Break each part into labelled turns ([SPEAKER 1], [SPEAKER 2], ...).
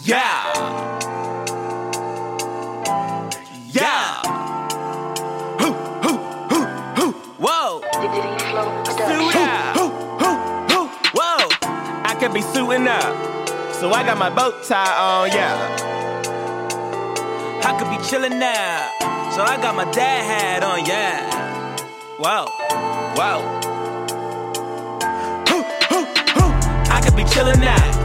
[SPEAKER 1] Yeah. Yeah. Hoo, hoo, hoo, hoo. Whoa. Suit up. Hoo, hoo, hoo. Whoa. I could be suiting up. So I got my bow tie on, yeah. I could be chilling now. So I got my dad hat on, yeah. Whoa. Whoa. Hoo, hoo, hoo. I could be chillin' out.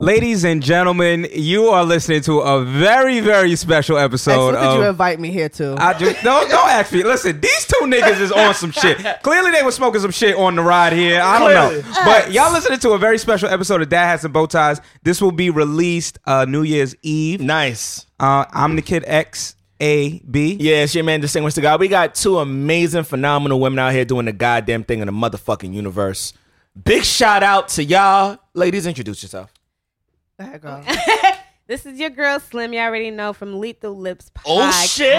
[SPEAKER 2] Ladies and gentlemen, you are listening to a very, very special episode
[SPEAKER 3] What did you
[SPEAKER 2] of. Ah,
[SPEAKER 3] invite me here to?
[SPEAKER 2] I just don't don't ask me. Listen, these two niggas is on some shit. Clearly, they were smoking some shit on the ride here. I don't know, but y'all listening to a very special episode of Dad Hats and Bow Ties. This will be released uh, New Year's Eve.
[SPEAKER 1] Nice.
[SPEAKER 2] Uh, I'm the kid X A B.
[SPEAKER 1] Yeah, it's your man, Distinguished the guy. We got two amazing, phenomenal women out here doing the goddamn thing in the motherfucking universe. Big shout out to y'all. Ladies, introduce yourself.
[SPEAKER 3] There you go.
[SPEAKER 4] This is your girl Slim. You already know from Lethal Lips Podcast.
[SPEAKER 1] Oh, shit.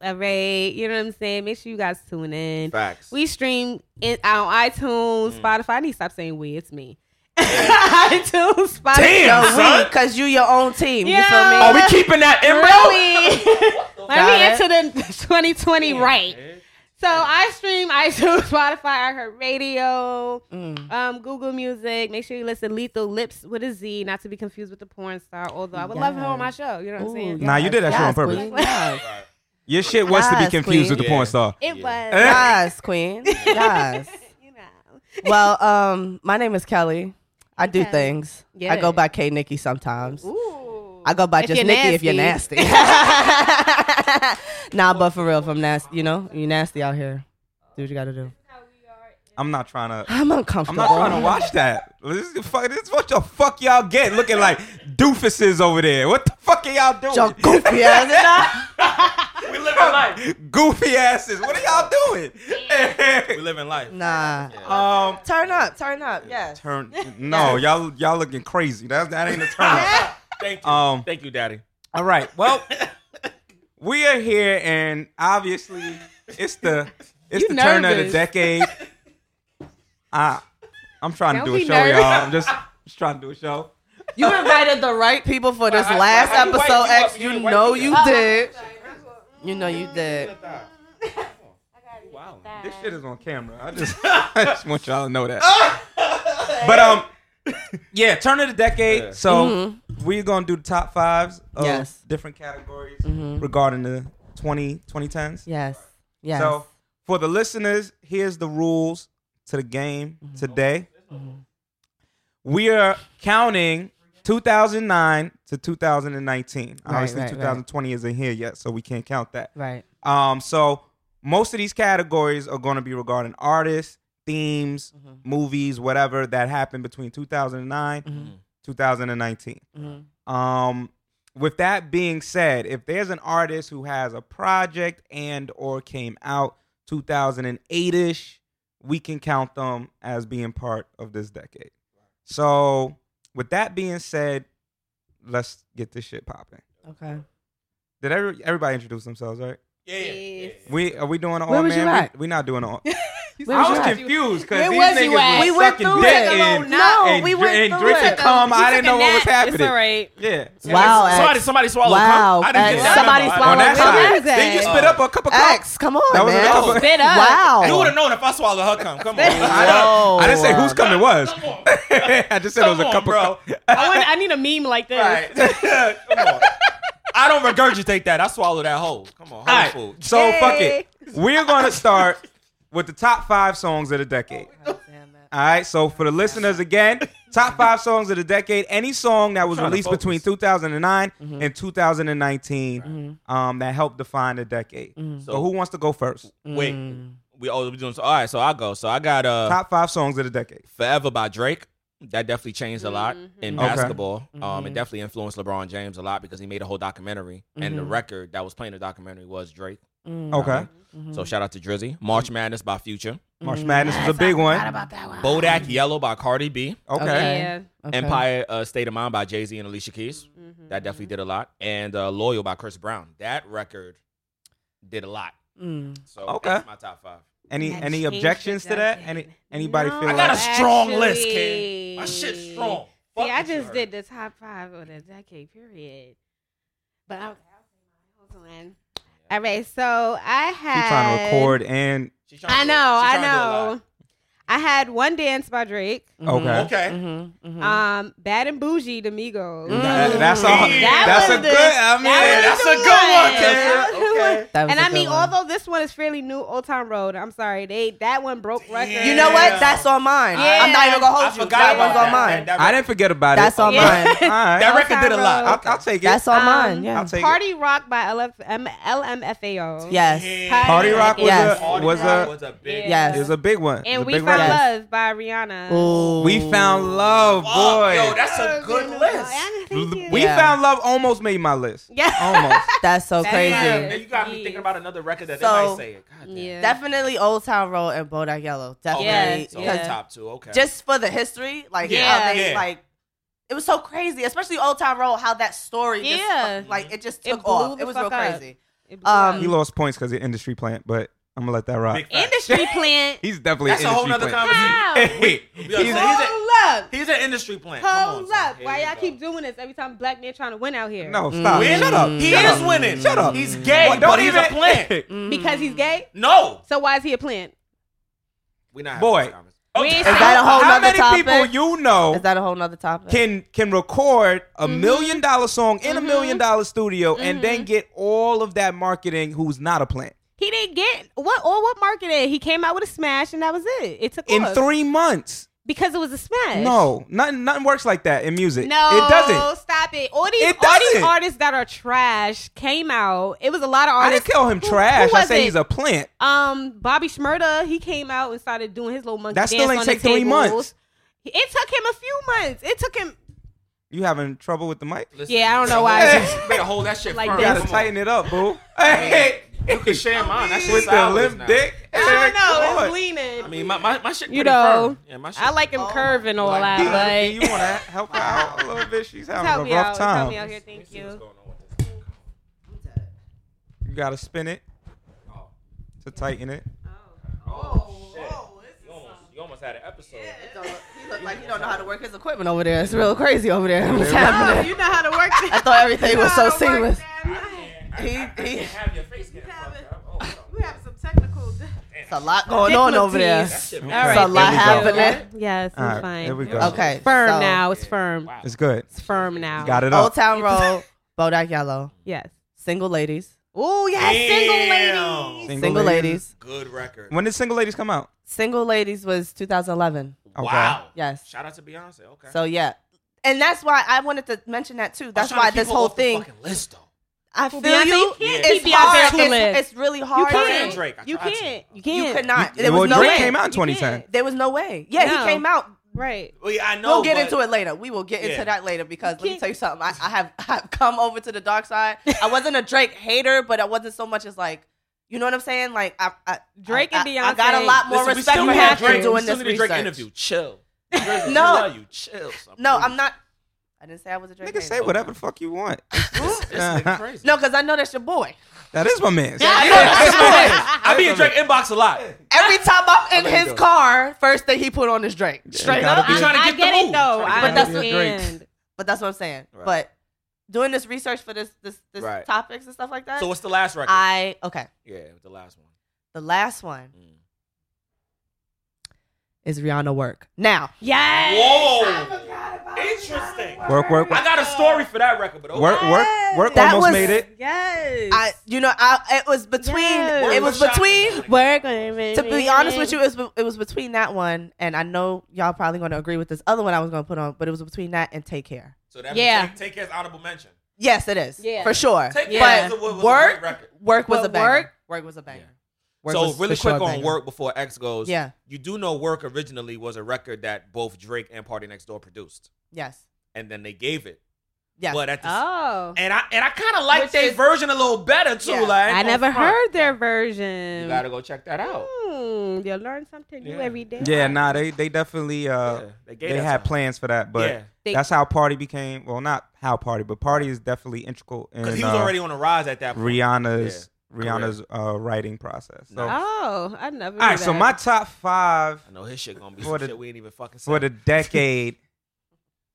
[SPEAKER 4] All right, you know what I'm saying. Make sure you guys tune in.
[SPEAKER 1] Facts. Mm.
[SPEAKER 4] We stream in, on iTunes, Spotify. I need to stop saying we. It's me. iTunes, Spotify.
[SPEAKER 1] Damn,
[SPEAKER 3] Yo,
[SPEAKER 1] son.
[SPEAKER 3] we, cause you your own team.
[SPEAKER 4] Yeah.
[SPEAKER 3] You
[SPEAKER 1] Are
[SPEAKER 3] feel me?
[SPEAKER 1] we keeping that in, bro?
[SPEAKER 4] Let me,
[SPEAKER 3] Got
[SPEAKER 4] let me into the 2020 right. So I stream iTunes, Spotify, iHeartRadio, Radio, um, Google Music. Make sure you listen Lethal Lips with a Z, not to be confused with the porn star. Although I would love her on my show. You know what I'm saying?
[SPEAKER 2] Nah, you did that shit on purpose.
[SPEAKER 3] Queen. Yes.
[SPEAKER 2] Your shit was to be
[SPEAKER 3] Guys,
[SPEAKER 2] confused
[SPEAKER 3] queen.
[SPEAKER 2] with the porn star.
[SPEAKER 4] It was.
[SPEAKER 2] Eh?
[SPEAKER 3] yes, queen. Yes.
[SPEAKER 4] You know.
[SPEAKER 3] Well, um, my name is Kelly. I do
[SPEAKER 4] Kelly.
[SPEAKER 3] things.
[SPEAKER 4] Yeah.
[SPEAKER 3] I go by K Nikki sometimes.
[SPEAKER 4] Ooh.
[SPEAKER 3] I go by
[SPEAKER 4] If
[SPEAKER 3] just
[SPEAKER 4] you're
[SPEAKER 3] Nikki if you're nasty. nah, but for real, if I'm nasty, you know, you nasty out here. Do what you gotta do.
[SPEAKER 2] I'm not trying to.
[SPEAKER 3] I'm
[SPEAKER 2] I'm
[SPEAKER 3] uncomfortable.
[SPEAKER 2] not trying to watch that. This is, the fuck, this is what the fuck y'all get looking like doofuses over there. What the fuck are y'all doing?
[SPEAKER 3] Y'all goofy ass. you know?
[SPEAKER 1] We living life.
[SPEAKER 2] Goofy asses. What are y'all doing?
[SPEAKER 1] We living life.
[SPEAKER 3] Nah.
[SPEAKER 2] um,
[SPEAKER 3] Turn up, turn up. Yes.
[SPEAKER 2] turn. No, y'all y'all looking crazy. That that ain't a turn. up.
[SPEAKER 1] Thank you.
[SPEAKER 2] Um,
[SPEAKER 1] Thank you, Daddy.
[SPEAKER 2] all right. Well, we are here, and obviously it's the it's
[SPEAKER 4] You
[SPEAKER 2] the turn of the
[SPEAKER 4] nervous.
[SPEAKER 2] decade. I I'm trying
[SPEAKER 4] Don't
[SPEAKER 2] to do a
[SPEAKER 4] be
[SPEAKER 2] show,
[SPEAKER 4] nervous.
[SPEAKER 2] y'all. I'm just, just trying to do a show.
[SPEAKER 3] You invited the right people for this
[SPEAKER 1] I- I-
[SPEAKER 3] last
[SPEAKER 1] I- I- you
[SPEAKER 3] episode,
[SPEAKER 1] white- you
[SPEAKER 3] X.
[SPEAKER 1] up-
[SPEAKER 3] You,
[SPEAKER 1] you white
[SPEAKER 3] know
[SPEAKER 1] people.
[SPEAKER 3] you did. You know you did.
[SPEAKER 1] Wow.
[SPEAKER 2] This shit is on camera. I just, I just want y'all to know that. but um, yeah, turn of the decade.
[SPEAKER 1] Yeah.
[SPEAKER 2] So we're gonna do the top fives of
[SPEAKER 3] Mm-hmm. Yes. Mm-hmm.
[SPEAKER 2] different categories regarding the 20 2010s.
[SPEAKER 3] Yes. Yes.
[SPEAKER 2] So for the listeners, here's the rules to the game
[SPEAKER 3] Mm-hmm.
[SPEAKER 2] today. We are counting 2009 to 2019. Obviously,
[SPEAKER 3] right, right.
[SPEAKER 2] 2020 isn't here yet, so we can't count that.
[SPEAKER 3] right.
[SPEAKER 2] Um, so most of these categories are going to be regarding artists, themes, movies, whatever that happened between 2009 2019. Um, with that being said, if there's an artist who has a project and or came out 2008ish, we can count them as being part of this decade. So, with that being said, let's get this shit popping.
[SPEAKER 3] Okay.
[SPEAKER 2] Did every, everybody introduce themselves, right?
[SPEAKER 4] Yes.
[SPEAKER 2] We are we doing an all
[SPEAKER 3] Where was
[SPEAKER 2] man?
[SPEAKER 3] you at?
[SPEAKER 2] We, we not doing an all.
[SPEAKER 3] Where
[SPEAKER 2] I
[SPEAKER 3] was
[SPEAKER 2] was
[SPEAKER 3] you at?
[SPEAKER 2] confused because
[SPEAKER 4] Where
[SPEAKER 2] these
[SPEAKER 4] was
[SPEAKER 2] niggas
[SPEAKER 4] you at?
[SPEAKER 2] was
[SPEAKER 3] We went
[SPEAKER 2] sucking
[SPEAKER 3] through
[SPEAKER 2] dick
[SPEAKER 3] it.
[SPEAKER 2] and,
[SPEAKER 3] No,
[SPEAKER 2] and,
[SPEAKER 3] we
[SPEAKER 2] dr-
[SPEAKER 3] went
[SPEAKER 2] and
[SPEAKER 3] through
[SPEAKER 2] drinking
[SPEAKER 3] it.
[SPEAKER 2] cum. I didn't know what was
[SPEAKER 4] It's all
[SPEAKER 2] happening.
[SPEAKER 4] right.
[SPEAKER 2] Yeah.
[SPEAKER 3] Wow,
[SPEAKER 1] Somebody,
[SPEAKER 3] X.
[SPEAKER 1] somebody swallowed.
[SPEAKER 3] Wow,
[SPEAKER 1] cum. I didn't
[SPEAKER 3] X.
[SPEAKER 1] get that.
[SPEAKER 3] Somebody
[SPEAKER 1] I-
[SPEAKER 2] On
[SPEAKER 3] swallowed
[SPEAKER 2] that
[SPEAKER 3] cum.
[SPEAKER 4] Where
[SPEAKER 2] side,
[SPEAKER 4] was that?
[SPEAKER 2] then you spit up a cup of cum.
[SPEAKER 3] X, come on,
[SPEAKER 2] That was
[SPEAKER 3] man.
[SPEAKER 2] another one.
[SPEAKER 4] Spit up.
[SPEAKER 1] You would have
[SPEAKER 3] Wow.
[SPEAKER 1] known if I swallowed her cum. Come on.
[SPEAKER 2] I, don't- I didn't say
[SPEAKER 3] Whoa.
[SPEAKER 2] whose cum it was. I just said it was a
[SPEAKER 1] Come on,
[SPEAKER 2] cup
[SPEAKER 1] bro.
[SPEAKER 2] of cum.
[SPEAKER 4] I, want, I need a meme like this.
[SPEAKER 1] Right. Come on. I don't regurgitate that. I swallow that whole. Come on. Whole
[SPEAKER 2] All right.
[SPEAKER 1] food.
[SPEAKER 2] So fuck it. We're gonna start with the top five songs of the decade. All right, so for the listeners again, top five songs of the decade. Any song that was
[SPEAKER 1] Trying to
[SPEAKER 2] released between
[SPEAKER 1] focus.
[SPEAKER 2] 2009
[SPEAKER 4] Mm-hmm.
[SPEAKER 2] and 2019 um, that helped define the decade.
[SPEAKER 4] Mm-hmm.
[SPEAKER 2] So,
[SPEAKER 1] So-
[SPEAKER 2] who wants to go first?
[SPEAKER 1] Wait. We oh we doing so. All right. So I go. So I got uh
[SPEAKER 2] Top five songs of the decade.
[SPEAKER 1] Forever by Drake.
[SPEAKER 5] that definitely changed a lot in
[SPEAKER 2] Mhm. Okay. Mm-hmm.
[SPEAKER 5] basketball. Um,
[SPEAKER 3] Mhm.
[SPEAKER 5] it definitely influenced LeBron James a lot because he made a whole documentary, and the
[SPEAKER 3] Mhm.
[SPEAKER 5] record that was playing the documentary was Drake.
[SPEAKER 3] Mm,
[SPEAKER 2] Mm-hmm. Okay. Mm-hmm.
[SPEAKER 3] mhm.
[SPEAKER 5] So shout out to Drizzy. March Madness by Future.
[SPEAKER 2] March
[SPEAKER 4] Mm-hmm.
[SPEAKER 3] Mhm.
[SPEAKER 2] Madness was a big
[SPEAKER 4] Not
[SPEAKER 2] one.
[SPEAKER 4] about that one.
[SPEAKER 2] Mm-hmm.
[SPEAKER 5] Bodak Yellow by Cardi B.
[SPEAKER 2] Okay.
[SPEAKER 3] Okay.
[SPEAKER 4] Yeah.
[SPEAKER 3] mm-hmm. Okay.
[SPEAKER 5] Empire uh, State of Mind by Jay Z and Alicia Keys. That
[SPEAKER 2] Mm-hmm.
[SPEAKER 5] definitely did a lot. And uh, Loyal by Chris Brown. That record did a lot.
[SPEAKER 3] Mm.
[SPEAKER 5] So
[SPEAKER 2] Okay.
[SPEAKER 5] that's my top five.
[SPEAKER 2] Any
[SPEAKER 4] That
[SPEAKER 2] any
[SPEAKER 4] changed the
[SPEAKER 2] objections to that? Any
[SPEAKER 4] game.
[SPEAKER 2] anybody
[SPEAKER 4] No,
[SPEAKER 2] feel
[SPEAKER 5] I got a
[SPEAKER 2] like
[SPEAKER 5] strong list,
[SPEAKER 4] actually-
[SPEAKER 5] kid. My shit's strong. Fuck
[SPEAKER 4] See, I
[SPEAKER 5] what you
[SPEAKER 4] just
[SPEAKER 5] heard.
[SPEAKER 4] did the top five of the decade period. But I, hold on. All right, so I
[SPEAKER 2] she
[SPEAKER 4] had.
[SPEAKER 2] trying to record and
[SPEAKER 5] She tryna
[SPEAKER 4] I
[SPEAKER 5] do-
[SPEAKER 4] know,
[SPEAKER 5] she
[SPEAKER 4] I
[SPEAKER 5] tryna do a lot.
[SPEAKER 4] know. I had one dance by Drake.
[SPEAKER 2] okay.
[SPEAKER 5] Okay.
[SPEAKER 3] Mm-hmm.
[SPEAKER 2] Mm.
[SPEAKER 3] Mm-hmm.
[SPEAKER 4] Um, Bad and Bougie, the Migos.
[SPEAKER 2] That- that's a
[SPEAKER 5] That
[SPEAKER 2] that's
[SPEAKER 4] was
[SPEAKER 2] a
[SPEAKER 4] the-
[SPEAKER 2] good. I mean,
[SPEAKER 4] that was
[SPEAKER 2] that's
[SPEAKER 4] the
[SPEAKER 2] a good one.
[SPEAKER 4] one.
[SPEAKER 2] Kendra.
[SPEAKER 4] That was the
[SPEAKER 2] Okay.
[SPEAKER 4] one.
[SPEAKER 3] That was
[SPEAKER 4] And
[SPEAKER 3] a
[SPEAKER 4] I
[SPEAKER 3] good
[SPEAKER 4] mean,
[SPEAKER 3] one.
[SPEAKER 4] although this one is fairly new, Old Town Road. I'm sorry, they that one broke records.
[SPEAKER 3] you know
[SPEAKER 5] Yeah.
[SPEAKER 3] what? That's on mine.
[SPEAKER 4] Yeah.
[SPEAKER 3] I'm not even gonna
[SPEAKER 5] I
[SPEAKER 3] hold you.
[SPEAKER 5] forgot
[SPEAKER 3] That
[SPEAKER 5] about
[SPEAKER 3] one's
[SPEAKER 5] that.
[SPEAKER 3] on mine.
[SPEAKER 5] That- that
[SPEAKER 2] I
[SPEAKER 5] record-
[SPEAKER 2] didn't forget about
[SPEAKER 3] That's
[SPEAKER 2] it.
[SPEAKER 3] on
[SPEAKER 4] Yeah.
[SPEAKER 3] mine.
[SPEAKER 2] All right.
[SPEAKER 5] That
[SPEAKER 4] Outside
[SPEAKER 5] record did a lot.
[SPEAKER 4] road.
[SPEAKER 2] I'll, I'll take it.
[SPEAKER 3] That's on
[SPEAKER 4] Um,
[SPEAKER 3] mine. Yeah.
[SPEAKER 2] I'll take it.
[SPEAKER 4] Party Rock by LF, M- LMFAO.
[SPEAKER 3] yes.
[SPEAKER 2] Party Rock was
[SPEAKER 3] Yes.
[SPEAKER 2] a
[SPEAKER 5] Cardi
[SPEAKER 2] was
[SPEAKER 5] Rock
[SPEAKER 2] a
[SPEAKER 5] was a big
[SPEAKER 3] Yes.
[SPEAKER 2] it was a big one. It
[SPEAKER 4] And
[SPEAKER 2] was a
[SPEAKER 4] We
[SPEAKER 2] big
[SPEAKER 4] Found
[SPEAKER 2] record.
[SPEAKER 4] Love by Rihanna.
[SPEAKER 3] Ooh.
[SPEAKER 2] We found love,
[SPEAKER 5] Fuck,
[SPEAKER 2] boy.
[SPEAKER 5] yo, that's a good list.
[SPEAKER 4] Yeah, thank you.
[SPEAKER 2] we
[SPEAKER 3] Yeah.
[SPEAKER 2] found love almost made my list.
[SPEAKER 4] Yeah.
[SPEAKER 2] Almost.
[SPEAKER 3] That's so
[SPEAKER 4] That's
[SPEAKER 3] crazy.
[SPEAKER 4] right.
[SPEAKER 5] Now you got me thinking about another record that they
[SPEAKER 3] So-
[SPEAKER 5] might say it. God damn.
[SPEAKER 4] Yeah.
[SPEAKER 3] Definitely Old Town Road and Bodak Yellow. Definitely.
[SPEAKER 5] Okay.
[SPEAKER 4] Yeah,
[SPEAKER 5] So
[SPEAKER 3] Because
[SPEAKER 4] yeah.
[SPEAKER 5] top two. Okay.
[SPEAKER 3] Just for the history, like
[SPEAKER 4] Yeah.
[SPEAKER 3] how they
[SPEAKER 5] Oh, Yeah.
[SPEAKER 3] like it was so crazy, especially Old Town Road, how that story
[SPEAKER 4] Yeah.
[SPEAKER 3] just like it just
[SPEAKER 4] It
[SPEAKER 3] took
[SPEAKER 4] blew
[SPEAKER 3] off.
[SPEAKER 4] the
[SPEAKER 3] It was real
[SPEAKER 4] fuck up.
[SPEAKER 3] crazy.
[SPEAKER 4] It blew up.
[SPEAKER 3] Um,
[SPEAKER 2] he lost points because of industry plant, but I'm gonna let that rock.
[SPEAKER 5] Big fact.
[SPEAKER 4] industry plant.
[SPEAKER 2] He's definitely
[SPEAKER 5] That's
[SPEAKER 2] an
[SPEAKER 5] a whole
[SPEAKER 2] industry
[SPEAKER 5] nother
[SPEAKER 2] plant.
[SPEAKER 5] conversation.
[SPEAKER 4] How?
[SPEAKER 2] Hey,
[SPEAKER 5] Yeah,
[SPEAKER 2] he's-
[SPEAKER 5] so he's a-
[SPEAKER 4] Hold up.
[SPEAKER 5] He's an industry plant. Come on,
[SPEAKER 4] Hold
[SPEAKER 5] son.
[SPEAKER 4] up.
[SPEAKER 5] Here
[SPEAKER 4] Why
[SPEAKER 5] you
[SPEAKER 4] y'all
[SPEAKER 5] go.
[SPEAKER 4] keep doing this every time black men trying to win out here?
[SPEAKER 2] no, stop.
[SPEAKER 5] Win?
[SPEAKER 2] Shut up.
[SPEAKER 5] He
[SPEAKER 2] Shut
[SPEAKER 5] is
[SPEAKER 2] up.
[SPEAKER 5] winning.
[SPEAKER 2] Shut up.
[SPEAKER 5] He's gay,
[SPEAKER 2] Don't
[SPEAKER 5] but he's a
[SPEAKER 2] even-
[SPEAKER 5] plant.
[SPEAKER 3] Mm-hmm.
[SPEAKER 4] Because he's gay?
[SPEAKER 5] No.
[SPEAKER 4] So why is he a plant?
[SPEAKER 5] We're not.
[SPEAKER 2] Boy.
[SPEAKER 5] having this conversation.
[SPEAKER 4] We ain't
[SPEAKER 3] Is that a whole
[SPEAKER 2] How
[SPEAKER 3] nother
[SPEAKER 2] many
[SPEAKER 3] topic?
[SPEAKER 2] people you know
[SPEAKER 3] Is that Mm-hmm. a whole nother topic?
[SPEAKER 2] can can record a million dollar song in a
[SPEAKER 3] Mm-hmm.
[SPEAKER 2] million dollar studio and then get all of that marketing who's not a plant
[SPEAKER 4] He didn't get what or what marketing. He came out with a smash and that was it. It took
[SPEAKER 2] in
[SPEAKER 4] off.
[SPEAKER 2] three months?
[SPEAKER 4] because it was a smash.
[SPEAKER 2] No, nothing nothing works like that in music.
[SPEAKER 4] No,
[SPEAKER 2] it doesn't.
[SPEAKER 4] Stop it. All these,
[SPEAKER 2] It
[SPEAKER 4] all these
[SPEAKER 2] doesn't.
[SPEAKER 4] artists that are trash came out. It was a lot of
[SPEAKER 2] I didn't
[SPEAKER 4] artists.
[SPEAKER 2] call him
[SPEAKER 4] Who-
[SPEAKER 2] trash.
[SPEAKER 4] who
[SPEAKER 2] I
[SPEAKER 4] was
[SPEAKER 2] say
[SPEAKER 4] it?
[SPEAKER 2] he's a plant.
[SPEAKER 4] Um, Bobby Shmurda, he came out and started doing his little monkey
[SPEAKER 2] That still
[SPEAKER 4] dance
[SPEAKER 2] ain't
[SPEAKER 4] on the
[SPEAKER 2] take three
[SPEAKER 4] tables.
[SPEAKER 2] months.
[SPEAKER 4] It took him a few months. It took him.
[SPEAKER 2] You having trouble with the mic?
[SPEAKER 5] Listen,
[SPEAKER 4] Yeah, I don't know
[SPEAKER 5] you
[SPEAKER 4] why.
[SPEAKER 5] better- Better hold that shit
[SPEAKER 4] Like
[SPEAKER 5] firm.
[SPEAKER 2] You gotta
[SPEAKER 4] Come
[SPEAKER 2] tighten it up, boo. Hey,
[SPEAKER 5] You can share mine. That shit's
[SPEAKER 2] with the
[SPEAKER 5] ours
[SPEAKER 2] limp
[SPEAKER 5] now.
[SPEAKER 2] dick.
[SPEAKER 4] I
[SPEAKER 2] Hey,
[SPEAKER 4] don't
[SPEAKER 2] come
[SPEAKER 4] know.
[SPEAKER 2] on.
[SPEAKER 4] It's leaning.
[SPEAKER 5] I mean, my, my, my shit
[SPEAKER 4] You
[SPEAKER 5] pretty
[SPEAKER 4] know,
[SPEAKER 5] firm. Yeah, my shit.
[SPEAKER 4] I like him
[SPEAKER 2] oh,
[SPEAKER 4] curve and all that.
[SPEAKER 2] Dee,
[SPEAKER 4] Like,
[SPEAKER 2] Dee, you want to help her out a little bit? She's having
[SPEAKER 4] help
[SPEAKER 2] a
[SPEAKER 4] me
[SPEAKER 2] rough
[SPEAKER 4] out. Help me out
[SPEAKER 2] time.
[SPEAKER 4] here. Thank you.
[SPEAKER 2] You gotta spin it to tighten it.
[SPEAKER 5] You almost had an episode.
[SPEAKER 3] He looked like he don't know how to work his equipment over there. It's real crazy over there. What's
[SPEAKER 4] Oh,
[SPEAKER 3] happening?
[SPEAKER 4] you know how to work
[SPEAKER 3] I
[SPEAKER 4] this.
[SPEAKER 3] thought everything was so seamless. He-
[SPEAKER 5] I
[SPEAKER 3] he-
[SPEAKER 5] can't have your face getting
[SPEAKER 4] have
[SPEAKER 5] fucked
[SPEAKER 4] it.
[SPEAKER 5] up. Oh, hold
[SPEAKER 4] We have some technical.
[SPEAKER 3] It's a lot going on over there.
[SPEAKER 5] That shit
[SPEAKER 3] It's
[SPEAKER 5] All
[SPEAKER 4] right,
[SPEAKER 3] a lot
[SPEAKER 2] there we go.
[SPEAKER 3] happening.
[SPEAKER 4] Yes, I'm
[SPEAKER 2] All right,
[SPEAKER 4] fine.
[SPEAKER 2] there we go.
[SPEAKER 3] Okay,
[SPEAKER 4] Firm
[SPEAKER 3] so,
[SPEAKER 4] now. It's
[SPEAKER 5] Yeah.
[SPEAKER 4] firm.
[SPEAKER 5] Wow.
[SPEAKER 2] It's good.
[SPEAKER 4] It's Oh, firm now.
[SPEAKER 2] Got it
[SPEAKER 3] Old
[SPEAKER 2] up.
[SPEAKER 3] Town Road, Bodak Yellow,
[SPEAKER 4] Yes.
[SPEAKER 3] single ladies,
[SPEAKER 4] Oh yes,
[SPEAKER 5] Damn.
[SPEAKER 4] single ladies.
[SPEAKER 2] Single
[SPEAKER 3] single,
[SPEAKER 2] Ladies.
[SPEAKER 3] ladies.
[SPEAKER 5] Good record.
[SPEAKER 2] When did single ladies come out?
[SPEAKER 3] single ladies was 2011.
[SPEAKER 2] Okay.
[SPEAKER 5] Wow.
[SPEAKER 3] Yes.
[SPEAKER 5] Shout out to Beyonce. Okay.
[SPEAKER 3] So yeah, and that's why I wanted to mention that too. That's
[SPEAKER 5] I'm trying
[SPEAKER 3] why
[SPEAKER 5] to keep
[SPEAKER 3] this
[SPEAKER 5] her
[SPEAKER 3] whole
[SPEAKER 5] off the
[SPEAKER 3] thing.
[SPEAKER 5] fucking list though.
[SPEAKER 3] I
[SPEAKER 4] Well,
[SPEAKER 3] feel
[SPEAKER 4] Beyonce,
[SPEAKER 3] you.
[SPEAKER 4] you can't
[SPEAKER 3] it's
[SPEAKER 4] keep Beyonce
[SPEAKER 3] hard.
[SPEAKER 4] too lit.
[SPEAKER 3] It's, it's really
[SPEAKER 4] You
[SPEAKER 3] hard.
[SPEAKER 4] can't.
[SPEAKER 5] Drake, I
[SPEAKER 4] you
[SPEAKER 5] tried to.
[SPEAKER 4] can't. You
[SPEAKER 3] You
[SPEAKER 4] can't.
[SPEAKER 3] could not. There
[SPEAKER 2] well,
[SPEAKER 3] was no
[SPEAKER 2] Drake
[SPEAKER 3] way.
[SPEAKER 2] came out in
[SPEAKER 4] You can't.
[SPEAKER 2] 2010.
[SPEAKER 3] There was no way. Yeah,
[SPEAKER 4] No.
[SPEAKER 3] he came out.
[SPEAKER 4] Right.
[SPEAKER 5] Well, yeah, I know.
[SPEAKER 3] We'll get
[SPEAKER 5] but-
[SPEAKER 3] into it later. We will get into
[SPEAKER 5] Yeah.
[SPEAKER 3] that later because let me
[SPEAKER 4] can't-
[SPEAKER 3] tell you something. I, I have I've come over to the dark side. I wasn't a Drake hater, but I wasn't so much as like, you know what I'm saying? Like I, I
[SPEAKER 4] Drake
[SPEAKER 3] I-
[SPEAKER 4] and
[SPEAKER 3] I, I got
[SPEAKER 4] Beyonce.
[SPEAKER 3] a lot more
[SPEAKER 5] Listen, we
[SPEAKER 3] respect
[SPEAKER 5] still
[SPEAKER 3] for
[SPEAKER 5] need
[SPEAKER 3] him
[SPEAKER 5] a Drake-
[SPEAKER 3] for
[SPEAKER 5] we
[SPEAKER 3] doing
[SPEAKER 5] still
[SPEAKER 3] this
[SPEAKER 5] need a Drake
[SPEAKER 3] research.
[SPEAKER 5] interview. Chill. Drizzy,
[SPEAKER 3] No.
[SPEAKER 5] we love you. Chill. son,
[SPEAKER 3] No,
[SPEAKER 5] please.
[SPEAKER 3] I'm not. I didn't say I was a Drake.
[SPEAKER 2] Nigga,
[SPEAKER 3] hater.
[SPEAKER 2] say whatever the fuck you want.
[SPEAKER 5] This, this nigga crazy.
[SPEAKER 3] No, because I know that's your boy.
[SPEAKER 2] That is my man.
[SPEAKER 5] I be in Drake inbox a lot.
[SPEAKER 3] Every time I'm in
[SPEAKER 2] you
[SPEAKER 3] his
[SPEAKER 2] doing?
[SPEAKER 3] car, first thing he put on is Drake. Straight
[SPEAKER 2] gotta
[SPEAKER 3] up.
[SPEAKER 2] be-
[SPEAKER 5] You trying to
[SPEAKER 4] I
[SPEAKER 5] get the
[SPEAKER 4] get it
[SPEAKER 5] move.
[SPEAKER 4] though.
[SPEAKER 5] Trying to
[SPEAKER 4] I
[SPEAKER 3] get the
[SPEAKER 2] But
[SPEAKER 3] move.
[SPEAKER 2] that's
[SPEAKER 4] understand.
[SPEAKER 3] But that's what I'm saying.
[SPEAKER 5] Right.
[SPEAKER 3] But doing this research for this this, this
[SPEAKER 5] Right.
[SPEAKER 3] topics and stuff like that.
[SPEAKER 5] So what's the last record?
[SPEAKER 3] I okay.
[SPEAKER 5] yeah, the last one.
[SPEAKER 3] The last one
[SPEAKER 5] Mm.
[SPEAKER 3] is Rihanna work. Now
[SPEAKER 4] Yes.
[SPEAKER 5] Whoa. Interesting.
[SPEAKER 2] Work, work,
[SPEAKER 5] I got a story for that record, but okay.
[SPEAKER 2] work, work, work.
[SPEAKER 3] That
[SPEAKER 2] almost
[SPEAKER 3] was-
[SPEAKER 2] made it.
[SPEAKER 4] Yes.
[SPEAKER 3] I you know I it was between
[SPEAKER 4] Yes.
[SPEAKER 3] it was
[SPEAKER 5] Work was
[SPEAKER 3] between
[SPEAKER 5] shocking.
[SPEAKER 4] work.
[SPEAKER 3] to be honest with you it was, be- it was between that one and I know y'all probably going to agree with this other one I was going to put on but it was between that and Take Care.
[SPEAKER 5] So that
[SPEAKER 4] Yeah.
[SPEAKER 5] means take, take Care's honorable mention.
[SPEAKER 3] Yes, it is.
[SPEAKER 4] Yeah.
[SPEAKER 3] For sure.
[SPEAKER 5] Take Care
[SPEAKER 4] Yeah.
[SPEAKER 5] was a- was a great
[SPEAKER 3] Work
[SPEAKER 5] record.
[SPEAKER 3] work was
[SPEAKER 4] But
[SPEAKER 3] a banger.
[SPEAKER 4] Work-
[SPEAKER 3] Work was a banger. Work
[SPEAKER 5] so
[SPEAKER 3] was
[SPEAKER 5] really
[SPEAKER 3] for
[SPEAKER 5] quick
[SPEAKER 3] sure a
[SPEAKER 5] on
[SPEAKER 3] banger.
[SPEAKER 5] work before X goes.
[SPEAKER 3] Yeah.
[SPEAKER 5] You do know work originally was a record that both Drake and Party Next Door produced,
[SPEAKER 3] Yes.
[SPEAKER 5] and then they gave it.
[SPEAKER 3] Yes.
[SPEAKER 5] But at the
[SPEAKER 4] Oh,
[SPEAKER 5] and I and I kind of like
[SPEAKER 3] Which
[SPEAKER 5] their
[SPEAKER 3] is-
[SPEAKER 5] version a little better too.
[SPEAKER 3] Yeah.
[SPEAKER 5] Like
[SPEAKER 4] I
[SPEAKER 5] no
[SPEAKER 4] never
[SPEAKER 5] front.
[SPEAKER 4] heard their version.
[SPEAKER 5] You gotta go check that out.
[SPEAKER 3] Oh.
[SPEAKER 4] Mm, you learn something new
[SPEAKER 5] Yeah.
[SPEAKER 4] every day.
[SPEAKER 2] Yeah, nah, they they definitely uh
[SPEAKER 5] Yeah, they gave
[SPEAKER 2] they
[SPEAKER 5] that
[SPEAKER 2] had
[SPEAKER 5] to him.
[SPEAKER 2] plans for that, but
[SPEAKER 5] Yeah.
[SPEAKER 4] They-
[SPEAKER 2] that's how Party became. Well, not how Party, but Party is definitely integral in
[SPEAKER 5] because he was
[SPEAKER 2] uh,
[SPEAKER 5] already on the rise at that point.
[SPEAKER 2] Rihanna's Rihanna's uh, writing process. So, all
[SPEAKER 4] Oh, I never.
[SPEAKER 2] right, so my top five
[SPEAKER 5] I know his shit gonna be
[SPEAKER 2] For
[SPEAKER 5] some
[SPEAKER 2] the-
[SPEAKER 5] shit we ain't even fucking
[SPEAKER 2] for
[SPEAKER 5] said.
[SPEAKER 2] the decade.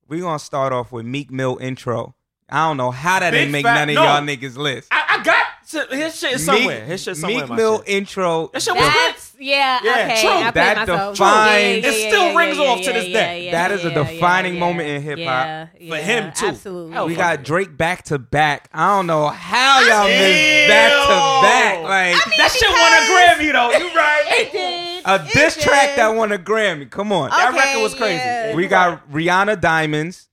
[SPEAKER 2] We're gonna start off with Meek Mill intro. I don't know how that
[SPEAKER 5] Big
[SPEAKER 2] didn't make
[SPEAKER 5] fat-
[SPEAKER 2] none of
[SPEAKER 5] no.
[SPEAKER 2] y'all niggas list.
[SPEAKER 5] I, I got to, his shit is somewhere.
[SPEAKER 2] Meek-
[SPEAKER 5] his shit somewhere.
[SPEAKER 2] Meek
[SPEAKER 5] in my
[SPEAKER 2] Mill
[SPEAKER 5] shit.
[SPEAKER 2] intro.
[SPEAKER 5] That shit was good.
[SPEAKER 4] That's yeah.
[SPEAKER 5] Yeah,
[SPEAKER 4] okay,
[SPEAKER 5] true.
[SPEAKER 4] I played
[SPEAKER 2] That
[SPEAKER 4] myself.
[SPEAKER 2] defines-
[SPEAKER 5] It still rings off to this day.
[SPEAKER 2] That is a defining moment in hip-hop.
[SPEAKER 4] yeah,
[SPEAKER 5] For
[SPEAKER 4] yeah,
[SPEAKER 5] him, too.
[SPEAKER 4] Absolutely.
[SPEAKER 5] Hell
[SPEAKER 2] we
[SPEAKER 5] fuck yeah.
[SPEAKER 2] got Drake back to back. I don't know how y'all
[SPEAKER 5] Ew.
[SPEAKER 2] missed back to back. Like
[SPEAKER 5] that shit won a Grammy though. You right?
[SPEAKER 4] It did.
[SPEAKER 2] a
[SPEAKER 4] It Oh,
[SPEAKER 2] diss
[SPEAKER 4] did.
[SPEAKER 2] track that won a Grammy. Come on.
[SPEAKER 4] Okay,
[SPEAKER 5] that record was crazy.
[SPEAKER 4] yeah.
[SPEAKER 2] We got Rihanna Diamonds.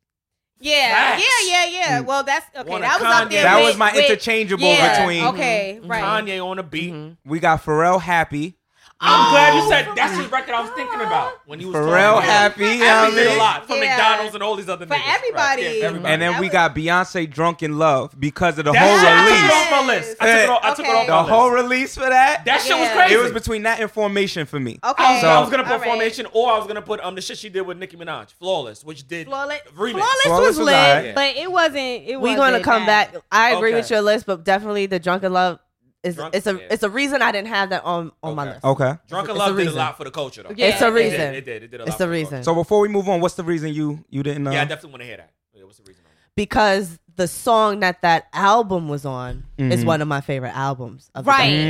[SPEAKER 4] Yeah,
[SPEAKER 5] Facts.
[SPEAKER 4] yeah, yeah, yeah. Well, that's okay.
[SPEAKER 5] Wanna
[SPEAKER 4] That was up
[SPEAKER 5] Kanye. Mm-hmm.
[SPEAKER 4] there.
[SPEAKER 2] that
[SPEAKER 4] with-
[SPEAKER 2] was my
[SPEAKER 4] with-
[SPEAKER 2] interchangeable
[SPEAKER 4] yeah,
[SPEAKER 2] between.
[SPEAKER 4] Okay, right. Mm-hmm.
[SPEAKER 5] Kanye on the beat.
[SPEAKER 2] We got Pharrell Happy.
[SPEAKER 5] I'm glad
[SPEAKER 4] Oh,
[SPEAKER 5] you said that's his record I was thinking about when you was
[SPEAKER 2] Pharrell
[SPEAKER 5] talking.
[SPEAKER 2] Happy. you know what I
[SPEAKER 5] He did a
[SPEAKER 2] mean?
[SPEAKER 5] lot for
[SPEAKER 4] Yeah.
[SPEAKER 5] McDonald's and all these other
[SPEAKER 4] For
[SPEAKER 5] niggas. Right.
[SPEAKER 4] everybody.
[SPEAKER 5] Yeah, everybody.
[SPEAKER 2] And then
[SPEAKER 4] That
[SPEAKER 2] we
[SPEAKER 4] was-
[SPEAKER 2] got Beyonce Drunk in Love because of the
[SPEAKER 5] that shit, I
[SPEAKER 2] whole
[SPEAKER 5] took
[SPEAKER 2] release. Eh,
[SPEAKER 5] it off my list. I took it off, I took it off
[SPEAKER 4] Okay.
[SPEAKER 2] The
[SPEAKER 5] my
[SPEAKER 2] whole
[SPEAKER 5] list.
[SPEAKER 2] release for that.
[SPEAKER 5] That shit was
[SPEAKER 4] Yeah.
[SPEAKER 5] crazy.
[SPEAKER 2] it was between that and Formation for me.
[SPEAKER 4] Okay.
[SPEAKER 5] I was, I was gonna
[SPEAKER 4] All
[SPEAKER 5] put
[SPEAKER 4] right.
[SPEAKER 5] Formation, or I was gonna put um the shit she did with Nicki Minaj, Flawless, which did
[SPEAKER 4] Flawless,
[SPEAKER 5] remix.
[SPEAKER 4] Flawless,
[SPEAKER 2] Flawless
[SPEAKER 4] was
[SPEAKER 2] was
[SPEAKER 4] lit,
[SPEAKER 2] alright.
[SPEAKER 4] but it wasn't. It
[SPEAKER 3] We're
[SPEAKER 4] wasn't
[SPEAKER 3] gonna come
[SPEAKER 4] that.
[SPEAKER 3] back. I agree with
[SPEAKER 5] Okay.
[SPEAKER 3] your list, but definitely the drunken love is
[SPEAKER 5] Drunk-
[SPEAKER 3] it's a
[SPEAKER 5] yeah.
[SPEAKER 3] it's a reason I didn't have that on on my
[SPEAKER 5] Okay.
[SPEAKER 3] list.
[SPEAKER 2] Okay.
[SPEAKER 3] It's
[SPEAKER 5] Drunken
[SPEAKER 3] a
[SPEAKER 5] Love did a
[SPEAKER 3] reason.
[SPEAKER 5] lot for the culture though.
[SPEAKER 4] Yeah, It's a
[SPEAKER 5] It did,
[SPEAKER 3] reason.
[SPEAKER 5] It did. It did a lot.
[SPEAKER 3] It's
[SPEAKER 5] for
[SPEAKER 3] the reason
[SPEAKER 2] So before we move on, what's the reason you you didn't? Uh,
[SPEAKER 5] culture. Yeah, I definitely want to hear that. Yeah, what's the reason? on that?
[SPEAKER 3] because the song that that album was on is
[SPEAKER 2] Mhm.
[SPEAKER 5] Mm-hmm.
[SPEAKER 3] one of my favorite albums. Of the
[SPEAKER 4] Right.
[SPEAKER 3] decade.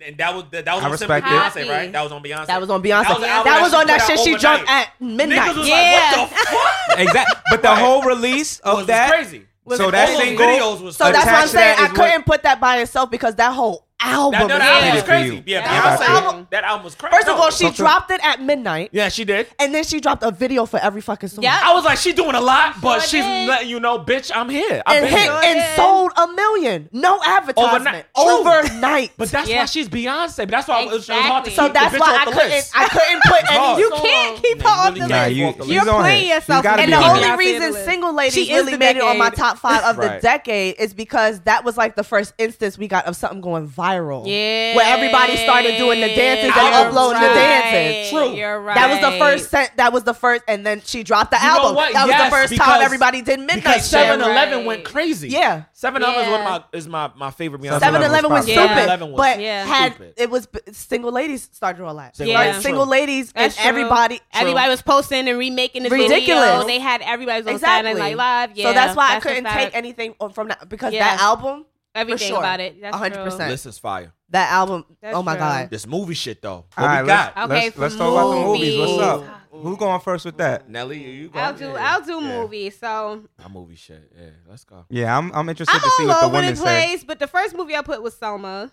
[SPEAKER 2] Mm.
[SPEAKER 5] And that was that, that was
[SPEAKER 2] I
[SPEAKER 5] on Simply
[SPEAKER 2] respect
[SPEAKER 4] it.
[SPEAKER 5] Beyonce, right? That was on Beyonce.
[SPEAKER 3] That was on Beyonce. That was,
[SPEAKER 5] album
[SPEAKER 3] on that
[SPEAKER 5] put
[SPEAKER 3] shit
[SPEAKER 5] out
[SPEAKER 3] she jumped
[SPEAKER 5] overnight.
[SPEAKER 3] at midnight.
[SPEAKER 5] Niggas was
[SPEAKER 4] Yeah.
[SPEAKER 5] like, what the fuck?
[SPEAKER 2] Exactly. But the
[SPEAKER 5] Right.
[SPEAKER 2] whole release
[SPEAKER 5] Was-
[SPEAKER 2] of
[SPEAKER 5] was
[SPEAKER 2] that.
[SPEAKER 5] crazy.
[SPEAKER 2] So
[SPEAKER 5] And
[SPEAKER 2] that
[SPEAKER 5] all those
[SPEAKER 2] single.
[SPEAKER 5] videos was
[SPEAKER 3] so that's
[SPEAKER 2] Attached
[SPEAKER 3] what I'm
[SPEAKER 2] to
[SPEAKER 3] saying.
[SPEAKER 2] that
[SPEAKER 3] I
[SPEAKER 2] is what-
[SPEAKER 3] couldn't put that by itself because that whole album.
[SPEAKER 5] That, that,
[SPEAKER 3] was
[SPEAKER 4] Yeah.
[SPEAKER 5] album was
[SPEAKER 2] Did it for
[SPEAKER 5] crazy.
[SPEAKER 2] you.
[SPEAKER 5] Yeah,
[SPEAKER 4] Yeah.
[SPEAKER 5] Beyonce.
[SPEAKER 3] That album-
[SPEAKER 5] that album was crazy.
[SPEAKER 3] First of
[SPEAKER 5] No.
[SPEAKER 3] all, she
[SPEAKER 2] Something-
[SPEAKER 3] dropped it at midnight,
[SPEAKER 5] yeah, she did.
[SPEAKER 3] and then she dropped a video for every fucking song.
[SPEAKER 4] Yeah.
[SPEAKER 5] I was like, she doing a lot,
[SPEAKER 4] Sure
[SPEAKER 5] but she's
[SPEAKER 4] did.
[SPEAKER 5] letting you know, bitch, I'm here. I've
[SPEAKER 3] and
[SPEAKER 5] been
[SPEAKER 3] hit
[SPEAKER 5] here.
[SPEAKER 4] Jordan.
[SPEAKER 3] and sold a million. No advertisement.
[SPEAKER 5] Overnight.
[SPEAKER 3] Overnight.
[SPEAKER 5] True. But that's
[SPEAKER 4] Yeah.
[SPEAKER 5] why she's Beyonce. But that's why it was- it was hard
[SPEAKER 4] Exactly.
[SPEAKER 5] to keep
[SPEAKER 3] so
[SPEAKER 5] the
[SPEAKER 3] that's
[SPEAKER 5] bitch
[SPEAKER 3] why
[SPEAKER 5] off
[SPEAKER 3] I
[SPEAKER 5] the
[SPEAKER 3] couldn't.
[SPEAKER 5] list.
[SPEAKER 3] I couldn't put
[SPEAKER 5] hard.
[SPEAKER 3] any. You
[SPEAKER 5] Song.
[SPEAKER 3] can't keep her
[SPEAKER 5] Nah, you
[SPEAKER 3] off
[SPEAKER 5] really
[SPEAKER 3] the
[SPEAKER 2] Nah,
[SPEAKER 5] can't.
[SPEAKER 3] list.
[SPEAKER 2] you,
[SPEAKER 5] Off the
[SPEAKER 2] she's
[SPEAKER 4] list.
[SPEAKER 2] on
[SPEAKER 4] You're playing
[SPEAKER 2] here.
[SPEAKER 4] yourself,
[SPEAKER 2] You gotta
[SPEAKER 3] And
[SPEAKER 2] be
[SPEAKER 3] the
[SPEAKER 2] on
[SPEAKER 3] only
[SPEAKER 2] here.
[SPEAKER 4] Off the
[SPEAKER 3] reason
[SPEAKER 4] list.
[SPEAKER 3] single ladies
[SPEAKER 4] She is
[SPEAKER 3] really
[SPEAKER 4] the
[SPEAKER 3] made it on my
[SPEAKER 4] decade.
[SPEAKER 3] top five of the
[SPEAKER 5] Right.
[SPEAKER 3] decade is because that was like the first instance we got of something going viral.
[SPEAKER 4] Yeah.
[SPEAKER 3] Where everybody started doing the dances and
[SPEAKER 5] You're
[SPEAKER 3] uploading
[SPEAKER 5] right.
[SPEAKER 3] the dances.
[SPEAKER 5] True.
[SPEAKER 4] You're right.
[SPEAKER 3] That was the first sent, that was the first and then she dropped the
[SPEAKER 5] You know
[SPEAKER 3] album.
[SPEAKER 5] what?
[SPEAKER 3] That was
[SPEAKER 5] Yes,
[SPEAKER 3] the first
[SPEAKER 5] because-
[SPEAKER 3] time everybody did midnight
[SPEAKER 5] Because
[SPEAKER 3] shit.
[SPEAKER 5] Seven
[SPEAKER 4] Seven-Eleven
[SPEAKER 5] Eleven
[SPEAKER 4] Right.
[SPEAKER 5] went crazy.
[SPEAKER 3] Yeah.
[SPEAKER 5] Seven Eleven is one of
[SPEAKER 4] Yeah.
[SPEAKER 5] my is my my favorite Beyonce.
[SPEAKER 3] 7-Eleven was
[SPEAKER 2] Yeah.
[SPEAKER 3] stupid,
[SPEAKER 5] 7-Eleven was
[SPEAKER 3] but
[SPEAKER 4] Yeah.
[SPEAKER 3] had
[SPEAKER 5] stupid.
[SPEAKER 3] it was single ladies started all that.
[SPEAKER 5] Single
[SPEAKER 3] Like,
[SPEAKER 4] ladies,
[SPEAKER 3] single
[SPEAKER 5] true.
[SPEAKER 3] ladies
[SPEAKER 4] That's
[SPEAKER 3] and
[SPEAKER 4] true.
[SPEAKER 3] everybody.
[SPEAKER 4] Everybody was posting and remaking the
[SPEAKER 3] Ridiculous.
[SPEAKER 4] video. They had everybody was on
[SPEAKER 3] exactly.
[SPEAKER 4] Saturday Night Live. Yeah,
[SPEAKER 3] so that's why I
[SPEAKER 4] a
[SPEAKER 3] couldn't
[SPEAKER 4] fact.
[SPEAKER 3] take anything on- from that because
[SPEAKER 4] Yeah.
[SPEAKER 3] that album,
[SPEAKER 4] everything
[SPEAKER 3] sure.
[SPEAKER 4] about it. That's
[SPEAKER 3] 100%.
[SPEAKER 5] This is fire.
[SPEAKER 3] that album.
[SPEAKER 4] That's
[SPEAKER 3] oh my
[SPEAKER 4] true.
[SPEAKER 3] god.
[SPEAKER 5] This movie shit though. What
[SPEAKER 2] All right,
[SPEAKER 5] we
[SPEAKER 2] let's,
[SPEAKER 5] got?
[SPEAKER 4] Okay,
[SPEAKER 2] let's,
[SPEAKER 4] for
[SPEAKER 2] let's talk about the movies. What's
[SPEAKER 3] movies.
[SPEAKER 2] up? Who going first with that?
[SPEAKER 5] Nelly, you go.
[SPEAKER 4] True. I'll do.
[SPEAKER 5] Yeah.
[SPEAKER 4] I'll do
[SPEAKER 5] Yeah.
[SPEAKER 4] movie. So
[SPEAKER 5] My movie shit. Yeah, let's go.
[SPEAKER 2] Yeah, I'm I'm interested to see
[SPEAKER 4] I'm
[SPEAKER 2] what
[SPEAKER 4] all
[SPEAKER 2] the
[SPEAKER 4] over the
[SPEAKER 2] women say.
[SPEAKER 4] place, but the first movie I put was Selma.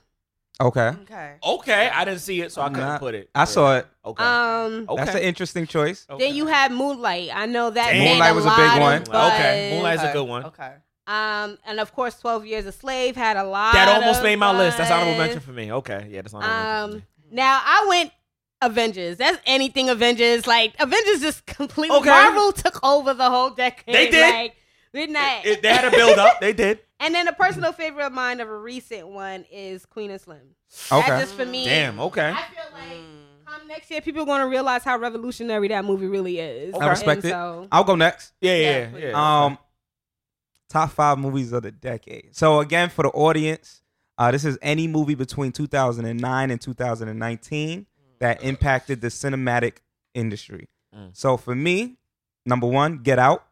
[SPEAKER 2] Okay,
[SPEAKER 3] Okay.
[SPEAKER 5] Okay, I didn't see it, so I
[SPEAKER 2] I'm
[SPEAKER 5] couldn't
[SPEAKER 2] not-
[SPEAKER 5] put it.
[SPEAKER 2] I saw it.
[SPEAKER 5] Okay.
[SPEAKER 4] Um,
[SPEAKER 5] okay.
[SPEAKER 2] That's an interesting choice.
[SPEAKER 5] okay.
[SPEAKER 4] then you had Moonlight. I know that
[SPEAKER 5] Damn.
[SPEAKER 4] made
[SPEAKER 5] Moonlight
[SPEAKER 2] was a big
[SPEAKER 4] lot of
[SPEAKER 2] one.
[SPEAKER 4] buzz.
[SPEAKER 5] Okay, Moonlight's a good one.
[SPEAKER 3] Okay.
[SPEAKER 4] Um, and of course, Twelve Years a Slave had a lot.
[SPEAKER 5] That almost
[SPEAKER 4] of
[SPEAKER 5] made my list. That's honorable
[SPEAKER 4] buzz.
[SPEAKER 5] mention for me. Okay, yeah, that's honorable mention. For
[SPEAKER 4] Um,
[SPEAKER 5] me.
[SPEAKER 4] now I went Avengers. That's anything Avengers. Like Avengers just completely
[SPEAKER 5] Okay.
[SPEAKER 4] Marvel took over the whole decade.
[SPEAKER 5] They did.
[SPEAKER 4] Like, didn't they?
[SPEAKER 5] It- it- they had a build up. They did.
[SPEAKER 4] and then a personal favorite of mine of a recent one is Queen of Slim. That
[SPEAKER 2] Okay,
[SPEAKER 4] just for me.
[SPEAKER 5] Damn. Okay.
[SPEAKER 4] I feel like come next year, people are going to realize how revolutionary that movie really is.
[SPEAKER 5] Okay.
[SPEAKER 2] I respect
[SPEAKER 4] And
[SPEAKER 2] it.
[SPEAKER 4] So,
[SPEAKER 2] I'll go next.
[SPEAKER 5] Yeah, yeah,
[SPEAKER 4] Yeah,
[SPEAKER 5] yeah.
[SPEAKER 4] please.
[SPEAKER 2] Um, top five movies of the decade. So again, for the audience, uh, this is any movie between 2009 and 2019 that impacted the cinematic industry.
[SPEAKER 5] Mm.
[SPEAKER 2] So for me, number one, Get Out.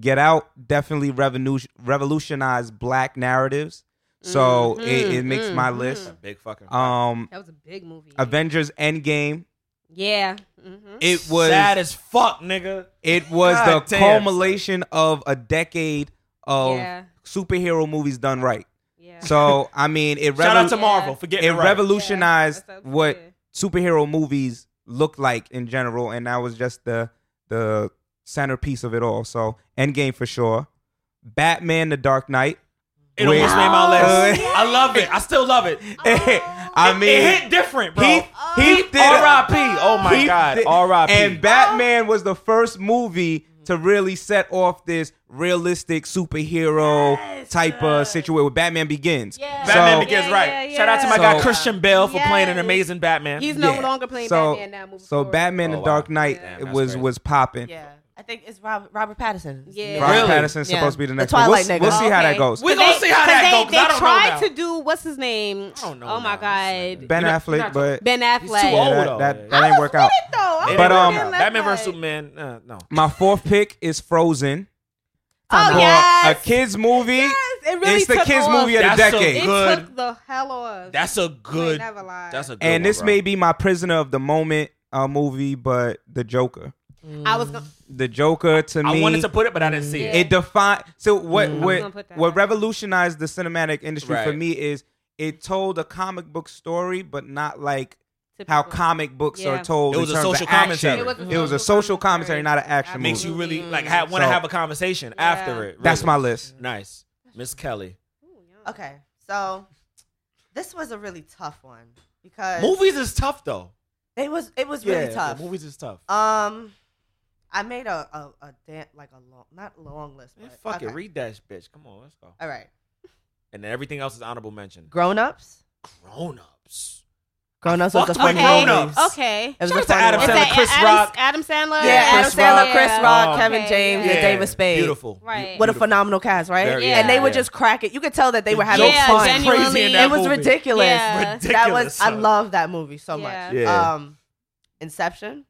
[SPEAKER 2] Get Out definitely revenu- revolutionized black narratives. So
[SPEAKER 4] Mm,
[SPEAKER 2] it,
[SPEAKER 4] mm,
[SPEAKER 2] it makes
[SPEAKER 4] mm,
[SPEAKER 2] my
[SPEAKER 4] mm.
[SPEAKER 5] That's a
[SPEAKER 2] list.
[SPEAKER 5] big fucking.
[SPEAKER 2] Um,
[SPEAKER 4] that was a big movie.
[SPEAKER 2] Avengers Endgame.
[SPEAKER 4] yeah. hmm
[SPEAKER 2] It was
[SPEAKER 5] sad as fuck, nigga.
[SPEAKER 2] It was
[SPEAKER 5] God
[SPEAKER 2] the
[SPEAKER 5] damn, son.
[SPEAKER 2] culmination of a decade of
[SPEAKER 4] Yeah.
[SPEAKER 2] superhero movies done right.
[SPEAKER 4] Yeah.
[SPEAKER 2] So I mean, it
[SPEAKER 5] Shout out to
[SPEAKER 2] revolu-
[SPEAKER 5] Marvel for getting
[SPEAKER 2] it
[SPEAKER 5] it right.
[SPEAKER 2] revolutionized
[SPEAKER 4] Yeah, that's what I'm
[SPEAKER 2] what
[SPEAKER 4] saying.
[SPEAKER 2] superhero movies look like in general, and that was just the the centerpiece of it all. So Endgame for sure, Batman: The Dark Knight.
[SPEAKER 5] It almost
[SPEAKER 2] Wait.
[SPEAKER 5] made my list.
[SPEAKER 2] Oh,
[SPEAKER 5] I love it. I still love it.
[SPEAKER 2] I I mean,
[SPEAKER 5] it hit different, bro.
[SPEAKER 2] he he did
[SPEAKER 5] R.I.P. Oh my
[SPEAKER 2] he
[SPEAKER 5] God.
[SPEAKER 2] did-
[SPEAKER 5] R.I.P.
[SPEAKER 2] And Batman was the first movie to really set off this realistic superhero type of situation. With Batman Begins,
[SPEAKER 4] Yeah.
[SPEAKER 5] Batman
[SPEAKER 2] So-
[SPEAKER 5] Begins,
[SPEAKER 4] Yeah,
[SPEAKER 5] right?
[SPEAKER 4] yeah,
[SPEAKER 5] Shout out to my
[SPEAKER 2] yeah.
[SPEAKER 5] guy
[SPEAKER 2] So-
[SPEAKER 5] Christian Bale for
[SPEAKER 4] Yes.
[SPEAKER 5] playing an amazing Batman.
[SPEAKER 4] He's no
[SPEAKER 2] Yeah.
[SPEAKER 4] longer playing Batman now. Moving
[SPEAKER 2] so
[SPEAKER 4] forward.
[SPEAKER 2] Batman:
[SPEAKER 5] Oh,
[SPEAKER 2] The
[SPEAKER 5] wow.
[SPEAKER 2] Dark Knight
[SPEAKER 5] Damn,
[SPEAKER 2] it
[SPEAKER 5] that's
[SPEAKER 2] was
[SPEAKER 5] crazy.
[SPEAKER 2] was popping.
[SPEAKER 3] Yeah, I think it's Rob, Robert Pattinson.
[SPEAKER 4] Yeah.
[SPEAKER 2] Robert
[SPEAKER 5] Really?
[SPEAKER 2] Pattinson's
[SPEAKER 3] Yeah.
[SPEAKER 2] supposed to be the
[SPEAKER 3] The
[SPEAKER 2] next. one. We'll,
[SPEAKER 3] Twilight
[SPEAKER 2] see-
[SPEAKER 3] nigga.
[SPEAKER 2] we'll see how that
[SPEAKER 4] Okay.
[SPEAKER 2] goes.
[SPEAKER 5] We gonna
[SPEAKER 4] They-
[SPEAKER 5] see how that
[SPEAKER 4] they,
[SPEAKER 5] goes, 'cause
[SPEAKER 4] They
[SPEAKER 5] I don't know
[SPEAKER 4] tried
[SPEAKER 5] now.
[SPEAKER 4] to do what's his name?
[SPEAKER 5] don't know
[SPEAKER 4] Oh my
[SPEAKER 5] now. This
[SPEAKER 4] god.
[SPEAKER 2] Ben
[SPEAKER 5] You're not-
[SPEAKER 2] Affleck,
[SPEAKER 5] you're not-
[SPEAKER 2] but
[SPEAKER 4] Ben Affleck.
[SPEAKER 5] too
[SPEAKER 2] yeah,
[SPEAKER 5] old,
[SPEAKER 2] that,
[SPEAKER 5] though.
[SPEAKER 2] that,
[SPEAKER 4] I
[SPEAKER 2] that ain't
[SPEAKER 4] was
[SPEAKER 2] work
[SPEAKER 4] with
[SPEAKER 2] out.
[SPEAKER 4] it, though. I
[SPEAKER 2] It
[SPEAKER 4] was
[SPEAKER 2] But,
[SPEAKER 4] with
[SPEAKER 2] um,
[SPEAKER 4] Ben Affleck.
[SPEAKER 5] Batman vs Superman. Uh, no.
[SPEAKER 2] My fourth pick is Frozen.
[SPEAKER 4] Oh
[SPEAKER 2] For
[SPEAKER 4] yes.
[SPEAKER 2] a kids movie.
[SPEAKER 4] Yes, it really
[SPEAKER 2] uh, it's the
[SPEAKER 4] took
[SPEAKER 2] kids
[SPEAKER 4] off.
[SPEAKER 2] movie of the
[SPEAKER 5] That's a
[SPEAKER 2] decade.
[SPEAKER 4] It
[SPEAKER 5] Good.
[SPEAKER 4] took the hell off.
[SPEAKER 5] That's a good.
[SPEAKER 4] I ain't never lied.
[SPEAKER 5] That's a good.
[SPEAKER 2] and
[SPEAKER 5] one,
[SPEAKER 2] this
[SPEAKER 5] bro.
[SPEAKER 2] may be my prisoner of the moment uh, movie, but the Joker.
[SPEAKER 4] I was gonna.
[SPEAKER 2] The Joker to
[SPEAKER 5] I
[SPEAKER 2] me,
[SPEAKER 5] wanted to put it, but I didn't see it.
[SPEAKER 2] it defined. So what
[SPEAKER 4] gonna put
[SPEAKER 2] what
[SPEAKER 4] that
[SPEAKER 2] what
[SPEAKER 4] out.
[SPEAKER 2] revolutionized the cinematic industry for
[SPEAKER 5] Right.
[SPEAKER 2] me is it told a comic book story, but not like
[SPEAKER 4] typical.
[SPEAKER 2] Mm-hmm. how comic books
[SPEAKER 4] Yeah.
[SPEAKER 2] are told.
[SPEAKER 5] It was
[SPEAKER 2] in
[SPEAKER 5] a
[SPEAKER 2] terms of
[SPEAKER 5] social
[SPEAKER 2] action.
[SPEAKER 5] commentary.
[SPEAKER 4] It was a
[SPEAKER 2] It was a
[SPEAKER 4] social
[SPEAKER 2] social commentary,
[SPEAKER 4] commentary. Mm-hmm.
[SPEAKER 2] not an action
[SPEAKER 4] Absolutely.
[SPEAKER 5] Makes
[SPEAKER 2] movie.
[SPEAKER 5] you really like ha- want to
[SPEAKER 2] So-
[SPEAKER 5] have a conversation
[SPEAKER 4] Yeah.
[SPEAKER 5] after it.
[SPEAKER 2] That's
[SPEAKER 5] really.
[SPEAKER 2] my list.
[SPEAKER 5] nice, Miss Kelly.
[SPEAKER 4] Ooh, yeah.
[SPEAKER 3] Okay, so this was a really tough one because
[SPEAKER 5] Movies is tough though.
[SPEAKER 3] it was it was really tough.
[SPEAKER 5] the Movies is tough.
[SPEAKER 3] Um, I made a a, a dan- like a long not long list.
[SPEAKER 5] Man,
[SPEAKER 3] But,
[SPEAKER 5] fuck it,
[SPEAKER 3] okay.
[SPEAKER 5] read that bitch. Come on, let's go.
[SPEAKER 3] All right,
[SPEAKER 5] And then everything else is honorable mention.
[SPEAKER 3] grown ups.
[SPEAKER 5] Grown ups.
[SPEAKER 3] Grown ups
[SPEAKER 5] fucked
[SPEAKER 3] was the
[SPEAKER 5] with
[SPEAKER 3] funny
[SPEAKER 5] Grown
[SPEAKER 3] movies.
[SPEAKER 5] Ups.
[SPEAKER 4] Okay.
[SPEAKER 3] It was
[SPEAKER 5] Shout
[SPEAKER 3] the
[SPEAKER 5] out to
[SPEAKER 3] funny
[SPEAKER 5] Adam
[SPEAKER 3] ones.
[SPEAKER 5] Sandler,
[SPEAKER 4] It's that
[SPEAKER 5] Chris
[SPEAKER 4] Adam,
[SPEAKER 5] Rock.
[SPEAKER 4] Adam Sandler.
[SPEAKER 3] Yeah, Adam
[SPEAKER 5] Chris
[SPEAKER 3] Sandler,
[SPEAKER 5] Rock.
[SPEAKER 3] Chris Rock,
[SPEAKER 5] Oh,
[SPEAKER 3] Kevin
[SPEAKER 4] okay,
[SPEAKER 3] James,
[SPEAKER 4] yeah.
[SPEAKER 3] and David Spade.
[SPEAKER 5] Beautiful.
[SPEAKER 4] Right.
[SPEAKER 3] What a phenomenal cast, right?
[SPEAKER 5] Very,
[SPEAKER 4] Yeah.
[SPEAKER 3] And they would
[SPEAKER 5] yeah.
[SPEAKER 3] just crack it. You could tell that they were having
[SPEAKER 5] Jokes
[SPEAKER 4] Yeah,
[SPEAKER 5] was
[SPEAKER 3] fun.
[SPEAKER 4] genuinely.
[SPEAKER 5] crazy in
[SPEAKER 4] It
[SPEAKER 5] that
[SPEAKER 3] It was
[SPEAKER 5] movie.
[SPEAKER 3] ridiculous.
[SPEAKER 4] Yeah.
[SPEAKER 3] That was
[SPEAKER 5] Ridiculous,
[SPEAKER 3] I
[SPEAKER 5] son.
[SPEAKER 3] love that movie so
[SPEAKER 4] Yeah.
[SPEAKER 3] much.
[SPEAKER 5] Yeah.
[SPEAKER 3] Um, Inception.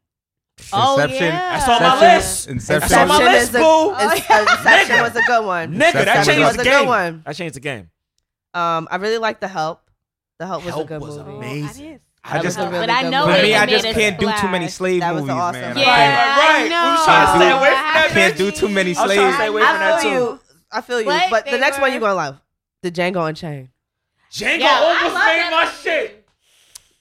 [SPEAKER 4] Oh,
[SPEAKER 2] Inception.
[SPEAKER 4] yeah.
[SPEAKER 5] That's on my
[SPEAKER 2] Inception-
[SPEAKER 5] list.
[SPEAKER 2] Inception.
[SPEAKER 5] That's on my
[SPEAKER 3] Inception
[SPEAKER 5] list,
[SPEAKER 3] is a-
[SPEAKER 5] boo.
[SPEAKER 3] Ins- Inception was a good one.
[SPEAKER 5] Nigga, that,
[SPEAKER 2] Inception
[SPEAKER 5] changed
[SPEAKER 2] was
[SPEAKER 5] the
[SPEAKER 3] a good
[SPEAKER 5] game.
[SPEAKER 3] one.
[SPEAKER 5] That changed the game.
[SPEAKER 3] Um, I really liked The Help. The Help was
[SPEAKER 5] Help
[SPEAKER 3] a good
[SPEAKER 5] was
[SPEAKER 3] movie.
[SPEAKER 5] amazing.
[SPEAKER 2] I just-
[SPEAKER 3] was a
[SPEAKER 4] but I
[SPEAKER 3] good
[SPEAKER 4] know
[SPEAKER 2] For
[SPEAKER 3] movie.
[SPEAKER 4] it
[SPEAKER 2] me, I
[SPEAKER 4] made
[SPEAKER 2] just
[SPEAKER 4] a
[SPEAKER 2] can't do too
[SPEAKER 4] splash.
[SPEAKER 2] many slave
[SPEAKER 3] That was
[SPEAKER 2] movies,
[SPEAKER 3] an awesome
[SPEAKER 2] man. I
[SPEAKER 3] movie.
[SPEAKER 4] Yeah,
[SPEAKER 2] can't-
[SPEAKER 5] Right,
[SPEAKER 4] I
[SPEAKER 5] we
[SPEAKER 4] know.
[SPEAKER 5] was trying
[SPEAKER 2] to stay away
[SPEAKER 5] from that
[SPEAKER 2] Can't do too many
[SPEAKER 5] I'm trying
[SPEAKER 2] slaves.
[SPEAKER 5] to stay away from
[SPEAKER 3] I
[SPEAKER 5] that
[SPEAKER 3] feel
[SPEAKER 5] too.
[SPEAKER 3] you. I feel you.
[SPEAKER 4] But
[SPEAKER 3] But,
[SPEAKER 4] they
[SPEAKER 3] the next one
[SPEAKER 4] were-
[SPEAKER 3] you're gonna love, the Django Unchained.
[SPEAKER 5] Django
[SPEAKER 4] Yeah, I
[SPEAKER 5] almost
[SPEAKER 4] love
[SPEAKER 5] made
[SPEAKER 4] that
[SPEAKER 5] my
[SPEAKER 4] movie.
[SPEAKER 5] shit.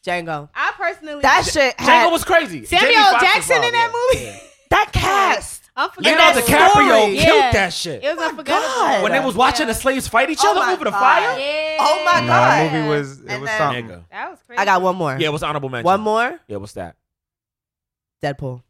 [SPEAKER 3] Django.
[SPEAKER 4] I personally.
[SPEAKER 3] That shit. Had,
[SPEAKER 5] Django was crazy.
[SPEAKER 4] Samuel
[SPEAKER 5] Jamie Foxx was
[SPEAKER 4] Jackson in
[SPEAKER 5] wild,
[SPEAKER 4] that
[SPEAKER 5] yeah.
[SPEAKER 4] movie.
[SPEAKER 5] Yeah.
[SPEAKER 3] that cast.
[SPEAKER 4] I'm
[SPEAKER 5] Leonardo
[SPEAKER 3] that
[SPEAKER 5] DiCaprio
[SPEAKER 3] story.
[SPEAKER 5] killed
[SPEAKER 4] Yeah.
[SPEAKER 5] that shit.
[SPEAKER 4] It was unforgettable.
[SPEAKER 3] God.
[SPEAKER 5] when they was watching the slaves fight each
[SPEAKER 3] Oh
[SPEAKER 5] other
[SPEAKER 3] my
[SPEAKER 5] over the
[SPEAKER 3] God.
[SPEAKER 5] fire.
[SPEAKER 4] Yeah.
[SPEAKER 3] Oh my
[SPEAKER 2] No,
[SPEAKER 3] God.
[SPEAKER 2] the movie was it
[SPEAKER 3] And
[SPEAKER 2] was
[SPEAKER 3] then-
[SPEAKER 2] something.
[SPEAKER 5] Nigga.
[SPEAKER 4] That was crazy.
[SPEAKER 3] I got one more.
[SPEAKER 5] Yeah, what's honorable mention?
[SPEAKER 3] One more.
[SPEAKER 5] Yeah, what's that?
[SPEAKER 3] Deadpool.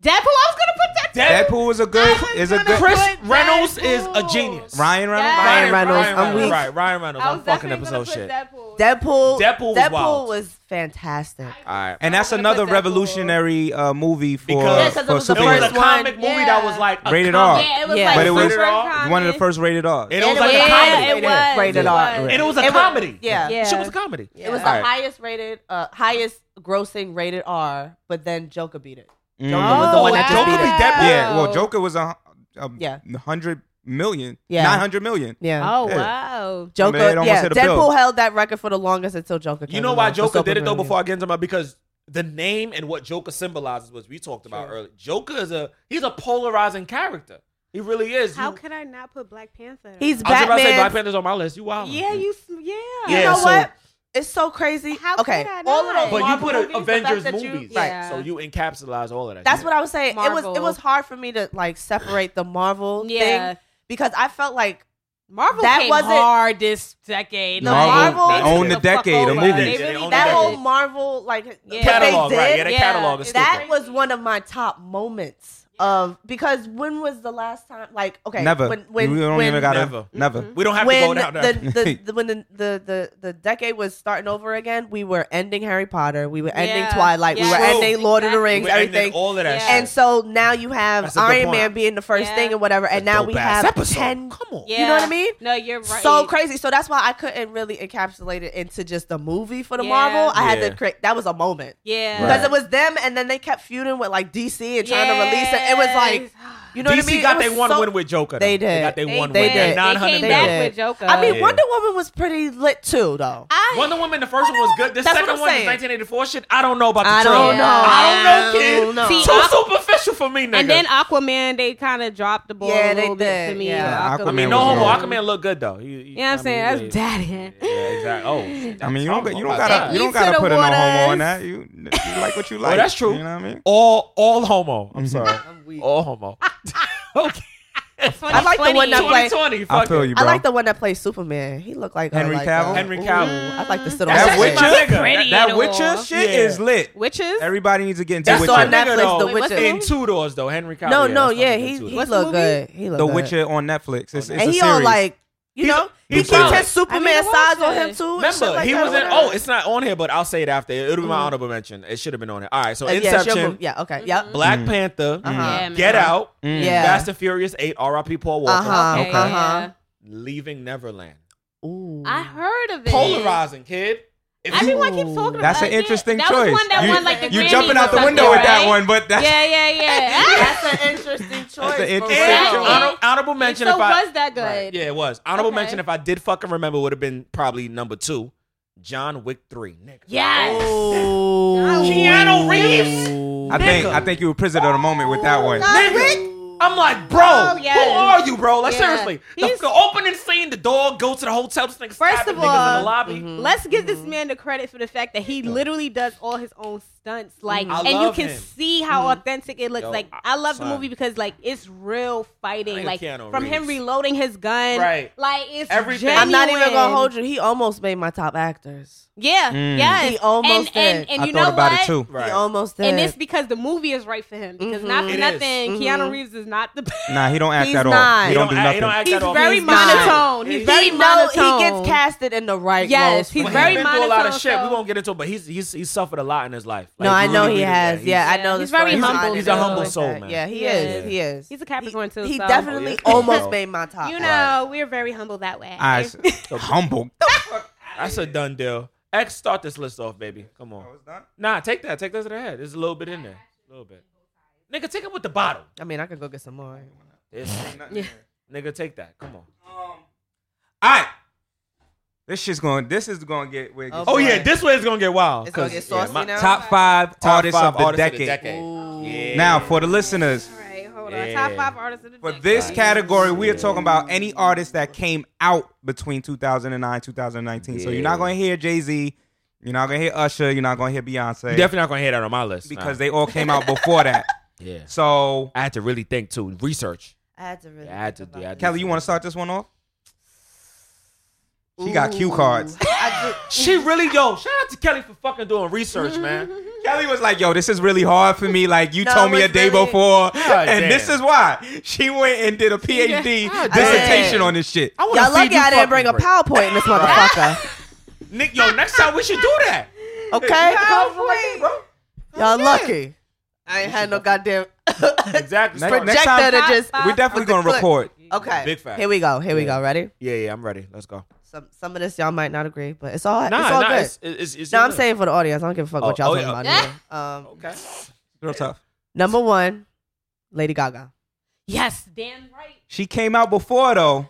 [SPEAKER 4] Deadpool. I was gonna put that.
[SPEAKER 2] Deadpool was a good is a good
[SPEAKER 5] Chris
[SPEAKER 4] Put
[SPEAKER 5] Reynolds
[SPEAKER 4] Deadpool.
[SPEAKER 5] is a genius.
[SPEAKER 2] Ryan Reynolds.
[SPEAKER 4] Yes.
[SPEAKER 3] Ryan Reynolds,
[SPEAKER 5] Ryan
[SPEAKER 3] I'm
[SPEAKER 5] Reynolds.
[SPEAKER 3] weak.
[SPEAKER 5] Right, Ryan Reynolds.
[SPEAKER 4] I was
[SPEAKER 5] I'm fucking
[SPEAKER 4] definitely gonna put
[SPEAKER 5] episode shit.
[SPEAKER 4] Deadpool.
[SPEAKER 3] Deadpool.
[SPEAKER 5] Deadpool was wild.
[SPEAKER 3] was fantastic.
[SPEAKER 5] All right.
[SPEAKER 2] And that's
[SPEAKER 4] I'm gonna put
[SPEAKER 2] another
[SPEAKER 4] Deadpool.
[SPEAKER 2] revolutionary uh, movie for,
[SPEAKER 5] Because-
[SPEAKER 3] Yeah, 'cause it
[SPEAKER 2] for
[SPEAKER 3] was the
[SPEAKER 5] it was a
[SPEAKER 2] superheroes.
[SPEAKER 3] first one.
[SPEAKER 5] comic movie
[SPEAKER 4] Yeah.
[SPEAKER 5] that was like a
[SPEAKER 2] Rated
[SPEAKER 5] comic.
[SPEAKER 2] R.
[SPEAKER 4] Yeah, it was
[SPEAKER 3] Yeah.
[SPEAKER 4] like
[SPEAKER 2] But it was-
[SPEAKER 4] super
[SPEAKER 5] One
[SPEAKER 2] one of
[SPEAKER 3] eh?
[SPEAKER 2] the
[SPEAKER 4] comedy.
[SPEAKER 2] first rated R.
[SPEAKER 5] It was
[SPEAKER 3] And
[SPEAKER 5] like
[SPEAKER 3] it
[SPEAKER 5] a
[SPEAKER 3] was-
[SPEAKER 5] comedy.
[SPEAKER 4] it was.
[SPEAKER 3] Rated
[SPEAKER 4] It
[SPEAKER 3] R.
[SPEAKER 4] was.
[SPEAKER 5] It was a
[SPEAKER 3] It was-
[SPEAKER 5] comedy.
[SPEAKER 3] yeah.
[SPEAKER 5] It
[SPEAKER 4] Yeah.
[SPEAKER 5] was a comedy.
[SPEAKER 3] It was the
[SPEAKER 5] Alright.
[SPEAKER 3] highest rated, uh, highest grossing rated R, but then Joker beat it.
[SPEAKER 2] Mm.
[SPEAKER 3] Joker was the one that just
[SPEAKER 5] Joker
[SPEAKER 3] beat
[SPEAKER 5] beat
[SPEAKER 3] it.
[SPEAKER 5] Deadpool.
[SPEAKER 2] Yeah, well, Joker was a, a
[SPEAKER 3] Oh, Yeah.
[SPEAKER 2] hundred million,
[SPEAKER 3] Yeah.
[SPEAKER 2] nine hundred million.
[SPEAKER 3] Yeah.
[SPEAKER 4] Oh
[SPEAKER 2] Yeah.
[SPEAKER 4] wow.
[SPEAKER 3] Joker,
[SPEAKER 2] I mean, it almost
[SPEAKER 3] yeah,
[SPEAKER 2] hit a
[SPEAKER 3] Deadpool
[SPEAKER 2] bill.
[SPEAKER 3] held that record for the longest until Joker. Came
[SPEAKER 5] You know why
[SPEAKER 3] along for
[SPEAKER 5] Joker did it though
[SPEAKER 3] superhero.
[SPEAKER 5] before I get into my because the name and what Joker symbolizes was we talked about
[SPEAKER 3] Sure.
[SPEAKER 5] earlier. Joker is a he's a polarizing character. He really is.
[SPEAKER 4] How
[SPEAKER 5] You-
[SPEAKER 4] could I not put Black Panther?
[SPEAKER 3] He's
[SPEAKER 5] I was about to say
[SPEAKER 3] Batman's-
[SPEAKER 5] Black Panther's on my list. You wild.
[SPEAKER 4] Yeah, you. s- Yeah.
[SPEAKER 3] You
[SPEAKER 5] Yeah,
[SPEAKER 3] know
[SPEAKER 5] so-
[SPEAKER 3] what? It's so crazy.
[SPEAKER 4] How
[SPEAKER 3] okay,
[SPEAKER 4] could I
[SPEAKER 3] all of
[SPEAKER 4] not?
[SPEAKER 3] those
[SPEAKER 5] But you
[SPEAKER 3] Marvel
[SPEAKER 5] put
[SPEAKER 3] movies,
[SPEAKER 5] a
[SPEAKER 3] the fact
[SPEAKER 5] Avengers
[SPEAKER 3] that you-
[SPEAKER 5] movies,
[SPEAKER 4] Right.
[SPEAKER 5] right? So you encapsulize all of that.
[SPEAKER 3] That's
[SPEAKER 5] shit.
[SPEAKER 3] what I was saying. It was it
[SPEAKER 4] Marvel.
[SPEAKER 3] was hard for me to like separate the Marvel
[SPEAKER 4] Yeah.
[SPEAKER 3] thing because I felt like
[SPEAKER 4] Marvel
[SPEAKER 3] That
[SPEAKER 4] came
[SPEAKER 3] wasn't-
[SPEAKER 4] hard this decade.
[SPEAKER 3] The
[SPEAKER 4] Like,
[SPEAKER 3] Marvel-
[SPEAKER 4] they took
[SPEAKER 5] owned the
[SPEAKER 4] fuck
[SPEAKER 2] decade of
[SPEAKER 4] over.
[SPEAKER 2] movies.
[SPEAKER 4] They
[SPEAKER 5] Yeah, they
[SPEAKER 4] really
[SPEAKER 5] owned
[SPEAKER 4] did.
[SPEAKER 3] that
[SPEAKER 5] the
[SPEAKER 3] whole Marvel like what they
[SPEAKER 5] catalog, right? Yeah,
[SPEAKER 3] did,
[SPEAKER 5] that
[SPEAKER 4] Yeah.
[SPEAKER 5] catalog is
[SPEAKER 4] That
[SPEAKER 5] stupid.
[SPEAKER 3] that was one of my top moments of because when was the last time like okay
[SPEAKER 2] Never.
[SPEAKER 3] when when
[SPEAKER 2] we don't
[SPEAKER 3] when,
[SPEAKER 2] even gotta
[SPEAKER 5] Never. Mm-hmm.
[SPEAKER 2] never.
[SPEAKER 5] we don't have to
[SPEAKER 3] when
[SPEAKER 5] go down there.
[SPEAKER 3] the, the, the when the, the the the decade was starting over again, we were ending Harry Potter, we were ending
[SPEAKER 4] Yeah.
[SPEAKER 3] Twilight, we
[SPEAKER 4] Yes.
[SPEAKER 3] were
[SPEAKER 5] True.
[SPEAKER 3] ending Lord of the
[SPEAKER 4] Exactly.
[SPEAKER 3] Rings,
[SPEAKER 5] We ended
[SPEAKER 3] everything.
[SPEAKER 5] all of that.
[SPEAKER 4] Yeah.
[SPEAKER 5] shit.
[SPEAKER 3] and so now you have
[SPEAKER 5] That's a good
[SPEAKER 3] Iron
[SPEAKER 5] point.
[SPEAKER 3] Man being the first
[SPEAKER 4] Yeah.
[SPEAKER 3] thing and whatever, and now we have
[SPEAKER 5] Dope-ass episode.
[SPEAKER 3] ten.
[SPEAKER 5] Come on.
[SPEAKER 4] Yeah.
[SPEAKER 3] You know what I mean?
[SPEAKER 4] No, you're right.
[SPEAKER 3] So crazy. So that's why I couldn't really encapsulate it into just a movie for the
[SPEAKER 4] Yeah.
[SPEAKER 3] Marvel. I had
[SPEAKER 5] Yeah.
[SPEAKER 3] to create. That was a moment
[SPEAKER 4] Yeah.
[SPEAKER 3] because
[SPEAKER 5] Right.
[SPEAKER 3] it was them, and then they kept feuding with like DC and trying to release it. It was like
[SPEAKER 4] Yes.
[SPEAKER 3] you know
[SPEAKER 5] DC
[SPEAKER 3] what I mean?
[SPEAKER 5] got
[SPEAKER 3] It
[SPEAKER 5] their
[SPEAKER 3] was
[SPEAKER 5] one
[SPEAKER 3] so-
[SPEAKER 5] win with Joker.
[SPEAKER 3] They
[SPEAKER 5] though.
[SPEAKER 3] did.
[SPEAKER 5] got their
[SPEAKER 4] They
[SPEAKER 5] one
[SPEAKER 4] did.
[SPEAKER 3] They
[SPEAKER 5] win.
[SPEAKER 3] did.
[SPEAKER 5] Nine
[SPEAKER 4] They
[SPEAKER 5] hundred
[SPEAKER 4] came
[SPEAKER 5] million.
[SPEAKER 4] back with Joker.
[SPEAKER 3] I mean,
[SPEAKER 5] Yeah.
[SPEAKER 3] Wonder Woman was pretty lit too, though.
[SPEAKER 4] I,
[SPEAKER 5] Wonder Woman, the first one was good. The
[SPEAKER 3] That's
[SPEAKER 5] second
[SPEAKER 3] what I'm
[SPEAKER 5] one,
[SPEAKER 3] saying.
[SPEAKER 5] is 1984 shit, I don't know about the
[SPEAKER 3] I don't
[SPEAKER 5] trailer.
[SPEAKER 4] know.
[SPEAKER 5] I don't know, kid.
[SPEAKER 3] I don't know.
[SPEAKER 4] See,
[SPEAKER 5] Too
[SPEAKER 4] Aqu-
[SPEAKER 5] superficial for me, nigga.
[SPEAKER 4] and then Aquaman, they kind of dropped the ball
[SPEAKER 3] Yeah,
[SPEAKER 4] a
[SPEAKER 3] they
[SPEAKER 4] little bit
[SPEAKER 3] did.
[SPEAKER 4] to me.
[SPEAKER 3] Yeah.
[SPEAKER 2] Yeah,
[SPEAKER 4] with
[SPEAKER 2] Aquaman
[SPEAKER 5] I mean, no
[SPEAKER 2] was
[SPEAKER 5] homo.
[SPEAKER 2] wrong.
[SPEAKER 5] Aquaman look good though. He, he,
[SPEAKER 4] You know what I'm saying? That's daddy.
[SPEAKER 5] Yeah, exactly. Oh,
[SPEAKER 2] I mean, you don't, you don't
[SPEAKER 5] Take
[SPEAKER 2] gotta you
[SPEAKER 4] me
[SPEAKER 2] don't
[SPEAKER 4] to
[SPEAKER 2] gotta
[SPEAKER 4] the
[SPEAKER 2] put a no homo on
[SPEAKER 4] waters.
[SPEAKER 2] that. You, you like what you like.
[SPEAKER 5] Well, that's true.
[SPEAKER 2] You know what I mean?
[SPEAKER 5] all all homo. I'm
[SPEAKER 2] Mhm.
[SPEAKER 5] sorry.
[SPEAKER 3] I'm weak.
[SPEAKER 5] all homo. okay.
[SPEAKER 3] Mm. I like the one that played.
[SPEAKER 6] 2020.
[SPEAKER 2] I
[SPEAKER 6] fuck
[SPEAKER 2] feel
[SPEAKER 6] it.
[SPEAKER 2] you,
[SPEAKER 3] I
[SPEAKER 2] bro.
[SPEAKER 3] like the one that plays Superman. He looked like uh,
[SPEAKER 2] Henry
[SPEAKER 3] like,
[SPEAKER 2] Cavill?
[SPEAKER 3] uh,
[SPEAKER 6] Henry
[SPEAKER 3] ooh,
[SPEAKER 6] Cavill.
[SPEAKER 3] I'd like to sit on
[SPEAKER 6] That's
[SPEAKER 2] that
[SPEAKER 3] that.
[SPEAKER 6] actually my
[SPEAKER 2] Witcher,
[SPEAKER 6] nigga.
[SPEAKER 2] that, that
[SPEAKER 6] That-
[SPEAKER 2] Witcher shit
[SPEAKER 5] Yeah.
[SPEAKER 2] is lit.
[SPEAKER 4] Witches?
[SPEAKER 2] Everybody needs to get into
[SPEAKER 3] That's
[SPEAKER 2] Witcher.
[SPEAKER 3] on
[SPEAKER 5] Nigga,
[SPEAKER 3] Netflix.
[SPEAKER 5] though.
[SPEAKER 3] The
[SPEAKER 4] Wait, what's
[SPEAKER 3] Witcher.
[SPEAKER 4] the
[SPEAKER 5] in two doors though. Henry Cavill.
[SPEAKER 3] No,
[SPEAKER 5] yeah,
[SPEAKER 3] no,
[SPEAKER 5] that's
[SPEAKER 3] yeah,
[SPEAKER 5] fucking
[SPEAKER 3] he
[SPEAKER 5] good, too.
[SPEAKER 3] he
[SPEAKER 4] What's the
[SPEAKER 3] looked
[SPEAKER 4] movie?
[SPEAKER 3] good. He looked
[SPEAKER 2] The
[SPEAKER 3] good.
[SPEAKER 2] Witcher on Netflix. It's, it's a
[SPEAKER 3] and he
[SPEAKER 2] series.
[SPEAKER 3] all like you
[SPEAKER 2] He's-
[SPEAKER 3] know he
[SPEAKER 2] he's
[SPEAKER 3] keeps
[SPEAKER 2] good.
[SPEAKER 3] his Superman
[SPEAKER 4] I need to
[SPEAKER 3] size
[SPEAKER 4] watch
[SPEAKER 3] on him
[SPEAKER 4] it.
[SPEAKER 3] too. and shit
[SPEAKER 5] Remember,
[SPEAKER 3] like
[SPEAKER 5] he
[SPEAKER 3] that,
[SPEAKER 5] wasn't.
[SPEAKER 3] whatever.
[SPEAKER 5] Oh, it's not on here, but I'll say it after. It'll be my honorable mention. It should have been on here. All right, so
[SPEAKER 3] Uh, Mm-hmm. yeah, it's your
[SPEAKER 5] Inception,
[SPEAKER 3] move. Yeah, okay, yep.
[SPEAKER 5] Black Panther,
[SPEAKER 3] Uh-huh.
[SPEAKER 4] Yeah,
[SPEAKER 5] Get
[SPEAKER 4] man.
[SPEAKER 5] Out,
[SPEAKER 2] Mm.
[SPEAKER 3] Yeah.
[SPEAKER 5] Fast and Furious Eight, R.I.P. Paul Walker,
[SPEAKER 3] Uh-huh.
[SPEAKER 4] Okay,
[SPEAKER 2] Okay.
[SPEAKER 4] yeah.
[SPEAKER 5] Leaving Neverland.
[SPEAKER 3] Ooh.
[SPEAKER 4] I heard of it.
[SPEAKER 5] Polarizing, kid. If you-
[SPEAKER 4] Everyone keeps talking about
[SPEAKER 2] That's an
[SPEAKER 4] it.
[SPEAKER 2] interesting
[SPEAKER 4] that
[SPEAKER 2] choice.
[SPEAKER 4] Was one that
[SPEAKER 2] you,
[SPEAKER 4] won, like, the
[SPEAKER 2] you
[SPEAKER 4] Grammys
[SPEAKER 2] jumping out
[SPEAKER 4] or
[SPEAKER 2] the
[SPEAKER 4] something,
[SPEAKER 2] window with that
[SPEAKER 4] right?
[SPEAKER 2] one, but that's
[SPEAKER 4] Yeah, yeah, Ah, yeah.
[SPEAKER 3] That's an interesting choice.
[SPEAKER 2] an
[SPEAKER 3] for
[SPEAKER 2] interesting
[SPEAKER 3] real.
[SPEAKER 5] and
[SPEAKER 4] Exactly.
[SPEAKER 5] honor- honorable mention.
[SPEAKER 4] so
[SPEAKER 5] if I,
[SPEAKER 4] was that good?
[SPEAKER 5] Right. Yeah, it was. Honorable
[SPEAKER 4] Okay.
[SPEAKER 5] mention, if I did fucking remember, would have been probably number two. John Wick 3. Nigga.
[SPEAKER 4] Yes.
[SPEAKER 5] Oh.
[SPEAKER 6] Keanu Reeves.
[SPEAKER 2] I think I think you were prisoner of the moment with that one.
[SPEAKER 5] Nigga. I'm like, bro,
[SPEAKER 4] Oh, yes.
[SPEAKER 5] who are you, bro? Like,
[SPEAKER 4] Yeah.
[SPEAKER 5] seriously. The,
[SPEAKER 4] He's-
[SPEAKER 5] the opening scene, the dog go to the hotel. This nigga
[SPEAKER 4] First
[SPEAKER 5] stabbing
[SPEAKER 4] of
[SPEAKER 5] niggas in
[SPEAKER 4] all, mm-hmm.
[SPEAKER 5] the lobby.
[SPEAKER 4] Let's give this man the credit for the fact that he literally does all his own stunts. Like,
[SPEAKER 5] Mm. I
[SPEAKER 4] and you
[SPEAKER 5] love
[SPEAKER 4] can
[SPEAKER 5] him. Mm.
[SPEAKER 4] see how authentic it looks.
[SPEAKER 5] Yo,
[SPEAKER 4] like, I love
[SPEAKER 5] son.
[SPEAKER 4] the movie because like it's real
[SPEAKER 5] I
[SPEAKER 4] fighting.
[SPEAKER 5] am
[SPEAKER 4] Like
[SPEAKER 5] Keanu
[SPEAKER 4] from him
[SPEAKER 5] Reeves.
[SPEAKER 4] reloading his gun.
[SPEAKER 5] Right.
[SPEAKER 4] Like it's
[SPEAKER 5] Everything.
[SPEAKER 4] genuine.
[SPEAKER 3] I'm not even gonna hold you. He almost made my top actors.
[SPEAKER 4] Yeah.
[SPEAKER 2] Mm.
[SPEAKER 4] Yes.
[SPEAKER 3] He almost
[SPEAKER 4] and, and,
[SPEAKER 3] did.
[SPEAKER 4] and
[SPEAKER 2] I
[SPEAKER 4] you
[SPEAKER 2] thought
[SPEAKER 4] know
[SPEAKER 2] about
[SPEAKER 4] what?
[SPEAKER 2] it too.
[SPEAKER 3] He
[SPEAKER 5] Right.
[SPEAKER 3] almost did.
[SPEAKER 4] And it's because the movie is right for him. Because not
[SPEAKER 5] Mhm.
[SPEAKER 4] for
[SPEAKER 5] It is. Mm-hmm.
[SPEAKER 4] nothing, Keanu
[SPEAKER 3] Mhm.
[SPEAKER 4] Reeves is not the best.
[SPEAKER 2] Nah, he don't act
[SPEAKER 3] He's
[SPEAKER 2] at all.
[SPEAKER 3] not.
[SPEAKER 2] He,
[SPEAKER 5] He
[SPEAKER 2] don't, do
[SPEAKER 5] act-
[SPEAKER 2] nothing.
[SPEAKER 5] He don't act
[SPEAKER 4] He's
[SPEAKER 5] at all.
[SPEAKER 4] very
[SPEAKER 3] He's not.
[SPEAKER 4] monotone. He's
[SPEAKER 5] He
[SPEAKER 4] very
[SPEAKER 3] he know
[SPEAKER 4] monotone.
[SPEAKER 3] he gets casted in the right
[SPEAKER 4] Yes,
[SPEAKER 3] roles. for
[SPEAKER 4] he's
[SPEAKER 5] But
[SPEAKER 3] him.
[SPEAKER 4] very
[SPEAKER 5] he's been through a lot of
[SPEAKER 4] monotone,
[SPEAKER 5] shit. We
[SPEAKER 4] so-
[SPEAKER 5] won't get into it, but he's, he's he's suffered a lot in his life.
[SPEAKER 3] No,
[SPEAKER 5] Like,
[SPEAKER 3] I
[SPEAKER 5] we
[SPEAKER 3] know
[SPEAKER 5] really
[SPEAKER 3] he
[SPEAKER 5] read it.
[SPEAKER 3] has. Yeah, I
[SPEAKER 4] Yeah,
[SPEAKER 3] know.
[SPEAKER 4] he's
[SPEAKER 3] this
[SPEAKER 4] very
[SPEAKER 3] story.
[SPEAKER 4] humble,
[SPEAKER 5] He's a humble too. soul, man.
[SPEAKER 3] Yeah, he
[SPEAKER 4] Yeah.
[SPEAKER 3] is. He is.
[SPEAKER 4] He's a Capricorn too.
[SPEAKER 3] He
[SPEAKER 4] so-
[SPEAKER 3] definitely
[SPEAKER 5] Oh, yeah.
[SPEAKER 3] almost
[SPEAKER 5] So-
[SPEAKER 3] made my top.
[SPEAKER 4] You know, we're very humble that way.
[SPEAKER 2] I s- humble.
[SPEAKER 5] That's a done deal. X, start this list off, baby. Come on.
[SPEAKER 2] Oh,
[SPEAKER 5] Nah, take that. Take that to the head. There's a little bit in there. A little bit. Nigga, take it with the bottle.
[SPEAKER 3] I mean, I could go get some more.
[SPEAKER 5] It's- Nigga, take that. Come on.
[SPEAKER 2] All right. This shit's going. This is going to get weird.
[SPEAKER 3] Oh,
[SPEAKER 5] Oh
[SPEAKER 3] boy.
[SPEAKER 5] yeah, this way it's gonna get wild.
[SPEAKER 3] It's gonna
[SPEAKER 5] 'cause-
[SPEAKER 3] get saucy
[SPEAKER 5] my-
[SPEAKER 3] now.
[SPEAKER 2] Top five
[SPEAKER 5] Top
[SPEAKER 2] artists
[SPEAKER 5] five
[SPEAKER 2] of our
[SPEAKER 5] artists of
[SPEAKER 2] decade.
[SPEAKER 5] the decade. Yeah.
[SPEAKER 2] Now, for the listeners,
[SPEAKER 4] All right, hold on.
[SPEAKER 5] Yeah.
[SPEAKER 4] Top five artists of the
[SPEAKER 2] for
[SPEAKER 4] decade.
[SPEAKER 2] this category, we are talking about any artist that came out between 2009 2019. So you're not going to hear Jay Z. You're not going to hear Usher. You're not going to hear Beyonce.
[SPEAKER 5] You're definitely not gonna hear that on my list
[SPEAKER 2] Because
[SPEAKER 5] nah.
[SPEAKER 2] they all came out before that.
[SPEAKER 5] Yeah.
[SPEAKER 2] So,
[SPEAKER 5] I had to really think too. Research.
[SPEAKER 3] I had to really.
[SPEAKER 5] Yeah, I had to
[SPEAKER 3] think
[SPEAKER 5] do-
[SPEAKER 3] about
[SPEAKER 5] I had
[SPEAKER 3] this.
[SPEAKER 2] Kelly, you want to start this one off? She got cue cards.
[SPEAKER 3] I
[SPEAKER 5] She really yo. Shout out to Kelly for fucking doing research, man.
[SPEAKER 2] Kelly was like, "Yo, this is really hard for me. Like, you
[SPEAKER 3] No,
[SPEAKER 2] told me
[SPEAKER 3] it
[SPEAKER 2] a
[SPEAKER 3] was
[SPEAKER 2] day
[SPEAKER 3] really-
[SPEAKER 2] before,
[SPEAKER 5] God
[SPEAKER 2] and
[SPEAKER 5] damn.
[SPEAKER 2] this is why." She went and did a PhD dissertation
[SPEAKER 3] damn.
[SPEAKER 2] on this shit.
[SPEAKER 5] I
[SPEAKER 3] do.
[SPEAKER 5] wanna
[SPEAKER 3] Y'all
[SPEAKER 5] feed
[SPEAKER 3] lucky
[SPEAKER 5] you
[SPEAKER 3] I
[SPEAKER 5] fucking
[SPEAKER 3] didn't bring a
[SPEAKER 5] break.
[SPEAKER 3] PowerPoint in this motherfucker.
[SPEAKER 5] Nick, yo, next time we should do that.
[SPEAKER 3] Okay.
[SPEAKER 5] bro.
[SPEAKER 3] Y'all lucky. I ain't had no goddamn
[SPEAKER 5] Exactly.
[SPEAKER 2] Next,
[SPEAKER 5] Start.
[SPEAKER 2] next
[SPEAKER 3] projector
[SPEAKER 2] time,
[SPEAKER 3] to just.
[SPEAKER 2] we're definitely
[SPEAKER 3] with the
[SPEAKER 2] gonna
[SPEAKER 3] clip.
[SPEAKER 2] record.
[SPEAKER 3] Okay.
[SPEAKER 5] Big fact.
[SPEAKER 3] Here we go. Here we
[SPEAKER 5] Yeah.
[SPEAKER 3] go. Ready?
[SPEAKER 5] Yeah, yeah, I'm ready. Let's go.
[SPEAKER 3] Some some of this y'all might not agree, but it's all it's
[SPEAKER 5] Nah,
[SPEAKER 3] all
[SPEAKER 5] nah,
[SPEAKER 3] good.
[SPEAKER 5] it's, it's, it's
[SPEAKER 3] no,
[SPEAKER 5] your
[SPEAKER 3] I'm
[SPEAKER 5] list.
[SPEAKER 3] saying for the audience. I don't give a fuck what
[SPEAKER 5] Oh,
[SPEAKER 3] y'all
[SPEAKER 5] oh,
[SPEAKER 3] talking
[SPEAKER 5] yeah.
[SPEAKER 3] about. Here. Um,
[SPEAKER 5] Okay.
[SPEAKER 2] Real tough.
[SPEAKER 3] number one, Lady Gaga.
[SPEAKER 4] Yes, damn right.
[SPEAKER 2] She came out before though.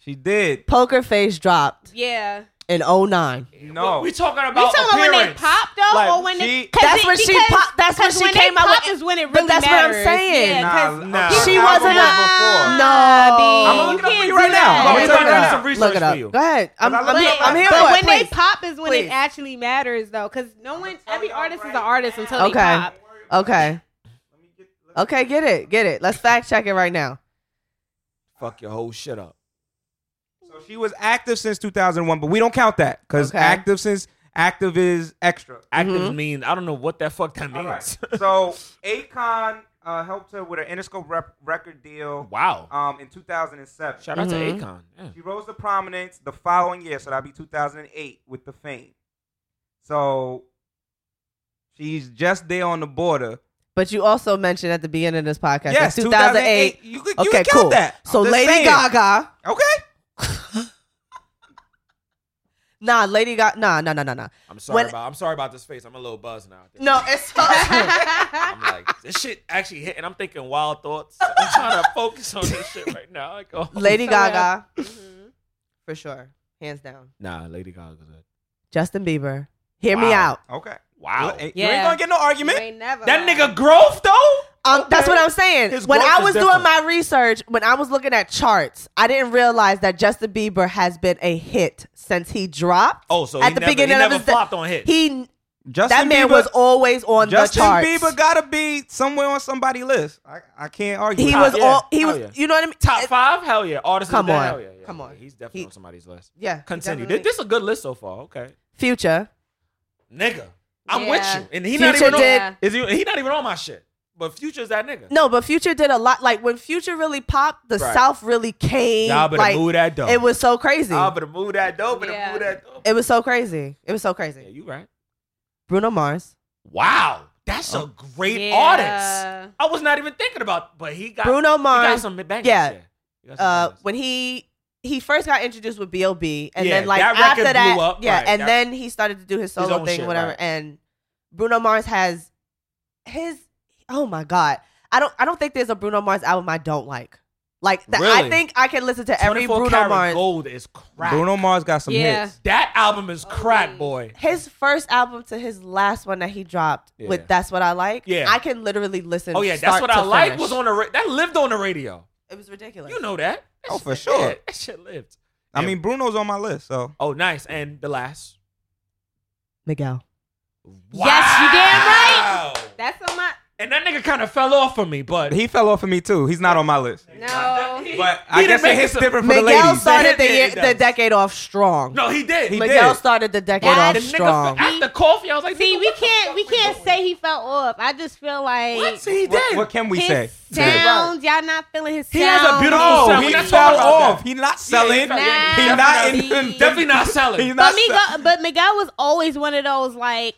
[SPEAKER 2] She did.
[SPEAKER 3] Poker Face dropped
[SPEAKER 4] Yeah.
[SPEAKER 3] in 09.
[SPEAKER 2] No,
[SPEAKER 5] We talking about
[SPEAKER 4] You talking about when they
[SPEAKER 5] appearance.
[SPEAKER 4] pop though,
[SPEAKER 5] Like,
[SPEAKER 4] or when
[SPEAKER 2] she-
[SPEAKER 4] they? 'cause
[SPEAKER 3] That's
[SPEAKER 4] it-
[SPEAKER 3] when she
[SPEAKER 4] because-
[SPEAKER 3] pop- that's when
[SPEAKER 4] 'cause
[SPEAKER 3] she came
[SPEAKER 4] they
[SPEAKER 3] out
[SPEAKER 4] pop
[SPEAKER 3] with-
[SPEAKER 4] Is when it
[SPEAKER 3] but
[SPEAKER 4] really
[SPEAKER 3] that's what I'm
[SPEAKER 4] matters.
[SPEAKER 3] saying.
[SPEAKER 4] Yeah,
[SPEAKER 2] nah,
[SPEAKER 4] 'cause-
[SPEAKER 2] nah.
[SPEAKER 5] She
[SPEAKER 2] her
[SPEAKER 3] wasn't
[SPEAKER 2] album was
[SPEAKER 3] a-
[SPEAKER 2] before.
[SPEAKER 3] No.
[SPEAKER 4] B,
[SPEAKER 2] I'ma look it up
[SPEAKER 4] can't
[SPEAKER 2] for you right
[SPEAKER 4] do
[SPEAKER 2] now. I'ma
[SPEAKER 4] that.
[SPEAKER 5] Hey,
[SPEAKER 2] tell you
[SPEAKER 5] look it
[SPEAKER 2] now.
[SPEAKER 5] up. Some
[SPEAKER 3] Look
[SPEAKER 5] research
[SPEAKER 3] it
[SPEAKER 5] for you.
[SPEAKER 3] up. Go ahead. I'm,
[SPEAKER 2] But I
[SPEAKER 3] I'm,
[SPEAKER 2] look it
[SPEAKER 3] here,
[SPEAKER 2] up.
[SPEAKER 3] I'm here
[SPEAKER 4] But
[SPEAKER 3] for
[SPEAKER 4] when
[SPEAKER 3] it.
[SPEAKER 4] they
[SPEAKER 3] please.
[SPEAKER 4] pop is when
[SPEAKER 3] Please.
[SPEAKER 4] it actually matters, though, because no one, every artist is an artist until they
[SPEAKER 3] Okay.
[SPEAKER 4] pop.
[SPEAKER 3] Okay. Okay, get it. Get it. Let's fact check it right now.
[SPEAKER 5] Fuck your whole shit up.
[SPEAKER 2] So she was active since 2001, but we don't count that because
[SPEAKER 3] Okay.
[SPEAKER 2] active since active is extra.
[SPEAKER 5] Active
[SPEAKER 3] Mm-hmm.
[SPEAKER 5] means I don't know what that fuck that
[SPEAKER 2] All right.
[SPEAKER 5] means.
[SPEAKER 2] so Akon uh, helped her with an Interscope rep- record deal
[SPEAKER 5] wow.
[SPEAKER 2] um, in 2007.
[SPEAKER 5] Shout out
[SPEAKER 3] Mhm.
[SPEAKER 5] to Akon. Yeah.
[SPEAKER 2] She rose to prominence the following year, so that'd be 2008 with the fame. So she's just there on the border.
[SPEAKER 3] But you also mentioned at the beginning of this podcast,
[SPEAKER 2] yes,
[SPEAKER 3] that
[SPEAKER 2] 2008.
[SPEAKER 3] 2008.
[SPEAKER 2] You could, you
[SPEAKER 3] Okay,
[SPEAKER 2] could count
[SPEAKER 3] cool.
[SPEAKER 2] that. I'm
[SPEAKER 3] So
[SPEAKER 2] just
[SPEAKER 3] Lady
[SPEAKER 2] saying.
[SPEAKER 3] Gaga.
[SPEAKER 2] Okay.
[SPEAKER 3] Nah, Lady Gaga. Nah, nah, nah, nah, nah.
[SPEAKER 5] I'm sorry
[SPEAKER 3] When-
[SPEAKER 5] about I'm sorry about this face. I'm a little buzzed now.
[SPEAKER 3] No, it's so
[SPEAKER 5] I'm like, this shit actually hit, and I'm thinking wild thoughts. I'm trying to focus on this shit right now. Like, oh.
[SPEAKER 3] Lady
[SPEAKER 4] So
[SPEAKER 3] Gaga. Mm-hmm. For sure. Hands down.
[SPEAKER 5] Nah, Lady Gaga.
[SPEAKER 3] Justin Bieber. Hear me
[SPEAKER 5] Wow.
[SPEAKER 3] out.
[SPEAKER 2] Okay.
[SPEAKER 5] Wow.
[SPEAKER 2] You ain't
[SPEAKER 4] Yeah.
[SPEAKER 2] gonna get no argument.
[SPEAKER 4] You ain't never.
[SPEAKER 5] That nigga growth though.
[SPEAKER 3] Um, That's
[SPEAKER 5] Okay.
[SPEAKER 3] what I'm saying.
[SPEAKER 5] His
[SPEAKER 3] when
[SPEAKER 5] growth
[SPEAKER 3] I
[SPEAKER 5] is
[SPEAKER 3] was
[SPEAKER 5] different.
[SPEAKER 3] doing my research, when I was looking at charts, I didn't realize that Justin Bieber has been a hit since he dropped.
[SPEAKER 5] Oh, so
[SPEAKER 3] at
[SPEAKER 5] he
[SPEAKER 3] the
[SPEAKER 5] never- he
[SPEAKER 3] beginning
[SPEAKER 5] never
[SPEAKER 3] of his de-
[SPEAKER 5] flopped on hits.
[SPEAKER 3] He
[SPEAKER 2] Justin
[SPEAKER 3] that man
[SPEAKER 2] Bieber-
[SPEAKER 3] was always on
[SPEAKER 2] Justin
[SPEAKER 3] the charts.
[SPEAKER 2] Bieber gotta be somewhere on somebody's list. I, I can't argue.
[SPEAKER 3] he
[SPEAKER 2] with
[SPEAKER 3] was
[SPEAKER 2] that.
[SPEAKER 5] yeah.
[SPEAKER 3] all he
[SPEAKER 5] Hell
[SPEAKER 3] was.
[SPEAKER 5] yeah.
[SPEAKER 3] You know what I mean?
[SPEAKER 5] Top five? Hell yeah. Artists
[SPEAKER 3] Come
[SPEAKER 5] of the day?
[SPEAKER 3] on.
[SPEAKER 5] Hell yeah, yeah,
[SPEAKER 3] Come on.
[SPEAKER 5] Yeah, he's definitely
[SPEAKER 3] He-
[SPEAKER 5] on somebody's list.
[SPEAKER 3] Yeah.
[SPEAKER 5] Continue.
[SPEAKER 3] definitely.
[SPEAKER 5] This, this is a good list so far. Okay.
[SPEAKER 3] Future.
[SPEAKER 5] Nigga. I'm
[SPEAKER 4] Yeah.
[SPEAKER 5] with you. And he not
[SPEAKER 3] Future
[SPEAKER 5] even on,
[SPEAKER 3] did.
[SPEAKER 4] Yeah.
[SPEAKER 5] is he, he not even on my shit. But Future's that nigga.
[SPEAKER 3] No, but Future did a lot. Like when Future really popped, the
[SPEAKER 5] Right.
[SPEAKER 3] South really came.
[SPEAKER 5] Y'all better
[SPEAKER 3] like,
[SPEAKER 5] move that dough.
[SPEAKER 3] It was so crazy.
[SPEAKER 5] Y'all better move that dope and
[SPEAKER 4] Yeah.
[SPEAKER 5] move that dope.
[SPEAKER 3] it was so crazy. It was so
[SPEAKER 5] Yeah,
[SPEAKER 3] crazy.
[SPEAKER 5] you right.
[SPEAKER 3] Bruno Mars.
[SPEAKER 5] Wow. That's a great artist.
[SPEAKER 4] Yeah.
[SPEAKER 5] I was not even thinking about, but he got
[SPEAKER 3] Bruno
[SPEAKER 5] he got
[SPEAKER 3] Mars.
[SPEAKER 5] some bangers.
[SPEAKER 3] yeah.
[SPEAKER 5] yeah. He got some
[SPEAKER 3] Uh,
[SPEAKER 5] bangers.
[SPEAKER 3] when he he first got introduced with B.O.B. and
[SPEAKER 5] Yeah,
[SPEAKER 3] then like
[SPEAKER 5] that
[SPEAKER 3] after
[SPEAKER 5] record
[SPEAKER 3] that,
[SPEAKER 5] blew up,
[SPEAKER 3] yeah,
[SPEAKER 5] right,
[SPEAKER 3] and
[SPEAKER 5] that-
[SPEAKER 3] then he started to do his solo
[SPEAKER 5] own
[SPEAKER 3] thing,
[SPEAKER 5] shit,
[SPEAKER 3] whatever.
[SPEAKER 5] right.
[SPEAKER 3] And Bruno Mars has his oh my god, I don't I don't think there's a Bruno Mars album I don't like. Like that, I
[SPEAKER 5] Really?
[SPEAKER 3] think I can listen to every
[SPEAKER 5] 24
[SPEAKER 3] Bruno
[SPEAKER 5] karat
[SPEAKER 3] Mars.
[SPEAKER 5] Gold is crack.
[SPEAKER 2] Bruno Mars got some
[SPEAKER 4] Yeah.
[SPEAKER 2] hits.
[SPEAKER 5] That album is crack,
[SPEAKER 4] yeah.
[SPEAKER 5] boy.
[SPEAKER 3] His first album to his last one that he dropped
[SPEAKER 5] Yeah.
[SPEAKER 3] with "That's What I Like."
[SPEAKER 5] Yeah.
[SPEAKER 3] I can literally listen.
[SPEAKER 5] Oh yeah, that's
[SPEAKER 3] start
[SPEAKER 5] what
[SPEAKER 3] to
[SPEAKER 5] I like
[SPEAKER 3] finish.
[SPEAKER 5] was on the ra- that lived on the radio.
[SPEAKER 3] It was ridiculous.
[SPEAKER 5] You know that? That
[SPEAKER 2] Oh, for
[SPEAKER 5] shit-
[SPEAKER 2] sure.
[SPEAKER 5] yeah, that shit lived.
[SPEAKER 2] I
[SPEAKER 5] Yeah.
[SPEAKER 2] mean, Bruno's on my list, so
[SPEAKER 5] Oh, nice. And the last.
[SPEAKER 3] Miguel.
[SPEAKER 4] Yes, you damn right.
[SPEAKER 5] Wow.
[SPEAKER 4] That's on my
[SPEAKER 5] And that nigga kind of fell off for me, but he,
[SPEAKER 2] he fell off of me too. He's not on my list.
[SPEAKER 4] no.
[SPEAKER 2] But I
[SPEAKER 5] didn't
[SPEAKER 2] guess it
[SPEAKER 5] make
[SPEAKER 2] hits
[SPEAKER 5] some-
[SPEAKER 2] different for the
[SPEAKER 3] Miguel
[SPEAKER 2] ladies.
[SPEAKER 3] started the
[SPEAKER 5] Yeah,
[SPEAKER 3] year,
[SPEAKER 5] he
[SPEAKER 3] the
[SPEAKER 5] does.
[SPEAKER 3] decade off strong.
[SPEAKER 5] no, he did.
[SPEAKER 2] He
[SPEAKER 3] Miguel
[SPEAKER 2] did.
[SPEAKER 3] started the decade
[SPEAKER 4] That-
[SPEAKER 3] off
[SPEAKER 5] the
[SPEAKER 3] strong.
[SPEAKER 5] nigga f- after coffee, I was like,
[SPEAKER 4] See,
[SPEAKER 5] nigga,
[SPEAKER 4] we
[SPEAKER 5] what the
[SPEAKER 4] can't
[SPEAKER 5] fuck
[SPEAKER 4] we can't say he fell off. I just feel like
[SPEAKER 5] What? See, he
[SPEAKER 2] What,
[SPEAKER 5] did.
[SPEAKER 2] what can we
[SPEAKER 4] his
[SPEAKER 2] say?
[SPEAKER 4] sound, y'all not feeling his
[SPEAKER 5] He
[SPEAKER 4] sound.
[SPEAKER 5] has a beautiful
[SPEAKER 4] Oh,
[SPEAKER 2] No,
[SPEAKER 5] sound.
[SPEAKER 2] he
[SPEAKER 5] We're not
[SPEAKER 2] fell
[SPEAKER 5] talking about
[SPEAKER 2] off.
[SPEAKER 5] that.
[SPEAKER 2] He not
[SPEAKER 5] Yeah,
[SPEAKER 2] selling.
[SPEAKER 5] he fell- yeah,
[SPEAKER 2] He
[SPEAKER 4] Nah.
[SPEAKER 2] not in.
[SPEAKER 4] Definitely-
[SPEAKER 5] definitely not
[SPEAKER 2] He's
[SPEAKER 5] selling.
[SPEAKER 2] not
[SPEAKER 4] But
[SPEAKER 2] selling.
[SPEAKER 4] Miguel, but Miguel was always one of those like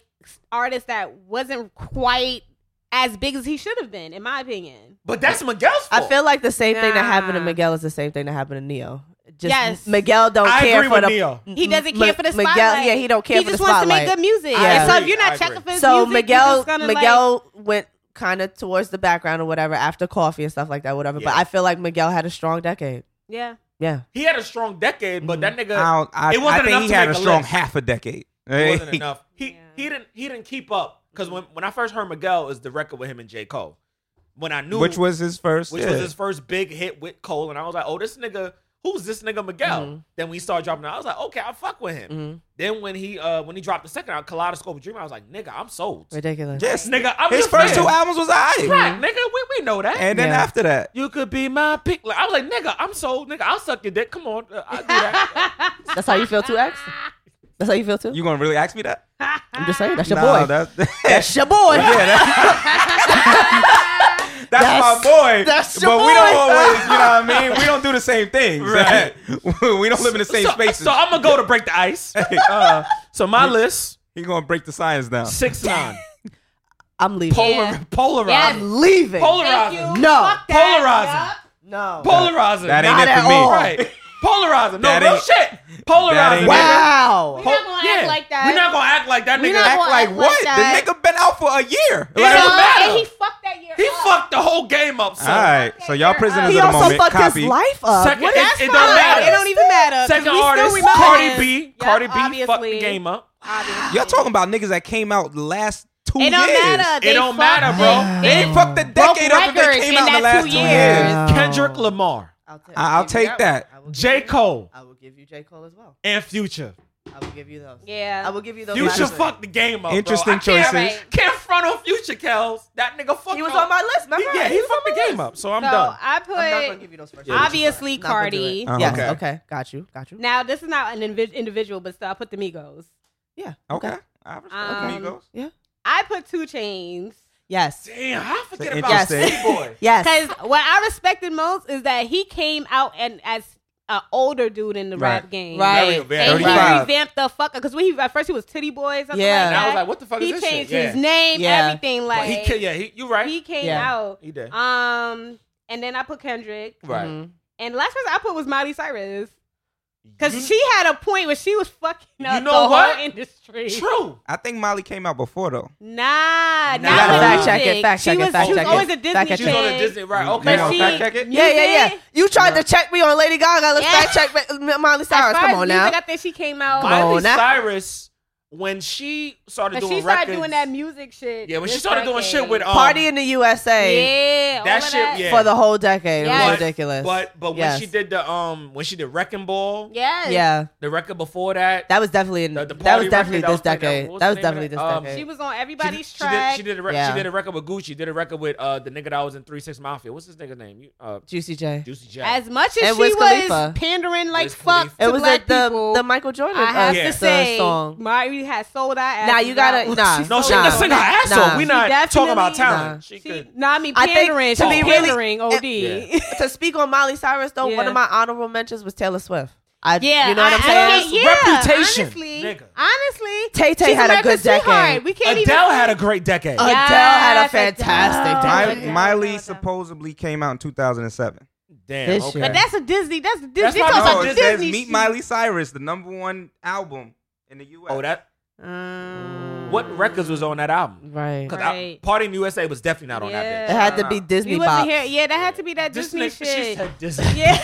[SPEAKER 4] artists that wasn't quite as big as he should have been, in my opinion.
[SPEAKER 5] But that's Miguel's fault.
[SPEAKER 3] I feel like the same thing that happened to
[SPEAKER 4] Nah.
[SPEAKER 3] Miguel is the same thing that happened to Neo. Just
[SPEAKER 4] Yes.
[SPEAKER 3] Miguel don't
[SPEAKER 5] I
[SPEAKER 3] care
[SPEAKER 5] agree
[SPEAKER 3] for
[SPEAKER 5] with
[SPEAKER 3] the
[SPEAKER 5] Neo.
[SPEAKER 4] He doesn't care
[SPEAKER 3] Mi-
[SPEAKER 4] for the
[SPEAKER 3] Miguel-
[SPEAKER 4] spotlight.
[SPEAKER 3] yeah, he don't care
[SPEAKER 4] He
[SPEAKER 3] for
[SPEAKER 4] just
[SPEAKER 3] the
[SPEAKER 4] wants to make
[SPEAKER 3] spotlight.
[SPEAKER 4] good music.
[SPEAKER 3] I
[SPEAKER 4] And so if
[SPEAKER 5] agree,
[SPEAKER 4] you're
[SPEAKER 5] I
[SPEAKER 4] not
[SPEAKER 5] agree.
[SPEAKER 4] checking for his
[SPEAKER 3] so
[SPEAKER 4] music, you're
[SPEAKER 3] Miguel
[SPEAKER 4] just gonna like,
[SPEAKER 3] Miguel went kind of towards the background or whatever after coffee and stuff like that, whatever. But
[SPEAKER 5] Yeah.
[SPEAKER 3] I feel like Miguel had a strong decade.
[SPEAKER 4] yeah.
[SPEAKER 3] Yeah.
[SPEAKER 5] He had a strong decade, but that nigga
[SPEAKER 2] I, don't- I,
[SPEAKER 5] It wasn't
[SPEAKER 2] I think
[SPEAKER 5] enough
[SPEAKER 2] he
[SPEAKER 5] to
[SPEAKER 2] had a
[SPEAKER 5] make a
[SPEAKER 2] strong
[SPEAKER 5] list.
[SPEAKER 2] half a decade.
[SPEAKER 5] It wasn't
[SPEAKER 2] Hey.
[SPEAKER 5] enough. He
[SPEAKER 4] Yeah.
[SPEAKER 5] he didn't he didn't keep up because when, when I first heard Miguel it was the record with him and J Cole, when I knew
[SPEAKER 2] Which was his first.
[SPEAKER 5] which
[SPEAKER 2] yeah.
[SPEAKER 5] was his first big hit with Cole, and I was like, oh this nigga, who's this nigga Miguel?
[SPEAKER 2] Mm-hmm.
[SPEAKER 3] Mhm.
[SPEAKER 5] Then we started dropping. I was like, okay, I fuck with him.
[SPEAKER 3] Mhm.
[SPEAKER 5] Then when he uh when he dropped the second out, Kaleidoscope Dream, I was like, nigga, I'm sold.
[SPEAKER 3] Ridiculous.
[SPEAKER 2] Yes,
[SPEAKER 5] Nigga, I'm
[SPEAKER 2] his
[SPEAKER 5] your
[SPEAKER 2] first
[SPEAKER 5] fan.
[SPEAKER 2] two albums was high.
[SPEAKER 5] Right, nigga, we, we know that.
[SPEAKER 2] And then
[SPEAKER 3] Yeah.
[SPEAKER 2] after that,
[SPEAKER 5] you could be my pick. Like, I was like, nigga, I'm sold. Nigga, I'll suck your dick. Come on, uh, I'll do that.
[SPEAKER 3] That's how you feel too, X? That's how you feel too?
[SPEAKER 2] you gonna really ask me that?
[SPEAKER 3] I'm just saying, that's your
[SPEAKER 2] Nah,
[SPEAKER 3] boy.
[SPEAKER 2] That's,
[SPEAKER 3] that's your boy.
[SPEAKER 2] Yeah, that- that's, my boy.
[SPEAKER 3] that's your
[SPEAKER 2] but we don't
[SPEAKER 3] boy.
[SPEAKER 2] always, you know what I mean? We don't do the same things.
[SPEAKER 5] Right.
[SPEAKER 2] we don't live in the same
[SPEAKER 5] so,
[SPEAKER 2] spaces.
[SPEAKER 5] So I'm gonna go to break the ice. Uh, so my list
[SPEAKER 2] He gonna break the science down.
[SPEAKER 5] six nine.
[SPEAKER 3] I'm leaving.
[SPEAKER 5] Polar,
[SPEAKER 4] Yeah.
[SPEAKER 5] Polarizing.
[SPEAKER 4] Yes.
[SPEAKER 3] leaving.
[SPEAKER 4] Thank
[SPEAKER 5] Polarizing.
[SPEAKER 4] you.
[SPEAKER 3] No.
[SPEAKER 4] Fuck that.
[SPEAKER 5] Polarizing.
[SPEAKER 3] No.
[SPEAKER 5] Polarizing.
[SPEAKER 2] That ain't
[SPEAKER 3] Not
[SPEAKER 2] it
[SPEAKER 3] at
[SPEAKER 2] for me.
[SPEAKER 3] all.
[SPEAKER 5] right. Polarizing. No
[SPEAKER 2] That
[SPEAKER 5] real
[SPEAKER 2] ain't-
[SPEAKER 5] shit. Polarizing.
[SPEAKER 2] that
[SPEAKER 5] nigga.
[SPEAKER 3] Wow.
[SPEAKER 4] We're not gonna act like that.
[SPEAKER 5] We're not gonna act like that
[SPEAKER 4] We're
[SPEAKER 5] nigga.
[SPEAKER 4] not
[SPEAKER 2] Act
[SPEAKER 4] gonna
[SPEAKER 2] like
[SPEAKER 4] act
[SPEAKER 2] what?
[SPEAKER 4] like that.
[SPEAKER 2] the nigga been out for a year.
[SPEAKER 5] It don't
[SPEAKER 4] No,
[SPEAKER 5] matter.
[SPEAKER 4] And he fucked that year.
[SPEAKER 5] he
[SPEAKER 4] up.
[SPEAKER 5] fucked the whole game up. Son.
[SPEAKER 2] all right. So y'all prisoners
[SPEAKER 3] He
[SPEAKER 2] of the
[SPEAKER 3] also
[SPEAKER 2] moment.
[SPEAKER 3] fucked
[SPEAKER 2] Copy.
[SPEAKER 3] his life up.
[SPEAKER 5] Second,
[SPEAKER 3] What-
[SPEAKER 5] it,
[SPEAKER 4] That's
[SPEAKER 5] it don't
[SPEAKER 4] fine.
[SPEAKER 5] matter.
[SPEAKER 4] It don't even matter. 'cause
[SPEAKER 5] Second
[SPEAKER 4] we
[SPEAKER 5] artist,
[SPEAKER 4] still remember
[SPEAKER 5] Cardi
[SPEAKER 4] him.
[SPEAKER 5] B.
[SPEAKER 4] Yup,
[SPEAKER 5] Cardi B fucked
[SPEAKER 4] obviously.
[SPEAKER 5] the game up.
[SPEAKER 4] Obviously.
[SPEAKER 2] Y'all talking about niggas that came out last two years.
[SPEAKER 4] It don't matter. They
[SPEAKER 5] it don't
[SPEAKER 4] fucked
[SPEAKER 5] matter,
[SPEAKER 4] it.
[SPEAKER 5] bro.
[SPEAKER 2] They ain't fucked the
[SPEAKER 4] Broke
[SPEAKER 2] decade up if they
[SPEAKER 4] records
[SPEAKER 2] came
[SPEAKER 4] in
[SPEAKER 2] out in the
[SPEAKER 4] that
[SPEAKER 2] last
[SPEAKER 4] two
[SPEAKER 2] two
[SPEAKER 4] years.
[SPEAKER 2] years.
[SPEAKER 5] Kendrick Lamar,
[SPEAKER 3] I'll, t-
[SPEAKER 2] I'll
[SPEAKER 3] give you
[SPEAKER 2] take
[SPEAKER 3] one.
[SPEAKER 2] that.
[SPEAKER 3] I will give
[SPEAKER 5] J
[SPEAKER 3] you-
[SPEAKER 5] Cole,
[SPEAKER 3] I will give you J. Cole as well.
[SPEAKER 5] and Future.
[SPEAKER 3] I will give you those.
[SPEAKER 4] Yeah.
[SPEAKER 3] I will give you those.
[SPEAKER 5] Future
[SPEAKER 3] last
[SPEAKER 5] fucked the game up.
[SPEAKER 2] Interesting
[SPEAKER 5] bro. I
[SPEAKER 2] choices.
[SPEAKER 5] can't- Can't front on Future Kells. That nigga fucked.
[SPEAKER 3] ones. He was
[SPEAKER 5] up.
[SPEAKER 3] on my list.
[SPEAKER 5] He-
[SPEAKER 3] Remember?
[SPEAKER 5] yeah, he
[SPEAKER 3] was on
[SPEAKER 5] fucked the
[SPEAKER 3] my
[SPEAKER 5] game
[SPEAKER 3] list.
[SPEAKER 5] up. So I'm
[SPEAKER 4] so
[SPEAKER 5] done.
[SPEAKER 4] I
[SPEAKER 3] I'm not gonna
[SPEAKER 4] put
[SPEAKER 3] give you those first.
[SPEAKER 5] Yeah,
[SPEAKER 3] ones.
[SPEAKER 4] obviously
[SPEAKER 3] Not gonna do it.
[SPEAKER 4] Cardi.
[SPEAKER 2] Uh-huh.
[SPEAKER 3] Yes.
[SPEAKER 2] Okay.
[SPEAKER 3] Okay. Got you. Got you.
[SPEAKER 4] Now this is not an invi- individual, but still I put the Migos.
[SPEAKER 3] Yeah.
[SPEAKER 2] Okay. I respect
[SPEAKER 4] Um,
[SPEAKER 2] Migos.
[SPEAKER 3] Yeah.
[SPEAKER 4] I put Two Chains
[SPEAKER 3] Yes.
[SPEAKER 5] Damn, I forget
[SPEAKER 2] So
[SPEAKER 5] about
[SPEAKER 2] interesting.
[SPEAKER 5] City Boy.
[SPEAKER 3] Yes.
[SPEAKER 4] because what I respected most is that he came out and as an older dude in the
[SPEAKER 2] Right.
[SPEAKER 4] rap game,
[SPEAKER 3] Right.
[SPEAKER 5] Very
[SPEAKER 4] And he
[SPEAKER 2] 35.
[SPEAKER 4] revamped the fuck because when he at first he was Titty Boy or something
[SPEAKER 3] Yeah.
[SPEAKER 4] like
[SPEAKER 5] And I
[SPEAKER 4] that.
[SPEAKER 5] was like, what the fuck
[SPEAKER 4] he
[SPEAKER 5] is this
[SPEAKER 4] changed
[SPEAKER 5] shit?
[SPEAKER 4] his
[SPEAKER 5] yeah.
[SPEAKER 4] name,
[SPEAKER 3] Yeah.
[SPEAKER 4] everything.
[SPEAKER 5] But
[SPEAKER 4] Like
[SPEAKER 5] he, ca- yeah, he, you right.
[SPEAKER 4] he came
[SPEAKER 3] Yeah.
[SPEAKER 4] out.
[SPEAKER 5] He did.
[SPEAKER 4] Um, and then I put Kendrick.
[SPEAKER 5] right.
[SPEAKER 3] Mhm.
[SPEAKER 4] And the last person I put was Miley Cyrus. Because
[SPEAKER 5] You-
[SPEAKER 4] she had a point where she was fucking up
[SPEAKER 5] You know
[SPEAKER 4] the
[SPEAKER 5] what?
[SPEAKER 4] whole industry.
[SPEAKER 5] True.
[SPEAKER 2] I think Molly came out before though.
[SPEAKER 4] Nah,
[SPEAKER 5] You
[SPEAKER 4] not
[SPEAKER 5] gotta
[SPEAKER 4] with
[SPEAKER 5] fact
[SPEAKER 3] check it,
[SPEAKER 4] music.
[SPEAKER 3] fact
[SPEAKER 4] she
[SPEAKER 3] check it,
[SPEAKER 4] was,
[SPEAKER 3] fact
[SPEAKER 4] she was
[SPEAKER 3] check it,
[SPEAKER 4] always a Disney
[SPEAKER 3] fact check
[SPEAKER 4] chick.
[SPEAKER 5] She's on a Disney. Right.
[SPEAKER 2] You
[SPEAKER 5] Okay.
[SPEAKER 2] know,
[SPEAKER 4] But she-
[SPEAKER 2] fact check it?
[SPEAKER 3] Yeah, yeah, yeah.
[SPEAKER 4] music-
[SPEAKER 3] You tried to check me on Lady Gaga. Let's
[SPEAKER 4] Yeah.
[SPEAKER 3] fact check Mi- Miley
[SPEAKER 4] As
[SPEAKER 3] Cyrus.
[SPEAKER 4] far
[SPEAKER 3] Come
[SPEAKER 4] as
[SPEAKER 3] on
[SPEAKER 4] music,
[SPEAKER 3] now.
[SPEAKER 4] I think she came out.
[SPEAKER 3] Come on.
[SPEAKER 5] Miley
[SPEAKER 3] now.
[SPEAKER 5] Cyrus when she started
[SPEAKER 4] But
[SPEAKER 5] doing
[SPEAKER 4] she started
[SPEAKER 5] records,
[SPEAKER 4] doing that music shit.
[SPEAKER 5] Yeah, when she
[SPEAKER 4] this
[SPEAKER 5] started doing shit
[SPEAKER 4] decade.
[SPEAKER 5] with um,
[SPEAKER 3] Party in the USA
[SPEAKER 4] yeah,
[SPEAKER 5] that
[SPEAKER 4] all of
[SPEAKER 5] shit, yeah.
[SPEAKER 3] for the whole decade. It
[SPEAKER 4] Yes.
[SPEAKER 3] was ridiculous.
[SPEAKER 5] But but when
[SPEAKER 3] Yes.
[SPEAKER 5] she did the um when she did Wrecking Ball,
[SPEAKER 4] Yes.
[SPEAKER 3] yeah,
[SPEAKER 5] the record before that,
[SPEAKER 3] that was definitely in,
[SPEAKER 5] the, the
[SPEAKER 3] that was
[SPEAKER 5] party
[SPEAKER 3] definitely
[SPEAKER 5] record
[SPEAKER 3] this
[SPEAKER 5] that was played,
[SPEAKER 3] decade.
[SPEAKER 5] what
[SPEAKER 3] That
[SPEAKER 5] the
[SPEAKER 3] was
[SPEAKER 5] name of
[SPEAKER 3] definitely this
[SPEAKER 5] that? Um,
[SPEAKER 4] She
[SPEAKER 3] decade.
[SPEAKER 4] was on
[SPEAKER 5] she
[SPEAKER 4] everybody's
[SPEAKER 5] did, she did
[SPEAKER 4] track.
[SPEAKER 5] she did a rec-
[SPEAKER 3] Yeah.
[SPEAKER 5] she did a record with Gucci, did a record with uh the nigga that was in Three Six Mafia. What's this nigga's name? You, uh,
[SPEAKER 3] Juicy J.
[SPEAKER 5] Juicy J.
[SPEAKER 4] as much
[SPEAKER 3] And
[SPEAKER 4] as she
[SPEAKER 3] Wiz
[SPEAKER 4] was
[SPEAKER 3] Khalifa.
[SPEAKER 4] pandering like
[SPEAKER 5] Wiz
[SPEAKER 4] fuck
[SPEAKER 5] Khalifa.
[SPEAKER 4] to
[SPEAKER 3] It was
[SPEAKER 4] black
[SPEAKER 3] like the
[SPEAKER 4] people,
[SPEAKER 3] the Michael Jordan
[SPEAKER 4] I have
[SPEAKER 3] uh,
[SPEAKER 4] to
[SPEAKER 3] the
[SPEAKER 4] say,
[SPEAKER 3] song.
[SPEAKER 4] Mari had sold our ass.
[SPEAKER 3] Nah, you gotta- nah.
[SPEAKER 5] no, she
[SPEAKER 3] Nah.
[SPEAKER 5] can sing her ass
[SPEAKER 3] Nah.
[SPEAKER 5] off. We not talking about
[SPEAKER 4] definitely-
[SPEAKER 5] talent.
[SPEAKER 3] Nah.
[SPEAKER 5] She
[SPEAKER 4] She,
[SPEAKER 5] could.
[SPEAKER 4] nah, I mean
[SPEAKER 3] I think
[SPEAKER 4] pandering.
[SPEAKER 3] to
[SPEAKER 4] She's
[SPEAKER 3] be really-
[SPEAKER 4] pandering. Od.
[SPEAKER 5] Yeah.
[SPEAKER 3] to speak on Miley Cyrus though, one
[SPEAKER 4] Yeah.
[SPEAKER 3] of my honorable mentions was Taylor Swift. I,
[SPEAKER 4] Yeah,
[SPEAKER 3] you know what I'm
[SPEAKER 4] I-
[SPEAKER 3] saying.
[SPEAKER 4] I, yeah,
[SPEAKER 5] Reputation,
[SPEAKER 4] Honestly,
[SPEAKER 5] nigga.
[SPEAKER 4] honestly,
[SPEAKER 3] Tay Tay
[SPEAKER 4] she's
[SPEAKER 3] had a
[SPEAKER 4] America's
[SPEAKER 3] good decade.
[SPEAKER 4] sweetheart. We can't even.
[SPEAKER 5] Adele had a great decade.
[SPEAKER 3] Adele had a
[SPEAKER 4] Yes, Adele.
[SPEAKER 3] fantastic
[SPEAKER 2] Mi-
[SPEAKER 3] decade.
[SPEAKER 4] Oh, Yeah.
[SPEAKER 2] Miley
[SPEAKER 4] Yeah.
[SPEAKER 2] supposedly came out in 2007.
[SPEAKER 5] Damn.
[SPEAKER 3] This
[SPEAKER 5] okay.
[SPEAKER 3] year.
[SPEAKER 4] But that's a Disney. That's Disney.
[SPEAKER 5] That's
[SPEAKER 4] They
[SPEAKER 5] not-
[SPEAKER 4] talking
[SPEAKER 5] no,
[SPEAKER 4] about
[SPEAKER 5] it
[SPEAKER 2] it
[SPEAKER 4] Disney.
[SPEAKER 2] says Meet
[SPEAKER 4] shit.
[SPEAKER 2] Miley Cyrus, the number one album in the U.S.
[SPEAKER 5] Oh, that
[SPEAKER 4] Um,
[SPEAKER 5] what records was on that album?
[SPEAKER 3] Mm, Right.
[SPEAKER 5] Because
[SPEAKER 4] Right.
[SPEAKER 5] Party in the USA was definitely not on
[SPEAKER 4] Yeah.
[SPEAKER 5] that
[SPEAKER 3] It had to be Disney
[SPEAKER 4] You wasn't
[SPEAKER 3] bops.
[SPEAKER 4] here. Yeah, that had to be that
[SPEAKER 5] bitch. This
[SPEAKER 4] Disney
[SPEAKER 5] nigga, she
[SPEAKER 4] shit.
[SPEAKER 5] said Disney.
[SPEAKER 4] Yeah.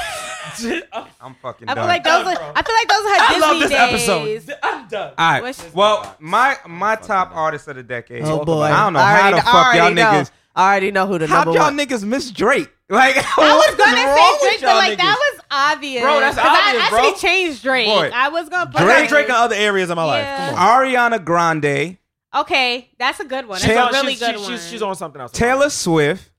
[SPEAKER 2] I'm fucking
[SPEAKER 4] I
[SPEAKER 2] done.
[SPEAKER 4] feel like those.
[SPEAKER 5] Bro.
[SPEAKER 4] Are, I feel like those are her
[SPEAKER 5] I
[SPEAKER 4] Disney
[SPEAKER 5] love this
[SPEAKER 4] days.
[SPEAKER 5] episode. I'm done.
[SPEAKER 2] All right.
[SPEAKER 4] What's-
[SPEAKER 2] Well, my my top artist of the decade.
[SPEAKER 3] Oh boy.
[SPEAKER 2] I don't know
[SPEAKER 3] I
[SPEAKER 2] how
[SPEAKER 3] already,
[SPEAKER 2] the fuck
[SPEAKER 3] I
[SPEAKER 2] y'all
[SPEAKER 3] already know.
[SPEAKER 2] niggas.
[SPEAKER 3] I already know who the
[SPEAKER 2] How
[SPEAKER 3] number
[SPEAKER 2] y'all
[SPEAKER 3] one.
[SPEAKER 2] niggas miss Drake? Like
[SPEAKER 4] I was
[SPEAKER 2] what
[SPEAKER 4] gonna
[SPEAKER 2] is wrong
[SPEAKER 4] say Drake,
[SPEAKER 2] with
[SPEAKER 4] but
[SPEAKER 2] y'all
[SPEAKER 4] like
[SPEAKER 2] niggas?
[SPEAKER 4] that was obvious.
[SPEAKER 5] Bro, that's
[SPEAKER 4] 'Cause
[SPEAKER 5] obvious,
[SPEAKER 4] I
[SPEAKER 5] bro.
[SPEAKER 4] actually changed Drake.
[SPEAKER 2] Boy,
[SPEAKER 4] I was gonna put
[SPEAKER 5] I got
[SPEAKER 2] Drake-
[SPEAKER 5] Drake in other areas of my life.
[SPEAKER 4] Yeah.
[SPEAKER 5] Come on.
[SPEAKER 2] Ariana Grande,
[SPEAKER 5] uh,
[SPEAKER 4] Okay, that's a good one. That's
[SPEAKER 5] Taylor-
[SPEAKER 4] a really
[SPEAKER 5] she's,
[SPEAKER 4] good
[SPEAKER 5] she's-
[SPEAKER 4] one.
[SPEAKER 5] She's, she's on something else.
[SPEAKER 2] Taylor Swift,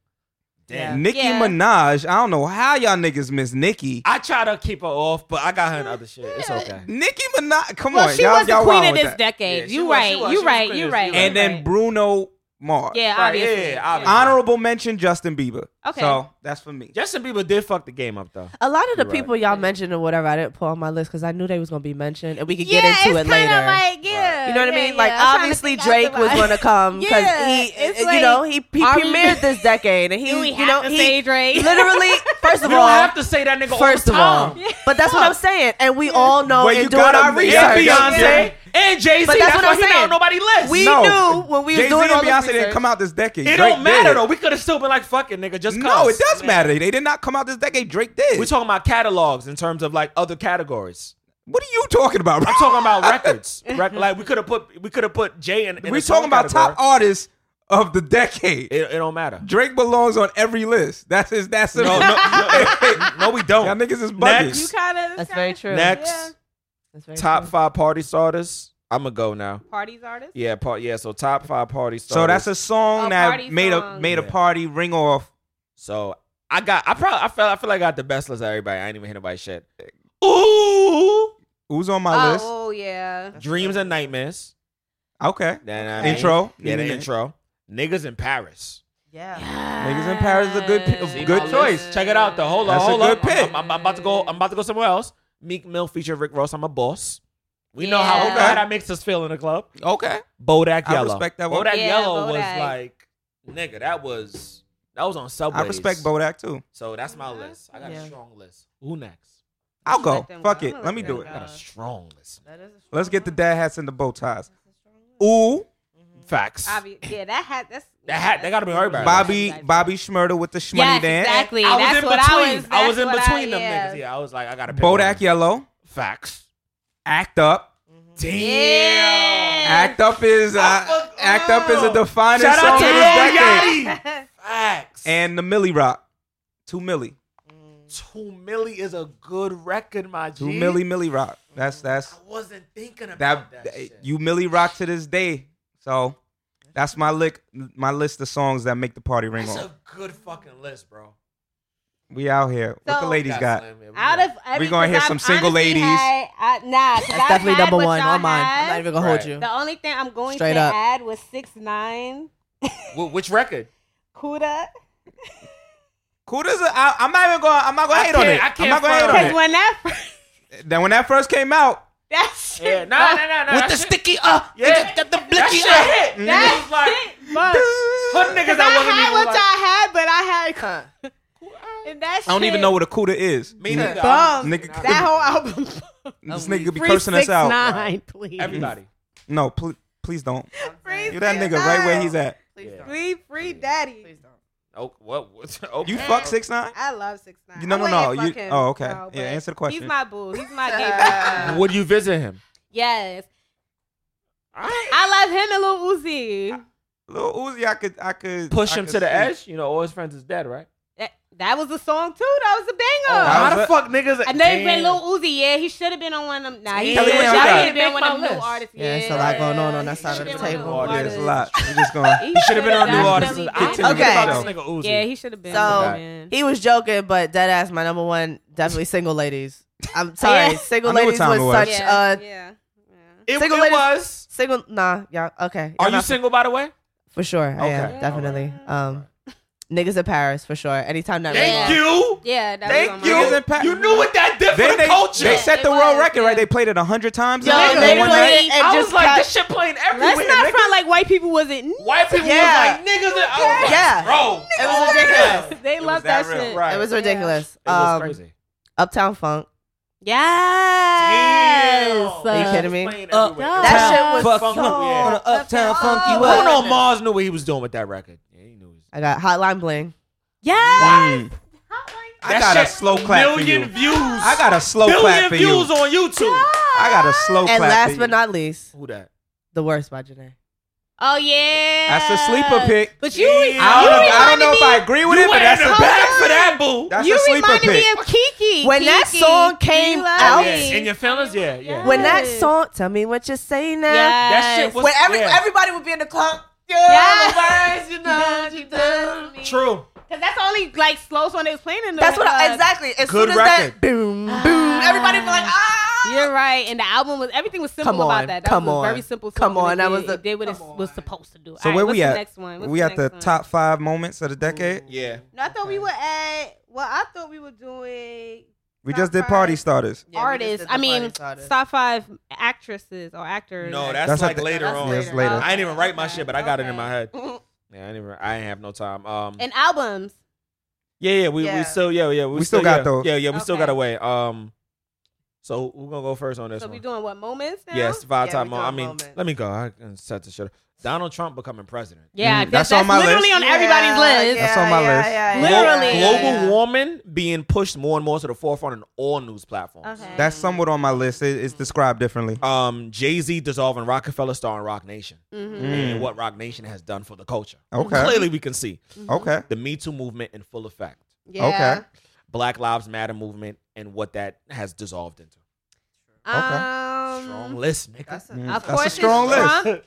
[SPEAKER 5] Damn.
[SPEAKER 2] Nicki
[SPEAKER 4] Yeah.
[SPEAKER 2] Minaj. I don't know how y'all niggas miss Nicki.
[SPEAKER 5] I try to keep her off, but I got her in other shit. It's okay.
[SPEAKER 2] Nicki Minaj. Come
[SPEAKER 4] well,
[SPEAKER 2] on,
[SPEAKER 4] she
[SPEAKER 2] y'all,
[SPEAKER 4] was the
[SPEAKER 2] y'all
[SPEAKER 4] queen
[SPEAKER 2] wild
[SPEAKER 4] of
[SPEAKER 2] with
[SPEAKER 4] this
[SPEAKER 2] that.
[SPEAKER 5] Yeah,
[SPEAKER 4] decade.
[SPEAKER 5] she
[SPEAKER 4] you
[SPEAKER 5] was, she
[SPEAKER 4] right.
[SPEAKER 5] was, she
[SPEAKER 4] You
[SPEAKER 5] was
[SPEAKER 4] right.
[SPEAKER 5] queen
[SPEAKER 4] You
[SPEAKER 5] of this
[SPEAKER 4] right.
[SPEAKER 5] decade.
[SPEAKER 2] And then
[SPEAKER 4] right.
[SPEAKER 2] Bruno Mars.
[SPEAKER 4] yeah,
[SPEAKER 5] Right,
[SPEAKER 4] obviously.
[SPEAKER 5] yeah, obviously.
[SPEAKER 2] Honorable mention Justin Bieber.
[SPEAKER 4] Okay.
[SPEAKER 2] So that's for me.
[SPEAKER 5] Justin Bieber did fuck the game up though.
[SPEAKER 3] A lot of the
[SPEAKER 5] You're right.
[SPEAKER 3] people y'all mentioned or whatever, I didn't put on my list because I knew they was gonna be mentioned, and we could
[SPEAKER 4] yeah,
[SPEAKER 3] get into
[SPEAKER 4] it's
[SPEAKER 3] it later.
[SPEAKER 4] kinda Like, yeah,
[SPEAKER 3] you know what
[SPEAKER 4] yeah,
[SPEAKER 3] I mean?
[SPEAKER 4] yeah.
[SPEAKER 3] like
[SPEAKER 4] I'm trying to
[SPEAKER 3] obviously
[SPEAKER 4] think
[SPEAKER 3] Drake was
[SPEAKER 4] otherwise.
[SPEAKER 3] gonna come because
[SPEAKER 4] Yeah,
[SPEAKER 3] he,
[SPEAKER 4] it's
[SPEAKER 3] you know,
[SPEAKER 4] like,
[SPEAKER 3] he, he
[SPEAKER 4] are we-
[SPEAKER 3] premiered this decade, and he,
[SPEAKER 4] Do we
[SPEAKER 3] you
[SPEAKER 4] have
[SPEAKER 3] know,
[SPEAKER 4] to
[SPEAKER 3] he
[SPEAKER 4] say Drake?
[SPEAKER 3] literally first
[SPEAKER 5] We
[SPEAKER 3] of
[SPEAKER 5] don't
[SPEAKER 3] all,
[SPEAKER 5] have to say that nigga
[SPEAKER 3] first
[SPEAKER 5] all
[SPEAKER 3] of
[SPEAKER 5] the time.
[SPEAKER 3] all, but that's what I'm saying, and we all know
[SPEAKER 2] Well,
[SPEAKER 3] in
[SPEAKER 2] you
[SPEAKER 3] doing
[SPEAKER 2] gotta-
[SPEAKER 3] our
[SPEAKER 2] yeah,
[SPEAKER 3] research.
[SPEAKER 5] And
[SPEAKER 2] Yeah.
[SPEAKER 5] Beyonce and Jay Z.
[SPEAKER 3] But
[SPEAKER 5] That's,
[SPEAKER 3] that's what
[SPEAKER 5] why
[SPEAKER 3] I'm
[SPEAKER 5] he not on
[SPEAKER 3] saying.
[SPEAKER 5] nobody list.
[SPEAKER 3] We
[SPEAKER 2] No.
[SPEAKER 3] knew when we
[SPEAKER 2] Jay
[SPEAKER 3] was
[SPEAKER 2] Z
[SPEAKER 3] doing
[SPEAKER 2] and
[SPEAKER 3] all this
[SPEAKER 2] Beyonce
[SPEAKER 3] research.
[SPEAKER 2] didn't come out this decade.
[SPEAKER 5] it
[SPEAKER 2] Drake
[SPEAKER 5] don't matter
[SPEAKER 2] did.
[SPEAKER 5] though. We could have still been like, "Fuck it, nigga." Just
[SPEAKER 2] No,
[SPEAKER 5] cause.
[SPEAKER 2] it does matter. They did not come out this decade. Drake did.
[SPEAKER 5] We're talking about catalogs in terms of like other categories.
[SPEAKER 2] what are you talking about?
[SPEAKER 5] I'm talking about records. Rec- like we could have put we could have put Jay in. in
[SPEAKER 2] We're
[SPEAKER 5] its own
[SPEAKER 2] talking about top
[SPEAKER 5] category.
[SPEAKER 2] artists of the decade.
[SPEAKER 5] It, it don't matter.
[SPEAKER 2] Drake belongs on every list. That's his. That's it.
[SPEAKER 5] No, no, no, no, we don't.
[SPEAKER 2] Y'all niggas is bugging.
[SPEAKER 5] Next.
[SPEAKER 4] You kind of
[SPEAKER 3] That's very true.
[SPEAKER 5] Next
[SPEAKER 4] Yeah.
[SPEAKER 3] That's very
[SPEAKER 5] top
[SPEAKER 3] true.
[SPEAKER 5] five party starters. I'm gonna go now.
[SPEAKER 4] parties artist.
[SPEAKER 5] Yeah, part. Yeah, so top five party starters.
[SPEAKER 2] So that's a song
[SPEAKER 4] A
[SPEAKER 2] that
[SPEAKER 4] party
[SPEAKER 2] made a
[SPEAKER 4] song.
[SPEAKER 2] made a
[SPEAKER 5] Yeah.
[SPEAKER 2] party ring off.
[SPEAKER 5] So I got. I probably. I felt. I feel like I got the best list of everybody. I ain't even hit nobody shit. Ooh,
[SPEAKER 2] Who's on my
[SPEAKER 4] Oh,
[SPEAKER 2] list?
[SPEAKER 4] oh, yeah.
[SPEAKER 5] dreams and nightmares.
[SPEAKER 2] Okay.
[SPEAKER 5] Then I mean-
[SPEAKER 2] Intro.
[SPEAKER 5] Yeah, the
[SPEAKER 2] Mm.
[SPEAKER 5] intro. Niggas in Paris.
[SPEAKER 3] Yeah.
[SPEAKER 2] Niggas in Paris is a good pi-
[SPEAKER 5] See
[SPEAKER 2] a
[SPEAKER 5] my
[SPEAKER 2] good
[SPEAKER 5] list?
[SPEAKER 2] choice.
[SPEAKER 5] Check it out. though. hold on,
[SPEAKER 2] That's a
[SPEAKER 5] hold
[SPEAKER 2] good
[SPEAKER 5] up.
[SPEAKER 2] pick.
[SPEAKER 5] I'm, I'm- I'm about to go. I'm about to go somewhere else. Meek Mill featuring Rick Ross. I'm a boss. We know how
[SPEAKER 4] Yeah.
[SPEAKER 5] we know how that makes us feel in the club.
[SPEAKER 2] Okay.
[SPEAKER 5] Bodak
[SPEAKER 2] I
[SPEAKER 5] Yellow.
[SPEAKER 2] respect that one.
[SPEAKER 5] Bodak
[SPEAKER 4] Yeah,
[SPEAKER 5] Yellow
[SPEAKER 4] Bodak.
[SPEAKER 5] was like, nigga, that was that was on Subway.
[SPEAKER 2] I respect Bodak too.
[SPEAKER 5] So that's my list. I got
[SPEAKER 3] Yeah.
[SPEAKER 5] a strong list. Who next?
[SPEAKER 2] I'll
[SPEAKER 4] Let
[SPEAKER 2] go.
[SPEAKER 4] them
[SPEAKER 2] Fuck
[SPEAKER 4] go.
[SPEAKER 2] it.
[SPEAKER 4] I'ma
[SPEAKER 2] Let me
[SPEAKER 4] let
[SPEAKER 2] do
[SPEAKER 4] them
[SPEAKER 2] it.
[SPEAKER 5] I got
[SPEAKER 4] Uh,
[SPEAKER 5] a strong list.
[SPEAKER 2] Let's get the dad hats and the bow ties. Ooh,
[SPEAKER 4] Mm-hmm.
[SPEAKER 5] Facts.
[SPEAKER 4] Obvi- yeah, that hat. That's
[SPEAKER 5] That hat- that gotta be on everybody.
[SPEAKER 2] Bobby Bobby Schmurda with the shmoney
[SPEAKER 4] Yes,
[SPEAKER 2] dance.
[SPEAKER 4] exactly.
[SPEAKER 5] I was
[SPEAKER 4] that's
[SPEAKER 5] in
[SPEAKER 4] what
[SPEAKER 5] between.
[SPEAKER 4] I was.
[SPEAKER 5] I was
[SPEAKER 4] that's
[SPEAKER 5] in
[SPEAKER 4] what
[SPEAKER 5] between them
[SPEAKER 4] yeah.
[SPEAKER 5] niggas. Yeah, I was like, I gotta pick
[SPEAKER 2] Bodak
[SPEAKER 5] one.
[SPEAKER 2] Yellow.
[SPEAKER 5] Facts.
[SPEAKER 2] Act up.
[SPEAKER 5] Damn.
[SPEAKER 2] Act up is
[SPEAKER 5] I
[SPEAKER 2] uh,
[SPEAKER 5] fuck-
[SPEAKER 2] act up is a
[SPEAKER 5] Oh.
[SPEAKER 2] defining
[SPEAKER 5] Shout
[SPEAKER 2] song
[SPEAKER 5] out
[SPEAKER 2] of
[SPEAKER 5] to
[SPEAKER 2] this
[SPEAKER 5] Lil
[SPEAKER 2] decade.
[SPEAKER 5] Yachty. Facts.
[SPEAKER 2] And the Millie Rock, two Millie,
[SPEAKER 5] two milli is a good record, my G.
[SPEAKER 2] two Millie Millie Rock. That's that's
[SPEAKER 5] I wasn't thinking
[SPEAKER 2] that,
[SPEAKER 5] about that.
[SPEAKER 2] that-
[SPEAKER 5] shit.
[SPEAKER 2] you Millie Rock to this day. So that's my lick, my list of songs that make the party ring
[SPEAKER 5] That's
[SPEAKER 2] on.
[SPEAKER 5] a good fucking list, bro.
[SPEAKER 2] We out here. what the
[SPEAKER 4] So-
[SPEAKER 2] ladies got?
[SPEAKER 5] Slim, yeah, we
[SPEAKER 4] Out of every-
[SPEAKER 2] We gonna hear
[SPEAKER 4] 'cause
[SPEAKER 2] some
[SPEAKER 4] I've
[SPEAKER 2] single
[SPEAKER 4] honestly
[SPEAKER 2] ladies.
[SPEAKER 4] Had, I, nah, 'cause
[SPEAKER 3] That's
[SPEAKER 4] I've
[SPEAKER 3] definitely
[SPEAKER 4] had
[SPEAKER 3] number
[SPEAKER 4] what
[SPEAKER 3] one
[SPEAKER 4] y'all
[SPEAKER 3] on mine. I'm not
[SPEAKER 4] had.
[SPEAKER 3] even gonna hold
[SPEAKER 5] Right.
[SPEAKER 3] you.
[SPEAKER 4] The only thing I'm going
[SPEAKER 3] Straight
[SPEAKER 4] to
[SPEAKER 3] up.
[SPEAKER 4] add was six nine
[SPEAKER 5] Wh- which record?
[SPEAKER 4] Kuda.
[SPEAKER 2] Kuda's. A, I, I'm not even going. to I'm not going
[SPEAKER 5] I
[SPEAKER 2] to hate on
[SPEAKER 5] can't-
[SPEAKER 2] it.
[SPEAKER 5] I can't
[SPEAKER 2] I'm not going to
[SPEAKER 5] front on
[SPEAKER 2] hate
[SPEAKER 4] Because
[SPEAKER 2] on it.
[SPEAKER 4] when that first,
[SPEAKER 2] Then when that first came out,
[SPEAKER 4] that shit,
[SPEAKER 5] Yeah, nah, nah, nah, nah. With the sticky, uh, yeah, the, the blicky, that shit hit.
[SPEAKER 4] uh. that
[SPEAKER 5] It was like,
[SPEAKER 4] shit bust.
[SPEAKER 5] her niggas
[SPEAKER 4] Because
[SPEAKER 5] that
[SPEAKER 4] I
[SPEAKER 5] wasn't
[SPEAKER 4] had
[SPEAKER 5] even
[SPEAKER 4] what
[SPEAKER 5] like-
[SPEAKER 4] y'all had, but I had and that shit.
[SPEAKER 2] I don't even know what a Kuda is.
[SPEAKER 5] Me neither.
[SPEAKER 4] Bum.
[SPEAKER 2] Nigga could-
[SPEAKER 4] That whole album.
[SPEAKER 2] This nigga could be cursing us out.
[SPEAKER 4] Nine, please.
[SPEAKER 5] Everybody.
[SPEAKER 2] No, pl- please don't.
[SPEAKER 4] Free
[SPEAKER 2] You that nigga right where he's at.
[SPEAKER 3] Please
[SPEAKER 5] Yeah.
[SPEAKER 3] don't.
[SPEAKER 4] Free, free daddy.
[SPEAKER 3] Please don't.
[SPEAKER 5] Oh, what? what okay.
[SPEAKER 2] You fuck six nine.
[SPEAKER 4] I love six nine.
[SPEAKER 2] No, no, no, you-
[SPEAKER 4] Him,
[SPEAKER 2] oh, okay.
[SPEAKER 4] so,
[SPEAKER 2] Yeah,
[SPEAKER 4] but
[SPEAKER 2] answer the question.
[SPEAKER 4] He's my boo. He's my gay. boo.
[SPEAKER 5] Would you visit him?
[SPEAKER 4] yes. I love him and Lil Uzi.
[SPEAKER 2] Lil Uzi, I could, I could
[SPEAKER 5] Push
[SPEAKER 2] I
[SPEAKER 5] him
[SPEAKER 2] could
[SPEAKER 5] to the
[SPEAKER 2] see.
[SPEAKER 5] edge. You know, all his friends is dead, right?
[SPEAKER 4] That, that was a song too. That was a banger.
[SPEAKER 2] That
[SPEAKER 5] How
[SPEAKER 2] was
[SPEAKER 5] the
[SPEAKER 2] it.
[SPEAKER 5] fuck niggas?
[SPEAKER 4] I know he
[SPEAKER 5] Damn.
[SPEAKER 4] been Lil Uzi. Yeah, he should have been on one of them. Nah, he
[SPEAKER 5] Damn,
[SPEAKER 4] should
[SPEAKER 5] yeah,
[SPEAKER 4] have
[SPEAKER 5] yeah.
[SPEAKER 4] been one of them
[SPEAKER 5] Make my
[SPEAKER 4] new
[SPEAKER 5] list.
[SPEAKER 4] artists.
[SPEAKER 3] Yeah, it's a lot going on on that
[SPEAKER 4] He
[SPEAKER 3] side of
[SPEAKER 4] should've
[SPEAKER 3] the
[SPEAKER 4] been one
[SPEAKER 3] table.
[SPEAKER 4] of
[SPEAKER 2] Oh,
[SPEAKER 4] them
[SPEAKER 2] Yeah, it's a
[SPEAKER 4] artists.
[SPEAKER 2] lot. We just going.
[SPEAKER 5] He should have been on New
[SPEAKER 4] should've
[SPEAKER 5] Artists.
[SPEAKER 4] definitely-
[SPEAKER 5] I tell you
[SPEAKER 3] Okay.
[SPEAKER 5] about this nigga Uzi.
[SPEAKER 4] Yeah, he should have been.
[SPEAKER 3] So-
[SPEAKER 4] man.
[SPEAKER 3] He was joking, but dead ass, my number one, definitely single ladies. I'm sorry,
[SPEAKER 4] Yeah.
[SPEAKER 3] single
[SPEAKER 2] I knew what
[SPEAKER 3] ladies
[SPEAKER 2] time
[SPEAKER 3] was,
[SPEAKER 2] it was.
[SPEAKER 3] such
[SPEAKER 4] yeah,
[SPEAKER 3] a
[SPEAKER 4] yeah,
[SPEAKER 5] It,
[SPEAKER 3] Single
[SPEAKER 5] it
[SPEAKER 3] ladies-
[SPEAKER 5] was.
[SPEAKER 3] single. Nah, y'all okay?
[SPEAKER 5] Are
[SPEAKER 3] Y'all
[SPEAKER 5] you
[SPEAKER 3] not-
[SPEAKER 5] single, by the way?
[SPEAKER 3] for sure? I am,
[SPEAKER 5] Okay.
[SPEAKER 3] definitely. Um, niggas in Paris for sure. Anytime that rain.
[SPEAKER 5] Thank you.
[SPEAKER 4] yeah. That was on
[SPEAKER 5] Thank
[SPEAKER 4] my
[SPEAKER 5] you.
[SPEAKER 4] list.
[SPEAKER 2] Niggas in Pa-
[SPEAKER 5] you knew what that did
[SPEAKER 2] They,
[SPEAKER 5] for the
[SPEAKER 2] they,
[SPEAKER 5] culture.
[SPEAKER 2] they set
[SPEAKER 4] It
[SPEAKER 2] the world
[SPEAKER 4] was,
[SPEAKER 2] record,
[SPEAKER 4] yeah.
[SPEAKER 2] right? They played it a hundard times.
[SPEAKER 3] Yo,
[SPEAKER 2] in
[SPEAKER 3] they
[SPEAKER 2] one
[SPEAKER 3] played
[SPEAKER 2] night.
[SPEAKER 3] it and
[SPEAKER 5] I
[SPEAKER 3] just
[SPEAKER 5] was like,
[SPEAKER 3] got-
[SPEAKER 5] this shit playing everywhere.
[SPEAKER 4] Let's not
[SPEAKER 5] nigga.
[SPEAKER 4] front like white people wasn't.
[SPEAKER 5] White people
[SPEAKER 3] Yeah.
[SPEAKER 5] was like niggas. And, I was like,
[SPEAKER 3] Yeah.
[SPEAKER 5] bro,
[SPEAKER 3] It was ridiculous.
[SPEAKER 4] They
[SPEAKER 2] was
[SPEAKER 4] love
[SPEAKER 2] that
[SPEAKER 4] that,
[SPEAKER 2] real,
[SPEAKER 4] shit.
[SPEAKER 5] right.
[SPEAKER 3] It was
[SPEAKER 4] Yeah.
[SPEAKER 3] ridiculous.
[SPEAKER 5] It was
[SPEAKER 3] um,
[SPEAKER 5] crazy.
[SPEAKER 3] Uptown Funk.
[SPEAKER 4] Yes.
[SPEAKER 5] Damn.
[SPEAKER 3] Are you
[SPEAKER 4] Uh,
[SPEAKER 3] kidding
[SPEAKER 5] Playing
[SPEAKER 3] me?
[SPEAKER 5] everywhere.
[SPEAKER 4] Uh,
[SPEAKER 3] That shit
[SPEAKER 4] Uptown
[SPEAKER 3] was
[SPEAKER 5] Funk,
[SPEAKER 3] so
[SPEAKER 5] yeah.
[SPEAKER 3] on a uptown funky
[SPEAKER 5] Who
[SPEAKER 3] way.
[SPEAKER 5] no Mars knew what he was doing with that record? Yeah, he knew. He was
[SPEAKER 3] I got Hotline Bling.
[SPEAKER 4] Yes.
[SPEAKER 2] Mm. I got a
[SPEAKER 5] shit,
[SPEAKER 2] slow clap for you.
[SPEAKER 5] Million views.
[SPEAKER 2] I got a slow
[SPEAKER 5] billion
[SPEAKER 2] clap for you.
[SPEAKER 5] views on YouTube.
[SPEAKER 2] I got a slow clap.
[SPEAKER 3] And last
[SPEAKER 2] for
[SPEAKER 3] but
[SPEAKER 2] you.
[SPEAKER 3] not least,
[SPEAKER 5] Who that?
[SPEAKER 3] The Worst by Janae.
[SPEAKER 4] Oh yeah.
[SPEAKER 2] That's a sleeper pick.
[SPEAKER 4] But you,
[SPEAKER 5] Yeah.
[SPEAKER 2] I
[SPEAKER 5] You
[SPEAKER 2] don't, know- I don't know
[SPEAKER 4] reminded
[SPEAKER 2] if I agree with
[SPEAKER 5] You
[SPEAKER 2] it, but
[SPEAKER 5] went in
[SPEAKER 2] that's
[SPEAKER 5] the
[SPEAKER 2] a
[SPEAKER 5] back for that boo.
[SPEAKER 2] that's
[SPEAKER 4] you
[SPEAKER 2] a sleeper
[SPEAKER 4] reminded
[SPEAKER 2] pick.
[SPEAKER 4] me of Kiki.
[SPEAKER 3] When that
[SPEAKER 4] Kiki,
[SPEAKER 3] song
[SPEAKER 4] you
[SPEAKER 3] came
[SPEAKER 4] love
[SPEAKER 3] out-
[SPEAKER 4] me.
[SPEAKER 5] Yeah. In your feelings, yeah, yeah.
[SPEAKER 3] When that
[SPEAKER 4] Yes.
[SPEAKER 3] song, tell me what you say now.
[SPEAKER 4] yes.
[SPEAKER 5] That shit was
[SPEAKER 3] When every,
[SPEAKER 5] yeah.
[SPEAKER 3] everybody would be in the club.
[SPEAKER 4] Yes.
[SPEAKER 3] Yes. You know, you done me.
[SPEAKER 5] true.
[SPEAKER 4] Cause that's the only like slow song they was playing in the.
[SPEAKER 3] That's what I,
[SPEAKER 4] club.
[SPEAKER 3] exactly. As
[SPEAKER 5] Good
[SPEAKER 3] soon as
[SPEAKER 5] record.
[SPEAKER 3] that boom, boom, everybody would be like, ah.
[SPEAKER 4] You're right, and the album was everything was simple
[SPEAKER 3] Come on,
[SPEAKER 4] about that. That
[SPEAKER 3] come
[SPEAKER 4] was a
[SPEAKER 3] on,
[SPEAKER 4] very simple. Song
[SPEAKER 3] come
[SPEAKER 4] and
[SPEAKER 3] on,
[SPEAKER 4] it
[SPEAKER 3] that
[SPEAKER 4] did-
[SPEAKER 3] was the-
[SPEAKER 4] it did what it was supposed to do.
[SPEAKER 2] So
[SPEAKER 4] All
[SPEAKER 2] where
[SPEAKER 4] right,
[SPEAKER 2] we
[SPEAKER 4] what's
[SPEAKER 2] at?
[SPEAKER 4] The next one. What's
[SPEAKER 2] we at the
[SPEAKER 4] next one?
[SPEAKER 2] top five moments of the decade.
[SPEAKER 5] Yeah.
[SPEAKER 4] No, I thought we were at. Well, I thought we were doing
[SPEAKER 2] We
[SPEAKER 4] Top
[SPEAKER 2] just did
[SPEAKER 4] five.
[SPEAKER 2] party starters.
[SPEAKER 3] Yeah, we just
[SPEAKER 4] artists.
[SPEAKER 3] did the
[SPEAKER 4] I mean,
[SPEAKER 3] party starters.
[SPEAKER 4] top five actresses or actors.
[SPEAKER 5] No,
[SPEAKER 4] Actors.
[SPEAKER 5] that's,
[SPEAKER 2] That's
[SPEAKER 5] like
[SPEAKER 2] like-
[SPEAKER 5] later
[SPEAKER 4] That's
[SPEAKER 5] on.
[SPEAKER 2] later. Yes, later.
[SPEAKER 5] I didn't even write my shit, but I got it in
[SPEAKER 4] Okay.
[SPEAKER 5] my head. Yeah, I didn't. Even, I ain't have no time. Um.
[SPEAKER 4] And albums.
[SPEAKER 5] yeah, yeah. We,
[SPEAKER 3] Yeah.
[SPEAKER 5] we still yeah yeah we,
[SPEAKER 2] We still got
[SPEAKER 5] yeah,
[SPEAKER 2] those.
[SPEAKER 5] Yeah yeah we still
[SPEAKER 4] Okay.
[SPEAKER 5] got away. Um. So we're gonna go first on this
[SPEAKER 4] So we
[SPEAKER 5] one.
[SPEAKER 4] doing what moments now?
[SPEAKER 5] Yes, five
[SPEAKER 3] Yeah,
[SPEAKER 5] time.
[SPEAKER 3] we
[SPEAKER 5] mo-
[SPEAKER 3] doing
[SPEAKER 5] I mean,
[SPEAKER 3] moments.
[SPEAKER 5] let me go. I can set the shit. up. Donald Trump becoming president.
[SPEAKER 4] Yeah,
[SPEAKER 2] Mm,
[SPEAKER 4] that's,
[SPEAKER 2] that's on my
[SPEAKER 4] literally
[SPEAKER 2] list.
[SPEAKER 4] on everybody's list.
[SPEAKER 2] That's on my list.
[SPEAKER 5] Glo-
[SPEAKER 4] Literally.
[SPEAKER 5] global warming being pushed more and more to the forefront in all news platforms.
[SPEAKER 4] Okay.
[SPEAKER 2] That's somewhat on my list. It- it's described differently.
[SPEAKER 5] Um, Jay Z dissolving Rockefeller, starring Rock Nation,
[SPEAKER 4] Mhm.
[SPEAKER 5] and
[SPEAKER 2] Mm.
[SPEAKER 5] what Rock Nation has done for the culture.
[SPEAKER 2] Okay.
[SPEAKER 5] Clearly, we can see
[SPEAKER 2] Okay.
[SPEAKER 5] the Me Too movement in full effect,
[SPEAKER 4] Yeah.
[SPEAKER 2] Okay.
[SPEAKER 5] Black Lives Matter movement, and what that has dissolved into.
[SPEAKER 4] Mm-hmm.
[SPEAKER 5] Strong
[SPEAKER 4] Um,
[SPEAKER 5] list, nigga.
[SPEAKER 2] Mm, That's
[SPEAKER 4] Of course
[SPEAKER 2] a strong
[SPEAKER 4] it's
[SPEAKER 2] list.
[SPEAKER 4] Trump.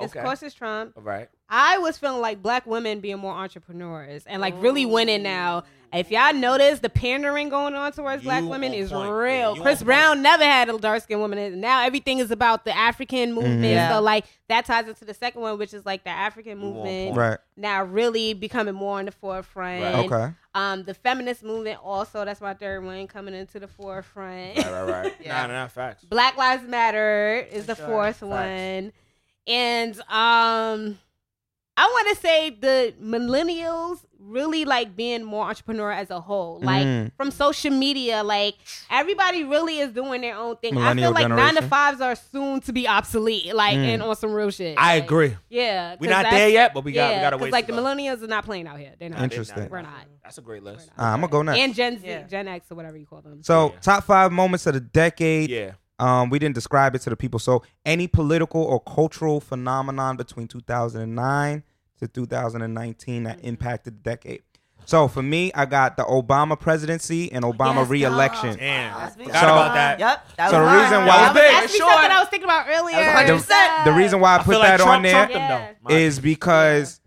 [SPEAKER 5] Okay.
[SPEAKER 4] Of course it's Trump.
[SPEAKER 5] All right.
[SPEAKER 4] I was feeling like black women being more entrepreneurs and like really winning now. If y'all notice, the pandering going on towards
[SPEAKER 5] Oh. You
[SPEAKER 4] black women
[SPEAKER 5] on
[SPEAKER 4] is
[SPEAKER 5] point, yeah,
[SPEAKER 4] real.
[SPEAKER 5] you on
[SPEAKER 4] Chris
[SPEAKER 5] point.
[SPEAKER 4] Brown never had a dark skinned woman. and Now everything is about the African
[SPEAKER 2] Mm-hmm.
[SPEAKER 4] movement.
[SPEAKER 3] Yeah.
[SPEAKER 4] So like that ties into the second one, which is like the African
[SPEAKER 5] You on
[SPEAKER 4] movement
[SPEAKER 5] point.
[SPEAKER 2] Right.
[SPEAKER 4] now really becoming more in the forefront.
[SPEAKER 5] Right. And-
[SPEAKER 2] Okay.
[SPEAKER 4] Um, the feminist movement also. That's my third one coming into the forefront.
[SPEAKER 5] Right, right, right.
[SPEAKER 3] Yeah.
[SPEAKER 5] Nah, nah, nah, facts.
[SPEAKER 4] Black Lives Matter is
[SPEAKER 3] For
[SPEAKER 4] the
[SPEAKER 3] sure.
[SPEAKER 4] fourth one. And um I want to say the millennials really like being more entrepreneur as a whole. Like
[SPEAKER 2] Mm.
[SPEAKER 4] from social media, like everybody really is doing their own thing. I
[SPEAKER 2] Millennial
[SPEAKER 4] feel like nine to
[SPEAKER 2] generation.
[SPEAKER 4] fives are soon to be obsolete, like
[SPEAKER 2] Mm.
[SPEAKER 4] and on some real shit.
[SPEAKER 5] I
[SPEAKER 4] Like,
[SPEAKER 5] agree.
[SPEAKER 4] Yeah,
[SPEAKER 5] We're
[SPEAKER 4] 'cause
[SPEAKER 5] not
[SPEAKER 4] that's-
[SPEAKER 5] there yet, but we got
[SPEAKER 4] yeah,
[SPEAKER 5] we got to
[SPEAKER 4] 'cause,
[SPEAKER 5] wait.
[SPEAKER 4] Like
[SPEAKER 5] to
[SPEAKER 4] the
[SPEAKER 5] go.
[SPEAKER 4] millennials are not playing out here. They're not.
[SPEAKER 2] Interesting.
[SPEAKER 4] We're not.
[SPEAKER 5] That's a great list.
[SPEAKER 4] We're not.
[SPEAKER 2] Uh, I'm gonna go next.
[SPEAKER 4] And Gen Z,
[SPEAKER 3] Yeah.
[SPEAKER 4] Gen X, or whatever you call them.
[SPEAKER 2] So,
[SPEAKER 5] Yeah.
[SPEAKER 2] top five moments of the decade.
[SPEAKER 5] Yeah.
[SPEAKER 2] Um, we didn't describe it to the people. So, any political or cultural phenomenon between 2009 to 2019 that impacted the decade. So, for me, I got the Obama presidency and Obama
[SPEAKER 3] Yes,
[SPEAKER 2] reelection.
[SPEAKER 5] Damn.
[SPEAKER 3] That's
[SPEAKER 5] Forgot
[SPEAKER 3] big.
[SPEAKER 5] about that.
[SPEAKER 3] Yep. That
[SPEAKER 2] So
[SPEAKER 3] was
[SPEAKER 2] the
[SPEAKER 3] mine.
[SPEAKER 2] reason
[SPEAKER 5] why-
[SPEAKER 3] That was
[SPEAKER 5] Big.
[SPEAKER 4] That's
[SPEAKER 3] actually
[SPEAKER 4] something
[SPEAKER 3] something
[SPEAKER 4] I was thinking about earlier.
[SPEAKER 3] That was 100%.
[SPEAKER 2] The reason why I, put that on there
[SPEAKER 4] Trump them,
[SPEAKER 5] though.
[SPEAKER 2] is because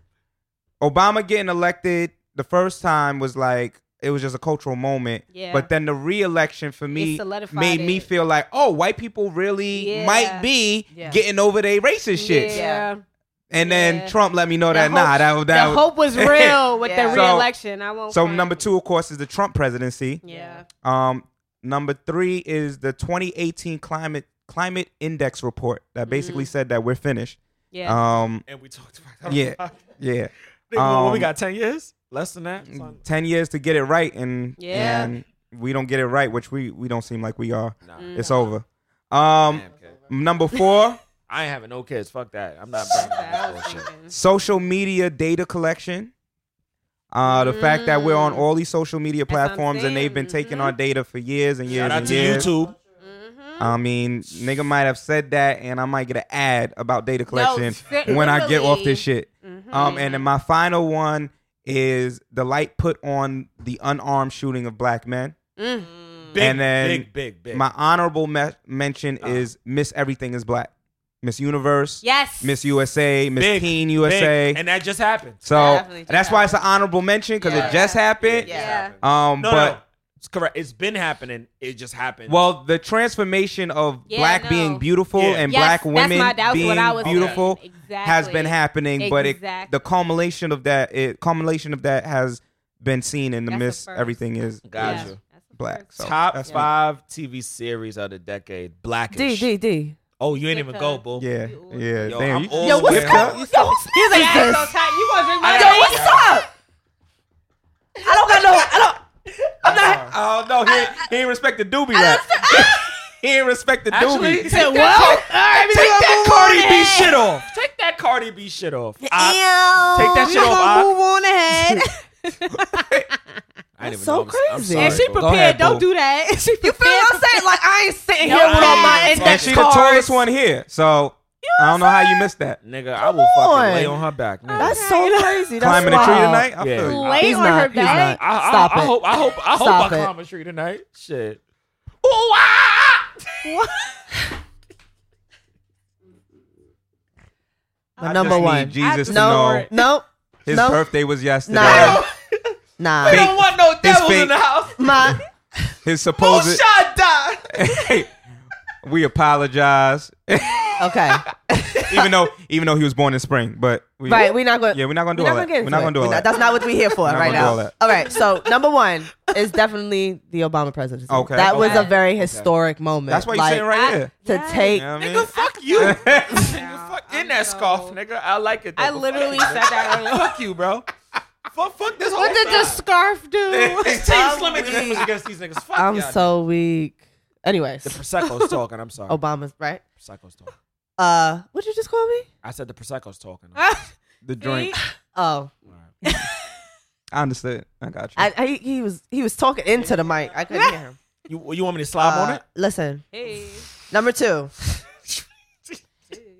[SPEAKER 2] Obama getting elected the first time was like it was just a cultural moment.
[SPEAKER 4] Yeah.
[SPEAKER 2] But then the reelection for me
[SPEAKER 4] solidified
[SPEAKER 2] made me
[SPEAKER 4] it.
[SPEAKER 2] feel like, oh, white people really
[SPEAKER 4] Yeah.
[SPEAKER 2] might be
[SPEAKER 3] Yeah.
[SPEAKER 2] getting over their racist shit.
[SPEAKER 4] Yeah.
[SPEAKER 2] And then
[SPEAKER 4] Yeah.
[SPEAKER 2] Trump let me know that
[SPEAKER 4] hope-
[SPEAKER 2] nah, that was that
[SPEAKER 4] the
[SPEAKER 2] was-
[SPEAKER 4] hope was real with
[SPEAKER 3] Yeah.
[SPEAKER 4] the
[SPEAKER 2] So-
[SPEAKER 4] reelection. I won't.
[SPEAKER 2] So
[SPEAKER 4] front.
[SPEAKER 2] number two, of course, is the Trump presidency.
[SPEAKER 4] Yeah.
[SPEAKER 2] Um, number three is the 2018 climate climate index report that basically said that we're finished.
[SPEAKER 4] Mm-hmm. Yeah.
[SPEAKER 2] Um,
[SPEAKER 5] And we talked
[SPEAKER 2] that.
[SPEAKER 5] about
[SPEAKER 2] Yeah. yeah.
[SPEAKER 5] Nigga, what, we
[SPEAKER 2] Um, Mm.
[SPEAKER 5] got 10 years? Less than that? Son.
[SPEAKER 2] 10 years to get it right and
[SPEAKER 4] Yeah. Mm-hmm.
[SPEAKER 2] and we don't get it right which we we don't seem like we are
[SPEAKER 5] Nah.
[SPEAKER 2] it's over um
[SPEAKER 5] Damn, kid.
[SPEAKER 2] number 4
[SPEAKER 5] I ain't having no kids. Fuck that. I'm not bringing
[SPEAKER 4] I
[SPEAKER 5] that
[SPEAKER 4] was
[SPEAKER 5] bullshit.
[SPEAKER 4] thinking.
[SPEAKER 2] social media data collection uh the fact that we're on all these social media
[SPEAKER 4] Mm. what I'm
[SPEAKER 2] platforms and they've been
[SPEAKER 4] saying. Mm-hmm.
[SPEAKER 2] taking our data for years and years
[SPEAKER 5] Shout out
[SPEAKER 2] and
[SPEAKER 5] to
[SPEAKER 2] years
[SPEAKER 5] YouTube.
[SPEAKER 4] Mhm.
[SPEAKER 2] I mean, nigga might have said that, and I might get an ad about data collection
[SPEAKER 4] seriously.
[SPEAKER 2] when I get off this shit.
[SPEAKER 4] Mm-hmm.
[SPEAKER 2] Um, and then my final one is the light put on the unarmed shooting of black men.
[SPEAKER 5] Big,
[SPEAKER 2] and then
[SPEAKER 5] big, big, big.
[SPEAKER 2] My honorable me- mention
[SPEAKER 5] Uh-huh.
[SPEAKER 2] is Miss Everything is Black, Miss Universe,
[SPEAKER 4] Yes.
[SPEAKER 2] Miss USA, Miss
[SPEAKER 5] big,
[SPEAKER 2] Teen
[SPEAKER 5] big.
[SPEAKER 2] USA.
[SPEAKER 5] And that just happened.
[SPEAKER 2] so
[SPEAKER 3] Yeah, definitely
[SPEAKER 2] and that's why it's an honorable mention because
[SPEAKER 6] Yeah.
[SPEAKER 2] it just happened.
[SPEAKER 3] Yeah.
[SPEAKER 2] Um,
[SPEAKER 5] No,
[SPEAKER 2] but
[SPEAKER 5] no. It's correct. It's been happening. It just happened.
[SPEAKER 2] Well, the transformation of
[SPEAKER 4] Yeah,
[SPEAKER 2] black
[SPEAKER 4] no.
[SPEAKER 2] being beautiful
[SPEAKER 5] Yeah.
[SPEAKER 2] and
[SPEAKER 4] Yes,
[SPEAKER 2] black
[SPEAKER 4] that's
[SPEAKER 2] women
[SPEAKER 4] my- that was
[SPEAKER 2] being
[SPEAKER 4] what I was saying.
[SPEAKER 2] beautiful has
[SPEAKER 4] Exactly.
[SPEAKER 2] been happening, but it,
[SPEAKER 4] Exactly.
[SPEAKER 2] the culmination of that, it, culmination of that has been seen in the
[SPEAKER 4] That's a
[SPEAKER 2] miss.
[SPEAKER 4] first.
[SPEAKER 2] Everything is
[SPEAKER 5] Got
[SPEAKER 2] is
[SPEAKER 5] you.
[SPEAKER 2] black. So
[SPEAKER 5] Top
[SPEAKER 2] that's my-
[SPEAKER 5] five TV series of the decade. Blackish.
[SPEAKER 3] D D D.
[SPEAKER 5] Oh, you ain't even
[SPEAKER 4] Good
[SPEAKER 5] go,
[SPEAKER 4] cut.
[SPEAKER 5] boo.
[SPEAKER 2] Yeah, yeah.
[SPEAKER 5] Yo,
[SPEAKER 2] Damn,
[SPEAKER 5] I'm
[SPEAKER 2] you
[SPEAKER 5] old
[SPEAKER 3] Yo, what's
[SPEAKER 5] Yeah.
[SPEAKER 3] up? Yo, what's he's like
[SPEAKER 4] Ass
[SPEAKER 3] this.
[SPEAKER 4] so tight. You gonna drink my
[SPEAKER 3] Yo, what's up? I don't got no. I don't. I'm not.
[SPEAKER 2] Oh no, he ain't, he ain't respect the doobie rap. he ain't respect the
[SPEAKER 5] Actually,
[SPEAKER 2] doobie.
[SPEAKER 5] take
[SPEAKER 4] Well, all
[SPEAKER 5] that Cardi B shit off. Take that Cardi B shit off. I, take that shit
[SPEAKER 6] We're gonna
[SPEAKER 5] off.
[SPEAKER 6] move
[SPEAKER 5] I,
[SPEAKER 6] on ahead.
[SPEAKER 5] I didn't even
[SPEAKER 3] so
[SPEAKER 5] know. I'm- I'm
[SPEAKER 3] crazy.
[SPEAKER 5] sorry,
[SPEAKER 4] And she
[SPEAKER 5] bro.
[SPEAKER 2] Go
[SPEAKER 4] prepared.
[SPEAKER 2] ahead,
[SPEAKER 4] Don't
[SPEAKER 2] boo.
[SPEAKER 4] do that. She
[SPEAKER 3] You feel what I'm saying? Like I ain't sitting here with all my
[SPEAKER 4] ass.
[SPEAKER 2] And
[SPEAKER 3] index
[SPEAKER 2] she the
[SPEAKER 3] cards.
[SPEAKER 2] tallest one here, so I don't know how you missed that.
[SPEAKER 5] Nigga, I will fucking lay
[SPEAKER 3] on.
[SPEAKER 5] on her back. nigga.
[SPEAKER 3] That's so crazy. That's
[SPEAKER 2] Climbing a tree
[SPEAKER 3] wild.
[SPEAKER 2] tonight. I
[SPEAKER 5] Yeah.
[SPEAKER 2] feel you.
[SPEAKER 4] Lay
[SPEAKER 3] He's
[SPEAKER 4] on
[SPEAKER 3] not,
[SPEAKER 4] her
[SPEAKER 3] he's
[SPEAKER 4] back.
[SPEAKER 3] not.
[SPEAKER 5] I, I,
[SPEAKER 3] Stop
[SPEAKER 5] I
[SPEAKER 3] it.
[SPEAKER 5] hope I hope I hope
[SPEAKER 3] Stop
[SPEAKER 5] I
[SPEAKER 3] it.
[SPEAKER 5] climb a tree tonight. Shit. Ooh, ah!
[SPEAKER 3] My
[SPEAKER 2] I
[SPEAKER 3] number
[SPEAKER 2] just need
[SPEAKER 3] one.
[SPEAKER 2] Jesus to
[SPEAKER 3] no,
[SPEAKER 2] know
[SPEAKER 3] nope,
[SPEAKER 2] his
[SPEAKER 3] No.
[SPEAKER 2] birthday was yesterday.
[SPEAKER 3] Nah. nah.
[SPEAKER 2] Fake-
[SPEAKER 5] Don't want no devils
[SPEAKER 2] fake.
[SPEAKER 5] in the house.
[SPEAKER 3] My
[SPEAKER 2] His
[SPEAKER 5] Oh,
[SPEAKER 2] supposed.
[SPEAKER 5] shot die.
[SPEAKER 2] Hey, we apologize,
[SPEAKER 3] okay.
[SPEAKER 2] even though even though he was born in spring, but we,
[SPEAKER 3] Right, we're not going.
[SPEAKER 2] yeah, we're not gonna do
[SPEAKER 3] we're
[SPEAKER 2] all
[SPEAKER 3] not
[SPEAKER 2] that.
[SPEAKER 3] gonna get
[SPEAKER 2] We're not
[SPEAKER 3] into
[SPEAKER 2] gonna do
[SPEAKER 3] it.
[SPEAKER 2] all
[SPEAKER 3] We're
[SPEAKER 2] that.
[SPEAKER 3] not- That's not what we're here for
[SPEAKER 2] We're not
[SPEAKER 3] right
[SPEAKER 2] gonna do
[SPEAKER 3] now.
[SPEAKER 2] all that.
[SPEAKER 3] all right, so number one is definitely the Obama presidency.
[SPEAKER 2] Okay,
[SPEAKER 3] that was
[SPEAKER 2] okay,
[SPEAKER 3] a very historic moment.
[SPEAKER 2] That's why you're
[SPEAKER 3] like,
[SPEAKER 2] sitting right
[SPEAKER 4] I-
[SPEAKER 2] here.
[SPEAKER 3] To
[SPEAKER 4] Yes.
[SPEAKER 2] You
[SPEAKER 3] take
[SPEAKER 2] know what I
[SPEAKER 5] Nigga,
[SPEAKER 2] mean?
[SPEAKER 5] fuck you.
[SPEAKER 4] No,
[SPEAKER 5] Nigga, fuck
[SPEAKER 4] I'm
[SPEAKER 5] in that
[SPEAKER 4] so-
[SPEAKER 5] scarf, nigga. I like it. Though,
[SPEAKER 4] I
[SPEAKER 5] but
[SPEAKER 4] literally
[SPEAKER 5] fuck
[SPEAKER 4] said
[SPEAKER 5] you,
[SPEAKER 4] that
[SPEAKER 5] nigga.
[SPEAKER 4] earlier.
[SPEAKER 5] Fuck you, bro. Fuck, fuck this whole.
[SPEAKER 4] What did the
[SPEAKER 5] thing.
[SPEAKER 4] scarf do?
[SPEAKER 5] It's Team Slim and Jim was against these niggas. Fuck
[SPEAKER 3] I'm
[SPEAKER 5] y'all,
[SPEAKER 3] so weak.
[SPEAKER 5] nigga. The
[SPEAKER 3] Anyways,
[SPEAKER 5] prosecco's talking. I'm sorry.
[SPEAKER 3] Obama's right.
[SPEAKER 5] Prosecco's talking.
[SPEAKER 3] Uh, what'd you just call me?
[SPEAKER 5] I said the prosecco's talking.
[SPEAKER 2] The drink.
[SPEAKER 3] Oh,
[SPEAKER 2] I understood. I got you.
[SPEAKER 3] I, I, he was he was talking into the mic. I couldn't hear him.
[SPEAKER 5] You you want me to slob on
[SPEAKER 3] Uh,
[SPEAKER 5] it?
[SPEAKER 3] Listen,
[SPEAKER 4] Hey.
[SPEAKER 3] number two.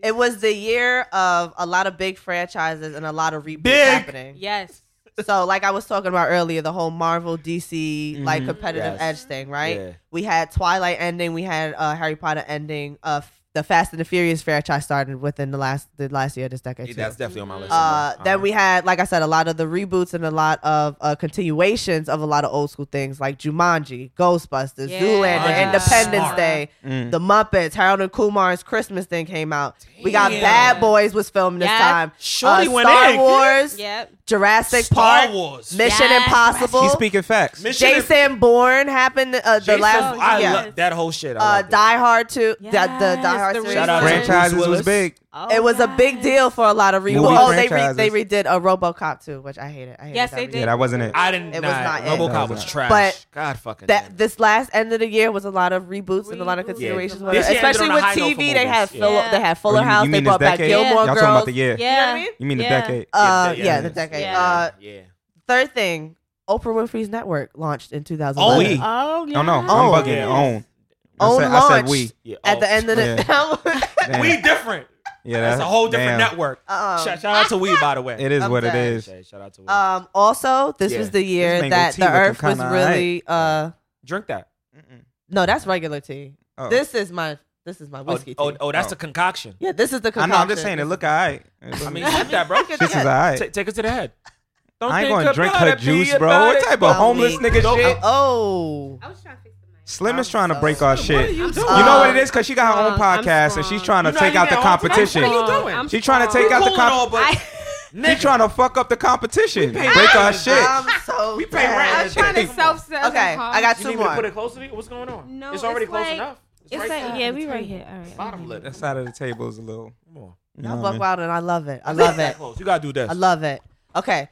[SPEAKER 3] It was the year of a lot of big franchises and a lot of reboots
[SPEAKER 5] Big.
[SPEAKER 3] happening.
[SPEAKER 4] Yes.
[SPEAKER 3] So, like I was talking about earlier, the whole Marvel DC like competitive
[SPEAKER 5] Mm-hmm. Yes.
[SPEAKER 3] edge thing, right?
[SPEAKER 5] Yeah.
[SPEAKER 3] We had Twilight ending, we had uh, Harry Potter ending. Uh, f- the Fast and the Furious franchise started within the last the last year of this decade.
[SPEAKER 5] Yeah,
[SPEAKER 3] too.
[SPEAKER 5] That's definitely on my list.
[SPEAKER 3] Uh,
[SPEAKER 5] All
[SPEAKER 3] then
[SPEAKER 5] right.
[SPEAKER 3] we had, like I said, a lot of the reboots and a lot of uh, continuations of a lot of old school things like Jumanji, Ghostbusters,
[SPEAKER 4] Yeah.
[SPEAKER 3] Zoolander,
[SPEAKER 5] Jumanji's
[SPEAKER 3] Independence
[SPEAKER 5] smart.
[SPEAKER 3] Day,
[SPEAKER 2] Mm.
[SPEAKER 3] The Muppets, Harold and Kumar's Christmas thing came out. We got
[SPEAKER 5] Damn.
[SPEAKER 3] Bad Boys was filmed this
[SPEAKER 4] Yeah.
[SPEAKER 3] time.
[SPEAKER 5] Shorty
[SPEAKER 3] Uh,
[SPEAKER 5] went
[SPEAKER 3] Star
[SPEAKER 5] in.
[SPEAKER 3] Wars,
[SPEAKER 4] Yep.
[SPEAKER 3] Jurassic
[SPEAKER 5] Star
[SPEAKER 3] Park,
[SPEAKER 5] Wars.
[SPEAKER 3] Mission
[SPEAKER 4] Yes.
[SPEAKER 3] Impossible.
[SPEAKER 2] He's speaking facts.
[SPEAKER 5] Mission
[SPEAKER 3] Jason Bourne happened uh, the
[SPEAKER 5] Jason-
[SPEAKER 3] last.
[SPEAKER 5] I
[SPEAKER 3] yeah.
[SPEAKER 5] love that whole shit. I
[SPEAKER 3] uh,
[SPEAKER 5] loved it.
[SPEAKER 3] Die Hard too. the, the
[SPEAKER 4] Yes,
[SPEAKER 3] Die Hard
[SPEAKER 4] the
[SPEAKER 3] series.
[SPEAKER 5] Shout out to
[SPEAKER 4] Franchise.
[SPEAKER 2] Franchises
[SPEAKER 5] Bruce
[SPEAKER 2] was
[SPEAKER 5] Willis.
[SPEAKER 2] big.
[SPEAKER 4] Oh,
[SPEAKER 3] It was a big
[SPEAKER 4] yes.
[SPEAKER 3] deal for a lot of reboots.
[SPEAKER 2] Movie
[SPEAKER 3] Oh, they, re-
[SPEAKER 2] franchises.
[SPEAKER 3] they redid a RoboCop too, which I hated. I hated
[SPEAKER 4] Yes,
[SPEAKER 3] that
[SPEAKER 4] they
[SPEAKER 3] redo.
[SPEAKER 4] did.
[SPEAKER 2] Yeah, that wasn't it.
[SPEAKER 5] I didn't.
[SPEAKER 3] It was
[SPEAKER 5] nah,
[SPEAKER 3] not it.
[SPEAKER 2] That
[SPEAKER 5] RoboCop
[SPEAKER 2] was
[SPEAKER 5] was
[SPEAKER 2] not-
[SPEAKER 5] trash.
[SPEAKER 3] But
[SPEAKER 5] God fucking. damn
[SPEAKER 3] That
[SPEAKER 5] it.
[SPEAKER 3] this last end of the year was a lot of reboots and a lot of
[SPEAKER 4] Reboots.
[SPEAKER 3] continuations,
[SPEAKER 4] Yeah.
[SPEAKER 3] whatever.
[SPEAKER 5] This year ended
[SPEAKER 3] especially
[SPEAKER 5] on a
[SPEAKER 3] with
[SPEAKER 5] high note for
[SPEAKER 3] TV. They had
[SPEAKER 5] movies.
[SPEAKER 3] Phil-
[SPEAKER 4] Yeah.
[SPEAKER 3] they had
[SPEAKER 2] Oh,
[SPEAKER 3] Fuller
[SPEAKER 2] you-
[SPEAKER 3] House.
[SPEAKER 2] you
[SPEAKER 3] They
[SPEAKER 2] mean this
[SPEAKER 3] brought back
[SPEAKER 2] decade?
[SPEAKER 3] Gilmore
[SPEAKER 2] Y'all
[SPEAKER 3] Girls.
[SPEAKER 2] talking about the year?
[SPEAKER 4] Yeah.
[SPEAKER 3] You know what I mean?
[SPEAKER 2] You mean
[SPEAKER 4] Yeah.
[SPEAKER 2] the decade?
[SPEAKER 3] Uh, yeah,
[SPEAKER 5] yeah,
[SPEAKER 3] the
[SPEAKER 5] yeah.
[SPEAKER 3] decade.
[SPEAKER 4] Yeah.
[SPEAKER 3] Uh,
[SPEAKER 5] yeah.
[SPEAKER 3] third thing, Oprah Winfrey's network launched in 2011.
[SPEAKER 5] Oh, we.
[SPEAKER 4] Oh,
[SPEAKER 2] No,
[SPEAKER 4] yeah.
[SPEAKER 2] no,
[SPEAKER 3] Oh.
[SPEAKER 2] I'm bugging.
[SPEAKER 5] Yeah.
[SPEAKER 2] Own, I
[SPEAKER 3] Own
[SPEAKER 2] said, I said
[SPEAKER 3] launched
[SPEAKER 2] we.
[SPEAKER 5] Yeah,
[SPEAKER 3] at
[SPEAKER 5] oh,
[SPEAKER 3] the end of the.
[SPEAKER 2] Damn.
[SPEAKER 5] We different.
[SPEAKER 2] Yeah,
[SPEAKER 5] That's a whole
[SPEAKER 2] damn.
[SPEAKER 5] different network.
[SPEAKER 3] Um,
[SPEAKER 5] shout, shout out to We, by the way.
[SPEAKER 2] It is
[SPEAKER 3] I'm
[SPEAKER 2] what
[SPEAKER 3] done.
[SPEAKER 2] it is.
[SPEAKER 5] Shout shout out to We.
[SPEAKER 3] Um, also, this
[SPEAKER 5] Yeah.
[SPEAKER 3] was the
[SPEAKER 2] This
[SPEAKER 3] year
[SPEAKER 2] mango
[SPEAKER 3] that
[SPEAKER 2] tea
[SPEAKER 3] the
[SPEAKER 2] looking
[SPEAKER 3] Earth was
[SPEAKER 2] kinda
[SPEAKER 3] really. Uh,
[SPEAKER 5] Drink that.
[SPEAKER 3] no, that's regular tea.
[SPEAKER 2] Oh.
[SPEAKER 3] This is my. This is my
[SPEAKER 5] Oh,
[SPEAKER 3] whiskey
[SPEAKER 5] oh,
[SPEAKER 3] tea.
[SPEAKER 5] oh, that's
[SPEAKER 2] Oh.
[SPEAKER 5] the concoction.
[SPEAKER 3] Yeah, this is the.
[SPEAKER 2] I
[SPEAKER 3] Concoction.
[SPEAKER 2] know. I'm just saying it.
[SPEAKER 3] This
[SPEAKER 2] Look, alright.
[SPEAKER 5] I mean, drink that, bro.
[SPEAKER 2] this is alright.
[SPEAKER 5] Ta- take it to the head. Don't
[SPEAKER 2] I ain't
[SPEAKER 5] think
[SPEAKER 2] gonna drink
[SPEAKER 5] about
[SPEAKER 2] her
[SPEAKER 5] it, be
[SPEAKER 2] juice, bro.
[SPEAKER 5] about
[SPEAKER 2] What
[SPEAKER 5] it.
[SPEAKER 2] type
[SPEAKER 3] I'm
[SPEAKER 2] of homeless
[SPEAKER 3] weak.
[SPEAKER 2] nigga shit?
[SPEAKER 3] Oh.
[SPEAKER 4] I was trying to fix the mic.
[SPEAKER 2] Slim is
[SPEAKER 3] I'm
[SPEAKER 2] trying to
[SPEAKER 3] so-
[SPEAKER 2] break our
[SPEAKER 5] What are
[SPEAKER 2] shit. You
[SPEAKER 5] you
[SPEAKER 4] I'm
[SPEAKER 5] doing?
[SPEAKER 4] sorry.
[SPEAKER 2] know what it is? Cause she got her own
[SPEAKER 4] Um, I'm
[SPEAKER 2] podcast and
[SPEAKER 4] strong.
[SPEAKER 2] she's trying to
[SPEAKER 5] You're not
[SPEAKER 2] take out the
[SPEAKER 5] even on time.
[SPEAKER 2] competition.
[SPEAKER 5] What are you doing?
[SPEAKER 4] I'm
[SPEAKER 2] She trying to
[SPEAKER 4] strong.
[SPEAKER 2] take out the
[SPEAKER 5] Cool and all,
[SPEAKER 2] comp.
[SPEAKER 5] but
[SPEAKER 2] She
[SPEAKER 5] nigga,
[SPEAKER 2] trying to fuck up the competition.
[SPEAKER 5] pay
[SPEAKER 2] Break our
[SPEAKER 5] rent.
[SPEAKER 2] shit.
[SPEAKER 3] I'm so.
[SPEAKER 5] We pay rent.
[SPEAKER 4] I'm trying to self serve.
[SPEAKER 3] Okay, I got
[SPEAKER 5] you
[SPEAKER 3] two
[SPEAKER 5] need me to put
[SPEAKER 3] more.
[SPEAKER 5] it closer to you? What's going on?
[SPEAKER 4] No,
[SPEAKER 5] it's already
[SPEAKER 4] it's
[SPEAKER 5] close
[SPEAKER 4] like-
[SPEAKER 5] enough. It's,
[SPEAKER 4] It's
[SPEAKER 5] right there.
[SPEAKER 4] like, yeah, we right here. All right.
[SPEAKER 5] bottom lip.
[SPEAKER 2] That side of the table is a little.
[SPEAKER 5] Come on.
[SPEAKER 2] You know
[SPEAKER 3] Y'all
[SPEAKER 2] what I
[SPEAKER 3] buck
[SPEAKER 2] mean?
[SPEAKER 3] wild and I love it. I love
[SPEAKER 5] That
[SPEAKER 3] it.
[SPEAKER 5] close. You gotta do this.
[SPEAKER 3] I love it. Okay,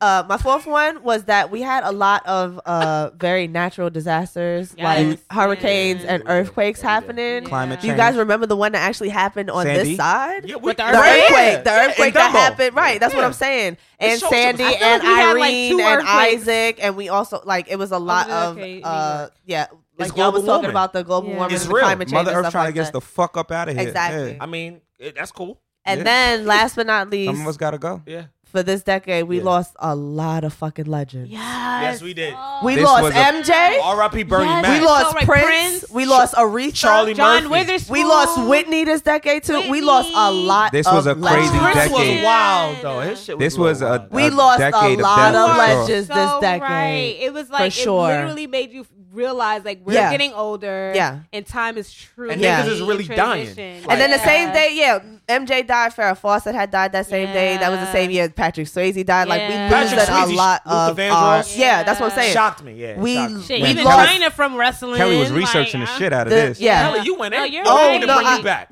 [SPEAKER 3] Uh, my fourth one was that we had a lot of uh, very natural disasters like
[SPEAKER 4] Yes.
[SPEAKER 3] hurricanes and earthquakes happening.
[SPEAKER 2] Climate
[SPEAKER 3] Do you guys
[SPEAKER 2] change.
[SPEAKER 3] remember the one that actually happened on
[SPEAKER 2] Sandy?
[SPEAKER 3] this side?
[SPEAKER 5] Yeah, we,
[SPEAKER 4] With the
[SPEAKER 3] The
[SPEAKER 4] Right,
[SPEAKER 3] earthquake,
[SPEAKER 5] yeah,
[SPEAKER 3] the
[SPEAKER 5] yeah, in
[SPEAKER 3] earthquake that
[SPEAKER 5] Dumbo.
[SPEAKER 3] happened, right? That's what
[SPEAKER 5] Yeah.
[SPEAKER 3] I'm saying. And
[SPEAKER 5] showed some-
[SPEAKER 3] Sandy
[SPEAKER 4] I feel
[SPEAKER 3] and
[SPEAKER 4] like we had, like,
[SPEAKER 3] Irene
[SPEAKER 4] two
[SPEAKER 3] and
[SPEAKER 4] earthquakes.
[SPEAKER 3] Isaac, and we also like it was a lot
[SPEAKER 4] Over
[SPEAKER 3] of
[SPEAKER 4] there, okay, New
[SPEAKER 3] uh,
[SPEAKER 4] York.
[SPEAKER 3] yeah, like y'all
[SPEAKER 2] global
[SPEAKER 3] was talking
[SPEAKER 2] warming.
[SPEAKER 3] about the global
[SPEAKER 4] Yeah.
[SPEAKER 3] warming,
[SPEAKER 2] It's
[SPEAKER 3] and the
[SPEAKER 2] real.
[SPEAKER 3] climate change,
[SPEAKER 2] Mother
[SPEAKER 3] and
[SPEAKER 2] Earth
[SPEAKER 3] stuff
[SPEAKER 2] trying to
[SPEAKER 3] like
[SPEAKER 2] get us
[SPEAKER 3] that.
[SPEAKER 2] the fuck up out of here.
[SPEAKER 3] Exactly.
[SPEAKER 2] Yeah.
[SPEAKER 5] I mean, it, that's cool.
[SPEAKER 3] And
[SPEAKER 2] Yeah.
[SPEAKER 3] then last but not least,
[SPEAKER 2] Some of us gotta go.
[SPEAKER 5] Yeah.
[SPEAKER 3] for this decade, we
[SPEAKER 5] Yeah.
[SPEAKER 3] lost a lot of fucking legends.
[SPEAKER 5] Yes, we did.
[SPEAKER 3] We
[SPEAKER 2] This
[SPEAKER 3] lost
[SPEAKER 2] was a-
[SPEAKER 3] MJ.
[SPEAKER 5] R.I.P. Bernie
[SPEAKER 4] Yes.
[SPEAKER 5] Mac.
[SPEAKER 3] we lost
[SPEAKER 4] So, like,
[SPEAKER 3] Prince,
[SPEAKER 4] Prince,
[SPEAKER 3] We lost Aretha.
[SPEAKER 5] Charlie
[SPEAKER 4] John
[SPEAKER 5] Murphy.
[SPEAKER 4] Witherspoon.
[SPEAKER 3] We lost Whitney this decade too. We lost a
[SPEAKER 4] Whitney.
[SPEAKER 3] lot.
[SPEAKER 2] This was
[SPEAKER 3] of
[SPEAKER 2] a crazy
[SPEAKER 3] legends.
[SPEAKER 5] Prince was
[SPEAKER 2] decade.
[SPEAKER 5] wild though. His shit was
[SPEAKER 2] This was a,
[SPEAKER 5] wild.
[SPEAKER 3] We
[SPEAKER 2] a
[SPEAKER 3] lost a
[SPEAKER 2] decade
[SPEAKER 3] lot
[SPEAKER 2] of, death
[SPEAKER 3] of
[SPEAKER 2] for sure.
[SPEAKER 3] legends. just this decade.
[SPEAKER 4] Right. It was like
[SPEAKER 3] sure.
[SPEAKER 4] it literally made you realize like we're
[SPEAKER 3] Yeah.
[SPEAKER 4] getting older.
[SPEAKER 3] Yeah.
[SPEAKER 4] And time is true.
[SPEAKER 5] And
[SPEAKER 3] niggas
[SPEAKER 5] is really dying.
[SPEAKER 3] And then the
[SPEAKER 4] uh,
[SPEAKER 3] same day, yeah, MJ died. Farrah Fawcett had died that same day. That was the same year Patrick Swayze died. Like we
[SPEAKER 4] Yeah.
[SPEAKER 3] lose
[SPEAKER 4] Patrick
[SPEAKER 3] a
[SPEAKER 5] Swayze,
[SPEAKER 3] lot
[SPEAKER 5] Luther
[SPEAKER 3] of our,
[SPEAKER 5] Vandross.
[SPEAKER 3] yeah. That's what I'm saying.
[SPEAKER 5] Shocked me. Yeah.
[SPEAKER 3] We-
[SPEAKER 5] shocked me.
[SPEAKER 4] Shit,
[SPEAKER 2] Man,
[SPEAKER 4] even
[SPEAKER 2] Kelly-
[SPEAKER 4] China from wrestling.
[SPEAKER 2] Kelly was researching
[SPEAKER 4] like,
[SPEAKER 2] the shit out of
[SPEAKER 3] the-
[SPEAKER 2] this.
[SPEAKER 3] yeah.
[SPEAKER 5] Kelly, you went in.
[SPEAKER 4] No, you're
[SPEAKER 5] oh,
[SPEAKER 4] right.
[SPEAKER 5] to
[SPEAKER 3] No,
[SPEAKER 5] bring
[SPEAKER 3] I-
[SPEAKER 5] you back.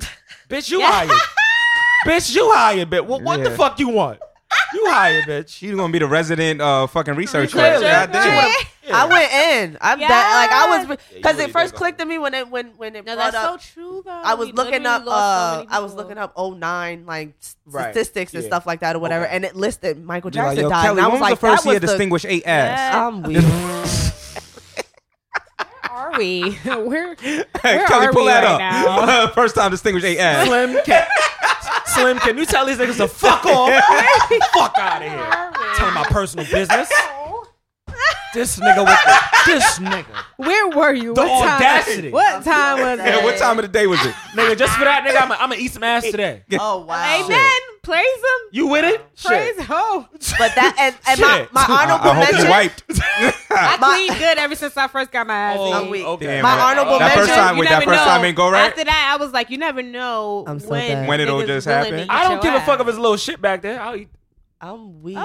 [SPEAKER 5] bitch, you hired. bitch, you hired. Bitch, what, what the
[SPEAKER 2] Yeah.
[SPEAKER 5] fuck you want? You hired, bitch.
[SPEAKER 2] She's gonna be the resident uh, fucking researcher.
[SPEAKER 5] Researcher,
[SPEAKER 2] God damn.
[SPEAKER 5] right.
[SPEAKER 3] I went in. I'm that like I was
[SPEAKER 5] you
[SPEAKER 3] because
[SPEAKER 5] really
[SPEAKER 3] it first
[SPEAKER 5] did.
[SPEAKER 3] clicked to me when it when when it
[SPEAKER 4] No,
[SPEAKER 3] brought
[SPEAKER 4] that's
[SPEAKER 3] up.
[SPEAKER 4] so true though.
[SPEAKER 3] I was
[SPEAKER 4] We
[SPEAKER 3] looking
[SPEAKER 4] literally
[SPEAKER 3] up.
[SPEAKER 4] lost so
[SPEAKER 3] Uh,
[SPEAKER 4] many
[SPEAKER 3] I was
[SPEAKER 4] people.
[SPEAKER 3] looking up 09 like s-
[SPEAKER 5] Right.
[SPEAKER 3] statistics and
[SPEAKER 5] Yeah.
[SPEAKER 3] stuff like that or whatever,
[SPEAKER 5] Okay.
[SPEAKER 3] and it listed Michael
[SPEAKER 2] You're like,
[SPEAKER 3] Jackson
[SPEAKER 2] yo,
[SPEAKER 3] died.
[SPEAKER 2] Kelly,
[SPEAKER 3] and I
[SPEAKER 2] when
[SPEAKER 3] was
[SPEAKER 2] was
[SPEAKER 3] like,
[SPEAKER 2] the first
[SPEAKER 3] that
[SPEAKER 2] year
[SPEAKER 3] was the.
[SPEAKER 2] distinguished eight ass?
[SPEAKER 3] I'm weird.
[SPEAKER 4] Are we? We're
[SPEAKER 2] Hey,
[SPEAKER 4] where
[SPEAKER 2] Kelly,
[SPEAKER 4] are
[SPEAKER 2] pull
[SPEAKER 4] we
[SPEAKER 2] that
[SPEAKER 4] right
[SPEAKER 2] up.
[SPEAKER 4] now?
[SPEAKER 2] first time distinguished eight ass.
[SPEAKER 5] Slim, can, Slim, can you tell these niggas to fuck off? fuck out of here. Tell my personal business. This nigga with the, this nigga.
[SPEAKER 4] Where were you?
[SPEAKER 5] The
[SPEAKER 4] what
[SPEAKER 5] audacity.
[SPEAKER 4] Time, what time was it?
[SPEAKER 2] Yeah, what time of the day was it?
[SPEAKER 5] Nigga, just for that nigga, I'm gonna eat some ass today.
[SPEAKER 3] oh wow.
[SPEAKER 4] Amen. Praise him.
[SPEAKER 5] You with it?
[SPEAKER 4] Praise ho.
[SPEAKER 3] But that and, and my,
[SPEAKER 5] Shit.
[SPEAKER 3] my
[SPEAKER 2] I,
[SPEAKER 3] honorable
[SPEAKER 2] I hope
[SPEAKER 3] mention.
[SPEAKER 2] you wiped.
[SPEAKER 4] I
[SPEAKER 3] My-
[SPEAKER 4] cleaned good ever since I first got my eyes.
[SPEAKER 5] Oh,
[SPEAKER 4] in.
[SPEAKER 3] I'm weak.
[SPEAKER 5] okay.
[SPEAKER 2] Damn,
[SPEAKER 3] My
[SPEAKER 2] right.
[SPEAKER 3] honorable
[SPEAKER 2] that first
[SPEAKER 3] mention,
[SPEAKER 2] time,
[SPEAKER 4] you
[SPEAKER 2] wait, that
[SPEAKER 4] never
[SPEAKER 2] first
[SPEAKER 4] know.
[SPEAKER 2] time ain't go right.
[SPEAKER 4] After that, I was like, you never know
[SPEAKER 3] I'm so
[SPEAKER 4] when,
[SPEAKER 3] bad.
[SPEAKER 2] When it'll
[SPEAKER 4] niggas
[SPEAKER 2] just
[SPEAKER 4] really
[SPEAKER 2] happen.
[SPEAKER 4] eat
[SPEAKER 5] I
[SPEAKER 4] your
[SPEAKER 5] don't give a
[SPEAKER 4] ass.
[SPEAKER 5] fuck if it's little shit back there. I'll eat.
[SPEAKER 3] I'm weak.
[SPEAKER 4] Okay.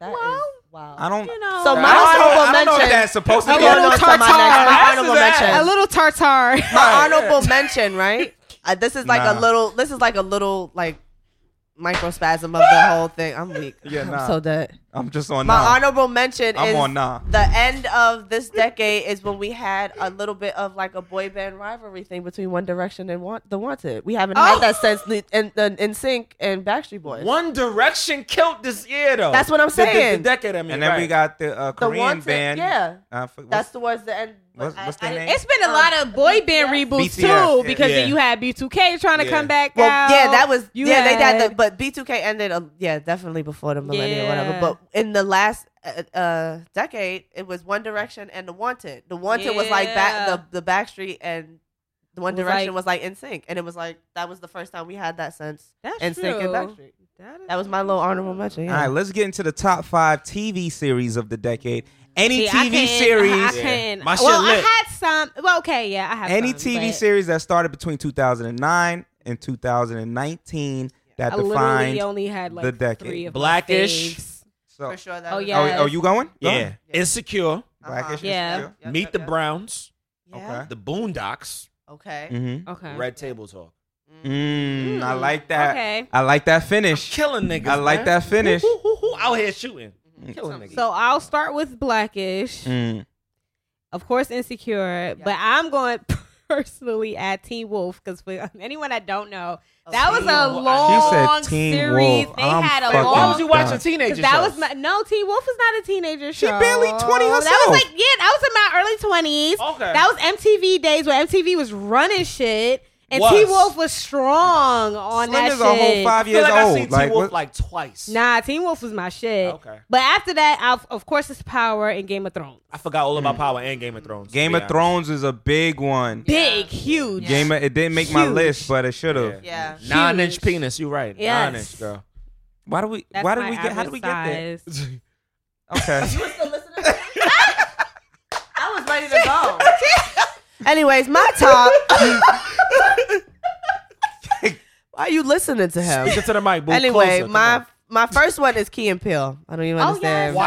[SPEAKER 3] That is
[SPEAKER 4] well,
[SPEAKER 3] wow.
[SPEAKER 2] I don't.
[SPEAKER 4] you know.
[SPEAKER 3] So my
[SPEAKER 5] I don't know-
[SPEAKER 3] honorable
[SPEAKER 2] I don't know if
[SPEAKER 3] mention.
[SPEAKER 2] that's supposed to
[SPEAKER 4] A
[SPEAKER 2] be.
[SPEAKER 4] little
[SPEAKER 3] on to my next-
[SPEAKER 4] tartare.
[SPEAKER 3] My
[SPEAKER 5] Ass
[SPEAKER 3] honorable
[SPEAKER 5] is ass.
[SPEAKER 3] mention.
[SPEAKER 4] a little tartar.
[SPEAKER 3] my honorable mention, right? Uh, this is like a
[SPEAKER 2] Nah.
[SPEAKER 3] little. This is like a little like microspasm of the whole thing. I'm weak.
[SPEAKER 2] Yeah,
[SPEAKER 3] I'm
[SPEAKER 2] nah.
[SPEAKER 3] so dead.
[SPEAKER 2] I'm just on.
[SPEAKER 3] My
[SPEAKER 2] nah.
[SPEAKER 3] honorable mention
[SPEAKER 2] I'm
[SPEAKER 3] is
[SPEAKER 2] on nah.
[SPEAKER 3] the end of this decade is when we had a little bit of like a boy band rivalry thing between One Direction and want, the Wanted. We haven't
[SPEAKER 5] Oh.
[SPEAKER 3] had that since the in, the in Sync and Backstreet Boys.
[SPEAKER 5] One Direction killed this year though.
[SPEAKER 3] That's what I'm
[SPEAKER 5] The- the- The,
[SPEAKER 3] saying.
[SPEAKER 5] decade, I mean.
[SPEAKER 2] And then we
[SPEAKER 5] right.
[SPEAKER 2] got the uh,
[SPEAKER 3] the
[SPEAKER 2] Korean
[SPEAKER 3] Wanted,
[SPEAKER 2] band.
[SPEAKER 3] yeah,
[SPEAKER 2] Uh, for-
[SPEAKER 3] that's
[SPEAKER 2] what's-
[SPEAKER 3] towards the end.
[SPEAKER 2] what's-
[SPEAKER 3] I-
[SPEAKER 2] what's their
[SPEAKER 3] I-
[SPEAKER 2] name?
[SPEAKER 4] It's been a lot of boy band
[SPEAKER 2] BTS,
[SPEAKER 4] reboots too,
[SPEAKER 2] yeah.
[SPEAKER 4] because
[SPEAKER 5] Yeah.
[SPEAKER 4] then you had B2K trying to
[SPEAKER 5] Yeah.
[SPEAKER 4] come back
[SPEAKER 3] Well,
[SPEAKER 4] out.
[SPEAKER 3] yeah, that was
[SPEAKER 4] You
[SPEAKER 3] yeah. They had
[SPEAKER 4] had-
[SPEAKER 3] the but B2K ended uh, yeah definitely before the millennium or
[SPEAKER 4] Yeah.
[SPEAKER 3] whatever. But in the last uh, uh, decade, it was One Direction and the Wanted. The Wanted was like back
[SPEAKER 4] Yeah.
[SPEAKER 3] the the Backstreet and the One
[SPEAKER 4] Was
[SPEAKER 3] Direction
[SPEAKER 4] like-
[SPEAKER 3] was like in sync, and it was like that was the first time we had that since
[SPEAKER 4] That's
[SPEAKER 3] in sync and
[SPEAKER 4] true.
[SPEAKER 3] Backstreet.
[SPEAKER 4] is-
[SPEAKER 3] That was my little honorable mention.
[SPEAKER 2] All
[SPEAKER 3] Yeah.
[SPEAKER 2] right, let's get into the top five TV series of the decade. Any
[SPEAKER 4] See, I
[SPEAKER 2] TV
[SPEAKER 4] couldn't- I
[SPEAKER 2] series,
[SPEAKER 4] couldn't.
[SPEAKER 5] My shit
[SPEAKER 4] well,
[SPEAKER 5] lit.
[SPEAKER 4] I had some. Well, okay, yeah, I have
[SPEAKER 2] any
[SPEAKER 4] some,
[SPEAKER 2] TV
[SPEAKER 4] but
[SPEAKER 2] series that started between 2009 and 2019 that
[SPEAKER 4] I
[SPEAKER 2] defined.
[SPEAKER 4] literally only had like
[SPEAKER 2] the decade.
[SPEAKER 4] Three of my
[SPEAKER 5] Blackish.
[SPEAKER 4] faves.
[SPEAKER 2] so,
[SPEAKER 3] For sure. That
[SPEAKER 4] Oh,
[SPEAKER 3] was-
[SPEAKER 4] yeah.
[SPEAKER 2] oh, oh, you going? Go
[SPEAKER 5] Yeah.
[SPEAKER 2] on.
[SPEAKER 5] Insecure.
[SPEAKER 2] Blackish.
[SPEAKER 3] Uh-huh.
[SPEAKER 4] Yeah.
[SPEAKER 3] Yep, yep,
[SPEAKER 5] Meet
[SPEAKER 3] yep,
[SPEAKER 5] the
[SPEAKER 3] yep.
[SPEAKER 5] Browns.
[SPEAKER 3] Yeah.
[SPEAKER 5] The Boondocks.
[SPEAKER 3] Okay.
[SPEAKER 2] Mm-hmm.
[SPEAKER 4] Okay.
[SPEAKER 5] Red Table Talk.
[SPEAKER 2] Mm, I
[SPEAKER 4] Mm,
[SPEAKER 2] like that.
[SPEAKER 4] okay.
[SPEAKER 2] I like that finish.
[SPEAKER 5] Killing niggas.
[SPEAKER 2] I like
[SPEAKER 5] man.
[SPEAKER 2] that finish.
[SPEAKER 5] Who, who, who, who out here shooting? Mm-hmm. Killing niggas.
[SPEAKER 4] So I'll start with Blackish,
[SPEAKER 2] Mm.
[SPEAKER 4] of course, Insecure, but I'm going to personally add Teen Wolf because for anyone that don't know, that was a
[SPEAKER 5] Teen Wolf.
[SPEAKER 2] She said
[SPEAKER 4] long
[SPEAKER 2] Teen
[SPEAKER 4] series.
[SPEAKER 2] Wolf.
[SPEAKER 4] They
[SPEAKER 2] I'm
[SPEAKER 4] had a
[SPEAKER 2] fucking
[SPEAKER 4] long.
[SPEAKER 5] Why was you watching
[SPEAKER 2] God.
[SPEAKER 5] teenagers?
[SPEAKER 4] That was my no. Teen Wolf was not a teenager
[SPEAKER 2] She
[SPEAKER 4] show.
[SPEAKER 2] barely 20
[SPEAKER 4] That
[SPEAKER 2] herself.
[SPEAKER 4] was like yeah. That was in my early twenties.
[SPEAKER 5] Okay.
[SPEAKER 4] That was MTV days where MTV was running shit, and
[SPEAKER 5] Was.
[SPEAKER 4] Teen Wolf was strong on
[SPEAKER 2] Slim
[SPEAKER 4] that
[SPEAKER 2] is a
[SPEAKER 4] shit.
[SPEAKER 2] whole five
[SPEAKER 5] I feel
[SPEAKER 2] years
[SPEAKER 5] like I
[SPEAKER 2] old.
[SPEAKER 5] seen
[SPEAKER 2] like,
[SPEAKER 5] T Wolf
[SPEAKER 2] what-
[SPEAKER 5] like twice.
[SPEAKER 4] Nah, Teen Wolf was my shit.
[SPEAKER 5] Okay.
[SPEAKER 4] But after that, I've, of course, it's Power and Game of Thrones.
[SPEAKER 5] I forgot all about Power and Game of Thrones.
[SPEAKER 2] Game
[SPEAKER 5] to
[SPEAKER 2] of
[SPEAKER 5] be
[SPEAKER 2] Thrones is a big one.
[SPEAKER 4] Big, huge.
[SPEAKER 2] Game of, it didn't make my
[SPEAKER 4] Huge.
[SPEAKER 2] list, but it should have.
[SPEAKER 5] honest.
[SPEAKER 3] Yeah.
[SPEAKER 5] Nine
[SPEAKER 4] Huge.
[SPEAKER 5] inch penis. You right.
[SPEAKER 4] Yes.
[SPEAKER 5] Nine inch girl.
[SPEAKER 2] Why do we?
[SPEAKER 4] That's
[SPEAKER 2] why did
[SPEAKER 4] my
[SPEAKER 2] we get? How did
[SPEAKER 4] average
[SPEAKER 2] we get there?
[SPEAKER 4] size.
[SPEAKER 2] Okay.
[SPEAKER 3] You were still listening? I was ready to go. Anyways, my top. Why are you listening to him?
[SPEAKER 5] Get to the mic. Boo.
[SPEAKER 3] anyway,
[SPEAKER 5] Closer. Come
[SPEAKER 3] my
[SPEAKER 5] on.
[SPEAKER 3] my first one is Key and Peele. I don't even
[SPEAKER 4] Oh,
[SPEAKER 3] understand.
[SPEAKER 4] yes.
[SPEAKER 5] Wow.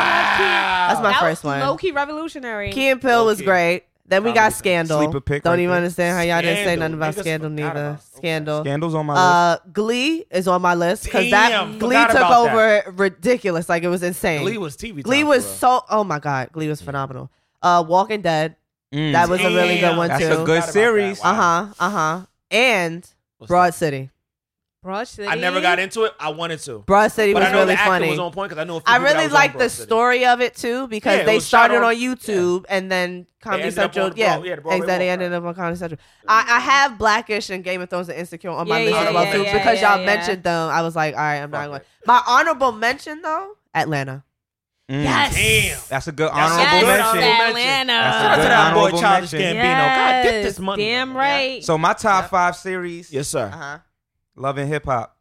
[SPEAKER 3] That's my
[SPEAKER 4] That
[SPEAKER 3] first
[SPEAKER 4] was
[SPEAKER 3] one.
[SPEAKER 4] Low key revolutionary.
[SPEAKER 3] Key and Peele was
[SPEAKER 5] Low-key.
[SPEAKER 3] great. Then we got
[SPEAKER 2] Probably
[SPEAKER 3] Scandal.
[SPEAKER 2] sleeper pick
[SPEAKER 3] Don't
[SPEAKER 2] right
[SPEAKER 3] even
[SPEAKER 2] there.
[SPEAKER 3] understand how y'all didn't say
[SPEAKER 5] Scandal.
[SPEAKER 3] nothing about
[SPEAKER 5] Niggas
[SPEAKER 3] Scandal
[SPEAKER 5] forgot
[SPEAKER 3] neither.
[SPEAKER 5] about- okay.
[SPEAKER 3] Scandal.
[SPEAKER 2] Scandals on my list.
[SPEAKER 3] Uh, Glee is on my list because that
[SPEAKER 5] Damn,
[SPEAKER 3] Glee
[SPEAKER 5] forgot
[SPEAKER 3] took
[SPEAKER 5] about
[SPEAKER 3] over ridiculous. Like it was insane.
[SPEAKER 5] Glee was TV.
[SPEAKER 3] Glee
[SPEAKER 5] time
[SPEAKER 3] was
[SPEAKER 5] for us.
[SPEAKER 3] so. Oh my god, Glee was phenomenal. Uh, Walking Dead.
[SPEAKER 2] Mm.
[SPEAKER 3] That was a really good
[SPEAKER 5] Damn.
[SPEAKER 3] one
[SPEAKER 2] That's a good
[SPEAKER 3] too.
[SPEAKER 5] Forgot about that.
[SPEAKER 2] series.
[SPEAKER 5] Wow.
[SPEAKER 3] Uh huh. Uh huh. And
[SPEAKER 5] What's
[SPEAKER 3] Broad City.
[SPEAKER 4] Broad City.
[SPEAKER 5] that? I never got into it. I wanted to.
[SPEAKER 3] Broad City
[SPEAKER 5] but
[SPEAKER 3] was
[SPEAKER 5] I know
[SPEAKER 3] really
[SPEAKER 5] the acting
[SPEAKER 3] funny.
[SPEAKER 5] was on point because I know. a few
[SPEAKER 3] I
[SPEAKER 5] people that
[SPEAKER 3] really
[SPEAKER 5] was on
[SPEAKER 3] like the
[SPEAKER 5] Broad City.
[SPEAKER 3] story of it too because
[SPEAKER 5] Yeah, it
[SPEAKER 3] they
[SPEAKER 5] was shot
[SPEAKER 3] started on,
[SPEAKER 5] on-
[SPEAKER 3] YouTube and then Comedy
[SPEAKER 5] ended up
[SPEAKER 3] Central.
[SPEAKER 5] on the
[SPEAKER 3] yeah,
[SPEAKER 5] Broad- yeah, the Broadway
[SPEAKER 3] exactly. They
[SPEAKER 5] Walk, Mm-hmm.
[SPEAKER 3] ended up on Comedy Central. I, I have Blackish and Game of Thrones and Insecure on my
[SPEAKER 4] Yeah,
[SPEAKER 3] list
[SPEAKER 5] yeah,
[SPEAKER 3] as well
[SPEAKER 5] yeah,
[SPEAKER 3] too
[SPEAKER 5] yeah,
[SPEAKER 3] because
[SPEAKER 4] yeah,
[SPEAKER 3] y'all
[SPEAKER 4] yeah.
[SPEAKER 3] mentioned them. I was like, all right, I'm not
[SPEAKER 5] Fuck
[SPEAKER 3] going.
[SPEAKER 5] it.
[SPEAKER 3] My honorable mention though, Atlanta.
[SPEAKER 2] Mm.
[SPEAKER 6] Yes.
[SPEAKER 5] Damn.
[SPEAKER 2] That's a good
[SPEAKER 5] That's a
[SPEAKER 2] honorable
[SPEAKER 5] good
[SPEAKER 2] mention. That's a
[SPEAKER 5] honorable Shout out
[SPEAKER 2] good
[SPEAKER 5] to that boy
[SPEAKER 2] honorable
[SPEAKER 5] Childish
[SPEAKER 2] mention.
[SPEAKER 5] Gambino.
[SPEAKER 4] Yes.
[SPEAKER 5] God, get this money.
[SPEAKER 4] Damn
[SPEAKER 5] man.
[SPEAKER 4] right.
[SPEAKER 2] So my top
[SPEAKER 5] Yep.
[SPEAKER 2] five series,
[SPEAKER 5] Yes, sir.
[SPEAKER 3] Uh
[SPEAKER 4] Uh-huh.
[SPEAKER 3] huh.
[SPEAKER 2] Love and Hip Hop.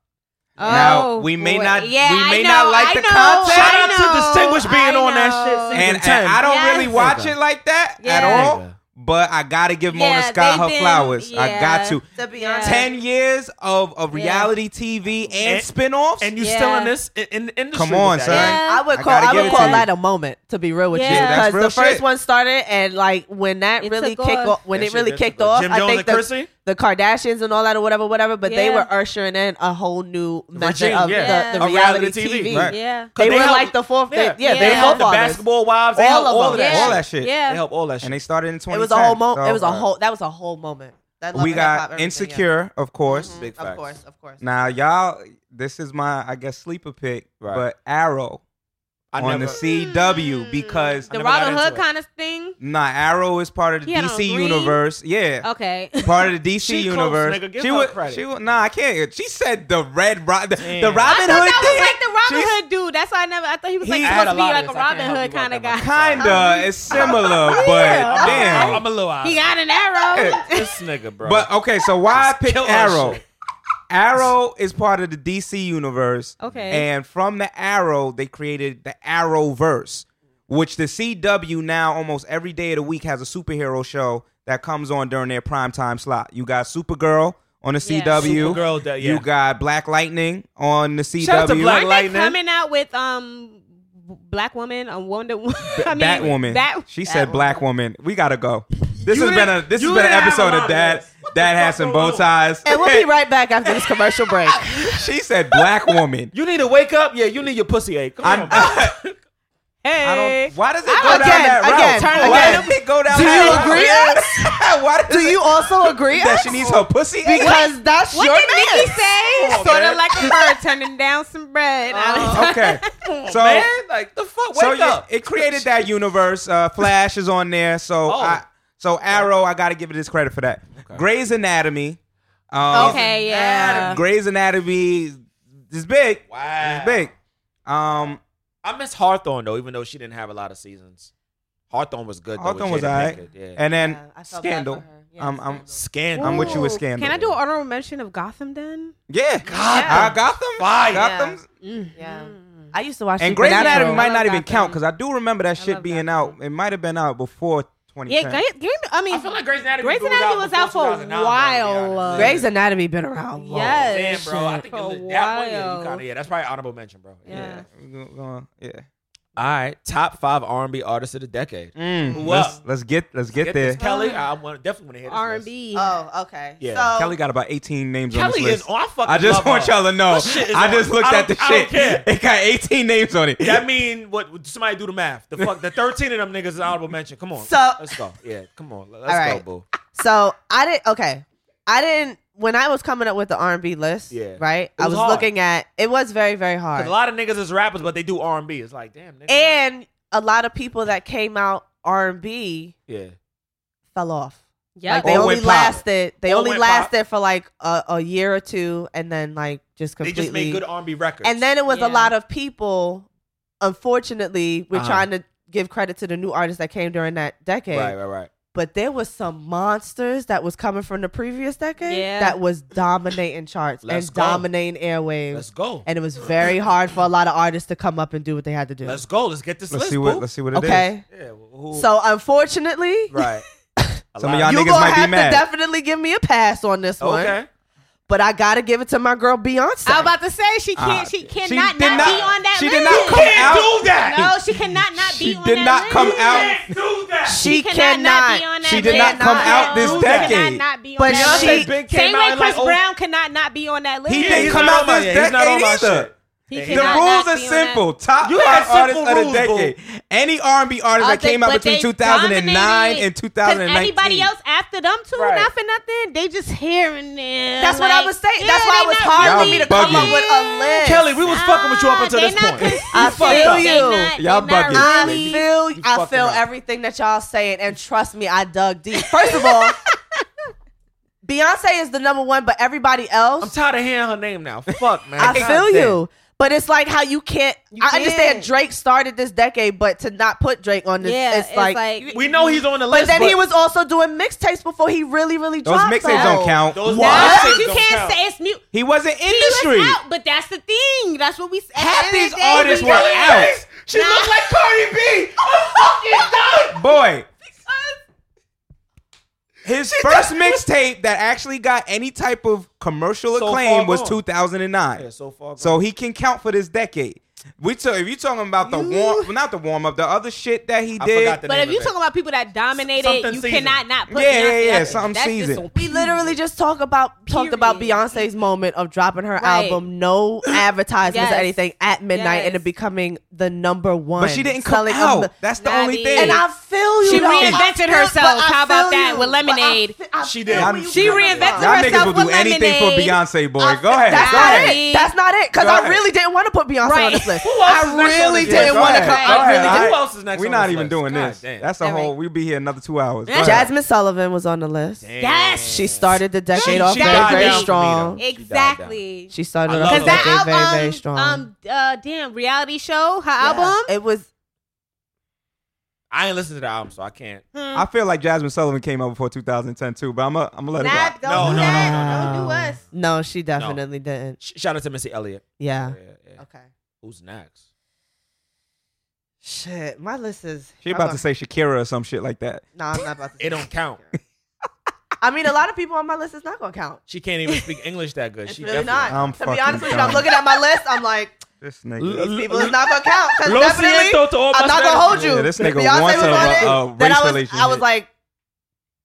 [SPEAKER 4] oh,
[SPEAKER 2] now, we may
[SPEAKER 4] boy.
[SPEAKER 2] not-
[SPEAKER 4] Yeah,
[SPEAKER 2] we may
[SPEAKER 4] I know,
[SPEAKER 2] not like
[SPEAKER 4] I
[SPEAKER 2] the
[SPEAKER 4] know,
[SPEAKER 2] content.
[SPEAKER 5] Shout
[SPEAKER 4] I
[SPEAKER 5] out to
[SPEAKER 4] know,
[SPEAKER 5] Distinguished being
[SPEAKER 4] I
[SPEAKER 5] on that shit
[SPEAKER 4] know.
[SPEAKER 5] since
[SPEAKER 2] And,
[SPEAKER 5] Season
[SPEAKER 2] and I don't
[SPEAKER 4] Yes.
[SPEAKER 2] really watch it like that at
[SPEAKER 4] Yeah.
[SPEAKER 2] all, but I gotta give Mona
[SPEAKER 4] Yeah,
[SPEAKER 2] Scott
[SPEAKER 4] they
[SPEAKER 2] her
[SPEAKER 4] did-
[SPEAKER 2] flowers. I got
[SPEAKER 4] yeah.
[SPEAKER 2] to.
[SPEAKER 3] To be
[SPEAKER 4] Yeah.
[SPEAKER 3] honest,
[SPEAKER 4] Ten-
[SPEAKER 2] 10 years of, of
[SPEAKER 4] Yeah.
[SPEAKER 2] reality TV and,
[SPEAKER 5] And-
[SPEAKER 2] spin-offs.
[SPEAKER 5] And you
[SPEAKER 4] Yeah.
[SPEAKER 5] still in this in, in the industry?
[SPEAKER 2] Come on,
[SPEAKER 5] with
[SPEAKER 2] son.
[SPEAKER 5] that.
[SPEAKER 3] I would
[SPEAKER 2] I
[SPEAKER 3] call
[SPEAKER 2] gotta
[SPEAKER 3] I,
[SPEAKER 2] give
[SPEAKER 3] would
[SPEAKER 2] it to
[SPEAKER 3] call
[SPEAKER 2] you.
[SPEAKER 3] that a moment to be real with
[SPEAKER 4] Yeah,
[SPEAKER 3] you
[SPEAKER 2] that's
[SPEAKER 3] because the
[SPEAKER 2] real
[SPEAKER 3] first
[SPEAKER 2] shit.
[SPEAKER 3] one started and like when that
[SPEAKER 4] It
[SPEAKER 3] really
[SPEAKER 4] took
[SPEAKER 3] kicked
[SPEAKER 4] off.
[SPEAKER 3] off, when
[SPEAKER 5] That
[SPEAKER 3] it
[SPEAKER 5] shit-
[SPEAKER 3] really
[SPEAKER 5] that shit
[SPEAKER 3] kicked
[SPEAKER 5] was-
[SPEAKER 3] off,
[SPEAKER 5] Jim
[SPEAKER 3] I
[SPEAKER 5] Jones
[SPEAKER 3] think
[SPEAKER 5] and
[SPEAKER 3] the-
[SPEAKER 5] Chrissy?
[SPEAKER 3] the Kardashians and all that or whatever, whatever. But they
[SPEAKER 4] Yeah.
[SPEAKER 3] were ushering in a whole new method
[SPEAKER 5] Regime,
[SPEAKER 3] of
[SPEAKER 5] yeah.
[SPEAKER 3] the, the
[SPEAKER 5] Of reality
[SPEAKER 3] reality,
[SPEAKER 5] TV,
[SPEAKER 3] TV.
[SPEAKER 5] right.
[SPEAKER 4] Yeah.
[SPEAKER 3] They,
[SPEAKER 5] They
[SPEAKER 3] were
[SPEAKER 5] helped-
[SPEAKER 3] like the fourth. Yeah, they, yeah,
[SPEAKER 4] they
[SPEAKER 3] they
[SPEAKER 5] help
[SPEAKER 3] helped
[SPEAKER 5] the basketball wives. They
[SPEAKER 3] All
[SPEAKER 5] help
[SPEAKER 3] of
[SPEAKER 5] all
[SPEAKER 3] them.
[SPEAKER 5] of that.
[SPEAKER 4] Yeah.
[SPEAKER 2] All that shit.
[SPEAKER 4] Yeah.
[SPEAKER 5] They help all that shit.
[SPEAKER 2] And they started in 2010.
[SPEAKER 3] It was a whole moment.
[SPEAKER 2] so-
[SPEAKER 3] it was a whole. That was a whole moment. That Love
[SPEAKER 2] We
[SPEAKER 3] and Hip Hop,
[SPEAKER 2] got
[SPEAKER 3] everything,
[SPEAKER 2] Insecure, of course.
[SPEAKER 4] Mm-hmm,
[SPEAKER 3] yeah.
[SPEAKER 5] Big
[SPEAKER 3] Of
[SPEAKER 5] facts.
[SPEAKER 3] course, of course.
[SPEAKER 2] Now, y'all, this is my, I guess, sleeper pick,
[SPEAKER 5] Right.
[SPEAKER 2] but Arrow
[SPEAKER 5] I
[SPEAKER 2] on
[SPEAKER 5] never-
[SPEAKER 2] the
[SPEAKER 4] Mm.
[SPEAKER 2] CW because,
[SPEAKER 4] The
[SPEAKER 5] never got
[SPEAKER 4] Robin
[SPEAKER 5] into
[SPEAKER 4] Hood
[SPEAKER 5] it.
[SPEAKER 4] kind of thing.
[SPEAKER 2] nah, Arrow is part of the
[SPEAKER 4] He had on Oh.
[SPEAKER 2] DC
[SPEAKER 4] green?
[SPEAKER 2] universe. Yeah.
[SPEAKER 4] Okay.
[SPEAKER 2] Part of the DC
[SPEAKER 5] She close,
[SPEAKER 2] universe.
[SPEAKER 5] nigga. Give
[SPEAKER 2] she
[SPEAKER 5] her
[SPEAKER 2] was,
[SPEAKER 5] credit.
[SPEAKER 2] she was, nah, I can't. She said the Red Ro- the, the
[SPEAKER 5] Damn.
[SPEAKER 2] Robin
[SPEAKER 4] I
[SPEAKER 2] Hood
[SPEAKER 4] thought that was
[SPEAKER 2] thing.
[SPEAKER 4] like the Robin
[SPEAKER 2] She's-
[SPEAKER 4] Hood dude. That's why I never. I thought he was like
[SPEAKER 2] He-
[SPEAKER 4] supposed
[SPEAKER 5] had
[SPEAKER 4] to
[SPEAKER 5] a
[SPEAKER 4] be
[SPEAKER 5] lot of
[SPEAKER 4] like a
[SPEAKER 5] this. I can't
[SPEAKER 4] Robin
[SPEAKER 5] help
[SPEAKER 4] Hood
[SPEAKER 5] you
[SPEAKER 4] kind of
[SPEAKER 5] with that
[SPEAKER 4] guy.
[SPEAKER 5] much.
[SPEAKER 2] Kinda, it's similar, but
[SPEAKER 5] I'm-
[SPEAKER 2] damn.
[SPEAKER 5] I'm a little out.
[SPEAKER 4] He got an arrow.
[SPEAKER 2] Yeah.
[SPEAKER 5] this nigga, bro.
[SPEAKER 2] But um, okay, so why I
[SPEAKER 5] Just
[SPEAKER 2] picked
[SPEAKER 5] kill her
[SPEAKER 2] Arrow?
[SPEAKER 5] shit.
[SPEAKER 2] Arrow is part of the DC universe.
[SPEAKER 4] Okay.
[SPEAKER 2] And from the Arrow, they created the Arrowverse, which the CW now almost every day of the week has a superhero show that comes on during their prime time slot. You got Supergirl on the
[SPEAKER 4] Yeah.
[SPEAKER 2] CW.
[SPEAKER 5] Supergirl, that- yeah.
[SPEAKER 2] You got Black Lightning on the CW.
[SPEAKER 5] Shout out to Black
[SPEAKER 4] Aren't
[SPEAKER 5] Lightning.
[SPEAKER 4] they coming out with um black woman, a Wonder Woman? I mean,
[SPEAKER 2] Batwoman.
[SPEAKER 4] Bat-
[SPEAKER 2] she said black woman. We gotta go. This
[SPEAKER 5] You
[SPEAKER 2] has been a
[SPEAKER 5] didn't-
[SPEAKER 2] this has
[SPEAKER 5] you
[SPEAKER 2] been an
[SPEAKER 5] didn't have
[SPEAKER 2] episode
[SPEAKER 5] a lot
[SPEAKER 2] of
[SPEAKER 5] of
[SPEAKER 2] Dad
[SPEAKER 5] this.
[SPEAKER 2] Dad has
[SPEAKER 5] fuck
[SPEAKER 2] some
[SPEAKER 5] going
[SPEAKER 2] bow
[SPEAKER 5] on?
[SPEAKER 2] ties.
[SPEAKER 3] And we'll be right back after this commercial break.
[SPEAKER 2] she said black woman.
[SPEAKER 5] you need to wake up. Yeah, you need your pussy ache. Come on, bro.
[SPEAKER 2] I, I
[SPEAKER 4] Hey.
[SPEAKER 2] don't. Why does it go down
[SPEAKER 3] Again,
[SPEAKER 2] that route?
[SPEAKER 3] again, Turn
[SPEAKER 2] why
[SPEAKER 3] again.
[SPEAKER 2] does it go down
[SPEAKER 3] Do you agree,
[SPEAKER 2] that route? why does
[SPEAKER 3] Do
[SPEAKER 2] it-
[SPEAKER 3] you also agree?
[SPEAKER 2] that
[SPEAKER 3] Us?
[SPEAKER 2] she needs her pussy? ate?
[SPEAKER 3] because that's
[SPEAKER 4] What
[SPEAKER 3] your
[SPEAKER 4] did Nikki
[SPEAKER 3] man.
[SPEAKER 4] say?
[SPEAKER 5] Come on,
[SPEAKER 4] Sort of
[SPEAKER 5] man. Oh,
[SPEAKER 4] like a bird turning down some bread.
[SPEAKER 2] okay. So
[SPEAKER 5] man, like the fuck, wake
[SPEAKER 2] so yeah,
[SPEAKER 5] up.
[SPEAKER 2] it created that universe. Uh, Flash is on there. So
[SPEAKER 5] Oh.
[SPEAKER 2] I so Arrow, I got to give it his credit for that. Grey's Anatomy. Um,
[SPEAKER 4] okay, yeah.
[SPEAKER 2] Grey's Anatomy is big.
[SPEAKER 5] wow,
[SPEAKER 2] It's big. Um,
[SPEAKER 5] I miss Hawthorne though, even though she didn't have a lot of seasons. Hawthorne was good. though, with
[SPEAKER 2] Hawthorne was
[SPEAKER 5] Jada
[SPEAKER 2] alright,
[SPEAKER 5] Pinkett, yeah.
[SPEAKER 2] and then
[SPEAKER 3] Yeah, I felt bad
[SPEAKER 2] Scandal.
[SPEAKER 3] for her. Yeah,
[SPEAKER 2] um, I'm
[SPEAKER 5] Scandal.
[SPEAKER 2] I'm with you with
[SPEAKER 4] Ooh,
[SPEAKER 2] Scandal.
[SPEAKER 4] Can I do an honorable mention of Gotham then?
[SPEAKER 2] yeah.
[SPEAKER 5] Gotham.
[SPEAKER 2] I got them.
[SPEAKER 5] Fire.
[SPEAKER 2] Gotham's
[SPEAKER 3] Yeah. I used to watch
[SPEAKER 2] And Grey's
[SPEAKER 3] Supernatural.
[SPEAKER 2] Anatomy might
[SPEAKER 4] I
[SPEAKER 2] not
[SPEAKER 4] love
[SPEAKER 2] even
[SPEAKER 4] Gotham.
[SPEAKER 2] count because I do remember that
[SPEAKER 4] love
[SPEAKER 2] shit being
[SPEAKER 4] Gotham.
[SPEAKER 2] out. It might have been out before 2010.
[SPEAKER 4] Yeah, Grey, Grey, I mean,
[SPEAKER 5] I feel like Grey's Anatomy,
[SPEAKER 4] Grey's
[SPEAKER 5] was
[SPEAKER 4] Anatomy
[SPEAKER 5] out
[SPEAKER 4] was
[SPEAKER 5] before
[SPEAKER 4] out for a
[SPEAKER 5] 2009, bro, to be
[SPEAKER 4] while.
[SPEAKER 5] honest.
[SPEAKER 3] Grey's Anatomy been around long.
[SPEAKER 4] yes.
[SPEAKER 5] Damn, bro. I think
[SPEAKER 4] For a
[SPEAKER 5] it was that one. Yeah, you
[SPEAKER 4] while.
[SPEAKER 5] kinda, yeah, that's probably honorable mention, bro.
[SPEAKER 4] Yeah.
[SPEAKER 2] We're gonna- yeah.
[SPEAKER 5] All right, top five R&B artists of the decade.
[SPEAKER 3] Mm.
[SPEAKER 5] Who
[SPEAKER 2] Let's,
[SPEAKER 5] up?
[SPEAKER 2] let's get let's get, there.
[SPEAKER 5] this, Kelly. I want, definitely want to hear this.
[SPEAKER 4] R&B.
[SPEAKER 5] list.
[SPEAKER 3] Oh, okay.
[SPEAKER 5] Yeah.
[SPEAKER 3] So,
[SPEAKER 2] Kelly got about 18 names on this
[SPEAKER 5] Kelly
[SPEAKER 2] list.
[SPEAKER 5] is on. I fucking
[SPEAKER 2] I just
[SPEAKER 5] love
[SPEAKER 2] want
[SPEAKER 5] her.
[SPEAKER 2] y'all to know.
[SPEAKER 5] This shit is
[SPEAKER 2] I
[SPEAKER 5] on.
[SPEAKER 2] just looked
[SPEAKER 5] I
[SPEAKER 2] at the
[SPEAKER 5] don't- I
[SPEAKER 2] shit.
[SPEAKER 5] don't care.
[SPEAKER 2] It got 18 names on it.
[SPEAKER 5] That mean what? Somebody do the math. The fuck, the thirteen of them niggas is honorable mention. Come on,
[SPEAKER 3] So-
[SPEAKER 5] let's go. Yeah, come on, let's
[SPEAKER 3] All right.
[SPEAKER 5] go, boo.
[SPEAKER 3] so I didn't. Okay, I didn't. When I was coming up with the R and B list,
[SPEAKER 5] Yeah.
[SPEAKER 3] right,
[SPEAKER 5] It
[SPEAKER 3] I
[SPEAKER 5] was
[SPEAKER 3] was
[SPEAKER 5] hard.
[SPEAKER 3] looking at. It was very, very
[SPEAKER 5] 'Cause
[SPEAKER 3] hard,
[SPEAKER 5] A lot of niggas is rappers, but they do R and B. It's like, damn, nigga.
[SPEAKER 3] and a lot of people that came out R and B
[SPEAKER 5] yeah,
[SPEAKER 3] fell off.
[SPEAKER 4] Yeah.
[SPEAKER 3] Like they
[SPEAKER 2] Or
[SPEAKER 3] only
[SPEAKER 2] went pop.
[SPEAKER 3] lasted. They
[SPEAKER 5] Or
[SPEAKER 3] only
[SPEAKER 5] went pop.
[SPEAKER 3] lasted for like a, a year or two, and then like just
[SPEAKER 5] they
[SPEAKER 3] completely.
[SPEAKER 5] just made good R and B records.
[SPEAKER 3] and then it was
[SPEAKER 4] Yeah.
[SPEAKER 3] a lot of people. Unfortunately, we're
[SPEAKER 5] Uh-huh.
[SPEAKER 3] trying to give credit to the new artists that came during that decade.
[SPEAKER 5] right, right, right.
[SPEAKER 3] but there was some monsters that was coming from the previous decade
[SPEAKER 4] Yeah.
[SPEAKER 3] that was dominating charts
[SPEAKER 5] Let's
[SPEAKER 3] and
[SPEAKER 5] go.
[SPEAKER 3] dominating airwaves.
[SPEAKER 5] Let's go.
[SPEAKER 3] And it was very hard for a lot of artists to come up and do what they had to do.
[SPEAKER 5] Let's go. Let's get this
[SPEAKER 2] Let's
[SPEAKER 5] list.
[SPEAKER 2] see what
[SPEAKER 5] boo.
[SPEAKER 2] let's see what it is.
[SPEAKER 3] okay.
[SPEAKER 5] Yeah. who-
[SPEAKER 3] So unfortunately,
[SPEAKER 5] right. A
[SPEAKER 2] Some of y'all
[SPEAKER 5] lot
[SPEAKER 3] you're
[SPEAKER 2] niggas
[SPEAKER 3] gonna
[SPEAKER 2] might be
[SPEAKER 3] have to
[SPEAKER 2] mad.
[SPEAKER 3] definitely give me a pass on this one.
[SPEAKER 5] Okay.
[SPEAKER 3] But I gotta give it to my girl Beyonce.
[SPEAKER 4] I was about to say she can't.
[SPEAKER 2] Uh,
[SPEAKER 4] she
[SPEAKER 2] she
[SPEAKER 4] cannot
[SPEAKER 2] did
[SPEAKER 4] not,
[SPEAKER 2] not-
[SPEAKER 4] be on that
[SPEAKER 2] she
[SPEAKER 4] list.
[SPEAKER 2] did not come
[SPEAKER 5] Can't
[SPEAKER 2] out.
[SPEAKER 5] do that.
[SPEAKER 4] No, she cannot not be
[SPEAKER 2] She
[SPEAKER 4] on
[SPEAKER 2] did
[SPEAKER 4] that
[SPEAKER 2] not come
[SPEAKER 4] list.
[SPEAKER 2] out.
[SPEAKER 5] Can't do that.
[SPEAKER 3] She
[SPEAKER 4] cannot not be
[SPEAKER 3] cannot.
[SPEAKER 4] on that
[SPEAKER 2] She did not
[SPEAKER 4] list.
[SPEAKER 2] come
[SPEAKER 3] Cannot
[SPEAKER 2] out this
[SPEAKER 5] do that.
[SPEAKER 4] Cannot
[SPEAKER 2] decade.
[SPEAKER 4] not be on
[SPEAKER 3] But
[SPEAKER 4] that
[SPEAKER 3] she-
[SPEAKER 4] list.
[SPEAKER 5] Big came
[SPEAKER 4] Same
[SPEAKER 5] out
[SPEAKER 4] way
[SPEAKER 5] and
[SPEAKER 4] Chris
[SPEAKER 5] like, oh,
[SPEAKER 4] Brown cannot not be on that list.
[SPEAKER 2] He
[SPEAKER 5] he's
[SPEAKER 2] didn't come
[SPEAKER 5] not
[SPEAKER 2] out
[SPEAKER 5] on my-
[SPEAKER 2] this
[SPEAKER 5] he's not on
[SPEAKER 2] decade
[SPEAKER 5] my
[SPEAKER 2] either.
[SPEAKER 5] shit.
[SPEAKER 4] He
[SPEAKER 2] The
[SPEAKER 4] cannot
[SPEAKER 2] rules
[SPEAKER 4] not
[SPEAKER 2] are
[SPEAKER 4] be on
[SPEAKER 2] simple. Top
[SPEAKER 5] You
[SPEAKER 2] five
[SPEAKER 5] had
[SPEAKER 2] artists
[SPEAKER 5] simple
[SPEAKER 2] of the
[SPEAKER 5] rules, boo.
[SPEAKER 2] decade. Any R&B artist
[SPEAKER 4] Other-
[SPEAKER 2] that came out
[SPEAKER 4] but
[SPEAKER 2] between
[SPEAKER 4] they
[SPEAKER 2] 2009 and
[SPEAKER 4] dominated. 'Cause
[SPEAKER 2] 2019.
[SPEAKER 4] Anybody else after them two,
[SPEAKER 5] Right.
[SPEAKER 4] not for nothing. They just hearing them.
[SPEAKER 3] That's what I was saying. That's why it was hard
[SPEAKER 2] Y'all
[SPEAKER 3] for me to come
[SPEAKER 2] bugging.
[SPEAKER 3] up with a list.
[SPEAKER 5] Kelly, we was fucking with you up until
[SPEAKER 4] They
[SPEAKER 5] this
[SPEAKER 4] not
[SPEAKER 5] point.
[SPEAKER 4] consistent.
[SPEAKER 5] You
[SPEAKER 3] I
[SPEAKER 5] fucked
[SPEAKER 3] feel
[SPEAKER 5] up.
[SPEAKER 3] you.
[SPEAKER 2] Y'all bugging.
[SPEAKER 3] I
[SPEAKER 2] Really?
[SPEAKER 3] feel you I
[SPEAKER 5] fucking
[SPEAKER 3] feel
[SPEAKER 5] up.
[SPEAKER 3] everything that y'all saying, and trust me, I dug deep. First of all, Beyonce is the number one, but everybody
[SPEAKER 5] I'm
[SPEAKER 3] else,
[SPEAKER 5] tired of hearing her name now. Fuck, man.
[SPEAKER 3] I
[SPEAKER 5] God
[SPEAKER 3] feel
[SPEAKER 5] damn.
[SPEAKER 3] you. But it's like how you can't. I understand
[SPEAKER 4] can't.
[SPEAKER 3] Drake started this decade, but to not put Drake on this,
[SPEAKER 4] Yeah,
[SPEAKER 3] it's, like.
[SPEAKER 5] We know he's on the
[SPEAKER 3] but
[SPEAKER 5] list.
[SPEAKER 3] then he was also doing mixtapes before he really, really
[SPEAKER 2] Those
[SPEAKER 3] dropped.
[SPEAKER 2] mixtapes
[SPEAKER 3] though.
[SPEAKER 2] don't count.
[SPEAKER 5] Those
[SPEAKER 4] Nah,
[SPEAKER 5] What?
[SPEAKER 4] but you
[SPEAKER 5] Don't
[SPEAKER 4] can't
[SPEAKER 5] count.
[SPEAKER 4] say it's mute.
[SPEAKER 2] He wasn't in
[SPEAKER 4] He
[SPEAKER 2] the
[SPEAKER 4] was
[SPEAKER 2] street.
[SPEAKER 4] out, but that's the thing. That's what we. at the
[SPEAKER 2] Half
[SPEAKER 4] end of
[SPEAKER 2] these
[SPEAKER 4] the day,
[SPEAKER 2] artists
[SPEAKER 4] we
[SPEAKER 2] were
[SPEAKER 4] know it.
[SPEAKER 2] out.
[SPEAKER 5] She looked like Cardi B. I'm fucking done.
[SPEAKER 2] Boy, his first mixtape that actually got any type of commercial
[SPEAKER 5] So
[SPEAKER 2] acclaim
[SPEAKER 5] far
[SPEAKER 2] was
[SPEAKER 5] gone.
[SPEAKER 2] 2009.
[SPEAKER 5] Yeah, so far.
[SPEAKER 2] So he can count for this decade. We talk, if you talking about the warm, well, not the warm up, the other shit that he
[SPEAKER 5] I
[SPEAKER 2] did.
[SPEAKER 5] forgot the
[SPEAKER 4] But
[SPEAKER 5] name
[SPEAKER 4] if you
[SPEAKER 5] of it.
[SPEAKER 4] talking about people that dominated,
[SPEAKER 5] Something
[SPEAKER 4] you
[SPEAKER 5] season.
[SPEAKER 4] cannot not put.
[SPEAKER 2] Yeah, yeah,
[SPEAKER 4] Beyonce
[SPEAKER 2] yeah,
[SPEAKER 4] out there.
[SPEAKER 2] something
[SPEAKER 4] That's just
[SPEAKER 2] season.
[SPEAKER 4] on
[SPEAKER 3] We literally just talk about talked about
[SPEAKER 4] Period.
[SPEAKER 3] Beyonce's moment of dropping her
[SPEAKER 4] Right.
[SPEAKER 3] album, no advertisements or
[SPEAKER 4] Yes.
[SPEAKER 3] anything at midnight, and
[SPEAKER 4] Yes.
[SPEAKER 3] it becoming the number one.
[SPEAKER 2] but she didn't come
[SPEAKER 3] selling a
[SPEAKER 2] out.
[SPEAKER 3] mi-
[SPEAKER 2] That's the
[SPEAKER 4] Nah,
[SPEAKER 2] only
[SPEAKER 4] I
[SPEAKER 2] thing.
[SPEAKER 3] and I feel you.
[SPEAKER 4] She
[SPEAKER 3] though.
[SPEAKER 4] reinvented
[SPEAKER 3] I feel-
[SPEAKER 4] herself.
[SPEAKER 3] but I
[SPEAKER 4] How about
[SPEAKER 3] feel
[SPEAKER 4] that
[SPEAKER 3] you.
[SPEAKER 4] with
[SPEAKER 3] But I
[SPEAKER 4] Lemonade?
[SPEAKER 3] fe- I
[SPEAKER 5] She
[SPEAKER 3] feel
[SPEAKER 5] did.
[SPEAKER 3] where you
[SPEAKER 4] She
[SPEAKER 3] coming
[SPEAKER 4] reinvented
[SPEAKER 3] from.
[SPEAKER 2] Y'all niggas
[SPEAKER 4] herself
[SPEAKER 2] will do
[SPEAKER 4] with
[SPEAKER 2] anything for
[SPEAKER 4] lemonade.
[SPEAKER 2] Beyonce, boy.
[SPEAKER 3] I
[SPEAKER 2] Go
[SPEAKER 3] feel-
[SPEAKER 2] ahead.
[SPEAKER 3] That's
[SPEAKER 2] go
[SPEAKER 3] not
[SPEAKER 2] ahead.
[SPEAKER 4] ahead.
[SPEAKER 3] it. That's not it. Because
[SPEAKER 2] Go
[SPEAKER 3] I
[SPEAKER 2] ahead.
[SPEAKER 3] really didn't want to put Beyonce on
[SPEAKER 4] Right.
[SPEAKER 3] this list.
[SPEAKER 5] Who else is
[SPEAKER 3] I
[SPEAKER 5] next on
[SPEAKER 3] really
[SPEAKER 5] this list?
[SPEAKER 3] didn't
[SPEAKER 5] Go
[SPEAKER 3] want to
[SPEAKER 5] ahead.
[SPEAKER 3] come.
[SPEAKER 5] Go
[SPEAKER 3] I
[SPEAKER 5] ahead.
[SPEAKER 3] really
[SPEAKER 5] Who
[SPEAKER 3] didn't.
[SPEAKER 5] else is next
[SPEAKER 2] We're
[SPEAKER 5] on
[SPEAKER 2] not
[SPEAKER 5] this
[SPEAKER 2] even
[SPEAKER 5] list?
[SPEAKER 2] doing
[SPEAKER 5] God
[SPEAKER 2] this.
[SPEAKER 5] damn.
[SPEAKER 2] That's a
[SPEAKER 4] All right.
[SPEAKER 2] whole. We'll be here another two hours. Go
[SPEAKER 4] Jasmine-
[SPEAKER 2] ahead.
[SPEAKER 3] Jasmine Sullivan was on the list.
[SPEAKER 4] Yes.
[SPEAKER 3] She started the decade
[SPEAKER 5] She-
[SPEAKER 3] off
[SPEAKER 5] she died
[SPEAKER 3] very, very
[SPEAKER 5] down for me,
[SPEAKER 3] strong.
[SPEAKER 5] though.
[SPEAKER 4] Exactly.
[SPEAKER 3] She started
[SPEAKER 5] I
[SPEAKER 3] off
[SPEAKER 5] love
[SPEAKER 3] the
[SPEAKER 4] Because
[SPEAKER 5] her.
[SPEAKER 3] decade
[SPEAKER 4] that
[SPEAKER 3] very, very
[SPEAKER 4] album,
[SPEAKER 3] strong.
[SPEAKER 4] um, uh, damn, reality show, her
[SPEAKER 3] Yeah.
[SPEAKER 4] album.
[SPEAKER 3] It was
[SPEAKER 5] I ain't listened to the album, so I can't.
[SPEAKER 4] Hmm.
[SPEAKER 2] I feel like Jasmine Sullivan came out before 2010 too, but I'm gonna I'm let it
[SPEAKER 4] Nah,
[SPEAKER 2] go.
[SPEAKER 4] don't
[SPEAKER 5] No,
[SPEAKER 4] do
[SPEAKER 5] no,
[SPEAKER 4] that.
[SPEAKER 5] no,
[SPEAKER 4] Don't do us.
[SPEAKER 3] No, she definitely didn't.
[SPEAKER 5] Sh- Shout out to Missy Elliott.
[SPEAKER 3] Yeah.
[SPEAKER 5] Yeah, yeah.
[SPEAKER 3] Okay.
[SPEAKER 5] Who's next?
[SPEAKER 3] Shit, my list is.
[SPEAKER 2] She
[SPEAKER 3] I'm
[SPEAKER 2] about
[SPEAKER 3] a-
[SPEAKER 2] to say Shakira or some shit like that.
[SPEAKER 3] No, I'm not about to.
[SPEAKER 5] It don't count.
[SPEAKER 3] I mean, a lot of people on my list is not gonna count.
[SPEAKER 5] She can't even speak English that good.
[SPEAKER 3] It's
[SPEAKER 5] She
[SPEAKER 3] really not.
[SPEAKER 5] definitely-
[SPEAKER 2] I'm
[SPEAKER 3] to be
[SPEAKER 2] fucking
[SPEAKER 3] honest with you,
[SPEAKER 2] done.
[SPEAKER 3] I'm looking at my list. I'm like,
[SPEAKER 2] This
[SPEAKER 5] L-
[SPEAKER 2] nigga.
[SPEAKER 5] l-
[SPEAKER 3] these people is not gonna count because
[SPEAKER 5] Lo
[SPEAKER 3] definitely
[SPEAKER 5] siento to all
[SPEAKER 3] I'm
[SPEAKER 5] my
[SPEAKER 3] not gonna
[SPEAKER 5] Spanish-
[SPEAKER 3] hold you.
[SPEAKER 2] Yeah, this nigga
[SPEAKER 3] Beyonce
[SPEAKER 2] wants
[SPEAKER 3] was
[SPEAKER 2] a-
[SPEAKER 3] on
[SPEAKER 2] a-
[SPEAKER 3] it.
[SPEAKER 2] a
[SPEAKER 3] Then
[SPEAKER 2] race
[SPEAKER 3] I was,
[SPEAKER 2] relationship.
[SPEAKER 3] I was like,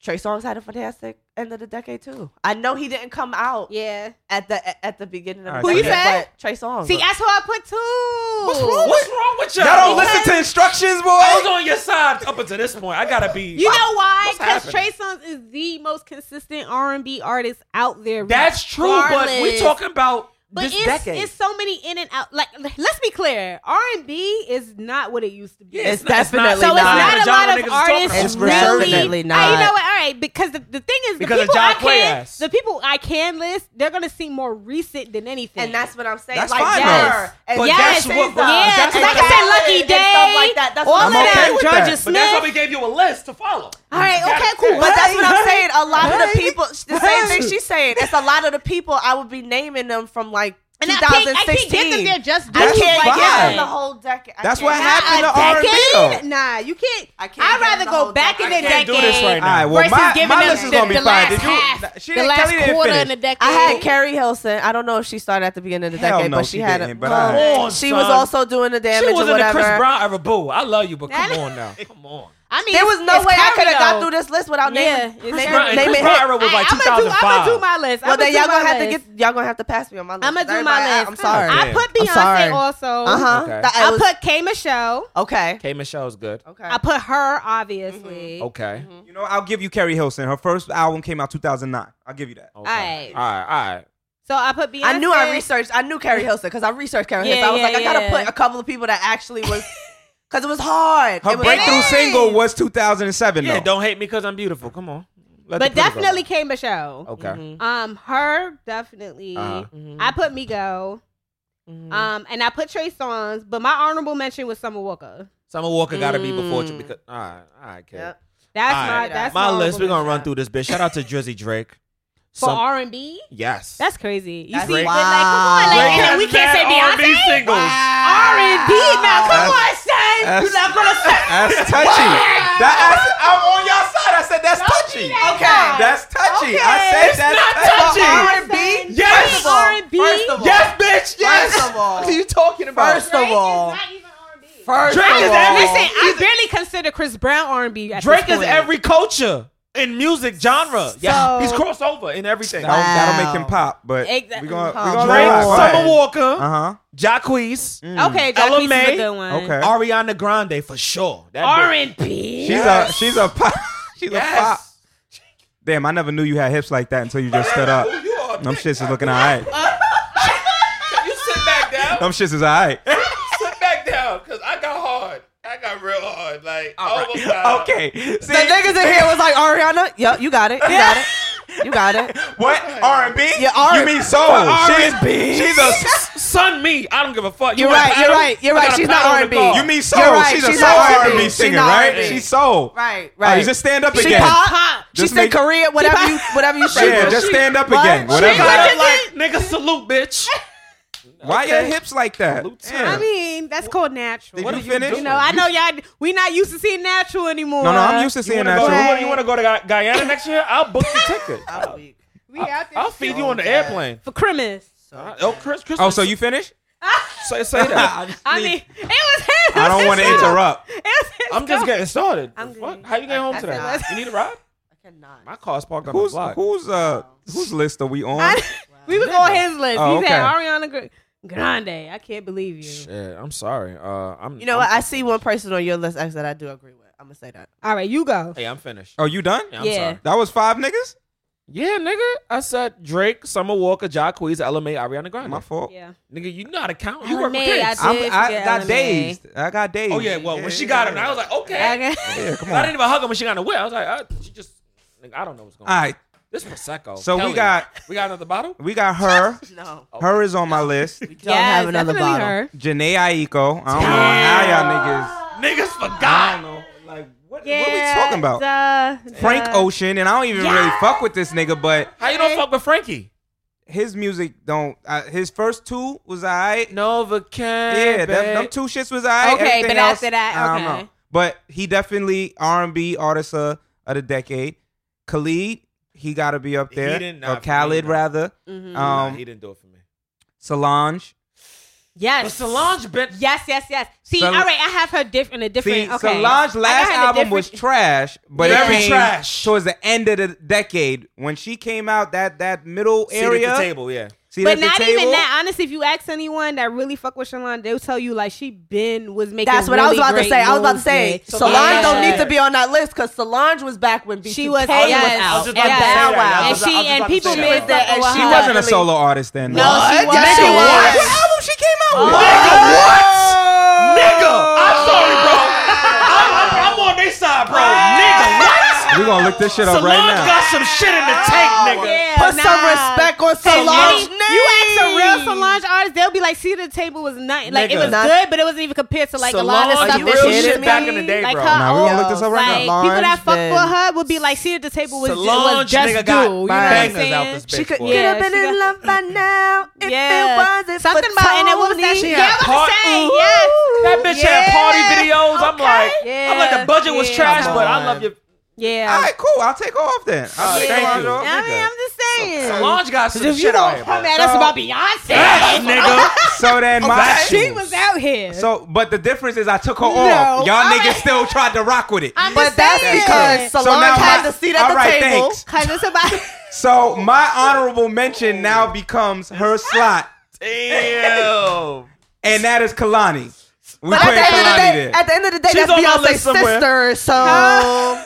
[SPEAKER 3] Trey Songz had a fantastic end of the decade too. I know he didn't come out
[SPEAKER 4] Yeah.
[SPEAKER 3] at the at the beginning of
[SPEAKER 2] All
[SPEAKER 3] the
[SPEAKER 2] right,
[SPEAKER 4] Who you
[SPEAKER 3] decade,
[SPEAKER 4] said?
[SPEAKER 3] but Trey Songz.
[SPEAKER 4] See, that's who I put too.
[SPEAKER 5] What's wrong? What's wrong with y'all?
[SPEAKER 2] Y'all don't listen to instructions,
[SPEAKER 5] I was
[SPEAKER 2] boy.
[SPEAKER 5] on your side up until this point. I gotta be.
[SPEAKER 4] You know why?
[SPEAKER 5] What's
[SPEAKER 4] Because Trey
[SPEAKER 5] happening?
[SPEAKER 4] Songz is the most consistent R and B artist out there.
[SPEAKER 5] That's true, but we
[SPEAKER 4] regardless.
[SPEAKER 5] talking about
[SPEAKER 4] But
[SPEAKER 5] this
[SPEAKER 4] it's
[SPEAKER 5] decade.
[SPEAKER 4] it's so many in and out. Like, l- let's be clear, R and B is not what it used to be.
[SPEAKER 5] Yeah,
[SPEAKER 3] It's
[SPEAKER 5] not-
[SPEAKER 3] definitely
[SPEAKER 4] so it's
[SPEAKER 3] not.
[SPEAKER 4] not a
[SPEAKER 5] genre
[SPEAKER 4] lot
[SPEAKER 5] niggas is
[SPEAKER 4] of
[SPEAKER 5] talking
[SPEAKER 4] artists
[SPEAKER 5] about.
[SPEAKER 3] It's
[SPEAKER 4] really.
[SPEAKER 3] definitely
[SPEAKER 4] Ah, you
[SPEAKER 3] not.
[SPEAKER 4] know what? All right, because the, the thing is, the
[SPEAKER 5] Because of
[SPEAKER 4] people I
[SPEAKER 5] John Clay
[SPEAKER 4] can,
[SPEAKER 5] ass.
[SPEAKER 4] the people I can list, they're gonna seem more recent than anything.
[SPEAKER 3] and that's what I'm saying.
[SPEAKER 2] That's
[SPEAKER 3] like,
[SPEAKER 2] fine,
[SPEAKER 3] yes.
[SPEAKER 2] though.
[SPEAKER 3] and
[SPEAKER 5] But
[SPEAKER 3] yes,
[SPEAKER 5] that's what-
[SPEAKER 3] Trey Songz.
[SPEAKER 5] but
[SPEAKER 4] yeah,
[SPEAKER 5] that's
[SPEAKER 4] because
[SPEAKER 5] what
[SPEAKER 4] I can say
[SPEAKER 5] that-
[SPEAKER 4] Lucky
[SPEAKER 3] and
[SPEAKER 4] Day,
[SPEAKER 3] stuff like that. That's
[SPEAKER 4] all
[SPEAKER 3] what
[SPEAKER 4] of
[SPEAKER 2] I'm
[SPEAKER 4] that,
[SPEAKER 2] okay with
[SPEAKER 4] Georgia
[SPEAKER 2] that.
[SPEAKER 5] But that's why
[SPEAKER 4] Smith.
[SPEAKER 5] we gave you a list to follow.
[SPEAKER 4] All right,
[SPEAKER 5] You
[SPEAKER 4] okay,
[SPEAKER 5] gotta
[SPEAKER 4] cool.
[SPEAKER 5] say.
[SPEAKER 3] But that's what I'm
[SPEAKER 5] Right.
[SPEAKER 3] saying. A lot of the people, the same thing she's saying. It's a lot of the people I would be naming them from like
[SPEAKER 4] And I can't, I
[SPEAKER 3] 2016.
[SPEAKER 4] can't get them there just
[SPEAKER 3] I
[SPEAKER 2] That's
[SPEAKER 3] can't
[SPEAKER 2] fine.
[SPEAKER 3] get them the whole decade. I
[SPEAKER 2] That's
[SPEAKER 3] can't
[SPEAKER 2] what
[SPEAKER 3] get-
[SPEAKER 2] happened.
[SPEAKER 4] Not
[SPEAKER 2] to
[SPEAKER 4] a
[SPEAKER 2] R&B,
[SPEAKER 4] decade?
[SPEAKER 2] though.
[SPEAKER 4] Nah, you can't.
[SPEAKER 3] I can't
[SPEAKER 4] I'd
[SPEAKER 3] give
[SPEAKER 4] rather
[SPEAKER 3] them the
[SPEAKER 4] go
[SPEAKER 3] whole
[SPEAKER 4] back in
[SPEAKER 3] decade.
[SPEAKER 4] the
[SPEAKER 5] I can't
[SPEAKER 4] decade.
[SPEAKER 5] do this right
[SPEAKER 2] All right, well,
[SPEAKER 4] Versus
[SPEAKER 2] my,
[SPEAKER 4] giving
[SPEAKER 2] my
[SPEAKER 4] them
[SPEAKER 2] list is
[SPEAKER 4] the-
[SPEAKER 2] gonna be
[SPEAKER 4] the
[SPEAKER 2] fine.
[SPEAKER 4] last
[SPEAKER 2] Did you?
[SPEAKER 4] half,
[SPEAKER 2] she
[SPEAKER 4] the
[SPEAKER 2] didn't-
[SPEAKER 4] last
[SPEAKER 2] Kelly didn't
[SPEAKER 4] quarter
[SPEAKER 2] finish.
[SPEAKER 4] in the decade.
[SPEAKER 3] I had Carrie Hilson. I don't know if she started at the beginning of the
[SPEAKER 2] Hell
[SPEAKER 3] decade,
[SPEAKER 2] no,
[SPEAKER 3] but she,
[SPEAKER 2] she
[SPEAKER 3] had a.
[SPEAKER 2] didn't, but I-
[SPEAKER 4] Oh,
[SPEAKER 5] Come on,
[SPEAKER 3] she was
[SPEAKER 5] son.
[SPEAKER 3] also doing the damage
[SPEAKER 5] She was
[SPEAKER 3] or
[SPEAKER 5] in the
[SPEAKER 3] whatever.
[SPEAKER 5] Chris Brown era. Boo, I love you, but come on now, come on.
[SPEAKER 4] I mean,
[SPEAKER 3] There was
[SPEAKER 4] it's-
[SPEAKER 3] no
[SPEAKER 4] it's
[SPEAKER 3] way I could have
[SPEAKER 4] Carrie,
[SPEAKER 3] got
[SPEAKER 4] though.
[SPEAKER 3] through this list without
[SPEAKER 4] Yeah,
[SPEAKER 3] naming.
[SPEAKER 4] it's
[SPEAKER 3] naming-
[SPEAKER 4] Chris Brown-
[SPEAKER 5] and
[SPEAKER 3] naming
[SPEAKER 5] Chris
[SPEAKER 3] hit.
[SPEAKER 5] Brown era was
[SPEAKER 4] I-
[SPEAKER 5] like
[SPEAKER 4] I'ma do-
[SPEAKER 5] 2005.
[SPEAKER 4] I'ma do my list.
[SPEAKER 3] Well,
[SPEAKER 4] I'ma
[SPEAKER 3] then
[SPEAKER 4] do
[SPEAKER 3] y'all
[SPEAKER 4] my
[SPEAKER 3] gonna have to
[SPEAKER 4] list.
[SPEAKER 3] get y'all gonna have to pass me on my list.
[SPEAKER 4] I'm gonna do
[SPEAKER 3] Everybody,
[SPEAKER 4] my list.
[SPEAKER 3] I'm sorry.
[SPEAKER 4] I put
[SPEAKER 3] I'm sorry.
[SPEAKER 4] Beyonce also.
[SPEAKER 3] Uh huh.
[SPEAKER 5] Okay.
[SPEAKER 3] I,
[SPEAKER 4] I
[SPEAKER 3] was,
[SPEAKER 4] put K Michelle.
[SPEAKER 3] okay.
[SPEAKER 5] K Michelle's good.
[SPEAKER 3] Okay.
[SPEAKER 4] I put her obviously.
[SPEAKER 3] Mm-hmm.
[SPEAKER 5] Okay.
[SPEAKER 4] Mm-hmm.
[SPEAKER 2] You know, I'll give you Carrie Hilson. Her first album came out 2009. I'll give you that.
[SPEAKER 5] All
[SPEAKER 4] right.
[SPEAKER 5] All right. All right.
[SPEAKER 4] So I put Beyonce.
[SPEAKER 3] I knew I researched. I knew Carrie Hilson because I researched Carrie
[SPEAKER 4] Yeah,
[SPEAKER 3] Hilson. I was
[SPEAKER 4] yeah,
[SPEAKER 3] like, I gotta
[SPEAKER 4] yeah.
[SPEAKER 3] put a couple of people that actually was, because it was hard.
[SPEAKER 2] Her
[SPEAKER 3] it was
[SPEAKER 2] breakthrough
[SPEAKER 3] hard.
[SPEAKER 2] single was 2007.
[SPEAKER 5] Yeah,
[SPEAKER 2] though.
[SPEAKER 5] don't hate me because I'm beautiful. Come on. Let
[SPEAKER 4] but
[SPEAKER 5] the pretty
[SPEAKER 4] definitely
[SPEAKER 5] go.
[SPEAKER 4] K Michelle.
[SPEAKER 5] Okay.
[SPEAKER 4] Um, her definitely.
[SPEAKER 5] Uh-huh.
[SPEAKER 3] Mm-hmm.
[SPEAKER 4] I put Migo. Um, and I put Trey Songz, but my honorable mention was Summer Walker.
[SPEAKER 5] Summer Walker gotta be before
[SPEAKER 4] Mm-hmm.
[SPEAKER 5] you because. All right. All right, K.
[SPEAKER 3] Yep.
[SPEAKER 4] That's
[SPEAKER 5] All
[SPEAKER 4] my
[SPEAKER 5] right.
[SPEAKER 4] that's
[SPEAKER 5] my list. We're
[SPEAKER 4] honorable
[SPEAKER 5] gonna run
[SPEAKER 4] mention.
[SPEAKER 5] through this bitch. Shout out to Drizzy Drake.
[SPEAKER 4] for
[SPEAKER 5] Some-
[SPEAKER 4] R and B.
[SPEAKER 5] yes.
[SPEAKER 4] That's crazy. You
[SPEAKER 3] That's
[SPEAKER 4] see,
[SPEAKER 5] Drake.
[SPEAKER 4] but like, come on, like,
[SPEAKER 5] Drake
[SPEAKER 4] and then
[SPEAKER 5] has
[SPEAKER 4] we can't say
[SPEAKER 5] mad R&B
[SPEAKER 4] Beyonce.
[SPEAKER 5] singles.
[SPEAKER 4] R and B now, come
[SPEAKER 2] That's-
[SPEAKER 4] on, son.
[SPEAKER 2] that's-
[SPEAKER 4] You're not gonna say
[SPEAKER 2] That's touchy. that, I, am on your side. I said that's touchy.
[SPEAKER 4] that.
[SPEAKER 2] That's touchy. I
[SPEAKER 4] Okay.
[SPEAKER 2] said
[SPEAKER 5] It's
[SPEAKER 2] that's
[SPEAKER 5] not
[SPEAKER 2] touchy.
[SPEAKER 5] touchy.
[SPEAKER 3] R&B.
[SPEAKER 5] Yes.
[SPEAKER 3] First of all,
[SPEAKER 4] R&B.
[SPEAKER 3] First of all,
[SPEAKER 5] Yes, bitch. Yes.
[SPEAKER 3] First of all.
[SPEAKER 5] What are you talking about?
[SPEAKER 3] First of all,
[SPEAKER 4] Not even R and B.
[SPEAKER 5] First
[SPEAKER 4] Drake
[SPEAKER 5] of
[SPEAKER 4] is
[SPEAKER 5] all,
[SPEAKER 4] every. Listen, I barely consider Chris Brown R and B.
[SPEAKER 5] Drake is every culture in music genre.
[SPEAKER 4] So-
[SPEAKER 5] Yeah, he's crossover in everything.
[SPEAKER 2] That'll, that'll make him
[SPEAKER 3] Wow.
[SPEAKER 2] pop, but
[SPEAKER 4] Exactly.
[SPEAKER 2] we gonna,
[SPEAKER 3] Oh,
[SPEAKER 2] we gonna
[SPEAKER 5] Drake,
[SPEAKER 3] Wow.
[SPEAKER 5] Summer Walker,
[SPEAKER 4] Uh-huh.
[SPEAKER 2] Uh
[SPEAKER 5] Jacquees,
[SPEAKER 2] huh.
[SPEAKER 4] Mm. Okay, Jack
[SPEAKER 5] Ella
[SPEAKER 4] Peace is a
[SPEAKER 5] May.
[SPEAKER 4] good one.
[SPEAKER 2] Okay.
[SPEAKER 5] Ariana Grande for sure. That
[SPEAKER 4] R
[SPEAKER 5] bitch-
[SPEAKER 4] and B.
[SPEAKER 2] She's a she's a pop. She's a pop.
[SPEAKER 5] Yes.
[SPEAKER 2] Damn, I never knew you had hips like that until you just stood up.
[SPEAKER 5] You are a
[SPEAKER 2] Them
[SPEAKER 5] dick.
[SPEAKER 2] shits is looking all right.
[SPEAKER 5] You sit back down.
[SPEAKER 2] Them shits is all right.
[SPEAKER 7] Sit back down, cause I got hard. I got real hard. Like almost died.
[SPEAKER 2] Okay. See,
[SPEAKER 3] The niggas in here was like Ariana. Yup, you got it. You got it. You got it.
[SPEAKER 2] what R and B?
[SPEAKER 3] Yeah, R-
[SPEAKER 2] You mean
[SPEAKER 5] Oh,
[SPEAKER 2] soul? Oh, She's-
[SPEAKER 5] R&B.
[SPEAKER 2] She's a.
[SPEAKER 5] Son me. I don't give a fuck. You
[SPEAKER 3] You're
[SPEAKER 5] want a
[SPEAKER 3] right. You're
[SPEAKER 5] battle?
[SPEAKER 3] right. You're
[SPEAKER 5] You
[SPEAKER 3] right.
[SPEAKER 5] got a
[SPEAKER 3] She's not
[SPEAKER 5] battle in
[SPEAKER 3] R&B.
[SPEAKER 5] the bar.
[SPEAKER 2] You mean soul?
[SPEAKER 3] You're right,
[SPEAKER 2] She's a
[SPEAKER 3] she's
[SPEAKER 2] soul
[SPEAKER 3] not
[SPEAKER 2] R
[SPEAKER 3] R&B.
[SPEAKER 2] and B
[SPEAKER 3] She's
[SPEAKER 2] singer,
[SPEAKER 3] not
[SPEAKER 2] right?
[SPEAKER 3] R&B.
[SPEAKER 2] She's soul.
[SPEAKER 3] Right.
[SPEAKER 2] Oh,
[SPEAKER 3] Right.
[SPEAKER 2] you just stand up
[SPEAKER 3] she
[SPEAKER 2] again.
[SPEAKER 3] pop. She
[SPEAKER 2] Just
[SPEAKER 3] said
[SPEAKER 2] make-
[SPEAKER 3] Korea. Whatever you. Whatever you say.
[SPEAKER 2] Yeah,
[SPEAKER 3] bro.
[SPEAKER 2] just
[SPEAKER 3] She-
[SPEAKER 2] stand up
[SPEAKER 3] What?
[SPEAKER 2] again.
[SPEAKER 3] She
[SPEAKER 5] She
[SPEAKER 2] Whatever.
[SPEAKER 5] got up like nigga salute, bitch.
[SPEAKER 2] Why your hips like that?
[SPEAKER 4] I
[SPEAKER 2] Yeah.
[SPEAKER 4] mean, that's called natural.
[SPEAKER 2] Did
[SPEAKER 5] What
[SPEAKER 2] you
[SPEAKER 5] are you
[SPEAKER 2] finish?
[SPEAKER 5] doing?
[SPEAKER 4] You know, I know y'all. We not used to seeing natural anymore.
[SPEAKER 2] No, no, I'm used to
[SPEAKER 5] You
[SPEAKER 2] seeing
[SPEAKER 5] wanna,
[SPEAKER 2] that.
[SPEAKER 5] go, you,
[SPEAKER 2] shit.
[SPEAKER 5] wanna, you wanna go to Guy- Guyana next year? I'll book the ticket.
[SPEAKER 3] I'm weak.
[SPEAKER 4] We out there
[SPEAKER 5] I'll feed you on the airplane.
[SPEAKER 4] for Christmas.
[SPEAKER 5] Oh, Chris, Chris.
[SPEAKER 2] Oh, so you finished?
[SPEAKER 5] say, say that.
[SPEAKER 4] I mean, it was his.
[SPEAKER 2] I don't want to
[SPEAKER 4] It was
[SPEAKER 2] interrupt.
[SPEAKER 4] his
[SPEAKER 5] I'm just
[SPEAKER 4] song.
[SPEAKER 5] getting started.
[SPEAKER 4] I'm
[SPEAKER 5] Fuck,
[SPEAKER 4] good.
[SPEAKER 5] How you getting home
[SPEAKER 3] That's
[SPEAKER 5] today?
[SPEAKER 3] enough.
[SPEAKER 5] You need a ride?
[SPEAKER 3] I cannot.
[SPEAKER 5] My car's parked on the
[SPEAKER 2] Who's
[SPEAKER 5] block.
[SPEAKER 2] who's uh whose list are we on?
[SPEAKER 4] I- we was on his list.
[SPEAKER 2] Oh,
[SPEAKER 4] he said
[SPEAKER 2] okay.
[SPEAKER 4] Ariana Gr- Grande. I can't believe you.
[SPEAKER 5] Shit, I'm sorry. Uh, I'm.
[SPEAKER 3] You know what? I see one person on your list actually that I do agree with. I'm gonna say that.
[SPEAKER 4] All right, you go.
[SPEAKER 5] Hey, I'm finished.
[SPEAKER 2] Oh, you done?
[SPEAKER 5] Yeah, I'm
[SPEAKER 4] Yeah.
[SPEAKER 5] sorry.
[SPEAKER 2] That was five niggas?
[SPEAKER 5] Yeah, nigga. I said Drake, Summer Walker, Jacquees, LMA, Ariana Grande.
[SPEAKER 2] My fault.
[SPEAKER 4] Yeah.
[SPEAKER 5] Nigga, you know how to count. You work with
[SPEAKER 4] LMA,
[SPEAKER 5] kids.
[SPEAKER 4] I
[SPEAKER 2] I'm,
[SPEAKER 4] did
[SPEAKER 2] I
[SPEAKER 4] forget
[SPEAKER 2] got
[SPEAKER 4] LMA.
[SPEAKER 2] dazed. I got dazed.
[SPEAKER 5] Oh yeah, well when she got him, I was like, okay.
[SPEAKER 4] Okay.
[SPEAKER 2] yeah, come
[SPEAKER 5] I
[SPEAKER 2] on.
[SPEAKER 5] didn't even hug him when she got in the whip. I was like, I, she just, nigga, I don't know what's going on.
[SPEAKER 2] All right,
[SPEAKER 5] This prosecco.
[SPEAKER 2] So we
[SPEAKER 5] Hell yeah.
[SPEAKER 2] got-
[SPEAKER 5] we got another bottle.
[SPEAKER 2] we got her.
[SPEAKER 3] No,
[SPEAKER 2] Her is on my list.
[SPEAKER 3] we don't have another
[SPEAKER 4] definitely
[SPEAKER 3] bottle.
[SPEAKER 4] her.
[SPEAKER 2] Janae Aiko. I don't know how y'all niggas.
[SPEAKER 5] Niggas forgot.
[SPEAKER 2] know. Like what?
[SPEAKER 4] Yeah.
[SPEAKER 2] what we talking about?
[SPEAKER 4] duh,
[SPEAKER 2] Frank
[SPEAKER 4] duh.
[SPEAKER 2] Ocean, and I don't even really fuck with this nigga, but
[SPEAKER 5] How you don't fuck with Frankie?
[SPEAKER 2] his music don't. Uh, his first two was alright.
[SPEAKER 5] Nova Can.
[SPEAKER 2] Yeah, them, them two shits was alright.
[SPEAKER 4] Okay,
[SPEAKER 2] Everything
[SPEAKER 4] but
[SPEAKER 2] else,
[SPEAKER 4] after that,
[SPEAKER 2] I don't
[SPEAKER 4] okay.
[SPEAKER 2] know. But he definitely R and B artist uh, of the decade. Khalid, he got to be up
[SPEAKER 5] He
[SPEAKER 2] there.
[SPEAKER 5] didn't-
[SPEAKER 2] or
[SPEAKER 5] nah,
[SPEAKER 2] Khalid
[SPEAKER 5] nah.
[SPEAKER 2] rather.
[SPEAKER 4] Mhm.
[SPEAKER 2] Um,
[SPEAKER 5] he didn't do it for me.
[SPEAKER 2] Solange.
[SPEAKER 4] Yes.
[SPEAKER 5] But Solange bent.
[SPEAKER 4] Yes, yes, yes. See,
[SPEAKER 2] Sol-
[SPEAKER 4] all right, I have her diff- in a
[SPEAKER 2] See,
[SPEAKER 4] different. okay.
[SPEAKER 2] Solange's
[SPEAKER 4] I got
[SPEAKER 2] last
[SPEAKER 4] her in a
[SPEAKER 2] album was
[SPEAKER 4] different-
[SPEAKER 2] trash, but
[SPEAKER 4] Yeah.
[SPEAKER 2] it
[SPEAKER 4] Very
[SPEAKER 2] came
[SPEAKER 5] trash.
[SPEAKER 2] towards the end of the decade when she came out that that middle
[SPEAKER 5] Seat
[SPEAKER 2] area.
[SPEAKER 5] at the table, yeah.
[SPEAKER 2] Seat
[SPEAKER 4] But
[SPEAKER 2] at the
[SPEAKER 4] not
[SPEAKER 2] table.
[SPEAKER 4] even that. Honestly, if you ask anyone that really fuck with Shalon, they'll tell you like she been was making.
[SPEAKER 3] That's what I was about
[SPEAKER 4] really
[SPEAKER 3] to
[SPEAKER 4] great
[SPEAKER 3] say. I was about to say
[SPEAKER 4] moves, yeah.
[SPEAKER 3] Solange
[SPEAKER 5] Yeah.
[SPEAKER 3] don't need to be on that list because Solange was back when B2K
[SPEAKER 4] She was-
[SPEAKER 3] was
[SPEAKER 4] yes. I
[SPEAKER 3] out.
[SPEAKER 4] was just
[SPEAKER 3] and
[SPEAKER 4] about to say
[SPEAKER 3] Bow
[SPEAKER 4] that.
[SPEAKER 5] I
[SPEAKER 3] Wow.
[SPEAKER 4] And
[SPEAKER 5] was- I
[SPEAKER 4] she
[SPEAKER 5] was
[SPEAKER 4] and
[SPEAKER 5] about to
[SPEAKER 4] people
[SPEAKER 5] say
[SPEAKER 4] made
[SPEAKER 5] that.
[SPEAKER 4] that.
[SPEAKER 3] And
[SPEAKER 4] over
[SPEAKER 2] She
[SPEAKER 4] her.
[SPEAKER 2] wasn't a solo artist then.
[SPEAKER 4] No, she was.
[SPEAKER 3] Yes, she was.
[SPEAKER 2] What album she came out
[SPEAKER 4] Oh.
[SPEAKER 2] with?
[SPEAKER 5] I'm sorry, bro. I'm, I'm, I'm on their side, bro. Nigga, what?
[SPEAKER 2] We're gonna look this shit up
[SPEAKER 5] Solange
[SPEAKER 2] right now.
[SPEAKER 5] got some shit in the tank, nigga.
[SPEAKER 4] Yeah,
[SPEAKER 3] Put some
[SPEAKER 4] nah.
[SPEAKER 3] respect on
[SPEAKER 4] And
[SPEAKER 3] Solange's
[SPEAKER 4] any- You ask a real
[SPEAKER 3] name.
[SPEAKER 4] Solange artist, they'll be like, "See, the table was nothing. Like it
[SPEAKER 5] Nigga.
[SPEAKER 4] was
[SPEAKER 3] Not-
[SPEAKER 4] good, but it wasn't even compared to like a lot of
[SPEAKER 5] Solange
[SPEAKER 4] stuff
[SPEAKER 5] did
[SPEAKER 4] that
[SPEAKER 3] real
[SPEAKER 4] she
[SPEAKER 3] shit
[SPEAKER 4] did
[SPEAKER 5] back in the day,
[SPEAKER 4] like
[SPEAKER 5] bro.
[SPEAKER 4] Her
[SPEAKER 2] Nah, we gonna
[SPEAKER 4] own,
[SPEAKER 2] look this up right
[SPEAKER 4] like,
[SPEAKER 2] now.
[SPEAKER 4] People that
[SPEAKER 3] Solange
[SPEAKER 4] fuck
[SPEAKER 3] been-
[SPEAKER 4] with her would be like, "See, the table was, it was
[SPEAKER 5] Solange,
[SPEAKER 4] just
[SPEAKER 5] nigga,
[SPEAKER 4] do."
[SPEAKER 5] got
[SPEAKER 4] You know what I'm
[SPEAKER 5] bangers
[SPEAKER 4] saying?
[SPEAKER 5] out this bitch.
[SPEAKER 3] She could,
[SPEAKER 5] boy.
[SPEAKER 4] Yeah,
[SPEAKER 3] could have
[SPEAKER 4] she
[SPEAKER 3] been in
[SPEAKER 4] got-
[SPEAKER 3] love by now if
[SPEAKER 4] Yeah.
[SPEAKER 3] it wasn't
[SPEAKER 4] Something
[SPEAKER 3] for
[SPEAKER 4] about- and it
[SPEAKER 3] Tony.
[SPEAKER 4] was that shit. Yeah, I was
[SPEAKER 5] Part-
[SPEAKER 4] saying,
[SPEAKER 5] Ooh.
[SPEAKER 4] yes.
[SPEAKER 5] That bitch
[SPEAKER 4] Yeah.
[SPEAKER 5] had party videos. I'm like, I'm like
[SPEAKER 4] Yeah.
[SPEAKER 5] the budget was
[SPEAKER 4] Yeah.
[SPEAKER 5] trash,
[SPEAKER 4] Come
[SPEAKER 5] but I
[SPEAKER 2] on.
[SPEAKER 5] love you.
[SPEAKER 4] Yeah.
[SPEAKER 2] All right, cool. I'll take off then. I'll
[SPEAKER 5] Yeah.
[SPEAKER 2] take Solange
[SPEAKER 5] Thank you.
[SPEAKER 2] off.
[SPEAKER 4] I mean, I'm just saying.
[SPEAKER 5] Solange got some
[SPEAKER 4] if you
[SPEAKER 5] shit out
[SPEAKER 4] don't
[SPEAKER 5] here,
[SPEAKER 4] come
[SPEAKER 5] bro.
[SPEAKER 4] at us
[SPEAKER 2] So-
[SPEAKER 4] about Beyonce,
[SPEAKER 5] Yes, nigga.
[SPEAKER 2] So then my
[SPEAKER 4] she was out here.
[SPEAKER 2] So, but the difference is I took her
[SPEAKER 4] No.
[SPEAKER 2] off. Y'all
[SPEAKER 4] All
[SPEAKER 2] niggas
[SPEAKER 4] right.
[SPEAKER 2] still tried to rock with it.
[SPEAKER 4] I'm
[SPEAKER 3] But
[SPEAKER 4] just
[SPEAKER 3] that's
[SPEAKER 4] saying.
[SPEAKER 3] because
[SPEAKER 2] So
[SPEAKER 3] Solange
[SPEAKER 2] now
[SPEAKER 3] had
[SPEAKER 2] my-
[SPEAKER 3] the seat at the
[SPEAKER 2] all right,
[SPEAKER 3] table.
[SPEAKER 2] thanks.
[SPEAKER 4] Cause it's about
[SPEAKER 2] So my honorable mention now becomes her slot,
[SPEAKER 5] Damn.
[SPEAKER 2] and that is Kalani. We
[SPEAKER 3] But at
[SPEAKER 2] put
[SPEAKER 3] the, end of the
[SPEAKER 2] Kalani
[SPEAKER 3] day,
[SPEAKER 2] there.
[SPEAKER 3] at the end of the day,
[SPEAKER 5] She's
[SPEAKER 3] that's
[SPEAKER 5] on my
[SPEAKER 3] Beyonce's
[SPEAKER 5] list somewhere.
[SPEAKER 3] sister. So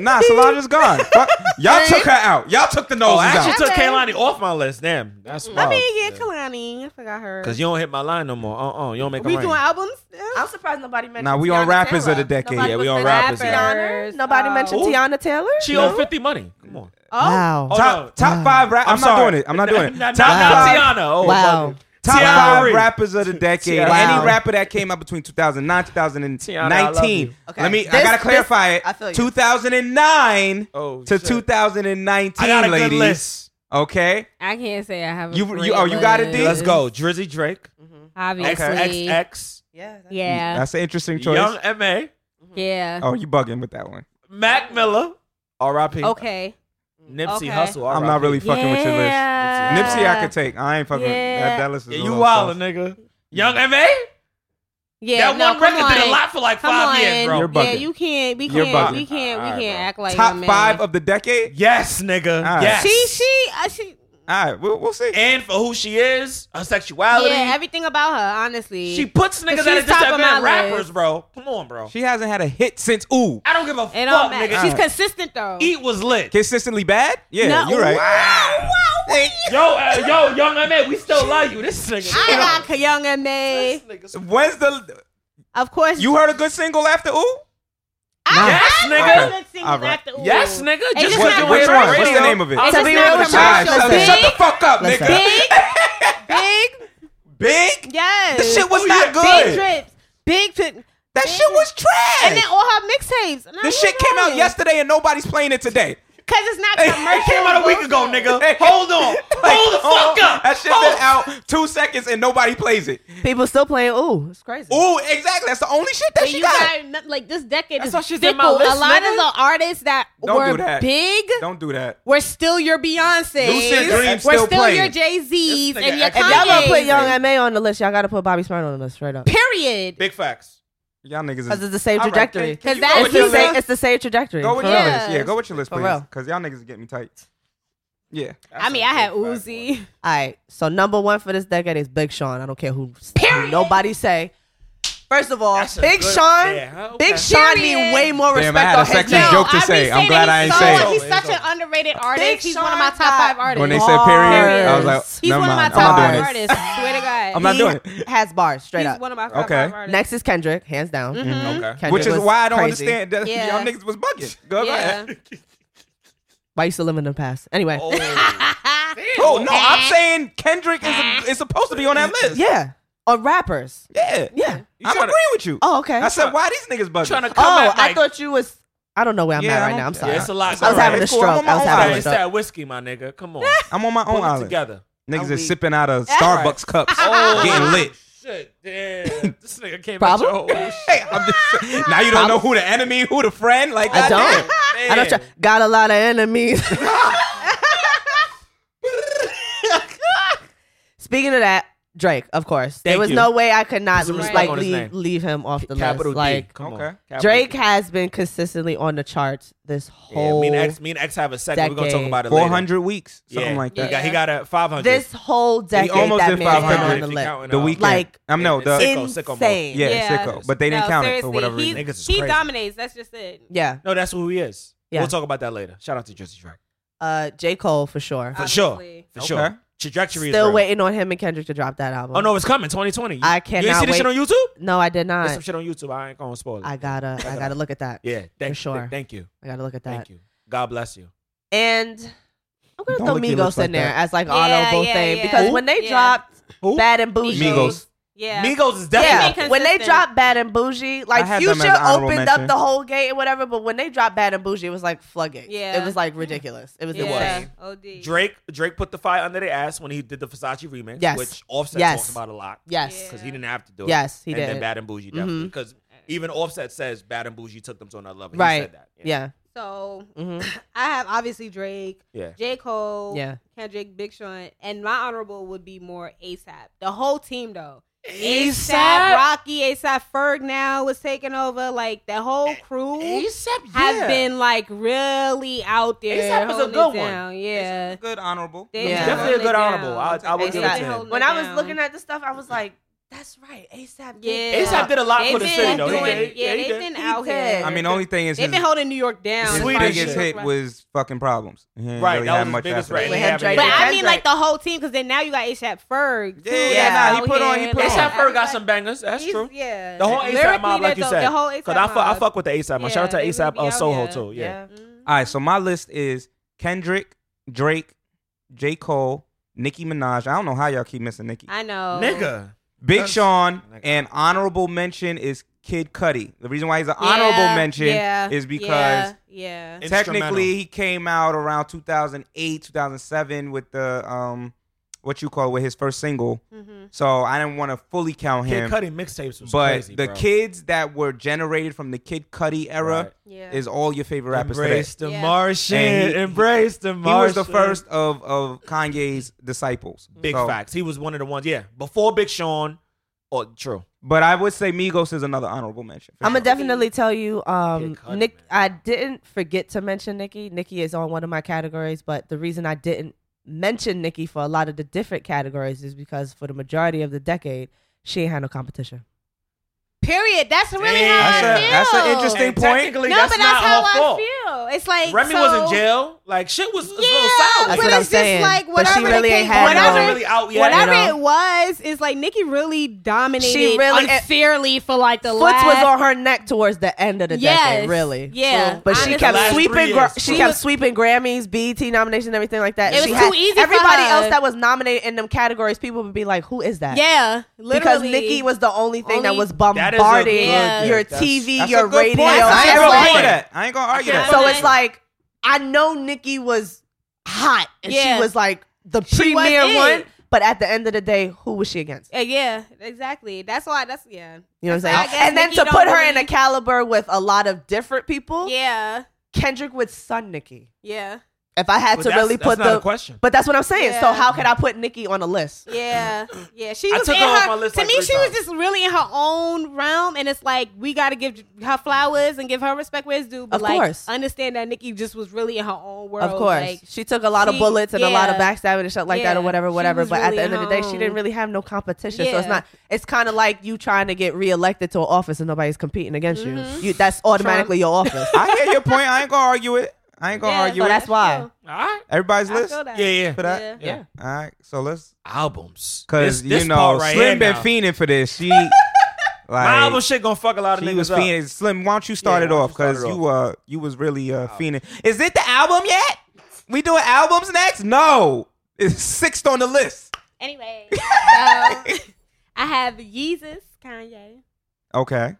[SPEAKER 2] Nah, Solange is gone. Fuck. Y'all took her out. Y'all took the
[SPEAKER 5] Oh,
[SPEAKER 2] noses
[SPEAKER 5] I
[SPEAKER 2] out.
[SPEAKER 5] actually took
[SPEAKER 4] Okay.
[SPEAKER 5] Kaylani off my list. Damn, that's wild.
[SPEAKER 4] I mean, yeah, Kalani. I forgot her.
[SPEAKER 5] Cause you don't hit my line no more. Uh uh you don't make a
[SPEAKER 4] we
[SPEAKER 5] ring.
[SPEAKER 4] doing albums? still?
[SPEAKER 3] I'm surprised nobody mentioned.
[SPEAKER 2] Nah, we on
[SPEAKER 3] Tiana
[SPEAKER 2] rappers
[SPEAKER 3] Taylor.
[SPEAKER 2] of the decade.
[SPEAKER 3] Nobody
[SPEAKER 5] Yeah,
[SPEAKER 3] was
[SPEAKER 5] we on
[SPEAKER 3] mentioning
[SPEAKER 5] rappers of the
[SPEAKER 4] decade.
[SPEAKER 3] Tiana. Nobody
[SPEAKER 4] Oh.
[SPEAKER 3] mentioned Tiana Taylor.
[SPEAKER 5] She owe fifty money. Come on.
[SPEAKER 3] Wow.
[SPEAKER 5] Oh,
[SPEAKER 2] Top,
[SPEAKER 5] no.
[SPEAKER 2] top five rap. I'm, not
[SPEAKER 5] sorry.
[SPEAKER 2] doing it. I'm not doing it.
[SPEAKER 5] Not,
[SPEAKER 2] top
[SPEAKER 5] not
[SPEAKER 2] five.
[SPEAKER 5] Tiana. Oh,
[SPEAKER 3] Wow.
[SPEAKER 2] Top
[SPEAKER 5] Tiara
[SPEAKER 2] five
[SPEAKER 5] Reid.
[SPEAKER 2] rappers of the decade.
[SPEAKER 5] Tiara.
[SPEAKER 3] Wow.
[SPEAKER 2] Any rapper that came out between 2009
[SPEAKER 5] Tiara, I love
[SPEAKER 2] 2019.
[SPEAKER 5] you.
[SPEAKER 3] Okay.
[SPEAKER 2] Let me. I
[SPEAKER 3] This-
[SPEAKER 2] gotta
[SPEAKER 3] this-
[SPEAKER 2] clarify it.
[SPEAKER 3] I feel you.
[SPEAKER 2] 2009
[SPEAKER 5] Oh,
[SPEAKER 2] to
[SPEAKER 5] shit.
[SPEAKER 2] 2019,
[SPEAKER 5] I got a good
[SPEAKER 2] ladies.
[SPEAKER 5] list.
[SPEAKER 2] Okay.
[SPEAKER 4] I can't say I have. A
[SPEAKER 2] You-
[SPEAKER 4] great
[SPEAKER 2] you- oh, you got it, D?
[SPEAKER 4] list,
[SPEAKER 5] Let's go. Drizzy Drake.
[SPEAKER 4] Mm-hmm. Obviously.
[SPEAKER 5] XXX.
[SPEAKER 3] Yeah. that's-
[SPEAKER 4] Yeah.
[SPEAKER 2] That's an interesting choice.
[SPEAKER 5] Young Ma.
[SPEAKER 4] yeah.
[SPEAKER 2] Oh, you bugging with that one.
[SPEAKER 5] Mac Miller. R.I.P.
[SPEAKER 4] Okay.
[SPEAKER 5] Nipsey
[SPEAKER 4] Okay.
[SPEAKER 5] Hustle.
[SPEAKER 2] I'm not really fucking with your list. Nipsey, I could take. I ain't fucking.
[SPEAKER 4] Yeah.
[SPEAKER 2] That, that list is
[SPEAKER 5] Yeah,
[SPEAKER 2] a
[SPEAKER 5] you
[SPEAKER 2] little
[SPEAKER 5] wildin',
[SPEAKER 2] sus.
[SPEAKER 5] nigga. Young M.A.?
[SPEAKER 4] Yeah,
[SPEAKER 7] that
[SPEAKER 4] no,
[SPEAKER 7] one record
[SPEAKER 4] come
[SPEAKER 7] did a
[SPEAKER 4] on.
[SPEAKER 7] lot for like
[SPEAKER 4] Come
[SPEAKER 7] five
[SPEAKER 4] on.
[SPEAKER 7] years, bro.
[SPEAKER 2] You're
[SPEAKER 4] yeah,
[SPEAKER 2] bugging.
[SPEAKER 4] you can't. We
[SPEAKER 2] You're
[SPEAKER 4] can't.
[SPEAKER 2] bugging.
[SPEAKER 4] We can't.
[SPEAKER 2] All right,
[SPEAKER 4] we can't
[SPEAKER 2] bro.
[SPEAKER 4] act like
[SPEAKER 2] Top
[SPEAKER 4] your man.
[SPEAKER 2] five of the decade.
[SPEAKER 5] Yes, nigga.
[SPEAKER 2] All right.
[SPEAKER 5] Yes.
[SPEAKER 4] She. She. Uh, she.
[SPEAKER 2] All right, we'll, we'll see.
[SPEAKER 7] And for who she is, her sexuality.
[SPEAKER 4] Yeah, everything about her. Honestly,
[SPEAKER 5] she puts niggas
[SPEAKER 4] she's
[SPEAKER 5] at a
[SPEAKER 4] top of my
[SPEAKER 5] disadvantage. Rappers,
[SPEAKER 4] list.
[SPEAKER 5] bro. Come on, bro.
[SPEAKER 2] she hasn't had a hit since Ooh.
[SPEAKER 5] I don't give a
[SPEAKER 4] It
[SPEAKER 5] fuck,
[SPEAKER 4] don't matter.
[SPEAKER 5] nigga.
[SPEAKER 4] She's
[SPEAKER 2] Alright.
[SPEAKER 4] consistent though.
[SPEAKER 5] Eat was lit.
[SPEAKER 2] Consistently bad? Yeah,
[SPEAKER 4] No.
[SPEAKER 2] you're right.
[SPEAKER 5] Yo, uh, yo, young man, we still love you. This nigga.
[SPEAKER 4] I got Young and May.
[SPEAKER 2] When's the
[SPEAKER 4] Of course,
[SPEAKER 2] you heard a good single after Ooh?
[SPEAKER 5] yes, nigga.
[SPEAKER 4] Let's sing
[SPEAKER 2] All right.
[SPEAKER 4] after Ooh.
[SPEAKER 5] Yes, nigga. Just
[SPEAKER 4] just
[SPEAKER 5] what
[SPEAKER 4] not
[SPEAKER 5] you
[SPEAKER 4] Wait,
[SPEAKER 2] Which
[SPEAKER 5] hear
[SPEAKER 4] commercial.
[SPEAKER 2] one? What's the
[SPEAKER 5] on the radio.
[SPEAKER 2] name of it?
[SPEAKER 4] It's
[SPEAKER 3] To
[SPEAKER 4] just
[SPEAKER 3] be
[SPEAKER 4] not
[SPEAKER 3] real with you,
[SPEAKER 4] commercial.
[SPEAKER 2] All right,
[SPEAKER 4] Big,
[SPEAKER 2] shut the fuck up, nigga.
[SPEAKER 4] big, big,
[SPEAKER 2] Big?
[SPEAKER 4] yes.
[SPEAKER 2] The shit was
[SPEAKER 4] Oh,
[SPEAKER 2] not
[SPEAKER 4] yeah.
[SPEAKER 2] good.
[SPEAKER 4] Big drips, big drip.
[SPEAKER 2] That shit was trash.
[SPEAKER 4] And then all her mixtapes. And I
[SPEAKER 2] this
[SPEAKER 4] was
[SPEAKER 2] shit came out
[SPEAKER 4] like,
[SPEAKER 2] yesterday and nobody's playing it today.
[SPEAKER 4] Cause it's not
[SPEAKER 5] It
[SPEAKER 4] commercial.
[SPEAKER 5] came out a week ago, nigga.
[SPEAKER 2] Hey.
[SPEAKER 5] Hold on. Hold the
[SPEAKER 2] Hold
[SPEAKER 5] fuck
[SPEAKER 2] on. oh,
[SPEAKER 5] up.
[SPEAKER 2] That shit
[SPEAKER 5] Hold-
[SPEAKER 2] been out two seconds and nobody plays it.
[SPEAKER 3] People still playing. Ooh, it's crazy.
[SPEAKER 2] Ooh, exactly. That's the only shit that
[SPEAKER 4] But
[SPEAKER 2] she
[SPEAKER 4] you
[SPEAKER 2] got.
[SPEAKER 4] gotta remember, like this decade
[SPEAKER 5] That's
[SPEAKER 4] is
[SPEAKER 5] why she's in my
[SPEAKER 4] fickle.
[SPEAKER 5] list,
[SPEAKER 4] a lot
[SPEAKER 5] nigga.
[SPEAKER 4] of the artists that
[SPEAKER 2] Don't
[SPEAKER 4] were
[SPEAKER 2] do that.
[SPEAKER 4] big
[SPEAKER 2] Don't do that.
[SPEAKER 4] were still your Beyonce's.
[SPEAKER 2] Lucid Dream
[SPEAKER 4] were
[SPEAKER 2] still
[SPEAKER 4] still, your
[SPEAKER 2] playing.
[SPEAKER 4] Jay Z's
[SPEAKER 7] This nigga
[SPEAKER 4] and your
[SPEAKER 7] acting-
[SPEAKER 3] If y'all gonna put
[SPEAKER 4] Kanye's.
[SPEAKER 3] Young MA on the list, y'all gotta put Bobby Smart on the list right up.
[SPEAKER 4] period.
[SPEAKER 7] Big facts.
[SPEAKER 2] Y'all niggas
[SPEAKER 3] Because
[SPEAKER 2] is.
[SPEAKER 3] it's the same
[SPEAKER 2] All right, can-
[SPEAKER 3] trajectory.
[SPEAKER 2] can
[SPEAKER 4] Cause
[SPEAKER 2] you
[SPEAKER 4] that's
[SPEAKER 2] go with
[SPEAKER 3] it's, the
[SPEAKER 2] your
[SPEAKER 4] he's a-
[SPEAKER 3] same,
[SPEAKER 2] list?
[SPEAKER 3] it's the same trajectory.
[SPEAKER 2] Go with
[SPEAKER 3] For
[SPEAKER 2] your
[SPEAKER 3] real.
[SPEAKER 2] list. Yeah, go with your list,
[SPEAKER 3] For
[SPEAKER 2] please.
[SPEAKER 3] real.
[SPEAKER 2] Because y'all niggas is getting me tight. Yeah.
[SPEAKER 4] I mean, I had Uzi.
[SPEAKER 3] All right. So number one for this decade is Big Sean. I don't care who, who nobody say. First of all,
[SPEAKER 5] That's a
[SPEAKER 3] Big
[SPEAKER 5] good-
[SPEAKER 3] Sean,
[SPEAKER 5] yeah, okay.
[SPEAKER 3] Big Sean need
[SPEAKER 4] Period.
[SPEAKER 3] way more
[SPEAKER 2] Damn, I
[SPEAKER 3] respect
[SPEAKER 2] had a
[SPEAKER 3] on his
[SPEAKER 2] sexist
[SPEAKER 3] name.
[SPEAKER 2] joke. to say. I'm
[SPEAKER 4] saying
[SPEAKER 2] glad
[SPEAKER 4] that
[SPEAKER 2] I
[SPEAKER 4] he's
[SPEAKER 2] ain't
[SPEAKER 4] so-
[SPEAKER 2] say it.
[SPEAKER 4] He's
[SPEAKER 5] It's
[SPEAKER 4] such
[SPEAKER 5] over.
[SPEAKER 4] an underrated artist.
[SPEAKER 3] Big
[SPEAKER 4] he's one of my
[SPEAKER 3] Sean
[SPEAKER 4] top five
[SPEAKER 3] got
[SPEAKER 4] artists.
[SPEAKER 2] When they said period, I was like,
[SPEAKER 3] Bars.
[SPEAKER 4] he's
[SPEAKER 2] never
[SPEAKER 4] one
[SPEAKER 2] mind.
[SPEAKER 4] of my top
[SPEAKER 2] I'm not
[SPEAKER 4] five
[SPEAKER 2] doing this.
[SPEAKER 4] artists. Swear to God,
[SPEAKER 2] I'm not
[SPEAKER 3] He
[SPEAKER 2] doing it.
[SPEAKER 3] Has bars straight
[SPEAKER 4] he's
[SPEAKER 3] up.
[SPEAKER 4] one of my top
[SPEAKER 2] Okay.
[SPEAKER 4] five artists.
[SPEAKER 3] Next is Kendrick, hands down.
[SPEAKER 7] Okay.
[SPEAKER 3] Mm-hmm. Kendrick
[SPEAKER 2] Which is
[SPEAKER 3] was
[SPEAKER 2] why I don't
[SPEAKER 3] crazy.
[SPEAKER 2] understand that
[SPEAKER 4] Yeah.
[SPEAKER 2] y'all niggas was bugging. Go
[SPEAKER 4] yeah.
[SPEAKER 2] ahead.
[SPEAKER 3] Why you still living in the past? Anyway,
[SPEAKER 2] Oh no, I'm saying Kendrick is, a, is supposed to be on that list.
[SPEAKER 3] yeah, on rappers.
[SPEAKER 2] Yeah.
[SPEAKER 3] Yeah.
[SPEAKER 2] I'm
[SPEAKER 5] tryna-
[SPEAKER 2] agreing with you.
[SPEAKER 3] Oh, okay.
[SPEAKER 2] I said, why these niggas bugging?
[SPEAKER 5] Trying to come
[SPEAKER 3] oh,
[SPEAKER 5] at
[SPEAKER 3] I
[SPEAKER 5] like,
[SPEAKER 3] thought you was. I don't know where I'm
[SPEAKER 2] Yeah,
[SPEAKER 3] at
[SPEAKER 2] I
[SPEAKER 3] right
[SPEAKER 2] don't-
[SPEAKER 3] now. I'm
[SPEAKER 2] yeah,
[SPEAKER 3] sorry.
[SPEAKER 5] it's a lot.
[SPEAKER 3] I was
[SPEAKER 5] going
[SPEAKER 3] having
[SPEAKER 5] on.
[SPEAKER 3] a
[SPEAKER 2] It's cool. I'm on
[SPEAKER 3] stroke.
[SPEAKER 2] my
[SPEAKER 3] I was
[SPEAKER 2] own
[SPEAKER 3] having a
[SPEAKER 2] island.
[SPEAKER 5] It's
[SPEAKER 3] stroke.
[SPEAKER 5] that whiskey, my nigga. Come on.
[SPEAKER 2] I'm on my own
[SPEAKER 5] Pull it
[SPEAKER 2] island.
[SPEAKER 5] together.
[SPEAKER 2] Niggas is
[SPEAKER 3] weak.
[SPEAKER 2] sipping out of Starbucks cups,
[SPEAKER 5] Oh.
[SPEAKER 2] getting lit.
[SPEAKER 5] Shit, damn. this nigga came out
[SPEAKER 3] Problem?
[SPEAKER 5] your whole shit.
[SPEAKER 2] Hey, I'm just, now you don't know who the enemy, who the friend. Like
[SPEAKER 3] I don't. I
[SPEAKER 5] Man.
[SPEAKER 3] don't. Try, got a lot of enemies. Speaking of that, Drake, of course. there
[SPEAKER 5] Thank
[SPEAKER 3] was
[SPEAKER 5] you.
[SPEAKER 3] no way I could not
[SPEAKER 5] Put some respect
[SPEAKER 3] like
[SPEAKER 5] on his
[SPEAKER 3] leave,
[SPEAKER 5] name.
[SPEAKER 3] leave him off the
[SPEAKER 5] Capital
[SPEAKER 3] list. Like
[SPEAKER 5] D. Come on.
[SPEAKER 2] Okay.
[SPEAKER 5] Capital
[SPEAKER 3] Drake
[SPEAKER 5] D.
[SPEAKER 3] has been consistently on the charts this
[SPEAKER 5] Yeah,
[SPEAKER 3] whole
[SPEAKER 5] me and X. Me and X have a second. We're gonna talk
[SPEAKER 3] decade.
[SPEAKER 5] about it.
[SPEAKER 2] Four
[SPEAKER 5] later.
[SPEAKER 2] hundred weeks,
[SPEAKER 5] Yeah.
[SPEAKER 2] something like that.
[SPEAKER 5] He got, he got a five hundred.
[SPEAKER 3] this whole decade
[SPEAKER 2] almost
[SPEAKER 3] that
[SPEAKER 2] did
[SPEAKER 3] man has
[SPEAKER 2] 500
[SPEAKER 3] been on the list.
[SPEAKER 2] The weekend,
[SPEAKER 3] Like,
[SPEAKER 2] I'm no the
[SPEAKER 5] Sicko, sicko mode.
[SPEAKER 3] Insane.
[SPEAKER 2] yeah,
[SPEAKER 4] Yeah.
[SPEAKER 2] sicko, but they didn't
[SPEAKER 4] No,
[SPEAKER 2] count it for
[SPEAKER 4] seriously,
[SPEAKER 2] whatever
[SPEAKER 4] he,
[SPEAKER 2] reason.
[SPEAKER 5] Niggas is
[SPEAKER 4] He
[SPEAKER 5] crazy.
[SPEAKER 4] dominates. That's just it.
[SPEAKER 3] Yeah.
[SPEAKER 5] No, that's who he is.
[SPEAKER 3] Yeah.
[SPEAKER 5] We'll talk about that later. Shout out to Jersey Drake
[SPEAKER 3] Uh, J. Cole for sure.
[SPEAKER 5] for
[SPEAKER 4] Obviously.
[SPEAKER 5] sure. For
[SPEAKER 2] Okay.
[SPEAKER 5] sure. Trajectory is
[SPEAKER 3] Still
[SPEAKER 5] real.
[SPEAKER 3] waiting on him and Kendrick to drop that album.
[SPEAKER 5] Oh no, it's coming 2020.
[SPEAKER 3] I
[SPEAKER 5] You ain't
[SPEAKER 3] cannot
[SPEAKER 5] see this shit on
[SPEAKER 3] wait.
[SPEAKER 5] YouTube?
[SPEAKER 3] No, I did
[SPEAKER 5] There's some
[SPEAKER 3] not.
[SPEAKER 5] shit on YouTube. I ain't gonna spoil it.
[SPEAKER 3] I gotta I gotta look at that.
[SPEAKER 5] Yeah, thank,
[SPEAKER 3] sure.
[SPEAKER 5] Thank you.
[SPEAKER 3] I gotta look at that.
[SPEAKER 5] Thank you. God bless you.
[SPEAKER 3] And I'm gonna
[SPEAKER 2] Don't
[SPEAKER 3] throw
[SPEAKER 2] look your lips
[SPEAKER 3] Migos in
[SPEAKER 2] like
[SPEAKER 3] there
[SPEAKER 2] that.
[SPEAKER 3] as like an
[SPEAKER 4] Yeah,
[SPEAKER 3] honorable
[SPEAKER 4] yeah,
[SPEAKER 3] thing
[SPEAKER 4] yeah.
[SPEAKER 3] because
[SPEAKER 4] Who?
[SPEAKER 3] when they
[SPEAKER 4] Yeah.
[SPEAKER 3] dropped
[SPEAKER 5] Who?
[SPEAKER 3] Bad and Bougie,
[SPEAKER 2] Migos.
[SPEAKER 4] Yeah.
[SPEAKER 5] Migos is
[SPEAKER 3] Yeah,
[SPEAKER 5] definitely.
[SPEAKER 4] They've been
[SPEAKER 3] when they
[SPEAKER 4] consistent.
[SPEAKER 3] dropped Bad and Bougie, like
[SPEAKER 2] I had them as
[SPEAKER 3] Future
[SPEAKER 2] an honorable
[SPEAKER 3] opened
[SPEAKER 2] mention.
[SPEAKER 3] up the whole gate and whatever. But when they dropped Bad and Bougie, it was like floodgate.
[SPEAKER 4] Yeah.
[SPEAKER 3] it was like ridiculous. It was
[SPEAKER 4] yeah.
[SPEAKER 3] insane.
[SPEAKER 4] OD.
[SPEAKER 5] Drake Drake put the fire under their ass when he did the Versace remix,
[SPEAKER 3] Yes.
[SPEAKER 5] which Offset
[SPEAKER 3] Yes.
[SPEAKER 5] talks about a lot
[SPEAKER 3] Yes,
[SPEAKER 5] because he didn't have to do it.
[SPEAKER 3] yes, he
[SPEAKER 5] and
[SPEAKER 3] did.
[SPEAKER 5] then Bad and Bougie definitely
[SPEAKER 3] Mhm.
[SPEAKER 5] because even Offset says Bad and Bougie took them to another level. He
[SPEAKER 3] right?
[SPEAKER 5] said that.
[SPEAKER 3] Yeah.
[SPEAKER 4] So
[SPEAKER 3] hmm
[SPEAKER 4] I have obviously Drake,
[SPEAKER 5] Yeah.
[SPEAKER 4] J. Cole,
[SPEAKER 3] Yeah.
[SPEAKER 4] Kendrick, Big Sean, and my honorable would be more ASAP. The whole team though.
[SPEAKER 5] A$AP?
[SPEAKER 4] ASAP, Rocky, ASAP, Ferg now was taking over. Like the whole crew
[SPEAKER 5] ASAP
[SPEAKER 4] has
[SPEAKER 5] yeah.
[SPEAKER 4] been like really out there.
[SPEAKER 5] A$AP is a
[SPEAKER 4] holding
[SPEAKER 5] good
[SPEAKER 4] it
[SPEAKER 5] one.
[SPEAKER 4] down. Yeah.
[SPEAKER 2] Good honorable.
[SPEAKER 4] They
[SPEAKER 3] Yeah.
[SPEAKER 4] been
[SPEAKER 3] Definitely a
[SPEAKER 4] holding
[SPEAKER 5] good
[SPEAKER 4] it
[SPEAKER 5] honorable.
[SPEAKER 4] down.
[SPEAKER 5] I- I would
[SPEAKER 4] They
[SPEAKER 5] give
[SPEAKER 4] been
[SPEAKER 5] it to him.
[SPEAKER 4] holding
[SPEAKER 3] When
[SPEAKER 4] it
[SPEAKER 3] I was
[SPEAKER 4] down.
[SPEAKER 3] looking at this stuff, I was like, "That's right, ASAP."
[SPEAKER 4] Yeah.
[SPEAKER 5] ASAP did a lot
[SPEAKER 4] They've
[SPEAKER 5] for the
[SPEAKER 4] been
[SPEAKER 5] city though.
[SPEAKER 4] doing-
[SPEAKER 5] He did.
[SPEAKER 4] yeah,
[SPEAKER 5] he
[SPEAKER 4] they've
[SPEAKER 5] did.
[SPEAKER 4] been
[SPEAKER 3] He
[SPEAKER 4] out
[SPEAKER 3] did.
[SPEAKER 4] here.
[SPEAKER 2] I mean, the only thing is
[SPEAKER 4] they've
[SPEAKER 2] his,
[SPEAKER 4] been holding New York down.
[SPEAKER 2] his
[SPEAKER 4] as far
[SPEAKER 5] Swedish
[SPEAKER 4] as
[SPEAKER 2] biggest
[SPEAKER 5] shit.
[SPEAKER 2] hit was fucking problems. He ain't
[SPEAKER 5] Right,
[SPEAKER 2] really
[SPEAKER 5] that
[SPEAKER 2] had
[SPEAKER 5] was his
[SPEAKER 2] much
[SPEAKER 5] biggest
[SPEAKER 2] after
[SPEAKER 5] record.
[SPEAKER 2] that.
[SPEAKER 5] With
[SPEAKER 3] him,
[SPEAKER 5] Yeah,
[SPEAKER 3] Drake,
[SPEAKER 4] But
[SPEAKER 5] yeah.
[SPEAKER 4] I mean,
[SPEAKER 3] Kendrick.
[SPEAKER 4] like the whole team, because then now you got ASAP Ferg. too,
[SPEAKER 2] Yeah,
[SPEAKER 4] that's
[SPEAKER 2] nah, he
[SPEAKER 4] out
[SPEAKER 2] put on- he
[SPEAKER 4] here.
[SPEAKER 2] put on.
[SPEAKER 5] ASAP Ferg got
[SPEAKER 4] Everybody-
[SPEAKER 5] some bangers. That's
[SPEAKER 4] he's-
[SPEAKER 5] true.
[SPEAKER 4] Yeah.
[SPEAKER 5] The whole ASAP mob, like you
[SPEAKER 4] the-
[SPEAKER 5] said,
[SPEAKER 4] The whole ASAP
[SPEAKER 5] Cause I fuck, I
[SPEAKER 4] mob. Mm-hmm.
[SPEAKER 5] fuck with the ASAP. man.
[SPEAKER 4] Yeah,
[SPEAKER 5] Shout out to
[SPEAKER 4] they really
[SPEAKER 5] ASAP
[SPEAKER 4] be
[SPEAKER 5] El
[SPEAKER 4] out
[SPEAKER 5] Soho
[SPEAKER 4] here.
[SPEAKER 5] too. Yeah.
[SPEAKER 2] All right, so my list is Kendrick, Drake, J. Cole, Nicki Minaj. I don't know how y'all keep missing Nicki.
[SPEAKER 4] I know.
[SPEAKER 5] Nigga.
[SPEAKER 2] Big Sean
[SPEAKER 5] Nigga.
[SPEAKER 2] and honorable mention is Kid Cudi. The reason why he's an honorable
[SPEAKER 4] Yeah,
[SPEAKER 2] mention
[SPEAKER 4] yeah,
[SPEAKER 2] is because
[SPEAKER 4] Yeah. yeah.
[SPEAKER 5] Instrumental.
[SPEAKER 2] technically he came out around 2008, 2007 with the um what you call it, with his first single.
[SPEAKER 4] Mhm.
[SPEAKER 2] So I didn't want to fully count
[SPEAKER 5] Kid
[SPEAKER 2] him.
[SPEAKER 5] Cudi mixtapes was
[SPEAKER 2] but
[SPEAKER 5] crazy,
[SPEAKER 2] the
[SPEAKER 5] bro.
[SPEAKER 2] kids that were generated from the Kid Cudi era
[SPEAKER 4] Yeah.
[SPEAKER 2] is all your favorite rappers today.
[SPEAKER 5] Embrace the
[SPEAKER 4] Yeah.
[SPEAKER 5] Martian.
[SPEAKER 2] And he-
[SPEAKER 5] Embrace the
[SPEAKER 2] He
[SPEAKER 5] Martian.
[SPEAKER 2] was the first of of Kanye's disciples.
[SPEAKER 5] Big
[SPEAKER 2] So-
[SPEAKER 5] facts. He was one of the ones. Yeah. Before Big Sean, Oh, true.
[SPEAKER 2] But I would say Migos is another honorable mention. for
[SPEAKER 3] I'm
[SPEAKER 2] sure.
[SPEAKER 3] gonna definitely tell you, um,
[SPEAKER 5] Kid Cudi,
[SPEAKER 3] Nick.
[SPEAKER 5] man.
[SPEAKER 3] I didn't forget to mention Nikki. Nikki is on one of my categories, but the reason I didn't mention Nikki for a lot of the different categories is because for the majority of the decade, she ain't had no competition.
[SPEAKER 4] Period. That's really
[SPEAKER 5] Damn.
[SPEAKER 4] how I
[SPEAKER 2] That's a-
[SPEAKER 4] feel.
[SPEAKER 2] that's an interesting
[SPEAKER 5] And
[SPEAKER 2] point.
[SPEAKER 5] technically,
[SPEAKER 4] No,
[SPEAKER 5] that's
[SPEAKER 4] but
[SPEAKER 5] not
[SPEAKER 4] that's how
[SPEAKER 5] her
[SPEAKER 4] I
[SPEAKER 5] fault.
[SPEAKER 4] feel. It's like
[SPEAKER 5] Remy
[SPEAKER 4] so,
[SPEAKER 5] was in jail. Like shit was a
[SPEAKER 4] Yeah,
[SPEAKER 5] little sour.
[SPEAKER 4] but
[SPEAKER 3] That's what I'm
[SPEAKER 4] it's
[SPEAKER 3] saying.
[SPEAKER 4] just like
[SPEAKER 3] But she
[SPEAKER 4] whatever
[SPEAKER 3] really
[SPEAKER 4] the
[SPEAKER 3] ain't
[SPEAKER 4] case,
[SPEAKER 3] had
[SPEAKER 5] But it wasn't
[SPEAKER 3] no-
[SPEAKER 4] whatever,
[SPEAKER 5] really out yet.
[SPEAKER 4] whatever
[SPEAKER 3] you know?
[SPEAKER 4] it was, is like Nikki really dominated
[SPEAKER 3] She really-
[SPEAKER 4] unfairly for like the
[SPEAKER 3] Foots
[SPEAKER 4] last.
[SPEAKER 3] was on her neck towards the end of the
[SPEAKER 4] Yes.
[SPEAKER 3] decade, really.
[SPEAKER 4] Yeah.
[SPEAKER 3] but she
[SPEAKER 4] Honestly.
[SPEAKER 5] The last
[SPEAKER 3] kept
[SPEAKER 5] three
[SPEAKER 3] sweeping. Gra-
[SPEAKER 5] years.
[SPEAKER 3] she
[SPEAKER 5] She
[SPEAKER 3] kept
[SPEAKER 4] was-
[SPEAKER 3] sweeping Grammys, BET nominations, everything like that.
[SPEAKER 4] It
[SPEAKER 3] she
[SPEAKER 4] was
[SPEAKER 3] had-
[SPEAKER 4] too easy for
[SPEAKER 3] Everybody
[SPEAKER 4] her.
[SPEAKER 3] else that was nominated in them categories, people would be like, "Who is that?"
[SPEAKER 4] Yeah,
[SPEAKER 3] because
[SPEAKER 4] literally.
[SPEAKER 3] Nikki was the only thing that
[SPEAKER 4] Only-
[SPEAKER 3] was
[SPEAKER 5] That is a good-
[SPEAKER 3] bombarding
[SPEAKER 4] Yeah.
[SPEAKER 3] your
[SPEAKER 5] that's-
[SPEAKER 3] TV,
[SPEAKER 2] That's a
[SPEAKER 3] your
[SPEAKER 2] good point.
[SPEAKER 3] radio.
[SPEAKER 2] I ain't
[SPEAKER 4] That's
[SPEAKER 2] gonna
[SPEAKER 4] like-
[SPEAKER 2] argue that. I ain't gonna argue
[SPEAKER 4] can't-
[SPEAKER 2] that.
[SPEAKER 3] so
[SPEAKER 4] But
[SPEAKER 3] it's
[SPEAKER 4] I-
[SPEAKER 3] like I know Nikki was hot and
[SPEAKER 4] Yeah.
[SPEAKER 3] she was like the
[SPEAKER 4] She was
[SPEAKER 3] premier
[SPEAKER 4] it.
[SPEAKER 3] one, but at the end of the day, who was she against?
[SPEAKER 4] Yeah, Eh, yeah, exactly. That's why. That's yeah.
[SPEAKER 3] You know what
[SPEAKER 4] That's why
[SPEAKER 3] I'm
[SPEAKER 4] I
[SPEAKER 3] saying?
[SPEAKER 4] guess
[SPEAKER 3] And then
[SPEAKER 4] Nicki
[SPEAKER 3] to
[SPEAKER 4] don't
[SPEAKER 3] put her in a
[SPEAKER 4] really-
[SPEAKER 3] caliber with a lot of different people,
[SPEAKER 4] Yeah,
[SPEAKER 3] Kendrick would son Nikki.
[SPEAKER 4] yeah,
[SPEAKER 3] If I had
[SPEAKER 5] But
[SPEAKER 3] to
[SPEAKER 5] that's-
[SPEAKER 3] really
[SPEAKER 5] that's
[SPEAKER 3] put
[SPEAKER 5] not a
[SPEAKER 3] the
[SPEAKER 5] question.
[SPEAKER 3] but that's what I'm saying. So
[SPEAKER 4] Yeah.
[SPEAKER 3] how could I put Nikki on a list?
[SPEAKER 4] yeah, yeah. She
[SPEAKER 5] I
[SPEAKER 4] was
[SPEAKER 5] took
[SPEAKER 4] in
[SPEAKER 5] her off
[SPEAKER 4] her.
[SPEAKER 5] my list,
[SPEAKER 4] to
[SPEAKER 5] like,
[SPEAKER 4] me,
[SPEAKER 5] three
[SPEAKER 4] she was
[SPEAKER 5] times.
[SPEAKER 4] just really in her own realm, and it's like we got to give her flowers and give her respect where it's due. But
[SPEAKER 3] Of
[SPEAKER 4] like,
[SPEAKER 3] course.
[SPEAKER 4] understand that Nikki just was really in her own world.
[SPEAKER 3] of course,
[SPEAKER 4] like,
[SPEAKER 3] she took a lot of
[SPEAKER 4] she-
[SPEAKER 3] bullets and a lot of
[SPEAKER 4] yeah.
[SPEAKER 3] backstabbing and shit like that,
[SPEAKER 4] Yeah.
[SPEAKER 3] or whatever,
[SPEAKER 4] She
[SPEAKER 3] whatever.
[SPEAKER 4] was
[SPEAKER 3] But at the
[SPEAKER 4] really
[SPEAKER 3] end of the day, she
[SPEAKER 4] her
[SPEAKER 3] didn't
[SPEAKER 4] own.
[SPEAKER 3] really have no competition. So it's
[SPEAKER 4] Yeah.
[SPEAKER 3] not. It's kind of like you trying to get reelected to an office and nobody's competing against
[SPEAKER 4] Mm-hmm.
[SPEAKER 3] you. You that's automatically your office.
[SPEAKER 2] I hear your point. I ain't gonna argue it. I ain't gonna
[SPEAKER 4] yeah,
[SPEAKER 2] argue
[SPEAKER 3] so
[SPEAKER 2] it.
[SPEAKER 3] that's why.
[SPEAKER 4] true.
[SPEAKER 5] All right.
[SPEAKER 2] Everybody's
[SPEAKER 4] I
[SPEAKER 2] list
[SPEAKER 4] feel that.
[SPEAKER 5] Yeah, yeah.
[SPEAKER 2] for that.
[SPEAKER 5] Yeah.
[SPEAKER 2] All right, so let's
[SPEAKER 5] Albums.
[SPEAKER 2] because
[SPEAKER 5] This- this
[SPEAKER 2] you know
[SPEAKER 5] part right here
[SPEAKER 2] Slim been
[SPEAKER 5] now.
[SPEAKER 2] fiending for this. She
[SPEAKER 5] My album
[SPEAKER 2] like
[SPEAKER 5] shit gonna fuck a lot of
[SPEAKER 2] she
[SPEAKER 5] niggas
[SPEAKER 2] was
[SPEAKER 5] up.
[SPEAKER 2] fiending. Slim, why don't you start
[SPEAKER 5] Yeah,
[SPEAKER 2] it
[SPEAKER 5] why don't
[SPEAKER 2] off?
[SPEAKER 5] you start
[SPEAKER 2] Because
[SPEAKER 5] it Oh.
[SPEAKER 2] you uh you was really uh fiending. Is it the album yet? We doing albums next? No, it's sixth on the list.
[SPEAKER 4] Anyway, so I have Yeezus, Kanye,
[SPEAKER 2] Okay,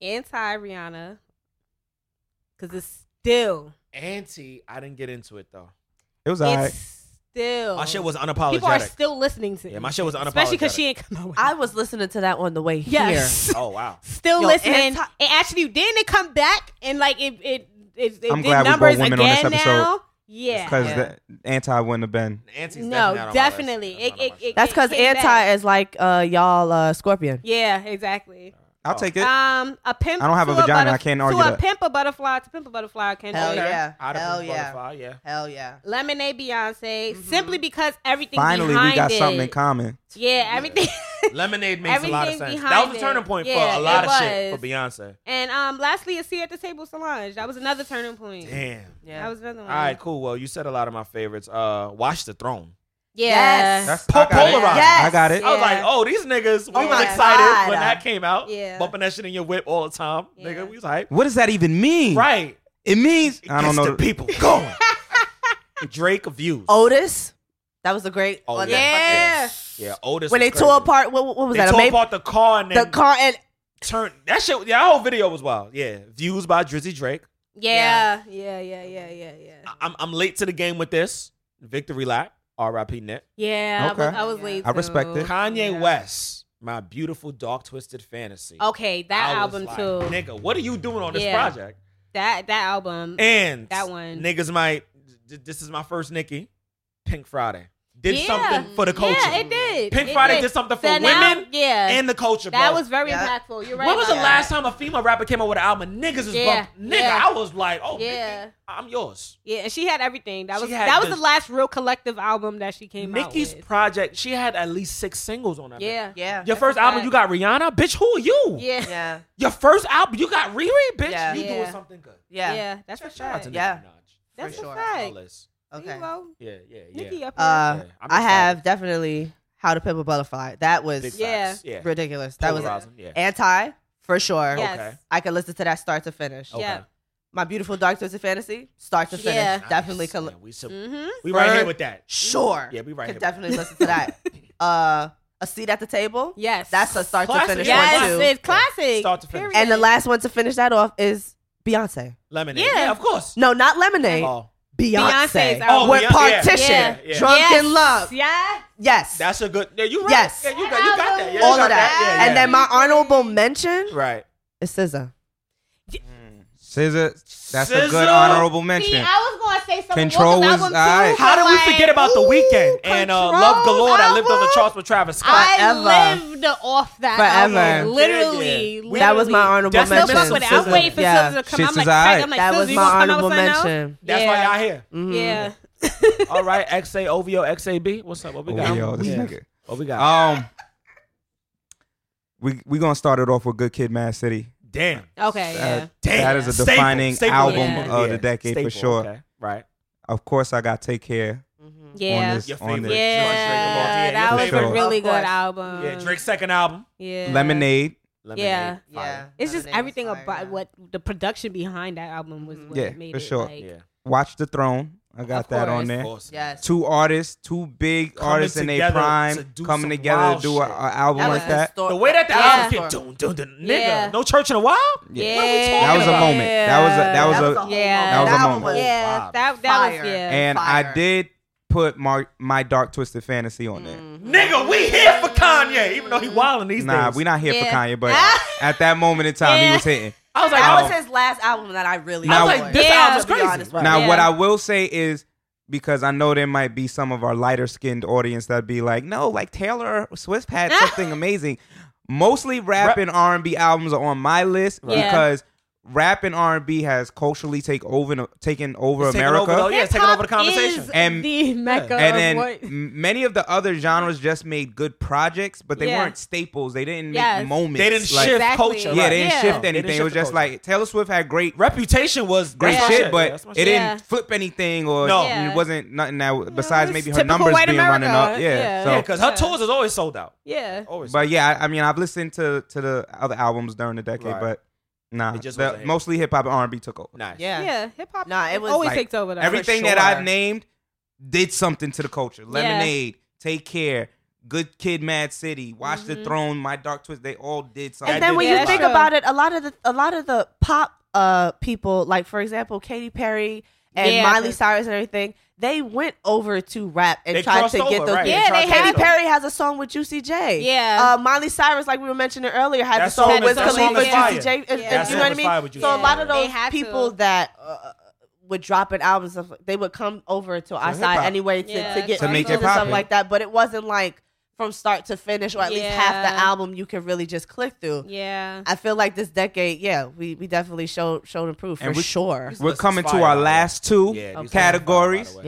[SPEAKER 4] anti Rihanna, because it's still,
[SPEAKER 5] Anti, I didn't get into it though.
[SPEAKER 2] it was
[SPEAKER 4] it's
[SPEAKER 2] all right.
[SPEAKER 4] still.
[SPEAKER 5] My shit was
[SPEAKER 4] Oh. People are
[SPEAKER 5] unapologetic.
[SPEAKER 4] still listening to.
[SPEAKER 5] Yeah, my shit was unapologetic.
[SPEAKER 4] Especially because she ain't come out. with
[SPEAKER 3] I was listening to that on the way here.
[SPEAKER 4] Yes.
[SPEAKER 5] Oh wow.
[SPEAKER 4] Still
[SPEAKER 3] Yo,
[SPEAKER 4] listening.
[SPEAKER 3] anti-
[SPEAKER 4] and actually, then it come back and like it it it, it
[SPEAKER 2] I'm glad
[SPEAKER 4] did
[SPEAKER 2] we brought
[SPEAKER 4] numbers
[SPEAKER 2] women on this
[SPEAKER 4] again
[SPEAKER 2] episode.
[SPEAKER 4] now. Yeah.
[SPEAKER 2] Because the anti wouldn't have been.
[SPEAKER 5] Anti's
[SPEAKER 4] no,
[SPEAKER 5] definitely.
[SPEAKER 4] definitely.
[SPEAKER 5] It,
[SPEAKER 4] It, it, it,
[SPEAKER 3] That's because
[SPEAKER 4] it came
[SPEAKER 3] anti
[SPEAKER 4] back.
[SPEAKER 3] is like uh, y'all uh, Scorpion.
[SPEAKER 4] Yeah, exactly.
[SPEAKER 2] I'll
[SPEAKER 5] Oh.
[SPEAKER 2] take it.
[SPEAKER 4] Um, a pimp.
[SPEAKER 2] I don't have a
[SPEAKER 4] to
[SPEAKER 2] vagina,
[SPEAKER 4] butterf-
[SPEAKER 2] I can't argue
[SPEAKER 4] To
[SPEAKER 2] that.
[SPEAKER 4] a pimp a butterfly, to pimp a butterfly, can
[SPEAKER 3] Hell yeah.
[SPEAKER 5] I'd
[SPEAKER 3] Hell
[SPEAKER 5] have been
[SPEAKER 3] yeah.
[SPEAKER 5] qualified, yeah.
[SPEAKER 3] Hell yeah.
[SPEAKER 4] Lemonade Beyonce, simply because everything
[SPEAKER 2] Mm-hmm. Finally,
[SPEAKER 4] behind
[SPEAKER 2] we got
[SPEAKER 4] it.
[SPEAKER 2] something in common.
[SPEAKER 4] Yeah, everything.
[SPEAKER 5] Lemonade makes a lot of
[SPEAKER 4] Everything
[SPEAKER 5] sense. That
[SPEAKER 4] behind
[SPEAKER 5] was a turning
[SPEAKER 4] it.
[SPEAKER 5] point
[SPEAKER 4] Yeah,
[SPEAKER 5] for a lot
[SPEAKER 4] it
[SPEAKER 5] of shit
[SPEAKER 4] was.
[SPEAKER 5] for Beyonce.
[SPEAKER 4] and um, lastly, a seat at the table, Solange. That was another turning point.
[SPEAKER 5] Damn.
[SPEAKER 3] Yeah.
[SPEAKER 4] That was another one.
[SPEAKER 5] All right, cool. Well, you said a lot of my favorites. Uh, Watch the Throne.
[SPEAKER 4] Yeah.
[SPEAKER 2] That's
[SPEAKER 5] Po-
[SPEAKER 2] I got it.
[SPEAKER 5] polarized.
[SPEAKER 2] I got it.
[SPEAKER 4] Yeah.
[SPEAKER 5] I was like, oh, these niggas. We
[SPEAKER 3] Oh
[SPEAKER 5] was
[SPEAKER 3] my
[SPEAKER 5] excited
[SPEAKER 3] God.
[SPEAKER 5] when that came out.
[SPEAKER 4] Yeah.
[SPEAKER 5] Bumping that shit in your whip all the time,
[SPEAKER 4] Yeah.
[SPEAKER 5] nigga. We was hype.
[SPEAKER 2] What does that even mean?
[SPEAKER 5] Right.
[SPEAKER 2] It means
[SPEAKER 5] It
[SPEAKER 2] I don't
[SPEAKER 5] gets
[SPEAKER 2] know.
[SPEAKER 5] The people going. Drake views.
[SPEAKER 3] Oh, Otis, that was a great.
[SPEAKER 5] Oh,
[SPEAKER 3] on
[SPEAKER 5] yeah.
[SPEAKER 3] that
[SPEAKER 4] Yeah.
[SPEAKER 5] Yeah, Otis.
[SPEAKER 3] when
[SPEAKER 5] was
[SPEAKER 3] they
[SPEAKER 5] crazy.
[SPEAKER 3] tore apart, what, what was
[SPEAKER 5] they
[SPEAKER 3] that?
[SPEAKER 5] tore
[SPEAKER 3] Amazing-
[SPEAKER 5] apart the car and
[SPEAKER 3] the
[SPEAKER 5] then
[SPEAKER 3] car and
[SPEAKER 5] turned that shit. Yeah, that whole video was wild. Yeah, views by Drizzy Drake.
[SPEAKER 4] Yeah, yeah, yeah, yeah, yeah, yeah.
[SPEAKER 5] I- I'm I'm late to the game with this. Victory lap. R.I.P. Nip.
[SPEAKER 4] Yeah, I was,
[SPEAKER 2] Okay.
[SPEAKER 4] I was late.
[SPEAKER 2] I respect
[SPEAKER 4] too.
[SPEAKER 2] it.
[SPEAKER 5] Kanye
[SPEAKER 4] Yeah.
[SPEAKER 5] West. My beautiful dark twisted fantasy.
[SPEAKER 4] Okay, that
[SPEAKER 5] I was
[SPEAKER 4] album
[SPEAKER 5] like,
[SPEAKER 4] too.
[SPEAKER 5] Nigga, what are you doing on this
[SPEAKER 4] Yeah.
[SPEAKER 5] project?
[SPEAKER 4] That that album.
[SPEAKER 5] And
[SPEAKER 4] That one.
[SPEAKER 5] Niggas might. th- This is my first Nicki. Pink Friday did
[SPEAKER 4] Yeah.
[SPEAKER 5] something for the culture.
[SPEAKER 4] Yeah, it did.
[SPEAKER 5] Pink
[SPEAKER 4] It
[SPEAKER 5] Friday
[SPEAKER 4] did.
[SPEAKER 5] did something for
[SPEAKER 4] So
[SPEAKER 5] women
[SPEAKER 4] now- yeah,
[SPEAKER 5] and the culture.
[SPEAKER 4] that
[SPEAKER 5] bro.
[SPEAKER 4] was very
[SPEAKER 3] Yeah.
[SPEAKER 4] impactful. You're right.
[SPEAKER 5] When was the
[SPEAKER 4] about
[SPEAKER 5] last
[SPEAKER 4] that.
[SPEAKER 5] time a female rapper came out with an album? Niggas is
[SPEAKER 4] Yeah,
[SPEAKER 5] bumping. Nigga,
[SPEAKER 4] yeah.
[SPEAKER 5] I was like, oh,
[SPEAKER 4] Yeah.
[SPEAKER 5] Nicki, I'm yours.
[SPEAKER 4] Yeah, and she had everything. That
[SPEAKER 5] She
[SPEAKER 4] was
[SPEAKER 5] had
[SPEAKER 4] that was
[SPEAKER 5] the-
[SPEAKER 4] the last real collective album that she came
[SPEAKER 5] Nicki's
[SPEAKER 4] out with.
[SPEAKER 5] project, she had at least six singles on that. bitch.
[SPEAKER 4] yeah,
[SPEAKER 3] yeah,
[SPEAKER 5] Your first album, you got Rihanna? Bitch, who are you?
[SPEAKER 4] yeah, yeah,
[SPEAKER 3] yeah,
[SPEAKER 5] Your first album, you got Riri? Bitch,
[SPEAKER 3] Yeah.
[SPEAKER 5] you
[SPEAKER 4] Yeah.
[SPEAKER 5] doing something good.
[SPEAKER 3] yeah.
[SPEAKER 4] That's for sure.
[SPEAKER 5] Shout out to Nicki
[SPEAKER 3] Yeah.
[SPEAKER 5] Minaj.
[SPEAKER 4] That's
[SPEAKER 3] for
[SPEAKER 4] a
[SPEAKER 3] sure.
[SPEAKER 4] fact.
[SPEAKER 5] Flawless.
[SPEAKER 3] Okay.
[SPEAKER 4] You know,
[SPEAKER 5] Yeah, yeah, yeah.
[SPEAKER 4] Nicki up there.
[SPEAKER 3] Uh,
[SPEAKER 5] Yeah, I'm
[SPEAKER 3] I have
[SPEAKER 5] excited.
[SPEAKER 3] definitely how to pimp a butterfly. That was
[SPEAKER 5] Big
[SPEAKER 4] Yeah.
[SPEAKER 5] facts. Yeah.
[SPEAKER 3] ridiculous. That was
[SPEAKER 5] Polarizing, yeah.
[SPEAKER 3] anti for sure.
[SPEAKER 4] yes.
[SPEAKER 5] Okay.
[SPEAKER 3] I could listen to that start to finish.
[SPEAKER 5] Okay.
[SPEAKER 4] Yeah.
[SPEAKER 3] My beautiful dark twisted fantasy, start to finish.
[SPEAKER 4] Yeah.
[SPEAKER 3] Definitely
[SPEAKER 5] Nice,
[SPEAKER 3] could.
[SPEAKER 5] man. We, so,
[SPEAKER 4] Mm-hmm.
[SPEAKER 5] we right here
[SPEAKER 3] Third-
[SPEAKER 5] with that.
[SPEAKER 3] Sure.
[SPEAKER 5] Yeah, we right
[SPEAKER 3] Could
[SPEAKER 5] here.
[SPEAKER 3] definitely listen to that. uh, a seat at the table.
[SPEAKER 4] Yes.
[SPEAKER 3] That's a start
[SPEAKER 5] Classic.
[SPEAKER 3] to finish
[SPEAKER 4] yes.
[SPEAKER 3] one too.
[SPEAKER 4] It's classic.
[SPEAKER 5] Start to finish.
[SPEAKER 3] And the last one to finish that off is Beyonce.
[SPEAKER 5] Lemonade.
[SPEAKER 4] Yeah.
[SPEAKER 5] Yeah, of course.
[SPEAKER 3] No, not Lemonade.
[SPEAKER 5] Oh.
[SPEAKER 3] Beyonce.
[SPEAKER 4] Beyonce's album.
[SPEAKER 3] With
[SPEAKER 5] Beyonce,
[SPEAKER 3] partition,
[SPEAKER 4] yeah,
[SPEAKER 5] yeah.
[SPEAKER 3] drunk
[SPEAKER 4] yes.
[SPEAKER 3] in love.
[SPEAKER 4] Yeah.
[SPEAKER 3] Yes,
[SPEAKER 5] That's a good. Yeah, you right.
[SPEAKER 3] Yes.
[SPEAKER 5] Yeah, you got, you got that. Yeah, you
[SPEAKER 3] all
[SPEAKER 5] got
[SPEAKER 3] of that.
[SPEAKER 5] Yeah,
[SPEAKER 3] And
[SPEAKER 5] yeah.
[SPEAKER 3] then my honorable mention
[SPEAKER 5] right.
[SPEAKER 3] is SZA.
[SPEAKER 2] SZA, that's a good
[SPEAKER 5] SZA?
[SPEAKER 2] honorable
[SPEAKER 4] See,
[SPEAKER 2] mention.
[SPEAKER 4] I was gonna say something.
[SPEAKER 2] Control
[SPEAKER 4] Control
[SPEAKER 2] was-
[SPEAKER 4] album too,
[SPEAKER 2] alright.
[SPEAKER 4] but
[SPEAKER 5] How did we
[SPEAKER 4] like,
[SPEAKER 5] forget about the weekend and uh, Love
[SPEAKER 4] Control's
[SPEAKER 5] Galore that lived on the
[SPEAKER 4] album?
[SPEAKER 5] charts with Travis Scott?
[SPEAKER 4] I
[SPEAKER 3] Forever.
[SPEAKER 4] lived off that
[SPEAKER 3] Forever.
[SPEAKER 4] album. Literally,
[SPEAKER 5] Yeah, yeah.
[SPEAKER 3] That was my
[SPEAKER 4] literally.
[SPEAKER 3] honorable
[SPEAKER 5] That's the
[SPEAKER 4] So
[SPEAKER 3] mention.
[SPEAKER 5] best
[SPEAKER 4] fuck with it. I'm
[SPEAKER 5] SZA.
[SPEAKER 4] waiting for
[SPEAKER 3] Yeah.
[SPEAKER 4] SZA to come.
[SPEAKER 2] Shit's
[SPEAKER 4] I'm like,
[SPEAKER 2] is alright.
[SPEAKER 4] I'm like,
[SPEAKER 3] That
[SPEAKER 4] SZA,
[SPEAKER 3] was
[SPEAKER 4] you
[SPEAKER 3] my
[SPEAKER 4] gonna come out
[SPEAKER 3] honorable
[SPEAKER 4] with something else?
[SPEAKER 3] mention. Mm-hmm.
[SPEAKER 5] That's why y'all here.
[SPEAKER 4] Yeah.
[SPEAKER 5] All right, XA, OVO, XAB. What's up? What we got?
[SPEAKER 2] Oh, yo, this
[SPEAKER 5] Yeah.
[SPEAKER 2] nigga.
[SPEAKER 5] What we got?
[SPEAKER 2] Um, we we gonna start it off with Good Kid, Mad City.
[SPEAKER 5] Damn.
[SPEAKER 4] Okay. Yeah.
[SPEAKER 5] Damn.
[SPEAKER 2] That is a
[SPEAKER 5] Staple,
[SPEAKER 2] defining
[SPEAKER 5] staple
[SPEAKER 2] album
[SPEAKER 5] yeah.
[SPEAKER 2] of
[SPEAKER 5] Yeah,
[SPEAKER 2] the decade
[SPEAKER 5] staple,
[SPEAKER 2] for sure.
[SPEAKER 5] okay, Right.
[SPEAKER 2] Uh, Of course, I got Take Care on
[SPEAKER 5] Mm-hmm.
[SPEAKER 4] Yeah.
[SPEAKER 2] this.
[SPEAKER 5] Your
[SPEAKER 2] on
[SPEAKER 5] favorite
[SPEAKER 2] this.
[SPEAKER 4] Yeah,
[SPEAKER 5] Yeah,
[SPEAKER 4] that
[SPEAKER 2] for
[SPEAKER 4] was
[SPEAKER 2] sure.
[SPEAKER 4] a really
[SPEAKER 3] Of
[SPEAKER 4] good
[SPEAKER 3] course.
[SPEAKER 4] album.
[SPEAKER 5] Yeah, Drake's second album.
[SPEAKER 4] Yeah.
[SPEAKER 2] Lemonade.
[SPEAKER 5] Lemonade,
[SPEAKER 4] Yeah.
[SPEAKER 5] fire.
[SPEAKER 4] It's just
[SPEAKER 3] Lemonade was
[SPEAKER 4] everything
[SPEAKER 3] fire,
[SPEAKER 4] about
[SPEAKER 3] yeah. Mm-hmm.
[SPEAKER 4] what the production behind that album was. What
[SPEAKER 2] Yeah,
[SPEAKER 4] made
[SPEAKER 2] for
[SPEAKER 4] it,
[SPEAKER 2] sure.
[SPEAKER 4] Like,
[SPEAKER 5] Yeah.
[SPEAKER 2] Watch the Throne. I got
[SPEAKER 3] Of
[SPEAKER 2] that on
[SPEAKER 3] course.
[SPEAKER 2] there.
[SPEAKER 5] Awesome.
[SPEAKER 3] Yes.
[SPEAKER 2] Two artists, two big
[SPEAKER 5] Coming
[SPEAKER 2] artists in their
[SPEAKER 5] together
[SPEAKER 2] prime,
[SPEAKER 5] to do
[SPEAKER 2] coming
[SPEAKER 5] some
[SPEAKER 2] together
[SPEAKER 5] wild
[SPEAKER 2] to do an
[SPEAKER 5] shit.
[SPEAKER 2] album
[SPEAKER 3] That was
[SPEAKER 2] like that.
[SPEAKER 3] histor-
[SPEAKER 5] The way that the
[SPEAKER 3] Yeah.
[SPEAKER 5] album get dun, dun, dun, nigga,
[SPEAKER 4] Yeah.
[SPEAKER 5] no church in a while.
[SPEAKER 4] yeah.
[SPEAKER 5] What are we
[SPEAKER 2] That was a moment. That was a that was,
[SPEAKER 3] That was
[SPEAKER 2] a,
[SPEAKER 3] a whole
[SPEAKER 2] moment.
[SPEAKER 4] Yeah.
[SPEAKER 2] That was a
[SPEAKER 4] album
[SPEAKER 2] moment.
[SPEAKER 4] Yeah.
[SPEAKER 5] Vibe.
[SPEAKER 4] That that
[SPEAKER 3] Fire.
[SPEAKER 4] was yeah.
[SPEAKER 2] and I
[SPEAKER 3] fire.
[SPEAKER 2] did put my my dark twisted fantasy on there.
[SPEAKER 5] Nigga, we here for Kanye, even though
[SPEAKER 4] Mm-hmm.
[SPEAKER 5] he wilding Mm-hmm. these
[SPEAKER 2] Nah,
[SPEAKER 5] days.
[SPEAKER 2] we not here
[SPEAKER 4] Yeah.
[SPEAKER 2] for Kanye, but at that moment in time, he
[SPEAKER 4] Yeah.
[SPEAKER 2] was hitting.
[SPEAKER 5] I was like,
[SPEAKER 3] That
[SPEAKER 5] oh.
[SPEAKER 3] was his last album that I really
[SPEAKER 2] Now-
[SPEAKER 5] I was
[SPEAKER 3] enjoyed.
[SPEAKER 5] like, this
[SPEAKER 4] Yeah.
[SPEAKER 5] album's
[SPEAKER 4] To
[SPEAKER 3] be
[SPEAKER 5] crazy.
[SPEAKER 3] honest,
[SPEAKER 5] Right.
[SPEAKER 2] Now,
[SPEAKER 4] Yeah.
[SPEAKER 2] what I will say is because I know there might be some of our lighter skinned audience that'd be like, no, like Taylor Swift had something amazing. Mostly rap and R and B albums are on my list
[SPEAKER 4] Yeah.
[SPEAKER 2] because rap and R and B has culturally take over taken over
[SPEAKER 5] It's taking
[SPEAKER 2] America.
[SPEAKER 5] over, though, yeah, it's taking over the
[SPEAKER 4] Hip-hop
[SPEAKER 5] conversation.
[SPEAKER 4] Is
[SPEAKER 2] And-
[SPEAKER 4] the mecca
[SPEAKER 2] And
[SPEAKER 4] of
[SPEAKER 2] then
[SPEAKER 4] what-
[SPEAKER 2] m- many of the other genres just made good projects, but they
[SPEAKER 4] Yeah.
[SPEAKER 2] weren't staples. They didn't make
[SPEAKER 4] Yes.
[SPEAKER 2] moments.
[SPEAKER 5] They didn't
[SPEAKER 2] Like-
[SPEAKER 5] shift
[SPEAKER 4] Exactly.
[SPEAKER 5] culture.
[SPEAKER 2] Yeah,
[SPEAKER 5] right.
[SPEAKER 2] they didn't
[SPEAKER 4] Yeah.
[SPEAKER 2] shift
[SPEAKER 5] They didn't
[SPEAKER 2] anything.
[SPEAKER 5] shift
[SPEAKER 2] it was
[SPEAKER 5] the
[SPEAKER 2] just
[SPEAKER 5] culture.
[SPEAKER 2] like Taylor Swift had great
[SPEAKER 5] Reputation was
[SPEAKER 2] great
[SPEAKER 4] Yeah.
[SPEAKER 2] shit,
[SPEAKER 5] Yeah,
[SPEAKER 2] but
[SPEAKER 5] that's my
[SPEAKER 2] it
[SPEAKER 5] shit.
[SPEAKER 4] Yeah.
[SPEAKER 2] didn't flip anything or
[SPEAKER 5] No.
[SPEAKER 4] Yeah.
[SPEAKER 2] it wasn't nothing that w- besides
[SPEAKER 4] it was
[SPEAKER 2] maybe her
[SPEAKER 4] typical
[SPEAKER 2] numbers
[SPEAKER 4] white
[SPEAKER 2] being running
[SPEAKER 4] America.
[SPEAKER 2] up. Yeah.
[SPEAKER 4] Yeah.
[SPEAKER 2] So,
[SPEAKER 5] Yeah, because her
[SPEAKER 4] Yeah.
[SPEAKER 5] tours is always sold out.
[SPEAKER 4] yeah.
[SPEAKER 5] Always.
[SPEAKER 2] but yeah, I, I mean, I've listened to to the other albums during the decade,
[SPEAKER 5] Right.
[SPEAKER 2] but nah,
[SPEAKER 5] It just
[SPEAKER 2] the-
[SPEAKER 5] wasn't hit.
[SPEAKER 2] mostly hip hop and R and B took over.
[SPEAKER 5] nice.
[SPEAKER 3] yeah.
[SPEAKER 4] Yeah, hip hop.
[SPEAKER 3] Nah, it was
[SPEAKER 4] always
[SPEAKER 2] like-
[SPEAKER 4] takes over. Though.
[SPEAKER 2] Everything that I've
[SPEAKER 3] sure.
[SPEAKER 2] named did something to the culture. Lemonade, Take Care, Good Kid, Mad City, Watch
[SPEAKER 4] Mm-hmm.
[SPEAKER 2] the Throne, My Dark Twist. They all did something.
[SPEAKER 3] And then
[SPEAKER 5] did
[SPEAKER 3] when
[SPEAKER 4] Yeah,
[SPEAKER 3] you
[SPEAKER 4] that's
[SPEAKER 3] think
[SPEAKER 4] true.
[SPEAKER 3] about it, a lot of the a lot of the pop uh people, like for example, Katy Perry and
[SPEAKER 4] Yeah,
[SPEAKER 3] Miley
[SPEAKER 4] 'cause-
[SPEAKER 3] Cyrus and everything, they went over to rap and
[SPEAKER 5] They
[SPEAKER 3] tried
[SPEAKER 5] crossed
[SPEAKER 3] to get
[SPEAKER 5] over,
[SPEAKER 3] those.
[SPEAKER 5] right.
[SPEAKER 3] things.
[SPEAKER 4] Yeah, they
[SPEAKER 3] Katy
[SPEAKER 4] had-
[SPEAKER 3] Perry has a song with Juicy J.
[SPEAKER 4] Yeah.
[SPEAKER 3] Uh, Miley Cyrus, like we were mentioning earlier, had
[SPEAKER 5] That
[SPEAKER 3] a song
[SPEAKER 5] song
[SPEAKER 3] with
[SPEAKER 4] is- that song
[SPEAKER 3] Khalifa,
[SPEAKER 4] is fire.
[SPEAKER 3] Juicy J. and-
[SPEAKER 4] Yeah.
[SPEAKER 3] and
[SPEAKER 4] That
[SPEAKER 3] you know
[SPEAKER 5] song
[SPEAKER 3] what I
[SPEAKER 5] is fire
[SPEAKER 3] mean?
[SPEAKER 5] with Juicy
[SPEAKER 3] So a
[SPEAKER 4] J.
[SPEAKER 3] lot of
[SPEAKER 4] They
[SPEAKER 3] those
[SPEAKER 4] had
[SPEAKER 3] people
[SPEAKER 4] to.
[SPEAKER 3] that uh, would drop an album, stuff, they would come over to our side
[SPEAKER 2] hip-hop.
[SPEAKER 3] anyway to,
[SPEAKER 4] Yeah,
[SPEAKER 3] to get
[SPEAKER 4] To
[SPEAKER 2] make
[SPEAKER 3] views
[SPEAKER 2] it
[SPEAKER 3] and stuff
[SPEAKER 2] poppin'.
[SPEAKER 3] like that. But it wasn't like from start to finish, or at least half the
[SPEAKER 4] Yeah.
[SPEAKER 3] album you could really just click through.
[SPEAKER 4] Yeah.
[SPEAKER 3] I feel like this decade, yeah, we, we definitely showed showed improved for
[SPEAKER 2] And we-
[SPEAKER 3] sure.
[SPEAKER 5] This
[SPEAKER 2] We're
[SPEAKER 5] list is
[SPEAKER 2] coming to
[SPEAKER 5] fire,
[SPEAKER 2] our
[SPEAKER 5] by the way.
[SPEAKER 2] last two
[SPEAKER 5] Yeah, these
[SPEAKER 2] categories.
[SPEAKER 5] songs are fire, by the way.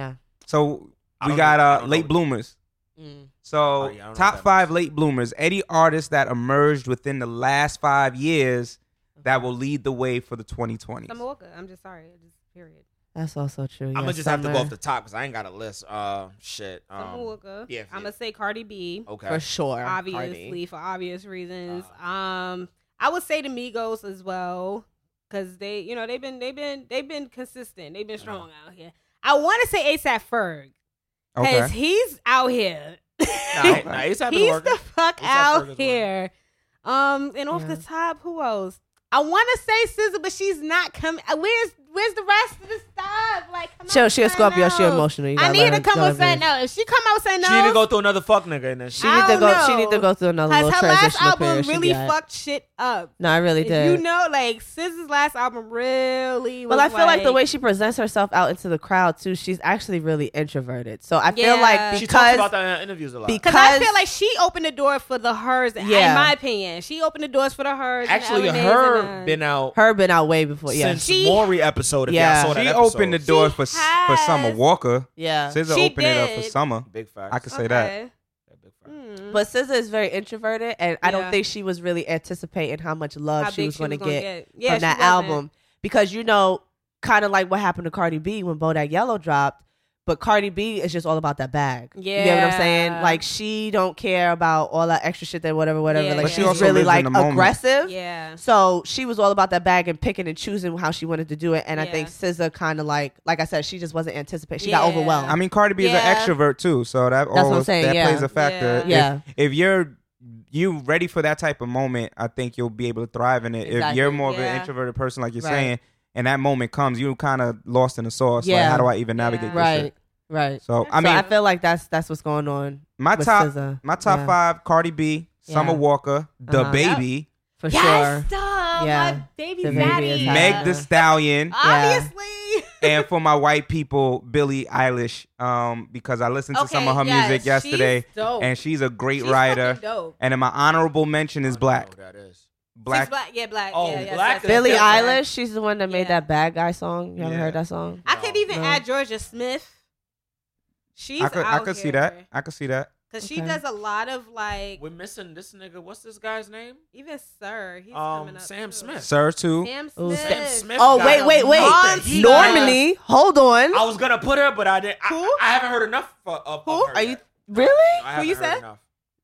[SPEAKER 3] Yeah, yeah.
[SPEAKER 2] So
[SPEAKER 5] I
[SPEAKER 2] we
[SPEAKER 5] don't
[SPEAKER 2] got
[SPEAKER 5] know- I
[SPEAKER 2] uh
[SPEAKER 5] don't know
[SPEAKER 2] late
[SPEAKER 5] what-
[SPEAKER 2] bloomers.
[SPEAKER 3] Mm.
[SPEAKER 2] So
[SPEAKER 5] Oh, yeah, I don't know what
[SPEAKER 2] top
[SPEAKER 5] that
[SPEAKER 2] five late bloomers, any artists that emerged within the last five years that will lead the way for the 2020s.
[SPEAKER 4] Summer Walker. I'm just sorry. Just period.
[SPEAKER 3] That's also true.
[SPEAKER 7] I'm gonna just have to go off the top because I ain't got a list. Uh, shit.
[SPEAKER 4] Summer
[SPEAKER 7] Um,
[SPEAKER 4] Walker.
[SPEAKER 7] yeah,
[SPEAKER 4] I'm
[SPEAKER 7] yeah.
[SPEAKER 4] gonna say Cardi B.
[SPEAKER 7] okay.
[SPEAKER 3] for sure.
[SPEAKER 4] obviously for obvious reasons. um, I would say the Migos as well because they, you know, they've been they've been they've been consistent. They've been strong out here. I want to say ASAP Ferg because
[SPEAKER 2] Okay.
[SPEAKER 4] he's out here.
[SPEAKER 5] Nah, nah, it's happened to
[SPEAKER 4] he's
[SPEAKER 5] work.
[SPEAKER 4] the fuck
[SPEAKER 5] ASAP Ferg
[SPEAKER 4] out
[SPEAKER 5] is
[SPEAKER 4] here. Um, and off the
[SPEAKER 3] Yeah.
[SPEAKER 4] top, who else? I want to say SZA, but she's not coming. uh, Where's where's the rest of the stuff? Like, come out
[SPEAKER 3] She'll
[SPEAKER 4] with
[SPEAKER 3] she a
[SPEAKER 4] something
[SPEAKER 3] Scorpio. She
[SPEAKER 4] else.
[SPEAKER 3] emotional. You
[SPEAKER 4] I
[SPEAKER 3] gotta
[SPEAKER 4] need
[SPEAKER 3] let
[SPEAKER 4] her to
[SPEAKER 3] her
[SPEAKER 4] come
[SPEAKER 3] go
[SPEAKER 4] out with
[SPEAKER 3] there.
[SPEAKER 4] something else. If she come out with something
[SPEAKER 5] She need to
[SPEAKER 4] else-
[SPEAKER 5] go through another fuck nigga and then
[SPEAKER 3] She
[SPEAKER 5] she.
[SPEAKER 4] I
[SPEAKER 3] need to
[SPEAKER 4] don't
[SPEAKER 3] go. She
[SPEAKER 4] know.
[SPEAKER 3] need to go through another little
[SPEAKER 4] Cause her last
[SPEAKER 3] transitional
[SPEAKER 4] album
[SPEAKER 3] period. she
[SPEAKER 4] really
[SPEAKER 3] be at.
[SPEAKER 4] fucked shit up.
[SPEAKER 3] No, I really did.
[SPEAKER 4] You know, like SZA's last album really. Was
[SPEAKER 3] well, I feel like, the way she presents herself out into the crowd too, she's actually really introverted. So I feel
[SPEAKER 4] Yeah.
[SPEAKER 3] like
[SPEAKER 5] She talks
[SPEAKER 3] because
[SPEAKER 5] about that in interviews a lot.
[SPEAKER 3] because
[SPEAKER 4] because I feel like she opened the door for the hers. Yeah.
[SPEAKER 3] Yeah.
[SPEAKER 4] in my opinion, she opened the doors for the hers. and
[SPEAKER 5] Actually,
[SPEAKER 4] Eminem's
[SPEAKER 5] her
[SPEAKER 4] and, uh,
[SPEAKER 5] been out
[SPEAKER 3] her been out way before. Yeah,
[SPEAKER 5] since
[SPEAKER 4] She-
[SPEAKER 5] Maury episode. If
[SPEAKER 3] Yeah.
[SPEAKER 5] y'all saw that
[SPEAKER 2] She
[SPEAKER 5] episode.
[SPEAKER 2] opened the door
[SPEAKER 4] She
[SPEAKER 2] for s- for Summer
[SPEAKER 4] has.
[SPEAKER 2] Walker.
[SPEAKER 3] yeah.
[SPEAKER 2] SZA
[SPEAKER 4] She
[SPEAKER 2] opened it up for
[SPEAKER 4] did.
[SPEAKER 2] Summer.
[SPEAKER 5] Big facts.
[SPEAKER 2] I could say that.
[SPEAKER 4] Okay.
[SPEAKER 5] Big facts.
[SPEAKER 4] Hmm.
[SPEAKER 3] But SZA is very introverted, and I don't
[SPEAKER 4] Yeah.
[SPEAKER 3] think she was really anticipating how much love
[SPEAKER 4] How
[SPEAKER 3] she
[SPEAKER 4] big
[SPEAKER 3] was going to
[SPEAKER 4] gonna
[SPEAKER 3] get,
[SPEAKER 4] Yeah,
[SPEAKER 3] from
[SPEAKER 4] she
[SPEAKER 3] that
[SPEAKER 4] wasn't.
[SPEAKER 3] album because you know, kind of like what happened to Cardi B when Bodak Yellow dropped. But Cardi B is just all about that bag. you get what I'm saying?
[SPEAKER 4] Yeah.
[SPEAKER 3] Like she don't care about all that extra shit that whatever, whatever.
[SPEAKER 4] Yeah,
[SPEAKER 3] like
[SPEAKER 4] But she
[SPEAKER 3] she's
[SPEAKER 2] also
[SPEAKER 3] really
[SPEAKER 2] lives in
[SPEAKER 3] like
[SPEAKER 2] the moment.
[SPEAKER 3] aggressive.
[SPEAKER 4] Yeah,
[SPEAKER 3] So she was all about that bag and picking and choosing how she wanted to do it. And I
[SPEAKER 4] Yeah.
[SPEAKER 3] think SZA kind of like, like I said, she just wasn't anticipating. She got
[SPEAKER 4] Yeah.
[SPEAKER 3] overwhelmed.
[SPEAKER 2] I mean, Cardi B is
[SPEAKER 4] Yeah.
[SPEAKER 2] an extrovert too, so that
[SPEAKER 3] what I'm
[SPEAKER 2] always,
[SPEAKER 3] saying,
[SPEAKER 2] that
[SPEAKER 3] yeah.
[SPEAKER 2] plays a factor.
[SPEAKER 4] Yeah.
[SPEAKER 2] If-
[SPEAKER 3] Yeah.
[SPEAKER 2] If, you're you ready for that type of moment, I think you'll be able to thrive in it. If
[SPEAKER 3] Exactly,
[SPEAKER 2] you're more of an
[SPEAKER 4] yeah.
[SPEAKER 2] introverted person, like you're
[SPEAKER 3] Right.
[SPEAKER 2] saying, and that moment comes, you kind of lost in the sauce. Like,
[SPEAKER 3] Yeah.
[SPEAKER 2] how do I even navigate
[SPEAKER 4] Yeah.
[SPEAKER 2] this?
[SPEAKER 3] right,
[SPEAKER 2] shit?
[SPEAKER 3] right.
[SPEAKER 2] So I
[SPEAKER 3] so
[SPEAKER 2] mean,
[SPEAKER 3] I feel like that's that's what's going on.
[SPEAKER 2] my
[SPEAKER 3] with
[SPEAKER 2] top
[SPEAKER 3] SZA.
[SPEAKER 2] my top
[SPEAKER 3] Yeah.
[SPEAKER 2] five: Cardi B, Summer
[SPEAKER 3] Yeah.
[SPEAKER 2] Walker, The
[SPEAKER 3] Uh-huh.
[SPEAKER 2] Baby,
[SPEAKER 3] for
[SPEAKER 4] yes,
[SPEAKER 3] sure.
[SPEAKER 4] dog.
[SPEAKER 3] Yeah.
[SPEAKER 4] my baby
[SPEAKER 3] The baby is
[SPEAKER 4] daddy.
[SPEAKER 3] hot.
[SPEAKER 2] Meg the Stallion,
[SPEAKER 4] Obviously.
[SPEAKER 2] and for my white people, Billie Eilish, um, because I listened to some of her
[SPEAKER 4] yes,
[SPEAKER 2] music
[SPEAKER 4] she's
[SPEAKER 2] yesterday,
[SPEAKER 4] dope.
[SPEAKER 2] and she's a great
[SPEAKER 4] She's
[SPEAKER 2] writer.
[SPEAKER 4] fucking Dope.
[SPEAKER 2] And then my honorable mention is black,
[SPEAKER 7] That is.
[SPEAKER 4] Black.
[SPEAKER 2] black,
[SPEAKER 4] She's black. Yeah, black.
[SPEAKER 5] Oh,
[SPEAKER 4] yeah, yes,
[SPEAKER 5] black
[SPEAKER 4] yes,
[SPEAKER 5] is-
[SPEAKER 4] yes,
[SPEAKER 3] Billie
[SPEAKER 4] yes, yes.
[SPEAKER 3] Eilish, she's the one that made
[SPEAKER 4] Yeah.
[SPEAKER 3] that bad guy song. You haven't
[SPEAKER 2] Yeah.
[SPEAKER 3] heard that song?
[SPEAKER 4] I could even
[SPEAKER 3] No.
[SPEAKER 4] add Georgia Smith. She's
[SPEAKER 2] I could, I
[SPEAKER 4] out
[SPEAKER 2] could see
[SPEAKER 4] here.
[SPEAKER 2] that. I could see that.
[SPEAKER 4] Cause she
[SPEAKER 3] Okay.
[SPEAKER 4] does a lot of like
[SPEAKER 5] We're missing this nigga. What's this guy's name?
[SPEAKER 4] even Sir. He's
[SPEAKER 5] Um,
[SPEAKER 4] coming up.
[SPEAKER 5] Sam
[SPEAKER 4] too.
[SPEAKER 5] Smith.
[SPEAKER 2] Sir, too.
[SPEAKER 4] Sam Smith.
[SPEAKER 3] Ooh,
[SPEAKER 5] Sam Smith.
[SPEAKER 3] Oh,
[SPEAKER 5] got
[SPEAKER 3] wait,
[SPEAKER 5] a
[SPEAKER 3] wait, wait.
[SPEAKER 5] monster. He got-
[SPEAKER 3] Normally, hold on.
[SPEAKER 5] I was gonna put her, but I didn't.
[SPEAKER 4] Who?
[SPEAKER 5] I, I haven't heard enough. For, of,
[SPEAKER 4] Who?
[SPEAKER 5] Of her
[SPEAKER 4] Are
[SPEAKER 5] yet.
[SPEAKER 4] you-
[SPEAKER 3] Really?
[SPEAKER 5] I
[SPEAKER 4] Who you
[SPEAKER 5] haven't heard
[SPEAKER 4] said?
[SPEAKER 5] enough.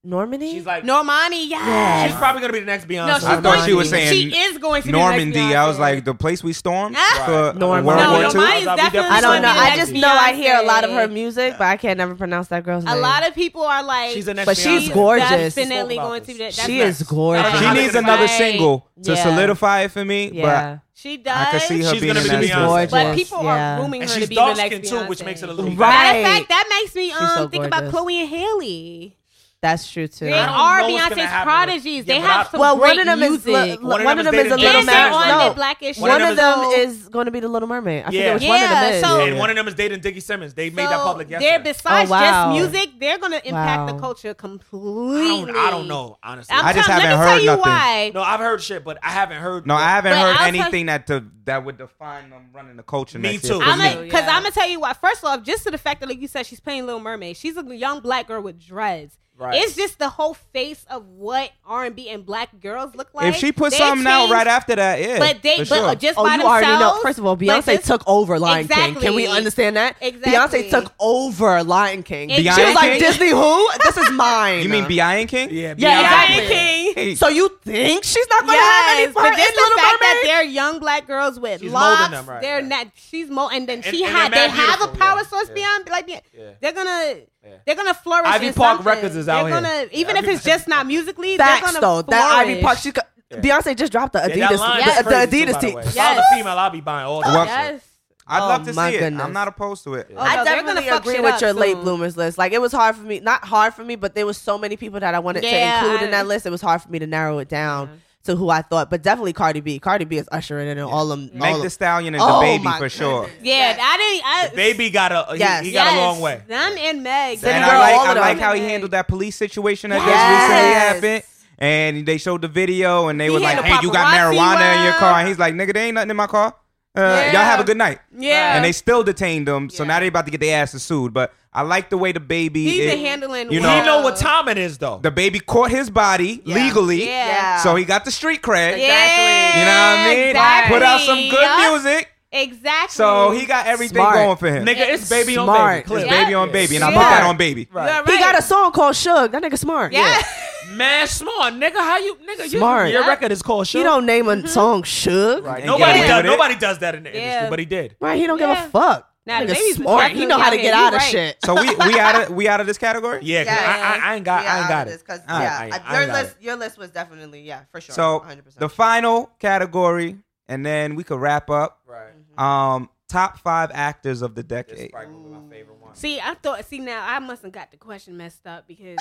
[SPEAKER 3] Normany?
[SPEAKER 5] She's like,
[SPEAKER 4] Normani, yes.
[SPEAKER 5] she's probably gonna be the next Beyonce.
[SPEAKER 4] No, she's
[SPEAKER 2] I
[SPEAKER 4] going
[SPEAKER 2] thought she was
[SPEAKER 4] to-
[SPEAKER 2] saying
[SPEAKER 4] she is going to be the next
[SPEAKER 2] Normandy. I was
[SPEAKER 4] Beyonce.
[SPEAKER 2] like, the place we stormed
[SPEAKER 4] Ah.
[SPEAKER 2] for
[SPEAKER 3] Normandy.
[SPEAKER 2] World
[SPEAKER 4] no,
[SPEAKER 2] War
[SPEAKER 5] Normani.
[SPEAKER 2] Two.
[SPEAKER 4] Normani's
[SPEAKER 5] I thought we
[SPEAKER 4] definitely.
[SPEAKER 5] definitely
[SPEAKER 3] I don't
[SPEAKER 4] gonna
[SPEAKER 3] know.
[SPEAKER 4] be the
[SPEAKER 3] I
[SPEAKER 4] next
[SPEAKER 3] just know I hear a lot of her
[SPEAKER 4] Beyonce.
[SPEAKER 3] music, but I can't never pronounce that girl's name.
[SPEAKER 4] A lot of people are like,
[SPEAKER 5] She's the next
[SPEAKER 3] But she's
[SPEAKER 5] Beyonce.
[SPEAKER 3] gorgeous.
[SPEAKER 4] Definitely
[SPEAKER 5] Spoke about
[SPEAKER 4] going
[SPEAKER 5] this.
[SPEAKER 4] to be. that- That's
[SPEAKER 3] She
[SPEAKER 4] next.
[SPEAKER 3] is gorgeous.
[SPEAKER 2] She
[SPEAKER 5] Uh,
[SPEAKER 2] needs another
[SPEAKER 4] Right.
[SPEAKER 2] single to
[SPEAKER 3] Yeah.
[SPEAKER 2] solidify it for me.
[SPEAKER 3] Yeah.
[SPEAKER 4] She does.
[SPEAKER 2] But I could see her
[SPEAKER 5] She's
[SPEAKER 2] being
[SPEAKER 5] gonna
[SPEAKER 2] in
[SPEAKER 5] be
[SPEAKER 2] that
[SPEAKER 5] Beyonce.
[SPEAKER 2] song.
[SPEAKER 3] Gorgeous.
[SPEAKER 4] But people
[SPEAKER 3] yeah.
[SPEAKER 4] are booming
[SPEAKER 5] And
[SPEAKER 4] her to
[SPEAKER 5] she's
[SPEAKER 4] be the
[SPEAKER 5] dark
[SPEAKER 4] next
[SPEAKER 5] skinned too,
[SPEAKER 4] Beyonce.
[SPEAKER 5] which makes it a little
[SPEAKER 3] Right.
[SPEAKER 5] better.
[SPEAKER 4] Matter of fact, that makes me um
[SPEAKER 3] so
[SPEAKER 4] think about
[SPEAKER 3] gorgeous.
[SPEAKER 4] Chloe and Haley.
[SPEAKER 3] That's true too.
[SPEAKER 4] They
[SPEAKER 5] I don't
[SPEAKER 4] are
[SPEAKER 5] know what's gonna
[SPEAKER 4] Beyonce's
[SPEAKER 5] happen.
[SPEAKER 4] prodigies.
[SPEAKER 5] Yeah,
[SPEAKER 4] they
[SPEAKER 5] but I-
[SPEAKER 4] have some
[SPEAKER 3] Well,
[SPEAKER 4] great
[SPEAKER 3] one of them
[SPEAKER 4] music.
[SPEAKER 3] is li- li-
[SPEAKER 5] One
[SPEAKER 3] one,
[SPEAKER 5] of
[SPEAKER 3] of
[SPEAKER 5] them
[SPEAKER 3] them is
[SPEAKER 5] is
[SPEAKER 3] a
[SPEAKER 5] dating
[SPEAKER 3] little
[SPEAKER 5] James
[SPEAKER 4] and they're
[SPEAKER 5] Harden.
[SPEAKER 3] married.
[SPEAKER 4] on
[SPEAKER 5] No.
[SPEAKER 4] the blackish.
[SPEAKER 5] One
[SPEAKER 3] One,
[SPEAKER 5] of
[SPEAKER 3] of,
[SPEAKER 5] them
[SPEAKER 3] them
[SPEAKER 4] so-
[SPEAKER 3] is going to be the little mermaid. I
[SPEAKER 5] Yeah.
[SPEAKER 3] forget which one of
[SPEAKER 4] Yeah,
[SPEAKER 3] them is.
[SPEAKER 4] so-
[SPEAKER 5] And one of them is dating Dickie Simmons. They made that
[SPEAKER 4] So
[SPEAKER 5] public
[SPEAKER 4] They're
[SPEAKER 5] yesterday.
[SPEAKER 4] besides
[SPEAKER 3] Oh, wow.
[SPEAKER 4] just music, they're gonna impact the
[SPEAKER 3] Wow.
[SPEAKER 4] culture
[SPEAKER 5] I
[SPEAKER 4] completely.
[SPEAKER 5] don't, I don't know, honestly.
[SPEAKER 4] I'm
[SPEAKER 2] I just
[SPEAKER 4] tell-
[SPEAKER 2] haven't
[SPEAKER 4] let me
[SPEAKER 2] heard
[SPEAKER 4] tell you
[SPEAKER 2] nothing.
[SPEAKER 4] Why.
[SPEAKER 5] no, I've heard shit, but I haven't heard.
[SPEAKER 2] No, I haven't
[SPEAKER 4] But
[SPEAKER 2] heard
[SPEAKER 4] I'll tell-
[SPEAKER 2] anything that to that would define them running the culture.
[SPEAKER 5] Me
[SPEAKER 2] next
[SPEAKER 5] too.
[SPEAKER 2] Year for
[SPEAKER 4] I'm
[SPEAKER 2] me.
[SPEAKER 4] because
[SPEAKER 3] Yeah.
[SPEAKER 4] I'm gonna tell you why. First off, just to the fact that like you said, she's playing Little Mermaid. She's a young black girl with dreads.
[SPEAKER 5] Right.
[SPEAKER 4] It's just the whole face of what R and B and black girls look like.
[SPEAKER 2] if she put
[SPEAKER 4] They
[SPEAKER 2] something out
[SPEAKER 4] changed-
[SPEAKER 2] right after that, yeah.
[SPEAKER 4] but they
[SPEAKER 2] for
[SPEAKER 4] but
[SPEAKER 2] sure.
[SPEAKER 4] uh, just
[SPEAKER 3] Oh,
[SPEAKER 4] by
[SPEAKER 3] you already know.
[SPEAKER 4] themselves,
[SPEAKER 3] First of all,
[SPEAKER 4] but
[SPEAKER 3] Beyonce
[SPEAKER 4] just-
[SPEAKER 3] took over Lion King. Can we
[SPEAKER 4] Exactly.
[SPEAKER 3] understand that?
[SPEAKER 4] Exactly.
[SPEAKER 3] Beyonce took over Lion King.
[SPEAKER 4] Beyonce
[SPEAKER 3] She was like,
[SPEAKER 2] King?
[SPEAKER 3] Disney who? This is mine.
[SPEAKER 2] you mean Bi King?
[SPEAKER 5] Yeah,
[SPEAKER 3] Yeah,
[SPEAKER 5] Beyonce.
[SPEAKER 3] exactly.
[SPEAKER 4] Lion King.
[SPEAKER 2] Hey,
[SPEAKER 3] So you think she's not going to have any
[SPEAKER 4] Yes,
[SPEAKER 3] part
[SPEAKER 4] but this
[SPEAKER 3] in
[SPEAKER 4] the
[SPEAKER 3] Little
[SPEAKER 4] fact that
[SPEAKER 3] Mermaid?
[SPEAKER 4] they're young black girls with
[SPEAKER 5] She's molding
[SPEAKER 4] locks.
[SPEAKER 5] them, right,
[SPEAKER 4] they're
[SPEAKER 5] right.
[SPEAKER 4] not. She's mo, and then
[SPEAKER 5] And-
[SPEAKER 4] she
[SPEAKER 5] and
[SPEAKER 4] had.
[SPEAKER 5] they're
[SPEAKER 4] They
[SPEAKER 5] mad
[SPEAKER 4] have a
[SPEAKER 5] beautiful,
[SPEAKER 4] power
[SPEAKER 5] yeah,
[SPEAKER 4] source
[SPEAKER 5] yeah.
[SPEAKER 4] beyond. Like be-
[SPEAKER 5] Yeah.
[SPEAKER 4] they're gonna.
[SPEAKER 5] Yeah.
[SPEAKER 4] They're gonna flourish.
[SPEAKER 5] Ivy
[SPEAKER 4] in
[SPEAKER 5] Park
[SPEAKER 4] something.
[SPEAKER 5] Records is out
[SPEAKER 4] they're
[SPEAKER 5] here.
[SPEAKER 4] Gonna, even
[SPEAKER 5] Yeah,
[SPEAKER 4] if it's
[SPEAKER 5] Ivy Park-
[SPEAKER 4] just not musically,
[SPEAKER 3] Facts
[SPEAKER 4] they're
[SPEAKER 3] though.
[SPEAKER 4] gonna
[SPEAKER 3] That Ivy
[SPEAKER 4] flourish.
[SPEAKER 3] Park, she co-
[SPEAKER 5] Yeah.
[SPEAKER 3] Beyonce just dropped the
[SPEAKER 5] Yeah, that
[SPEAKER 3] Adidas,
[SPEAKER 5] line
[SPEAKER 4] Yes.
[SPEAKER 5] is
[SPEAKER 3] the,
[SPEAKER 5] crazy, too,
[SPEAKER 3] Adidas
[SPEAKER 5] by the
[SPEAKER 3] team.
[SPEAKER 5] way.
[SPEAKER 4] Yes.
[SPEAKER 5] All the female, I'll be buying all that.
[SPEAKER 2] Well,
[SPEAKER 4] Yes.
[SPEAKER 2] I'd
[SPEAKER 3] Oh,
[SPEAKER 2] love to
[SPEAKER 3] my
[SPEAKER 2] see it.
[SPEAKER 3] goodness.
[SPEAKER 2] I'm not opposed to it.
[SPEAKER 5] Yeah.
[SPEAKER 4] Oh,
[SPEAKER 3] I
[SPEAKER 4] no, they're
[SPEAKER 3] definitely
[SPEAKER 4] gonna fuck
[SPEAKER 3] agree
[SPEAKER 4] shit
[SPEAKER 3] with
[SPEAKER 4] up
[SPEAKER 3] your late
[SPEAKER 4] soon.
[SPEAKER 3] bloomers list. Like it was hard for me, not hard for me, but there was so many people that I wanted
[SPEAKER 4] Yeah,
[SPEAKER 3] to include in
[SPEAKER 4] I-
[SPEAKER 3] that list. It was hard for me to narrow it down to who I thought, but definitely Cardi B. Cardi B is ushering in all them.
[SPEAKER 2] Make
[SPEAKER 3] all
[SPEAKER 2] the
[SPEAKER 3] them.
[SPEAKER 2] Stallion and
[SPEAKER 3] Oh,
[SPEAKER 2] the baby
[SPEAKER 3] my
[SPEAKER 2] for sure.
[SPEAKER 3] goodness.
[SPEAKER 4] Yeah, I didn't. I,
[SPEAKER 5] Baby got a he,
[SPEAKER 3] Yes.
[SPEAKER 5] he got a
[SPEAKER 4] yes,
[SPEAKER 5] long way.
[SPEAKER 4] Them and Meg.
[SPEAKER 3] City
[SPEAKER 2] And
[SPEAKER 4] Them
[SPEAKER 3] girl,
[SPEAKER 2] I like,
[SPEAKER 3] all
[SPEAKER 2] I
[SPEAKER 3] of
[SPEAKER 2] like
[SPEAKER 3] them.
[SPEAKER 2] how he handled that police situation that
[SPEAKER 3] Yes.
[SPEAKER 2] just recently happened. And they showed the video, and they
[SPEAKER 4] He
[SPEAKER 2] were like,
[SPEAKER 4] handled
[SPEAKER 2] "Hey, you got
[SPEAKER 4] paparazzi
[SPEAKER 2] marijuana in your
[SPEAKER 4] well.
[SPEAKER 2] car," and he's like, "Nigga, there ain't nothing in my car. Uh, Y'all
[SPEAKER 4] Yeah.
[SPEAKER 2] have a good night."
[SPEAKER 4] Yeah.
[SPEAKER 2] and they still detained him. So
[SPEAKER 4] Yeah.
[SPEAKER 2] now they about to get their asses sued. But I like the way the baby
[SPEAKER 4] He's
[SPEAKER 2] it-
[SPEAKER 4] been handling.
[SPEAKER 2] you
[SPEAKER 5] You
[SPEAKER 2] know-
[SPEAKER 5] he know what time it is though.
[SPEAKER 2] the baby caught his body
[SPEAKER 3] Yeah.
[SPEAKER 2] legally,
[SPEAKER 4] Yeah.
[SPEAKER 2] so he got the street cred.
[SPEAKER 3] Yeah.
[SPEAKER 2] You know what I mean?
[SPEAKER 4] Exactly.
[SPEAKER 2] Put out some good
[SPEAKER 4] Yup.
[SPEAKER 2] music,
[SPEAKER 4] Exactly.
[SPEAKER 2] so he got everything
[SPEAKER 3] Smart.
[SPEAKER 2] going for him.
[SPEAKER 5] Nigga, it's baby on
[SPEAKER 3] Smart.
[SPEAKER 5] baby. Clear.
[SPEAKER 2] It's
[SPEAKER 4] Yeah.
[SPEAKER 2] baby on baby, and I put
[SPEAKER 3] Smart.
[SPEAKER 2] that on baby.
[SPEAKER 5] Right.
[SPEAKER 4] You're
[SPEAKER 3] He
[SPEAKER 4] right.
[SPEAKER 3] got a song called Shug. That nigga smart.
[SPEAKER 4] Yeah.
[SPEAKER 5] Man, smart nigga. How you nigga? you-
[SPEAKER 3] Smart.
[SPEAKER 5] Your record is called
[SPEAKER 3] He
[SPEAKER 5] Shook.
[SPEAKER 3] don't name a song Shug.
[SPEAKER 2] Right.
[SPEAKER 3] Right.
[SPEAKER 2] and get
[SPEAKER 5] Nobody
[SPEAKER 2] away
[SPEAKER 5] does.
[SPEAKER 2] with it.
[SPEAKER 5] Nobody does that in the
[SPEAKER 4] Yeah.
[SPEAKER 5] industry, but he did.
[SPEAKER 3] He don't
[SPEAKER 4] Yeah.
[SPEAKER 3] give a fuck.
[SPEAKER 4] Nah, the
[SPEAKER 3] nigga
[SPEAKER 4] baby's
[SPEAKER 3] smart. He know how to
[SPEAKER 4] definitely
[SPEAKER 3] get
[SPEAKER 4] out
[SPEAKER 3] out
[SPEAKER 4] here.
[SPEAKER 3] of
[SPEAKER 4] You right.
[SPEAKER 3] shit.
[SPEAKER 2] So we we out of we out of this category.
[SPEAKER 5] Yeah, 'cause I, I, I ain't got. I ain't got it.
[SPEAKER 3] Cause,
[SPEAKER 2] I-
[SPEAKER 5] yeah, I- I I- your ain't got list-
[SPEAKER 3] your list was definitely yeah for sure.
[SPEAKER 2] So the final category, and then we could wrap up.
[SPEAKER 5] Right.
[SPEAKER 4] Mm-hmm.
[SPEAKER 2] Um, top five actors of the decade.
[SPEAKER 5] my favorite one.
[SPEAKER 4] See, I thought. See, now I must have got the question messed up because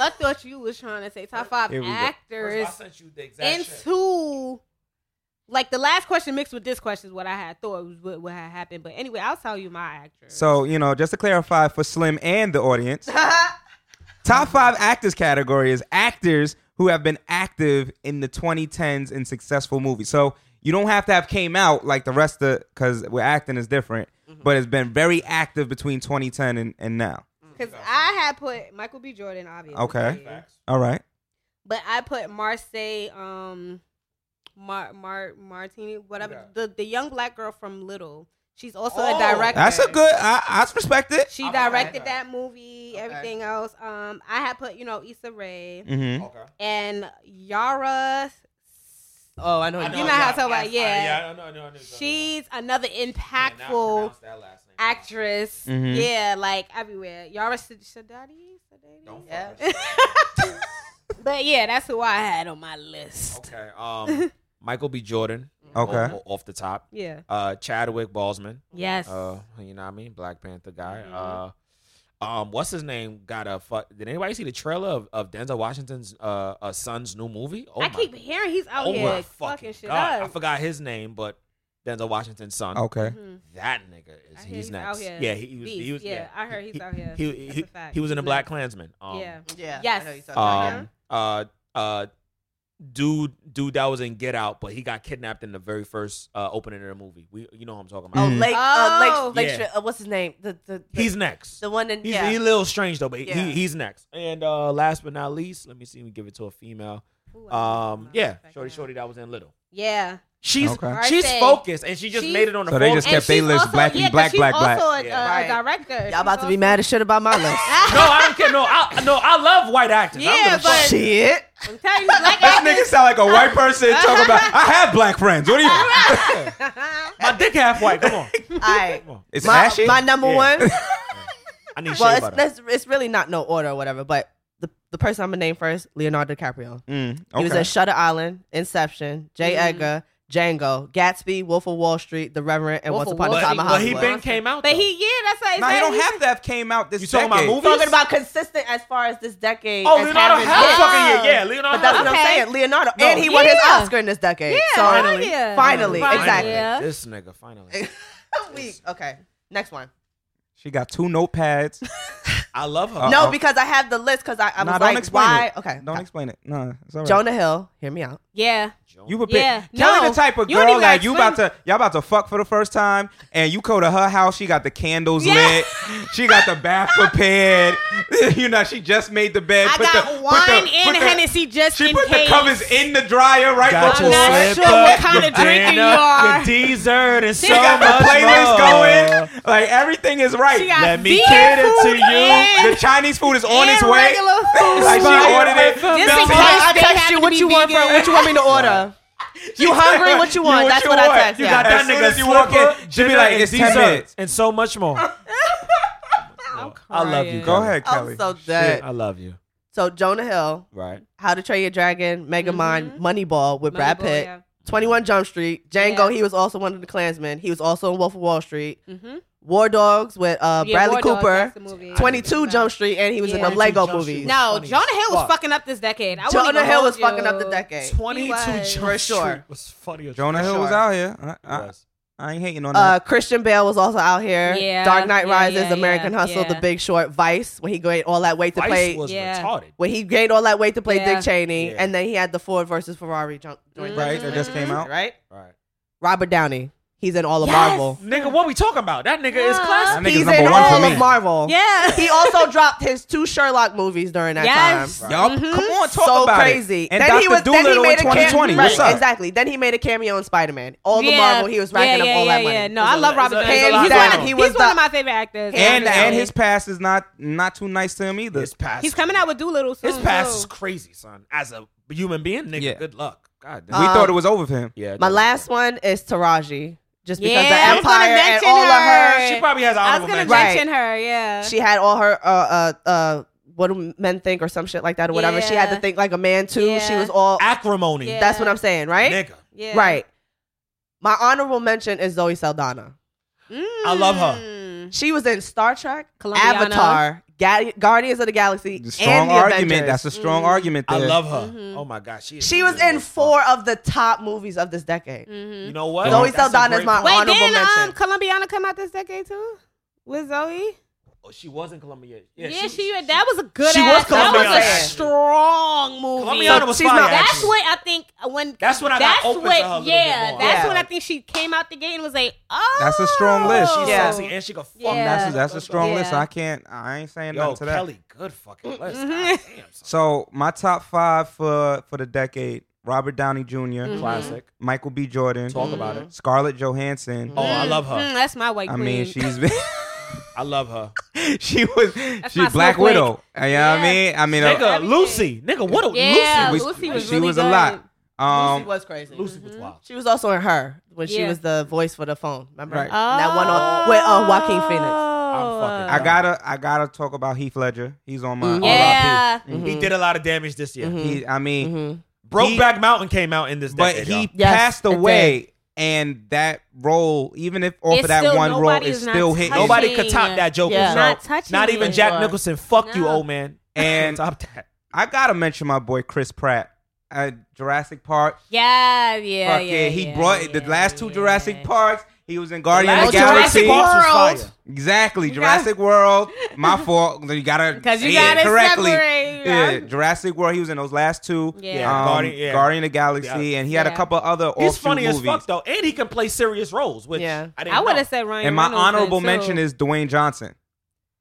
[SPEAKER 4] I thought you was trying to say top five
[SPEAKER 2] Here we go.
[SPEAKER 4] actors
[SPEAKER 5] sent you the exact
[SPEAKER 4] into like the last question mixed with this question is what I had thought was what, what had happened. But anyway, I'll tell you my actors.
[SPEAKER 2] So, you know, just to clarify for Slim and the audience, top five actors category is actors who have been active in the 2010s in successful movies. So you don't have to have came out like the rest of, because we're acting is different, but it's been very active between 2010 and, and now.
[SPEAKER 4] because I had put Michael B. Jordan, obviously.
[SPEAKER 2] Okay. All right.
[SPEAKER 4] But I put Marseille, um, Mar Mar Martini, whatever
[SPEAKER 5] Yeah.
[SPEAKER 4] the the young black girl from Little. She's also
[SPEAKER 5] Oh.
[SPEAKER 4] a director.
[SPEAKER 2] That's a good, I, I respect it.
[SPEAKER 4] She
[SPEAKER 5] Okay.
[SPEAKER 4] directed
[SPEAKER 5] Okay.
[SPEAKER 4] that movie,
[SPEAKER 3] Okay.
[SPEAKER 4] everything else. Um, I had put you know Issa Rae
[SPEAKER 2] Mm-hmm.
[SPEAKER 5] Okay.
[SPEAKER 4] and Yara.
[SPEAKER 3] oh, I know.
[SPEAKER 5] I
[SPEAKER 3] what
[SPEAKER 4] know
[SPEAKER 3] you
[SPEAKER 4] know
[SPEAKER 3] mean.
[SPEAKER 4] how it's about- yeah.
[SPEAKER 5] I know, I know, I know.
[SPEAKER 4] She's another
[SPEAKER 5] Can't not
[SPEAKER 4] impactful
[SPEAKER 5] pronounce that last name.
[SPEAKER 4] actress.
[SPEAKER 2] Mhm.
[SPEAKER 4] Yeah, like everywhere. Yara Sid- Sidadi. Sidadi?
[SPEAKER 5] Don't fuck
[SPEAKER 4] Yeah.
[SPEAKER 5] with
[SPEAKER 4] but yeah, that's who I had on my list.
[SPEAKER 5] Okay. Um, Michael B. Jordan.
[SPEAKER 4] Mm-hmm.
[SPEAKER 2] Okay.
[SPEAKER 5] Off, off the top.
[SPEAKER 4] Yeah.
[SPEAKER 5] Uh, Chadwick Boseman.
[SPEAKER 4] Yes.
[SPEAKER 5] Uh, you know what I mean? Black Panther guy.
[SPEAKER 4] Mhm.
[SPEAKER 5] Uh, um, what's his name? Got a fuck. Did anybody see the trailer of, of Denzel Washington's uh, uh son's new movie? Oh
[SPEAKER 4] I
[SPEAKER 5] my
[SPEAKER 4] keep hearing he's out
[SPEAKER 5] Oh
[SPEAKER 4] here
[SPEAKER 5] my
[SPEAKER 4] fucking,
[SPEAKER 5] fucking
[SPEAKER 4] shit
[SPEAKER 5] god! I
[SPEAKER 4] up.
[SPEAKER 5] forgot his name, but Denzel Washington's son.
[SPEAKER 2] Okay.
[SPEAKER 4] Mhm.
[SPEAKER 5] that nigga
[SPEAKER 4] I
[SPEAKER 5] is
[SPEAKER 4] hear
[SPEAKER 5] he's,
[SPEAKER 4] he's out
[SPEAKER 5] next.
[SPEAKER 4] here.
[SPEAKER 5] Yeah, he was. He
[SPEAKER 4] Beast.
[SPEAKER 5] was.
[SPEAKER 4] Yeah, I heard he's
[SPEAKER 5] He-
[SPEAKER 4] out here.
[SPEAKER 5] He
[SPEAKER 4] That's
[SPEAKER 5] he,
[SPEAKER 4] a fact.
[SPEAKER 5] he was in a
[SPEAKER 4] He's
[SPEAKER 5] Black Klansman. Um,
[SPEAKER 4] yeah.
[SPEAKER 6] Yeah.
[SPEAKER 4] Yes.
[SPEAKER 6] I know you're talking about.
[SPEAKER 5] Um. Uh. Uh. Dude, dude, that was in Get Out, but he got kidnapped in the very first uh, opening of the movie. We, you know, what I'm talking
[SPEAKER 3] Oh,
[SPEAKER 5] about.
[SPEAKER 3] Lake, uh,
[SPEAKER 4] Oh.
[SPEAKER 3] Lake, Lake
[SPEAKER 5] Yeah.
[SPEAKER 3] Shore- uh, what's his name? The, the, the,
[SPEAKER 5] he's next.
[SPEAKER 3] the one in,
[SPEAKER 5] He's
[SPEAKER 3] yeah.
[SPEAKER 5] he a little strange though, but
[SPEAKER 6] Yeah.
[SPEAKER 5] he, he's next. And uh, last but not least, let me see. We give it to a female.
[SPEAKER 4] Ooh, I
[SPEAKER 5] Um,
[SPEAKER 4] don't know.
[SPEAKER 5] yeah,
[SPEAKER 4] Back
[SPEAKER 5] shorty,
[SPEAKER 4] now.
[SPEAKER 5] shorty, that was in Little.
[SPEAKER 4] Yeah.
[SPEAKER 5] She's
[SPEAKER 2] Okay.
[SPEAKER 5] she's
[SPEAKER 4] Arce.
[SPEAKER 5] focused, and she just
[SPEAKER 4] She's-
[SPEAKER 5] made it on the.
[SPEAKER 2] So they
[SPEAKER 5] phone.
[SPEAKER 2] just
[SPEAKER 4] And
[SPEAKER 2] kept they
[SPEAKER 4] she's
[SPEAKER 2] list
[SPEAKER 4] also-
[SPEAKER 2] black,
[SPEAKER 4] yeah, 'cause
[SPEAKER 2] black,
[SPEAKER 4] she's
[SPEAKER 2] black, black.
[SPEAKER 4] also a,
[SPEAKER 5] Yeah.
[SPEAKER 4] uh,
[SPEAKER 6] Right.
[SPEAKER 4] director.
[SPEAKER 3] Y'all about to be mad as shit about my list.
[SPEAKER 5] No, I don't care. No, I no, I love white actors. I don't give
[SPEAKER 4] Yeah,
[SPEAKER 5] a
[SPEAKER 4] but
[SPEAKER 3] shit.
[SPEAKER 4] I'm telling you, black
[SPEAKER 2] This nigga
[SPEAKER 4] actors.
[SPEAKER 2] sound like a white person talking about. I have black friends. What do you?
[SPEAKER 5] fuck. my dick half white. Come on,
[SPEAKER 3] All right.
[SPEAKER 5] come on.
[SPEAKER 2] It's
[SPEAKER 3] My,
[SPEAKER 2] ashy.
[SPEAKER 3] my number
[SPEAKER 5] Yeah.
[SPEAKER 3] one.
[SPEAKER 5] I need
[SPEAKER 3] Well,
[SPEAKER 5] shea
[SPEAKER 3] it's,
[SPEAKER 5] butter.
[SPEAKER 3] that's, it's really not no order or whatever, but the, the person I'm going to name first, Leonardo DiCaprio.
[SPEAKER 2] Mm,
[SPEAKER 3] He was
[SPEAKER 2] okay.
[SPEAKER 3] in Shutter Island, Inception, J.
[SPEAKER 4] Mm-hmm.
[SPEAKER 3] Edgar, Django, Gatsby, Wolf of Wall Street, The Reverend, and
[SPEAKER 4] Wolf
[SPEAKER 3] Once
[SPEAKER 4] of
[SPEAKER 3] Upon a
[SPEAKER 4] Wall
[SPEAKER 3] Time in
[SPEAKER 4] Street
[SPEAKER 5] But he
[SPEAKER 3] Hollywood.
[SPEAKER 5] been came out.
[SPEAKER 4] But
[SPEAKER 5] though.
[SPEAKER 4] he, yeah, that's like.
[SPEAKER 2] Nah, he don't have to have came out this.
[SPEAKER 5] You talking about
[SPEAKER 2] decade.
[SPEAKER 5] movies?
[SPEAKER 3] talking about consistent as far as this decade.
[SPEAKER 5] Oh,
[SPEAKER 3] as
[SPEAKER 5] Leonardo
[SPEAKER 3] having-
[SPEAKER 5] had a
[SPEAKER 4] Yeah.
[SPEAKER 5] fucking year. Yeah, Leonardo.
[SPEAKER 3] But that's what I'm
[SPEAKER 4] Okay.
[SPEAKER 3] saying. Leonardo.
[SPEAKER 5] No.
[SPEAKER 3] And he won his
[SPEAKER 4] Yeah.
[SPEAKER 3] Oscar in this decade.
[SPEAKER 4] Yeah,
[SPEAKER 3] so
[SPEAKER 4] hell yeah.
[SPEAKER 3] finally, exactly.
[SPEAKER 4] Yeah.
[SPEAKER 5] This nigga finally.
[SPEAKER 3] Weak. Okay. Next one.
[SPEAKER 2] She got two notepads.
[SPEAKER 5] I love her.
[SPEAKER 2] Uh-oh.
[SPEAKER 3] No, because I have the list because I, I was
[SPEAKER 2] Nah, don't
[SPEAKER 3] like,
[SPEAKER 2] explain
[SPEAKER 3] why?
[SPEAKER 2] it.
[SPEAKER 3] Okay.
[SPEAKER 2] Don't explain it. No, it's all right.
[SPEAKER 3] Jonah Hill, hear me out.
[SPEAKER 4] Yeah.
[SPEAKER 2] You would pick
[SPEAKER 4] Yeah,
[SPEAKER 2] Kelly
[SPEAKER 4] no.
[SPEAKER 2] the type of
[SPEAKER 4] You don't
[SPEAKER 2] girl
[SPEAKER 4] even
[SPEAKER 2] like
[SPEAKER 4] gotta
[SPEAKER 2] you
[SPEAKER 4] explain-
[SPEAKER 2] about to y'all about to fuck for the first time and you go to her house, she got the candles
[SPEAKER 4] Yeah.
[SPEAKER 2] lit. She got the bath prepared. you know, she just made the bed.
[SPEAKER 4] I
[SPEAKER 2] put
[SPEAKER 4] got
[SPEAKER 2] the, put
[SPEAKER 4] wine
[SPEAKER 2] the-
[SPEAKER 4] and
[SPEAKER 2] put the-
[SPEAKER 4] Hennessy just
[SPEAKER 2] She
[SPEAKER 4] in
[SPEAKER 2] put
[SPEAKER 4] case.
[SPEAKER 2] the covers in the dryer right
[SPEAKER 5] Got
[SPEAKER 2] before
[SPEAKER 4] I'm
[SPEAKER 5] your
[SPEAKER 4] not
[SPEAKER 5] slipper,
[SPEAKER 4] sure what kind
[SPEAKER 5] your
[SPEAKER 4] of drinker you
[SPEAKER 5] dinner,
[SPEAKER 4] are.
[SPEAKER 5] Your dessert and so
[SPEAKER 4] She got
[SPEAKER 2] the
[SPEAKER 5] much
[SPEAKER 2] playlist
[SPEAKER 5] more.
[SPEAKER 2] going. Like everything is right.
[SPEAKER 4] She got
[SPEAKER 5] Let me
[SPEAKER 4] vegan
[SPEAKER 5] cater to
[SPEAKER 4] food
[SPEAKER 5] you.
[SPEAKER 4] and-
[SPEAKER 2] the Chinese food is on
[SPEAKER 4] and
[SPEAKER 2] its way.
[SPEAKER 4] regular food.
[SPEAKER 2] Like she
[SPEAKER 5] Inspired
[SPEAKER 2] ordered it.
[SPEAKER 4] Just
[SPEAKER 5] by
[SPEAKER 4] in
[SPEAKER 2] Melted
[SPEAKER 4] case.
[SPEAKER 2] it.
[SPEAKER 4] I they text you happen what to you be want for- vegan. what
[SPEAKER 3] you want me to order. you hungry? What you want? That's what, I text.
[SPEAKER 5] You
[SPEAKER 3] yeah.
[SPEAKER 5] got
[SPEAKER 2] As
[SPEAKER 5] that
[SPEAKER 2] soon
[SPEAKER 5] nigga
[SPEAKER 2] as you walk
[SPEAKER 5] slipper,
[SPEAKER 2] in, she be
[SPEAKER 5] dinner,
[SPEAKER 2] like,
[SPEAKER 5] and
[SPEAKER 2] "It's 10
[SPEAKER 5] dessert,
[SPEAKER 2] minutes."
[SPEAKER 5] and so much more. I love you.
[SPEAKER 4] crying.
[SPEAKER 2] Go ahead, Kelly.
[SPEAKER 3] I'm so
[SPEAKER 5] Shit,
[SPEAKER 3] dead.
[SPEAKER 5] I love you.
[SPEAKER 3] So Jonah Hill,
[SPEAKER 5] Right.
[SPEAKER 3] How to Train Your Dragon, Mega Mind, Moneyball with Brad
[SPEAKER 4] Mm-hmm. Moneyball,
[SPEAKER 3] Pitt,
[SPEAKER 4] yeah.
[SPEAKER 3] 21 Jump Street, Django.
[SPEAKER 4] Yeah.
[SPEAKER 3] He was also one of the Klansmen. He was also in Wolf of Wall Street,
[SPEAKER 4] Mm-hmm.
[SPEAKER 3] War Dogs with uh,
[SPEAKER 4] Yeah,
[SPEAKER 3] Bradley
[SPEAKER 4] War Dogs,
[SPEAKER 3] Cooper,
[SPEAKER 4] that's the movie.
[SPEAKER 3] 22
[SPEAKER 4] Yeah.
[SPEAKER 3] Jump Street, and he was in
[SPEAKER 4] Yeah.
[SPEAKER 3] the Lego
[SPEAKER 5] 22 Jump Street
[SPEAKER 3] movies.
[SPEAKER 5] was
[SPEAKER 4] No,
[SPEAKER 5] funny as
[SPEAKER 4] Jonah Hill was
[SPEAKER 5] fuck.
[SPEAKER 4] fucking up this decade. I wouldn't
[SPEAKER 3] Jonah
[SPEAKER 4] even
[SPEAKER 3] Hill
[SPEAKER 4] hold
[SPEAKER 3] was
[SPEAKER 4] you.
[SPEAKER 3] fucking up the decade.
[SPEAKER 5] 22
[SPEAKER 4] was.
[SPEAKER 5] Jump
[SPEAKER 3] For
[SPEAKER 5] Street
[SPEAKER 3] sure.
[SPEAKER 5] was funny. as
[SPEAKER 2] Jonah
[SPEAKER 5] fuck.
[SPEAKER 2] Hill was out here. I,
[SPEAKER 5] It
[SPEAKER 2] I,
[SPEAKER 5] was.
[SPEAKER 2] I ain't hating on that.
[SPEAKER 3] Uh, Christian Bale was also out here.
[SPEAKER 4] Yeah,
[SPEAKER 3] Dark Knight
[SPEAKER 4] yeah,
[SPEAKER 3] Rises,
[SPEAKER 4] yeah,
[SPEAKER 3] American
[SPEAKER 4] yeah,
[SPEAKER 3] Hustle,
[SPEAKER 4] yeah.
[SPEAKER 3] The Big Short, Vice, when he gained all that weight to
[SPEAKER 5] Vice
[SPEAKER 3] play.
[SPEAKER 5] was
[SPEAKER 4] Yeah.
[SPEAKER 5] retarded.
[SPEAKER 3] when he gained all that weight to play
[SPEAKER 4] Yeah.
[SPEAKER 3] Dick Cheney,
[SPEAKER 5] Yeah.
[SPEAKER 3] and then he had the Ford versus Ferrari jump joint
[SPEAKER 2] right, that just
[SPEAKER 4] Mhm.
[SPEAKER 2] came out.
[SPEAKER 3] venture, right?
[SPEAKER 5] Right.
[SPEAKER 3] Robert Downey, he's in all of
[SPEAKER 4] Yes!
[SPEAKER 3] Marvel.
[SPEAKER 5] Nigga, what we talking about? That nigga is
[SPEAKER 4] Yeah.
[SPEAKER 5] classic.
[SPEAKER 2] That nigga's
[SPEAKER 3] He's
[SPEAKER 2] number
[SPEAKER 3] in
[SPEAKER 2] one for
[SPEAKER 3] all
[SPEAKER 2] me.
[SPEAKER 3] of Marvel.
[SPEAKER 4] Yeah.
[SPEAKER 3] He also dropped his two Sherlock movies during that
[SPEAKER 4] Yes.
[SPEAKER 3] time.
[SPEAKER 2] Y'all, come on, talk
[SPEAKER 3] Mm-hmm. so
[SPEAKER 2] about
[SPEAKER 3] crazy.
[SPEAKER 2] it. And
[SPEAKER 3] then
[SPEAKER 2] Dr.
[SPEAKER 3] he was
[SPEAKER 2] Doolittle
[SPEAKER 3] then he made
[SPEAKER 2] in 2020.
[SPEAKER 3] A cameo,
[SPEAKER 2] What's
[SPEAKER 3] right,
[SPEAKER 2] up?
[SPEAKER 3] Exactly. Then he made a cameo in Spider Man. All the
[SPEAKER 4] Yeah.
[SPEAKER 3] Marvel, he was racking
[SPEAKER 4] yeah,
[SPEAKER 3] up
[SPEAKER 4] yeah,
[SPEAKER 3] all
[SPEAKER 4] yeah,
[SPEAKER 3] that
[SPEAKER 4] Yeah.
[SPEAKER 3] money.
[SPEAKER 4] No, I love Robert
[SPEAKER 5] Hands
[SPEAKER 4] Downey. He's,
[SPEAKER 3] down.
[SPEAKER 4] one of,
[SPEAKER 3] He
[SPEAKER 4] he's
[SPEAKER 3] was
[SPEAKER 4] one of
[SPEAKER 3] the-
[SPEAKER 4] my favorite actors.
[SPEAKER 2] And
[SPEAKER 3] Hands
[SPEAKER 2] and
[SPEAKER 3] down.
[SPEAKER 2] his past is not not too nice to him either.
[SPEAKER 5] His past.
[SPEAKER 4] he's coming out with Doolittle soon.
[SPEAKER 5] His past is
[SPEAKER 4] too.
[SPEAKER 5] crazy, son. As a human being, nigga,
[SPEAKER 2] Yeah.
[SPEAKER 5] good luck. God
[SPEAKER 2] we
[SPEAKER 5] damn.
[SPEAKER 2] thought it was over for him.
[SPEAKER 5] yeah.
[SPEAKER 3] My
[SPEAKER 5] that-
[SPEAKER 3] last one is Taraji. Just because
[SPEAKER 4] Yeah, I
[SPEAKER 3] the
[SPEAKER 4] was gonna
[SPEAKER 3] Empire and
[SPEAKER 4] mention
[SPEAKER 3] all of her.
[SPEAKER 4] her.
[SPEAKER 5] She probably has an
[SPEAKER 4] I was
[SPEAKER 5] honorable
[SPEAKER 4] gonna
[SPEAKER 5] mention.
[SPEAKER 3] Right.
[SPEAKER 4] mention her. Yeah.
[SPEAKER 3] She had all her uh uh uh what do men think or some shit like that or whatever. She had to
[SPEAKER 4] Yeah.
[SPEAKER 3] think like a man too. She
[SPEAKER 4] Yeah.
[SPEAKER 3] was all
[SPEAKER 5] Acrimony.
[SPEAKER 4] Yeah.
[SPEAKER 3] that's what I'm saying, right?
[SPEAKER 5] Nigga.
[SPEAKER 4] yeah.
[SPEAKER 3] Right. My honorable mention is Zoe Saldana.
[SPEAKER 5] I love her.
[SPEAKER 4] Mm.
[SPEAKER 3] She was in Star Trek,
[SPEAKER 4] Columbiana.
[SPEAKER 3] Avatar, Ga- Guardians of the Galaxy,
[SPEAKER 2] Strong
[SPEAKER 3] and the
[SPEAKER 2] argument.
[SPEAKER 3] Avengers. Mm-hmm.
[SPEAKER 2] That's a strong argument.
[SPEAKER 5] I
[SPEAKER 2] There.
[SPEAKER 5] love her.
[SPEAKER 4] Mhm.
[SPEAKER 5] Oh my God. She is
[SPEAKER 3] she was
[SPEAKER 5] good
[SPEAKER 3] in
[SPEAKER 5] as fuck.
[SPEAKER 3] four of the top movies of this decade.
[SPEAKER 4] Mhm.
[SPEAKER 5] You know what?
[SPEAKER 3] Zoe
[SPEAKER 5] Oh, That's a
[SPEAKER 3] Saldana is
[SPEAKER 5] great
[SPEAKER 3] my
[SPEAKER 5] point.
[SPEAKER 4] Wait,
[SPEAKER 3] honorable
[SPEAKER 4] didn't um,
[SPEAKER 3] mention.
[SPEAKER 4] Columbiana come out this decade too? With Zoe?
[SPEAKER 5] Oh, she was in Columbia.
[SPEAKER 4] Yeah,
[SPEAKER 5] Yeah,
[SPEAKER 4] she, that was a good
[SPEAKER 5] she
[SPEAKER 4] ass.
[SPEAKER 5] was
[SPEAKER 4] that was
[SPEAKER 5] Columbiana,
[SPEAKER 4] a
[SPEAKER 5] actually.
[SPEAKER 4] strong movie.
[SPEAKER 5] Columbiana was
[SPEAKER 3] she's
[SPEAKER 5] fire.
[SPEAKER 3] not-
[SPEAKER 4] that's
[SPEAKER 5] actually.
[SPEAKER 4] what I think when
[SPEAKER 5] That's when I got
[SPEAKER 4] that's
[SPEAKER 5] open to
[SPEAKER 4] what,
[SPEAKER 5] her a little bit
[SPEAKER 4] yeah,
[SPEAKER 5] more.
[SPEAKER 4] that's
[SPEAKER 3] Yeah.
[SPEAKER 4] when I think she came out the gate and was like, oh,
[SPEAKER 2] That's a strong list.
[SPEAKER 5] She's
[SPEAKER 3] Yeah.
[SPEAKER 5] sexy and she can fuck.
[SPEAKER 4] Yeah.
[SPEAKER 2] That's a, that's a strong
[SPEAKER 4] Yeah.
[SPEAKER 2] list. I can't. I ain't saying
[SPEAKER 5] Yo,
[SPEAKER 2] nothing to that.
[SPEAKER 5] Kelly, good fucking list. God
[SPEAKER 4] Mhm.
[SPEAKER 5] damn, son.
[SPEAKER 2] So my top five for for the decade: Robert Downey junior
[SPEAKER 3] Mm-hmm.
[SPEAKER 4] Mm-hmm.
[SPEAKER 5] Classic.
[SPEAKER 2] Michael B. Jordan,
[SPEAKER 5] Talk about it.
[SPEAKER 2] Scarlett Johansson.
[SPEAKER 5] Oh,
[SPEAKER 3] Mm-hmm.
[SPEAKER 5] I love
[SPEAKER 4] Mm,
[SPEAKER 5] her.
[SPEAKER 4] that's my white
[SPEAKER 2] I
[SPEAKER 4] queen.
[SPEAKER 2] mean, she's been.
[SPEAKER 5] I love her.
[SPEAKER 2] she was. she
[SPEAKER 4] my
[SPEAKER 2] Black
[SPEAKER 4] snowflake.
[SPEAKER 2] Widow. You know what I
[SPEAKER 4] Yeah.
[SPEAKER 2] mean? I mean, uh,
[SPEAKER 5] Nigga, Lucy. Nigga, what a
[SPEAKER 4] Yeah,
[SPEAKER 5] Lucy.
[SPEAKER 2] we-
[SPEAKER 4] Lucy, was
[SPEAKER 2] she
[SPEAKER 4] really
[SPEAKER 2] was
[SPEAKER 4] good.
[SPEAKER 2] a lot. Um,
[SPEAKER 3] Lucy was crazy.
[SPEAKER 5] Lucy was
[SPEAKER 4] Mm-hmm.
[SPEAKER 5] wild.
[SPEAKER 3] She was also in her when she
[SPEAKER 4] Yeah.
[SPEAKER 3] was the voice for the phone. Remember
[SPEAKER 4] Oh.
[SPEAKER 2] Right.
[SPEAKER 3] that one on with uh, Joaquin Phoenix.
[SPEAKER 2] I
[SPEAKER 5] fucking-
[SPEAKER 2] gotta I gotta talk about Heath Ledger. He's on my.
[SPEAKER 4] Mm,
[SPEAKER 3] Mhm.
[SPEAKER 4] Yeah.
[SPEAKER 5] He did a lot of damage this year.
[SPEAKER 2] He, I mean,
[SPEAKER 4] Mm-hmm.
[SPEAKER 3] Mhm.
[SPEAKER 5] Brokeback Mountain came out in this
[SPEAKER 2] Mm-hmm. but
[SPEAKER 5] decade.
[SPEAKER 2] he
[SPEAKER 5] y'all.
[SPEAKER 3] Yes,
[SPEAKER 2] passed
[SPEAKER 3] it did.
[SPEAKER 2] away and that role, even if off
[SPEAKER 6] It's
[SPEAKER 2] of that
[SPEAKER 6] still-
[SPEAKER 2] one role,
[SPEAKER 4] nobody's
[SPEAKER 2] is
[SPEAKER 4] not
[SPEAKER 2] still hitting.
[SPEAKER 4] touching
[SPEAKER 2] Nobody,
[SPEAKER 5] Nobody could top that Joker.
[SPEAKER 6] Yeah.
[SPEAKER 5] So
[SPEAKER 4] Not touching
[SPEAKER 5] not even
[SPEAKER 4] it.
[SPEAKER 5] Jack Nicholson. Fuck you,
[SPEAKER 4] No.
[SPEAKER 5] old man.
[SPEAKER 2] And-
[SPEAKER 5] top that.
[SPEAKER 2] I gotta mention my boy Chris Pratt. Uh, Jurassic Park.
[SPEAKER 4] Yeah, yeah,
[SPEAKER 2] Fuck
[SPEAKER 4] yeah,
[SPEAKER 2] yeah, he
[SPEAKER 4] yeah,
[SPEAKER 2] brought
[SPEAKER 4] yeah,
[SPEAKER 2] the last two
[SPEAKER 4] yeah.
[SPEAKER 2] Jurassic Parks. He was in Guardian
[SPEAKER 5] Oh,
[SPEAKER 2] of the Galaxy.
[SPEAKER 5] Jurassic Park was fire.
[SPEAKER 2] Exactly, Jurassic World. My fault. You gotta
[SPEAKER 4] Because you
[SPEAKER 2] say
[SPEAKER 4] got
[SPEAKER 2] it
[SPEAKER 4] to
[SPEAKER 2] correctly.
[SPEAKER 4] separate.
[SPEAKER 2] Yeah,
[SPEAKER 4] right?
[SPEAKER 2] Jurassic World. He was in those last two.
[SPEAKER 4] Yeah.
[SPEAKER 5] Yeah,
[SPEAKER 2] um,
[SPEAKER 5] Guardian-
[SPEAKER 2] Guardian,
[SPEAKER 5] yeah.
[SPEAKER 2] of the Galaxy,
[SPEAKER 5] Yeah.
[SPEAKER 2] and he had
[SPEAKER 4] Yeah.
[SPEAKER 2] a couple other
[SPEAKER 5] He's
[SPEAKER 2] offshoot
[SPEAKER 5] funny as
[SPEAKER 2] movies.
[SPEAKER 5] fuck though, and he can play serious roles. Which
[SPEAKER 3] Yeah.
[SPEAKER 5] I, didn't
[SPEAKER 4] I would
[SPEAKER 5] know.
[SPEAKER 4] have said Ryan.
[SPEAKER 2] And my
[SPEAKER 4] Reynolds then,
[SPEAKER 2] honorable
[SPEAKER 4] too.
[SPEAKER 2] mentioned is Dwayne Johnson.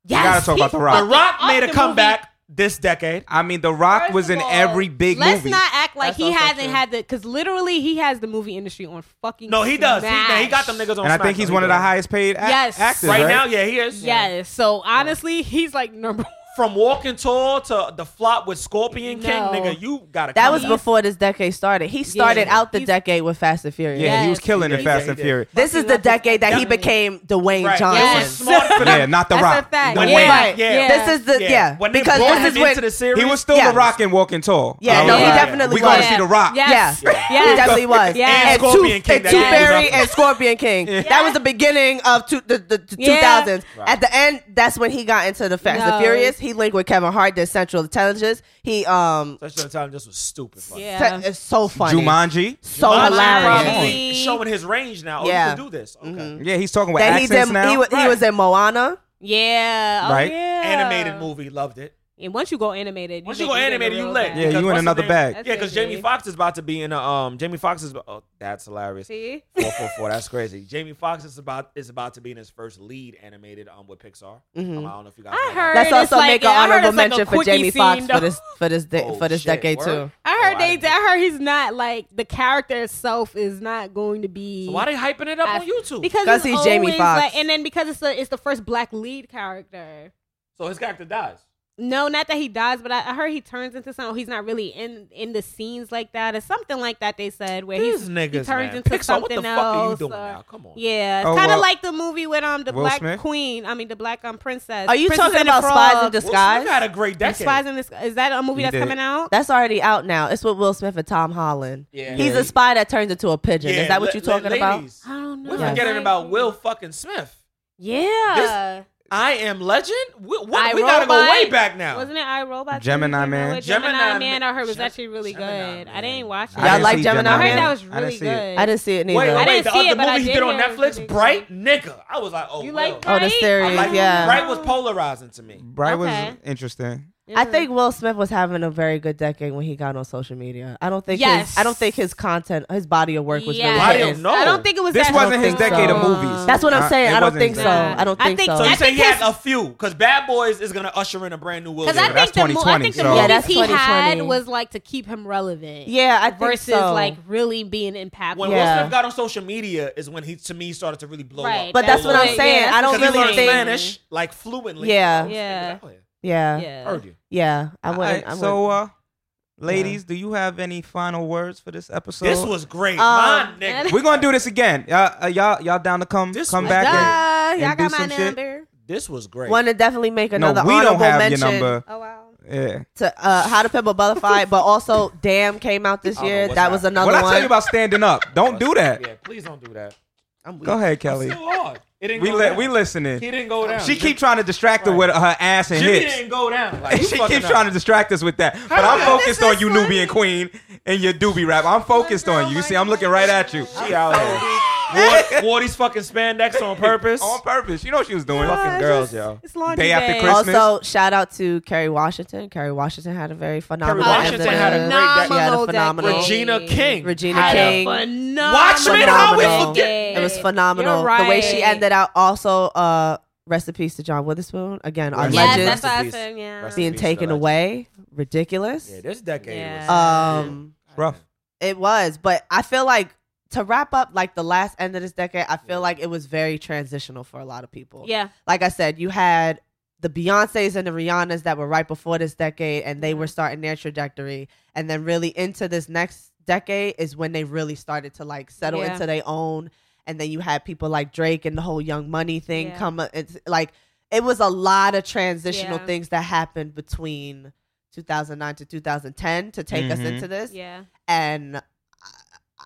[SPEAKER 4] Yes,
[SPEAKER 2] gotta talk
[SPEAKER 4] he
[SPEAKER 2] about The Rock.
[SPEAKER 5] The Rock
[SPEAKER 4] fucking
[SPEAKER 5] made a
[SPEAKER 4] off the
[SPEAKER 5] comeback this decade.
[SPEAKER 2] I mean, The Rock
[SPEAKER 4] First
[SPEAKER 2] was
[SPEAKER 4] of
[SPEAKER 2] in
[SPEAKER 4] all,
[SPEAKER 2] every big
[SPEAKER 4] Let's
[SPEAKER 2] movie.
[SPEAKER 4] not act like
[SPEAKER 3] That's
[SPEAKER 4] he
[SPEAKER 3] also
[SPEAKER 4] hasn't
[SPEAKER 3] true.
[SPEAKER 4] had the because literally he has the movie industry on fucking.
[SPEAKER 5] No, he does. He,
[SPEAKER 4] smash.
[SPEAKER 5] man, he got them niggas on.
[SPEAKER 2] and I
[SPEAKER 5] Smack,
[SPEAKER 2] think he's
[SPEAKER 5] though.
[SPEAKER 2] one of the
[SPEAKER 5] He
[SPEAKER 2] highest paid a-
[SPEAKER 4] Yes.
[SPEAKER 2] actors
[SPEAKER 5] does. Right
[SPEAKER 2] right
[SPEAKER 5] now, yeah, he is.
[SPEAKER 4] Yes. So honestly, he's like number. one.
[SPEAKER 5] From Walking Tall to the flop with Scorpion King,
[SPEAKER 4] No.
[SPEAKER 5] nigga, you gotta.
[SPEAKER 3] That
[SPEAKER 5] come
[SPEAKER 3] was
[SPEAKER 5] on.
[SPEAKER 3] before this decade started. He started
[SPEAKER 4] Yeah.
[SPEAKER 3] out the
[SPEAKER 4] He's-
[SPEAKER 3] decade with Fast and Furious.
[SPEAKER 2] Yeah, he was
[SPEAKER 4] Yes.
[SPEAKER 2] killing
[SPEAKER 5] He
[SPEAKER 2] it Fast
[SPEAKER 5] did,
[SPEAKER 2] and
[SPEAKER 5] he did.
[SPEAKER 2] Furious.
[SPEAKER 3] This is
[SPEAKER 4] Fucking
[SPEAKER 3] the
[SPEAKER 4] love
[SPEAKER 3] decade that he
[SPEAKER 4] definitely.
[SPEAKER 3] became Dwayne
[SPEAKER 5] Right.
[SPEAKER 3] Johnson.
[SPEAKER 5] It was
[SPEAKER 4] Yes.
[SPEAKER 5] smart for them.
[SPEAKER 2] Yeah, not The
[SPEAKER 4] That's
[SPEAKER 2] Rock.
[SPEAKER 4] a fact.
[SPEAKER 2] The
[SPEAKER 5] When
[SPEAKER 2] Rock.
[SPEAKER 5] they-
[SPEAKER 3] Right.
[SPEAKER 5] Yeah.
[SPEAKER 3] This is the yeah,
[SPEAKER 5] When they
[SPEAKER 3] because
[SPEAKER 5] brought
[SPEAKER 3] this
[SPEAKER 5] him
[SPEAKER 3] is when
[SPEAKER 5] into the series,
[SPEAKER 2] He was still
[SPEAKER 3] Yeah.
[SPEAKER 2] The Rock and Walking Tall.
[SPEAKER 3] Yeah,
[SPEAKER 2] I
[SPEAKER 3] no,
[SPEAKER 2] was
[SPEAKER 3] he
[SPEAKER 2] like,
[SPEAKER 3] definitely
[SPEAKER 2] We gotta
[SPEAKER 3] was.
[SPEAKER 2] see The Rock.
[SPEAKER 4] Yes.
[SPEAKER 3] Yeah,
[SPEAKER 4] Yes.
[SPEAKER 3] he definitely was.
[SPEAKER 4] Yes.
[SPEAKER 5] And
[SPEAKER 3] two-
[SPEAKER 5] Scorpion King,
[SPEAKER 3] and
[SPEAKER 5] that
[SPEAKER 3] Tooth
[SPEAKER 4] dude
[SPEAKER 3] Fairy
[SPEAKER 5] was up.
[SPEAKER 3] and Scorpion King. That was the beginning of two, the, the, the
[SPEAKER 4] Yeah.
[SPEAKER 3] 2000s. At the end, that's when he got into the Fast
[SPEAKER 4] No.
[SPEAKER 3] and Furious. He linked with Kevin Hart, did Central Intelligence. He um,
[SPEAKER 5] Such a time. This was stupid. Fuck.
[SPEAKER 4] Yeah.
[SPEAKER 3] te- it's so funny,
[SPEAKER 2] Jumanji.
[SPEAKER 3] so
[SPEAKER 5] Miles
[SPEAKER 3] hilarious.
[SPEAKER 5] probably Showing his range now. Oh,
[SPEAKER 3] Yeah. Mm-hmm.
[SPEAKER 5] you can do this. Okay.
[SPEAKER 2] Yeah, he's talking with
[SPEAKER 3] That he
[SPEAKER 2] accents
[SPEAKER 3] did.
[SPEAKER 2] now.
[SPEAKER 3] He, wa- he
[SPEAKER 5] Right.
[SPEAKER 3] was in Moana.
[SPEAKER 4] Yeah. Oh,
[SPEAKER 2] Right?
[SPEAKER 4] yeah.
[SPEAKER 5] Animated movie, loved it.
[SPEAKER 4] And once you go animated,
[SPEAKER 5] Once you
[SPEAKER 4] make-
[SPEAKER 5] go
[SPEAKER 4] get
[SPEAKER 5] animated,
[SPEAKER 4] a
[SPEAKER 5] you
[SPEAKER 4] real
[SPEAKER 5] lit.
[SPEAKER 4] bag.
[SPEAKER 2] Yeah, you in
[SPEAKER 5] what's the
[SPEAKER 2] another
[SPEAKER 5] name?
[SPEAKER 2] bag.
[SPEAKER 5] Yeah, because Jamie Foxx is about to be in a um. Jamie Foxx is. Oh, that's hilarious.
[SPEAKER 4] See?
[SPEAKER 5] Four four four. That's crazy. Jamie Foxx is about is about to be in his first lead animated um with Pixar.
[SPEAKER 3] Mm-hmm.
[SPEAKER 5] Um, I don't know if you guys.
[SPEAKER 4] I
[SPEAKER 5] know that.
[SPEAKER 4] heard.
[SPEAKER 3] Let's
[SPEAKER 4] it's
[SPEAKER 3] also
[SPEAKER 4] like-
[SPEAKER 3] make
[SPEAKER 4] I
[SPEAKER 3] an
[SPEAKER 4] heard it's
[SPEAKER 3] honorable
[SPEAKER 4] like a
[SPEAKER 3] mention for
[SPEAKER 4] quickie
[SPEAKER 3] Jamie Fox
[SPEAKER 4] scene,
[SPEAKER 3] for
[SPEAKER 4] though.
[SPEAKER 3] this for this de-
[SPEAKER 5] Oh,
[SPEAKER 3] for this
[SPEAKER 5] shit,
[SPEAKER 3] decade
[SPEAKER 5] word?
[SPEAKER 3] too.
[SPEAKER 4] I heard
[SPEAKER 5] Oh, I
[SPEAKER 4] they.
[SPEAKER 5] didn't-
[SPEAKER 4] I heard he's not like the character itself is not going to be.
[SPEAKER 5] So why they hyping it up on YouTube?
[SPEAKER 4] Because
[SPEAKER 3] 'Cause
[SPEAKER 4] it's
[SPEAKER 3] he's Jamie
[SPEAKER 4] always
[SPEAKER 3] Foxx.
[SPEAKER 4] Like, and then because it's the it's the first black lead character.
[SPEAKER 5] so his character dies.
[SPEAKER 4] No, not that he dies, but I, I heard he turns into something. He's not really in in the scenes like that, or something like that. They said where he's,
[SPEAKER 5] These niggas,
[SPEAKER 4] he turns
[SPEAKER 5] man.
[SPEAKER 4] into
[SPEAKER 5] Pixar,
[SPEAKER 4] something
[SPEAKER 5] what the fuck
[SPEAKER 4] else.
[SPEAKER 5] are you doing
[SPEAKER 4] or-
[SPEAKER 5] now? Come on.
[SPEAKER 4] Yeah, it's
[SPEAKER 2] Oh,
[SPEAKER 4] kind of
[SPEAKER 2] well,
[SPEAKER 4] like the movie with um the
[SPEAKER 2] Will
[SPEAKER 4] black
[SPEAKER 2] Smith?
[SPEAKER 4] queen. I mean the black um princess.
[SPEAKER 3] Are you
[SPEAKER 4] Princess
[SPEAKER 3] talking
[SPEAKER 4] and the
[SPEAKER 3] about Spies in
[SPEAKER 4] Frog.
[SPEAKER 5] Well, Smith had
[SPEAKER 3] Disguise?
[SPEAKER 5] a great
[SPEAKER 4] Is Spies
[SPEAKER 5] decade.
[SPEAKER 4] in Dis- Is that a movie
[SPEAKER 2] He
[SPEAKER 4] that's
[SPEAKER 2] did.
[SPEAKER 4] coming out?
[SPEAKER 3] That's already out now. It's with Will Smith and Tom Holland.
[SPEAKER 5] Yeah.
[SPEAKER 3] He's
[SPEAKER 2] Yeah.
[SPEAKER 3] a spy that turns into a pigeon.
[SPEAKER 5] Yeah,
[SPEAKER 3] Is that what
[SPEAKER 5] la-
[SPEAKER 3] you're
[SPEAKER 5] la-
[SPEAKER 3] talking about?
[SPEAKER 5] ladies,
[SPEAKER 4] I don't know.
[SPEAKER 5] We're
[SPEAKER 3] Yeah.
[SPEAKER 5] forgetting about Will fucking Smith.
[SPEAKER 4] Yeah,
[SPEAKER 5] I am Legend. We, what-
[SPEAKER 4] I,
[SPEAKER 5] we gotta go
[SPEAKER 4] Robot.
[SPEAKER 5] way back now.
[SPEAKER 4] wasn't it I Robot?
[SPEAKER 2] Gemini Man.
[SPEAKER 4] Gemini,
[SPEAKER 5] Gemini
[SPEAKER 4] Man.
[SPEAKER 5] Man.
[SPEAKER 4] I heard was
[SPEAKER 5] Gem-
[SPEAKER 4] actually really
[SPEAKER 5] Gemini
[SPEAKER 4] good. I
[SPEAKER 5] Man.
[SPEAKER 4] didn't watch it.
[SPEAKER 2] I didn't
[SPEAKER 3] like
[SPEAKER 2] see
[SPEAKER 3] Gemini
[SPEAKER 4] I heard
[SPEAKER 3] Man.
[SPEAKER 4] that was
[SPEAKER 2] I
[SPEAKER 4] really
[SPEAKER 2] didn't see
[SPEAKER 4] good.
[SPEAKER 2] it.
[SPEAKER 3] I didn't see it
[SPEAKER 5] Wait,
[SPEAKER 3] neither.
[SPEAKER 5] wait,
[SPEAKER 4] I
[SPEAKER 5] wait,
[SPEAKER 4] didn't
[SPEAKER 5] the
[SPEAKER 4] see
[SPEAKER 5] other
[SPEAKER 4] it, but I
[SPEAKER 5] movie he
[SPEAKER 4] did
[SPEAKER 5] did on
[SPEAKER 4] hear it was
[SPEAKER 5] Netflix,
[SPEAKER 4] really good.
[SPEAKER 5] Bright Nigga. I was like, oh,
[SPEAKER 4] You
[SPEAKER 5] Will.
[SPEAKER 4] like
[SPEAKER 3] Oh,
[SPEAKER 4] Bright?
[SPEAKER 3] the series,
[SPEAKER 5] I like
[SPEAKER 3] yeah.
[SPEAKER 5] Bright was polarizing to me.
[SPEAKER 2] Bright was
[SPEAKER 4] Okay.
[SPEAKER 2] interesting.
[SPEAKER 3] I think Will Smith was having a very good decade when he got on social media. I don't think
[SPEAKER 4] Yes.
[SPEAKER 3] his I don't think his content, his body of work was
[SPEAKER 5] I
[SPEAKER 3] really
[SPEAKER 5] don't
[SPEAKER 3] hitting.
[SPEAKER 5] know.
[SPEAKER 4] I don't think it was.
[SPEAKER 2] This
[SPEAKER 4] that
[SPEAKER 2] wasn't his
[SPEAKER 4] strong.
[SPEAKER 2] decade of movies.
[SPEAKER 3] That's what I'm
[SPEAKER 2] Uh,
[SPEAKER 3] saying.
[SPEAKER 2] it
[SPEAKER 3] I don't
[SPEAKER 2] wasn't
[SPEAKER 3] think
[SPEAKER 2] his
[SPEAKER 3] so.
[SPEAKER 4] decade.
[SPEAKER 3] I don't
[SPEAKER 4] I
[SPEAKER 3] think,
[SPEAKER 4] think
[SPEAKER 3] so.
[SPEAKER 5] So
[SPEAKER 4] I
[SPEAKER 5] you say
[SPEAKER 4] think
[SPEAKER 5] he had
[SPEAKER 4] his-
[SPEAKER 5] a few, because Bad Boys is gonna usher in a brand new Will.
[SPEAKER 4] Because I
[SPEAKER 5] Smith.
[SPEAKER 2] Yeah, that's
[SPEAKER 4] think the, mo- I
[SPEAKER 2] 2020,
[SPEAKER 4] think the
[SPEAKER 2] so-
[SPEAKER 3] Yeah,
[SPEAKER 4] movies
[SPEAKER 3] that's
[SPEAKER 4] he had
[SPEAKER 3] 2020.
[SPEAKER 4] was like to keep him relevant.
[SPEAKER 3] Yeah, I think
[SPEAKER 4] versus
[SPEAKER 3] so.
[SPEAKER 4] like really being impactful.
[SPEAKER 5] when
[SPEAKER 3] Yeah.
[SPEAKER 5] Will Smith got on social media is when he, to me, started to really blow
[SPEAKER 4] Right,
[SPEAKER 5] up.
[SPEAKER 3] But that's what I'm
[SPEAKER 4] Yeah,
[SPEAKER 3] saying.
[SPEAKER 4] that's
[SPEAKER 3] I don't
[SPEAKER 4] what I'm
[SPEAKER 5] Because he
[SPEAKER 3] really
[SPEAKER 5] learned
[SPEAKER 4] saying.
[SPEAKER 3] think.
[SPEAKER 5] Spanish like fluently.
[SPEAKER 3] Yeah.
[SPEAKER 5] Oh, this
[SPEAKER 4] Yeah.
[SPEAKER 5] nigga's out here.
[SPEAKER 3] Yeah, yeah,
[SPEAKER 4] yeah.
[SPEAKER 5] Heard you.
[SPEAKER 3] I wouldn't. I
[SPEAKER 2] Alright,
[SPEAKER 3] would
[SPEAKER 2] so, uh, ladies, do you have any final words for this episode?
[SPEAKER 5] This was great, my
[SPEAKER 3] Um,
[SPEAKER 5] nigga.
[SPEAKER 2] We're gonna do this again. Uh, uh, y'all, y'all down to come
[SPEAKER 5] This
[SPEAKER 2] come
[SPEAKER 5] was-
[SPEAKER 2] back? and-
[SPEAKER 3] uh,
[SPEAKER 2] and
[SPEAKER 3] y'all
[SPEAKER 2] do
[SPEAKER 3] got my
[SPEAKER 2] some shit.
[SPEAKER 3] number.
[SPEAKER 5] This was great.
[SPEAKER 3] Want to definitely make another
[SPEAKER 2] no, we don't
[SPEAKER 3] honorable
[SPEAKER 2] have
[SPEAKER 3] mention
[SPEAKER 2] your number.
[SPEAKER 4] Oh wow.
[SPEAKER 2] Yeah.
[SPEAKER 3] to uh, How to Pimp a Butterfly, but also Damn came out this
[SPEAKER 5] I don't know
[SPEAKER 3] year.
[SPEAKER 5] what's
[SPEAKER 3] That was
[SPEAKER 5] happening.
[SPEAKER 3] another
[SPEAKER 2] What I
[SPEAKER 3] one.
[SPEAKER 2] tell you about standing up? Don't do that.
[SPEAKER 5] Yeah, please don't do that.
[SPEAKER 2] Go ahead, Kelly.
[SPEAKER 5] It's still hard. It didn't
[SPEAKER 2] We
[SPEAKER 5] go
[SPEAKER 2] li-
[SPEAKER 5] down.
[SPEAKER 2] we
[SPEAKER 5] He
[SPEAKER 2] listening.
[SPEAKER 5] didn't go down.
[SPEAKER 2] She keep trying to distract her with her ass and
[SPEAKER 5] Jimmy
[SPEAKER 2] hips.
[SPEAKER 5] didn't go down. Like,
[SPEAKER 2] And
[SPEAKER 5] you
[SPEAKER 2] she
[SPEAKER 5] fucking
[SPEAKER 2] keeps
[SPEAKER 5] up.
[SPEAKER 2] trying to distract us with that. But I'm focused on you, Nubian Queen, and your doobie rap. I'm focused on you. You see, I'm looking right at you.
[SPEAKER 5] She out here. Wore, wore these fucking spandex on purpose.
[SPEAKER 2] On purpose. You know what she was doing.
[SPEAKER 5] fucking girls, yo.
[SPEAKER 4] It's laundry
[SPEAKER 2] Day after
[SPEAKER 4] day.
[SPEAKER 2] Christmas.
[SPEAKER 3] Also, shout out to Kerry Washington. Kerry Washington had a very phenomenal.
[SPEAKER 5] Kerry Washington
[SPEAKER 3] episode.
[SPEAKER 5] had a great
[SPEAKER 3] She had a
[SPEAKER 4] Phenomenal
[SPEAKER 3] phenomenal.
[SPEAKER 4] decade.
[SPEAKER 5] Regina King.
[SPEAKER 3] Regina
[SPEAKER 5] Had a
[SPEAKER 3] King.
[SPEAKER 4] Phenomenal.
[SPEAKER 5] Watchmen, how we
[SPEAKER 3] Phenomenal.
[SPEAKER 5] forget?
[SPEAKER 3] It was phenomenal.
[SPEAKER 4] You're
[SPEAKER 3] The way she
[SPEAKER 4] right.
[SPEAKER 3] ended out. Also, uh, rest in peace to John Witherspoon. Again, our
[SPEAKER 5] Rest in
[SPEAKER 4] Yes,
[SPEAKER 5] Legend.
[SPEAKER 3] legends
[SPEAKER 4] that's what I
[SPEAKER 5] Rest in
[SPEAKER 4] said.
[SPEAKER 5] peace.
[SPEAKER 4] Yeah.
[SPEAKER 5] Rest in
[SPEAKER 3] being
[SPEAKER 5] peace,
[SPEAKER 3] taken
[SPEAKER 5] the
[SPEAKER 3] away. Ridiculous.
[SPEAKER 5] Yeah, this decade
[SPEAKER 4] Yeah.
[SPEAKER 5] was.
[SPEAKER 2] Uh,
[SPEAKER 3] Um,
[SPEAKER 2] Rough.
[SPEAKER 3] it was, but I feel like to wrap up like the last end of this decade, I feel like it was very transitional for a lot of people.
[SPEAKER 4] Yeah.
[SPEAKER 3] like I said, you had the Beyonces and the Rihannas that were right before this decade, and they were
[SPEAKER 4] Mm-hmm.
[SPEAKER 3] starting their trajectory. And then really into this next decade is when they really started to like settle
[SPEAKER 4] Yeah.
[SPEAKER 3] into their own. And then you had people like Drake and the whole Young Money thing
[SPEAKER 4] Yeah.
[SPEAKER 3] come. It's like it was a lot of transitional
[SPEAKER 4] Yeah.
[SPEAKER 3] things that happened between 2009 to 2010 to take us
[SPEAKER 2] Mhm.
[SPEAKER 3] into this
[SPEAKER 4] Yeah.
[SPEAKER 3] and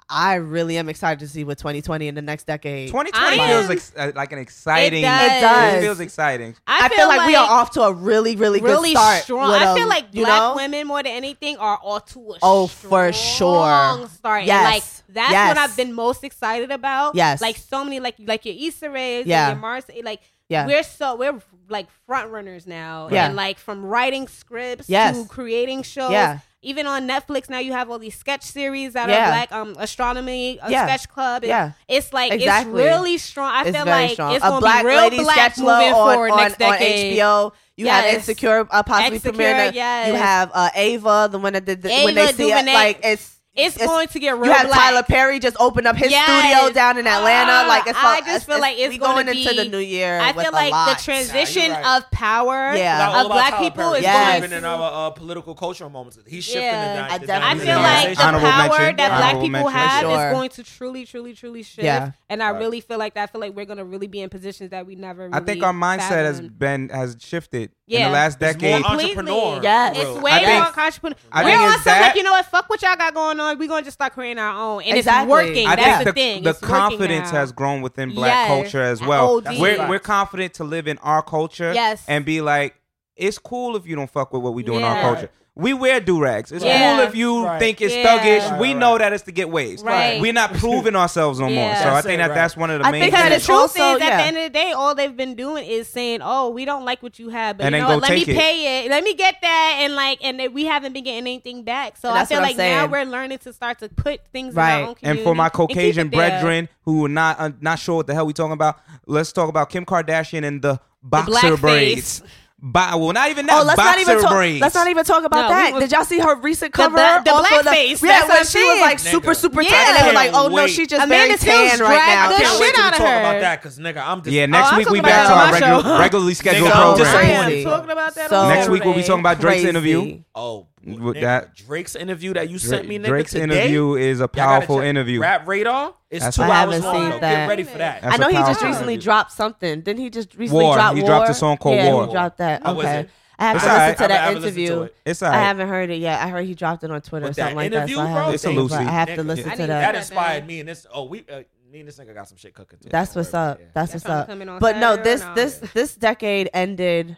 [SPEAKER 3] I- I really am excited to see what 2020 in the next decade.
[SPEAKER 2] 2020
[SPEAKER 4] I
[SPEAKER 2] feels
[SPEAKER 4] am-
[SPEAKER 2] ex- uh, like an exciting.
[SPEAKER 4] It does. It
[SPEAKER 3] does.
[SPEAKER 2] feels exciting.
[SPEAKER 3] I, feel, like, we are off to a really, really,
[SPEAKER 4] really
[SPEAKER 3] good start.
[SPEAKER 4] strong.
[SPEAKER 3] with
[SPEAKER 4] I
[SPEAKER 3] a-
[SPEAKER 4] feel like
[SPEAKER 3] you
[SPEAKER 4] black
[SPEAKER 3] know?
[SPEAKER 4] women more than anything are all to a
[SPEAKER 3] Oh,
[SPEAKER 4] strong
[SPEAKER 3] for sure.
[SPEAKER 4] start.
[SPEAKER 3] Yes.
[SPEAKER 4] And, Like that's
[SPEAKER 3] Yes.
[SPEAKER 4] what I've been most excited about.
[SPEAKER 3] Yes.
[SPEAKER 4] like so many like like your Issa Rae's,
[SPEAKER 3] Yeah.
[SPEAKER 4] yeah, your Mars, like.
[SPEAKER 3] Yeah.
[SPEAKER 4] We're so we're like front runners now,
[SPEAKER 3] Yeah.
[SPEAKER 4] and like from writing scripts
[SPEAKER 3] Yes.
[SPEAKER 4] to creating shows.
[SPEAKER 3] Yeah.
[SPEAKER 4] Even on Netflix now, you have all these sketch series that
[SPEAKER 3] Yeah.
[SPEAKER 4] are black, um, astronomy, a
[SPEAKER 3] Yeah.
[SPEAKER 4] sketch club. and
[SPEAKER 3] Yeah.
[SPEAKER 4] It's like
[SPEAKER 3] Exactly.
[SPEAKER 4] it's really strong. I
[SPEAKER 3] it's
[SPEAKER 4] feel
[SPEAKER 3] very
[SPEAKER 4] like
[SPEAKER 3] strong.
[SPEAKER 4] it's
[SPEAKER 3] a
[SPEAKER 4] gonna
[SPEAKER 3] black
[SPEAKER 4] be real
[SPEAKER 3] lady
[SPEAKER 4] black
[SPEAKER 3] sketch love
[SPEAKER 4] moving
[SPEAKER 3] on,
[SPEAKER 4] forward
[SPEAKER 3] on,
[SPEAKER 4] next
[SPEAKER 3] on
[SPEAKER 4] decade.
[SPEAKER 3] HBO. You have
[SPEAKER 4] Yes.
[SPEAKER 3] Insecure uh, possibly
[SPEAKER 4] Insecure,
[SPEAKER 3] premiering. it.
[SPEAKER 4] yes.
[SPEAKER 3] You have uh, Ava, the one that did the, when they
[SPEAKER 4] Ava
[SPEAKER 3] see it,
[SPEAKER 4] DuVernay.
[SPEAKER 3] like it's.
[SPEAKER 4] It's, going to get real
[SPEAKER 3] You had
[SPEAKER 4] black.
[SPEAKER 3] Tyler Perry just open up his
[SPEAKER 4] Yes.
[SPEAKER 3] studio down in Atlanta.
[SPEAKER 4] Ah,
[SPEAKER 3] like it's
[SPEAKER 4] I
[SPEAKER 3] all-
[SPEAKER 4] just feel like it's
[SPEAKER 3] we
[SPEAKER 4] gonna
[SPEAKER 3] going into the
[SPEAKER 4] be-
[SPEAKER 3] new year.
[SPEAKER 4] I
[SPEAKER 3] with
[SPEAKER 4] feel
[SPEAKER 3] a
[SPEAKER 4] like
[SPEAKER 3] lot.
[SPEAKER 4] the transition
[SPEAKER 5] Nah, you're right.
[SPEAKER 4] of power
[SPEAKER 3] Yeah.
[SPEAKER 5] Not all
[SPEAKER 4] of
[SPEAKER 5] about
[SPEAKER 4] Uh, black
[SPEAKER 5] Tyler
[SPEAKER 4] people
[SPEAKER 5] Perry.
[SPEAKER 4] is
[SPEAKER 3] Yes.
[SPEAKER 5] even
[SPEAKER 4] going
[SPEAKER 5] in our uh, political cultural moments. He's shifting
[SPEAKER 4] Yeah.
[SPEAKER 5] the,
[SPEAKER 3] I
[SPEAKER 5] dy- the
[SPEAKER 3] definitely
[SPEAKER 4] I
[SPEAKER 5] dynamic
[SPEAKER 4] feel
[SPEAKER 5] of
[SPEAKER 4] like the
[SPEAKER 5] conversation.
[SPEAKER 2] Honorable
[SPEAKER 4] power
[SPEAKER 2] mention,
[SPEAKER 4] that black
[SPEAKER 2] honorable
[SPEAKER 4] people
[SPEAKER 2] mention.
[SPEAKER 4] have
[SPEAKER 3] Sure.
[SPEAKER 4] is going to truly, truly, truly shift.
[SPEAKER 3] Yeah.
[SPEAKER 4] And I really feel like that. I feel like we're gonna really be in positions that we never. Really
[SPEAKER 2] I think our mindset has
[SPEAKER 4] fathomed.
[SPEAKER 2] been has shifted in
[SPEAKER 4] Yeah.
[SPEAKER 2] the last
[SPEAKER 5] It's more
[SPEAKER 2] decade.
[SPEAKER 4] on-
[SPEAKER 5] entrepreneur.
[SPEAKER 4] Completely.
[SPEAKER 3] Yes.
[SPEAKER 5] real.
[SPEAKER 4] It's way
[SPEAKER 2] I
[SPEAKER 4] more
[SPEAKER 2] think-
[SPEAKER 4] entrepreneur.
[SPEAKER 2] I
[SPEAKER 4] We're
[SPEAKER 2] think
[SPEAKER 4] on
[SPEAKER 2] it's
[SPEAKER 4] something
[SPEAKER 2] that-
[SPEAKER 4] like, you know what? Fuck what y'all got going on. We're gonna just start creating our own, and
[SPEAKER 3] Exactly.
[SPEAKER 4] it's working.
[SPEAKER 2] I
[SPEAKER 4] That's
[SPEAKER 2] think
[SPEAKER 4] the,
[SPEAKER 2] the,
[SPEAKER 4] thing.
[SPEAKER 2] the
[SPEAKER 4] It's working
[SPEAKER 2] confidence
[SPEAKER 4] now.
[SPEAKER 2] has grown within black
[SPEAKER 4] Yes.
[SPEAKER 2] culture as well.
[SPEAKER 4] OD.
[SPEAKER 2] We're, we're confident to live in our culture
[SPEAKER 4] Yes.
[SPEAKER 2] and be like, it's cool if you don't fuck with what we do in our
[SPEAKER 4] Yeah.
[SPEAKER 2] culture. We wear do rags. It's
[SPEAKER 4] Yeah.
[SPEAKER 2] cool if you
[SPEAKER 5] Right.
[SPEAKER 2] think it's
[SPEAKER 4] Yeah.
[SPEAKER 2] thuggish.
[SPEAKER 5] Right,
[SPEAKER 2] we
[SPEAKER 5] right,
[SPEAKER 2] know
[SPEAKER 5] right.
[SPEAKER 2] that it's to get waves.
[SPEAKER 4] Right.
[SPEAKER 2] We're not proving ourselves no more.
[SPEAKER 4] Yeah.
[SPEAKER 2] So I
[SPEAKER 5] That's
[SPEAKER 2] think
[SPEAKER 5] it,
[SPEAKER 2] that
[SPEAKER 5] right.
[SPEAKER 2] that's one of the
[SPEAKER 3] I
[SPEAKER 2] main
[SPEAKER 3] think
[SPEAKER 2] things.
[SPEAKER 3] that
[SPEAKER 4] Because the
[SPEAKER 3] it's
[SPEAKER 4] truth
[SPEAKER 3] also-
[SPEAKER 4] is, at
[SPEAKER 3] yeah.
[SPEAKER 4] the end of the day, all they've been doing is saying, "Oh, we don't like what you have, but
[SPEAKER 2] And
[SPEAKER 4] you
[SPEAKER 2] then
[SPEAKER 4] know
[SPEAKER 2] go
[SPEAKER 4] what? Let me
[SPEAKER 2] take it.
[SPEAKER 4] pay it. Let me get that." And like, and then we haven't been getting anything back. So
[SPEAKER 3] And
[SPEAKER 4] I
[SPEAKER 3] that's
[SPEAKER 4] feel
[SPEAKER 3] what I'm
[SPEAKER 4] like now
[SPEAKER 3] saying.
[SPEAKER 4] we're learning to start to put things
[SPEAKER 3] Right.
[SPEAKER 4] in our own
[SPEAKER 2] And
[SPEAKER 4] community
[SPEAKER 2] for my
[SPEAKER 4] keep it
[SPEAKER 2] Caucasian
[SPEAKER 4] there.
[SPEAKER 2] brethren who are not uh, not sure what the hell we talking about, let's talk about Kim Kardashian and the boxer
[SPEAKER 4] blackface.
[SPEAKER 2] braids. Ba- well, not even that.
[SPEAKER 3] Oh, let's
[SPEAKER 2] boxer
[SPEAKER 3] not even talk.
[SPEAKER 2] braids.
[SPEAKER 3] Let's not even talk about
[SPEAKER 4] No,
[SPEAKER 3] that.
[SPEAKER 4] we was-
[SPEAKER 3] Did y'all see her recent cover?
[SPEAKER 4] ba- the
[SPEAKER 3] off of
[SPEAKER 4] blackface,
[SPEAKER 3] Yeah, when
[SPEAKER 4] that's what
[SPEAKER 3] she
[SPEAKER 4] I'm
[SPEAKER 3] was like
[SPEAKER 5] saying.
[SPEAKER 3] super,
[SPEAKER 5] Nigga.
[SPEAKER 3] super
[SPEAKER 4] Yeah.
[SPEAKER 3] tan, and they were like, "Oh no,
[SPEAKER 5] Wait.
[SPEAKER 3] she just
[SPEAKER 4] Amanda
[SPEAKER 3] very
[SPEAKER 4] Tills
[SPEAKER 3] tan right
[SPEAKER 4] dragged
[SPEAKER 3] now."
[SPEAKER 4] the
[SPEAKER 5] I can't
[SPEAKER 4] shit
[SPEAKER 5] wait till we
[SPEAKER 4] outta
[SPEAKER 5] talk about
[SPEAKER 4] her.
[SPEAKER 5] that because nigga, I'm just
[SPEAKER 2] Yeah, next
[SPEAKER 4] I'm
[SPEAKER 2] week we
[SPEAKER 4] talking
[SPEAKER 2] back to our
[SPEAKER 4] about it on my
[SPEAKER 2] regular,
[SPEAKER 4] show.
[SPEAKER 2] regularly scheduled
[SPEAKER 5] Nigga, I'm
[SPEAKER 2] program.
[SPEAKER 5] disappointed.
[SPEAKER 3] Crazy.
[SPEAKER 4] Talking about that
[SPEAKER 3] So
[SPEAKER 4] all
[SPEAKER 2] Next week we'll be
[SPEAKER 4] day.
[SPEAKER 2] talking about Drake's
[SPEAKER 3] Crazy.
[SPEAKER 2] interview.
[SPEAKER 5] Oh,
[SPEAKER 2] With
[SPEAKER 5] nigga,
[SPEAKER 2] that-
[SPEAKER 5] Drake's interview that you sent me, nigga,
[SPEAKER 2] Drake's
[SPEAKER 5] today?
[SPEAKER 2] interview is a
[SPEAKER 5] Y'all gotta
[SPEAKER 2] powerful
[SPEAKER 5] check-
[SPEAKER 2] interview.
[SPEAKER 5] Rap Radar is
[SPEAKER 2] That's
[SPEAKER 5] two
[SPEAKER 2] a-
[SPEAKER 3] I
[SPEAKER 5] hours
[SPEAKER 3] haven't
[SPEAKER 5] long.
[SPEAKER 3] seen
[SPEAKER 5] though.
[SPEAKER 3] that.
[SPEAKER 5] Get ready for that.
[SPEAKER 2] That's
[SPEAKER 3] I know
[SPEAKER 2] a
[SPEAKER 3] he just
[SPEAKER 2] powerful
[SPEAKER 3] recently
[SPEAKER 2] interview.
[SPEAKER 3] dropped something. Didn't he just recently
[SPEAKER 2] War.
[SPEAKER 3] drop
[SPEAKER 2] He
[SPEAKER 3] War?
[SPEAKER 2] dropped a song called
[SPEAKER 3] yeah,
[SPEAKER 2] War.
[SPEAKER 3] He dropped that.
[SPEAKER 5] How was
[SPEAKER 3] okay.
[SPEAKER 5] it?
[SPEAKER 3] I haven't
[SPEAKER 2] It's
[SPEAKER 3] listened
[SPEAKER 2] alright.
[SPEAKER 3] to
[SPEAKER 5] I
[SPEAKER 3] that
[SPEAKER 5] haven't listened to
[SPEAKER 3] interview.
[SPEAKER 5] it.
[SPEAKER 2] It's all
[SPEAKER 3] I
[SPEAKER 2] right.
[SPEAKER 3] haven't heard it yet. I heard he dropped it on Twitter or
[SPEAKER 5] But
[SPEAKER 3] something
[SPEAKER 5] that
[SPEAKER 3] like that. So
[SPEAKER 5] interview,
[SPEAKER 3] I
[SPEAKER 5] bro,
[SPEAKER 3] haven't
[SPEAKER 2] It's a
[SPEAKER 3] seen it, but
[SPEAKER 2] Lucy.
[SPEAKER 3] I have to
[SPEAKER 5] Nigga,
[SPEAKER 3] listen
[SPEAKER 4] I
[SPEAKER 3] to
[SPEAKER 4] need
[SPEAKER 5] That
[SPEAKER 3] that.
[SPEAKER 5] inspired me, and this. Oh, we uh, me and this nigga got some shit cooking. Too.
[SPEAKER 3] That's
[SPEAKER 5] Don't
[SPEAKER 3] what's
[SPEAKER 5] worry
[SPEAKER 3] up.
[SPEAKER 5] about it, yeah.
[SPEAKER 3] That's what's
[SPEAKER 4] something
[SPEAKER 3] up.
[SPEAKER 4] coming on
[SPEAKER 3] But no,
[SPEAKER 4] Saturday or
[SPEAKER 3] this
[SPEAKER 4] not?
[SPEAKER 3] this this decade ended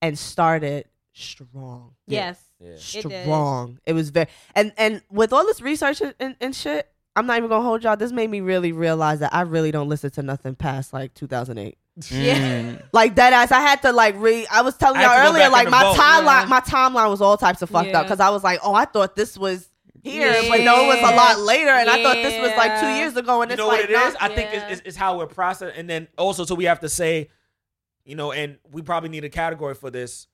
[SPEAKER 3] and started strong.
[SPEAKER 4] Yes.
[SPEAKER 5] Yeah.
[SPEAKER 4] It did.
[SPEAKER 3] strong. It, was very and and with all this research and, and, and shit, I'm not even gonna hold y'all. This made me really realize that I really don't listen to nothing past like 2008.
[SPEAKER 2] Mm.
[SPEAKER 3] Like that ass, I had to like re. I was telling
[SPEAKER 5] I had
[SPEAKER 3] y'all
[SPEAKER 5] to go back
[SPEAKER 3] earlier,
[SPEAKER 5] in
[SPEAKER 3] like
[SPEAKER 5] the
[SPEAKER 3] my
[SPEAKER 5] vault.
[SPEAKER 3] timeline,
[SPEAKER 4] Yeah.
[SPEAKER 3] my timeline was all types of fucked up
[SPEAKER 4] Yeah.
[SPEAKER 3] because I was like, oh, I thought this was here, but no, it was a lot later, and I thought this was like two
[SPEAKER 4] Yeah.
[SPEAKER 3] years ago, and
[SPEAKER 5] you
[SPEAKER 3] it's
[SPEAKER 5] know
[SPEAKER 3] like
[SPEAKER 5] what it is?
[SPEAKER 3] not-
[SPEAKER 5] I think it's,
[SPEAKER 4] Yeah.
[SPEAKER 5] it's, it's how we're processing, and then also so we have to say, you know, and we probably need a category for this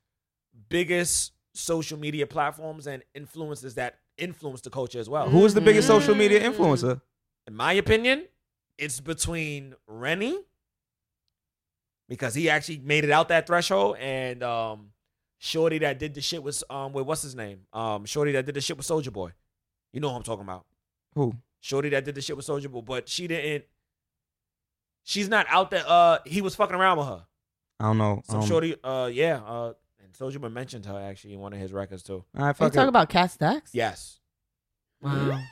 [SPEAKER 5] biggest social media platforms and influences that influence the culture as well.
[SPEAKER 3] Mm-hmm.
[SPEAKER 2] Who is the biggest
[SPEAKER 4] Mhm.
[SPEAKER 2] social media influencer?
[SPEAKER 5] In my opinion, it's between Rennie because he actually made it out that threshold and um Shorty that did the shit was um wait what's his name um Shorty that did the shit with Soldier Boy, you know who I'm talking about.
[SPEAKER 2] Who?
[SPEAKER 5] Shorty that did the shit with Soldier Boy, but she didn't. She's not out there. Uh, he was fucking around with her.
[SPEAKER 2] I don't know.
[SPEAKER 5] Some
[SPEAKER 2] Um,
[SPEAKER 5] Shorty. Uh, yeah. Uh, and Soldier Boy mentioned her actually in one of his records too.
[SPEAKER 2] all right,
[SPEAKER 3] Are you
[SPEAKER 2] fuck
[SPEAKER 3] talking
[SPEAKER 2] it.
[SPEAKER 3] about Cat Stacks?
[SPEAKER 5] Yes.
[SPEAKER 3] Wow.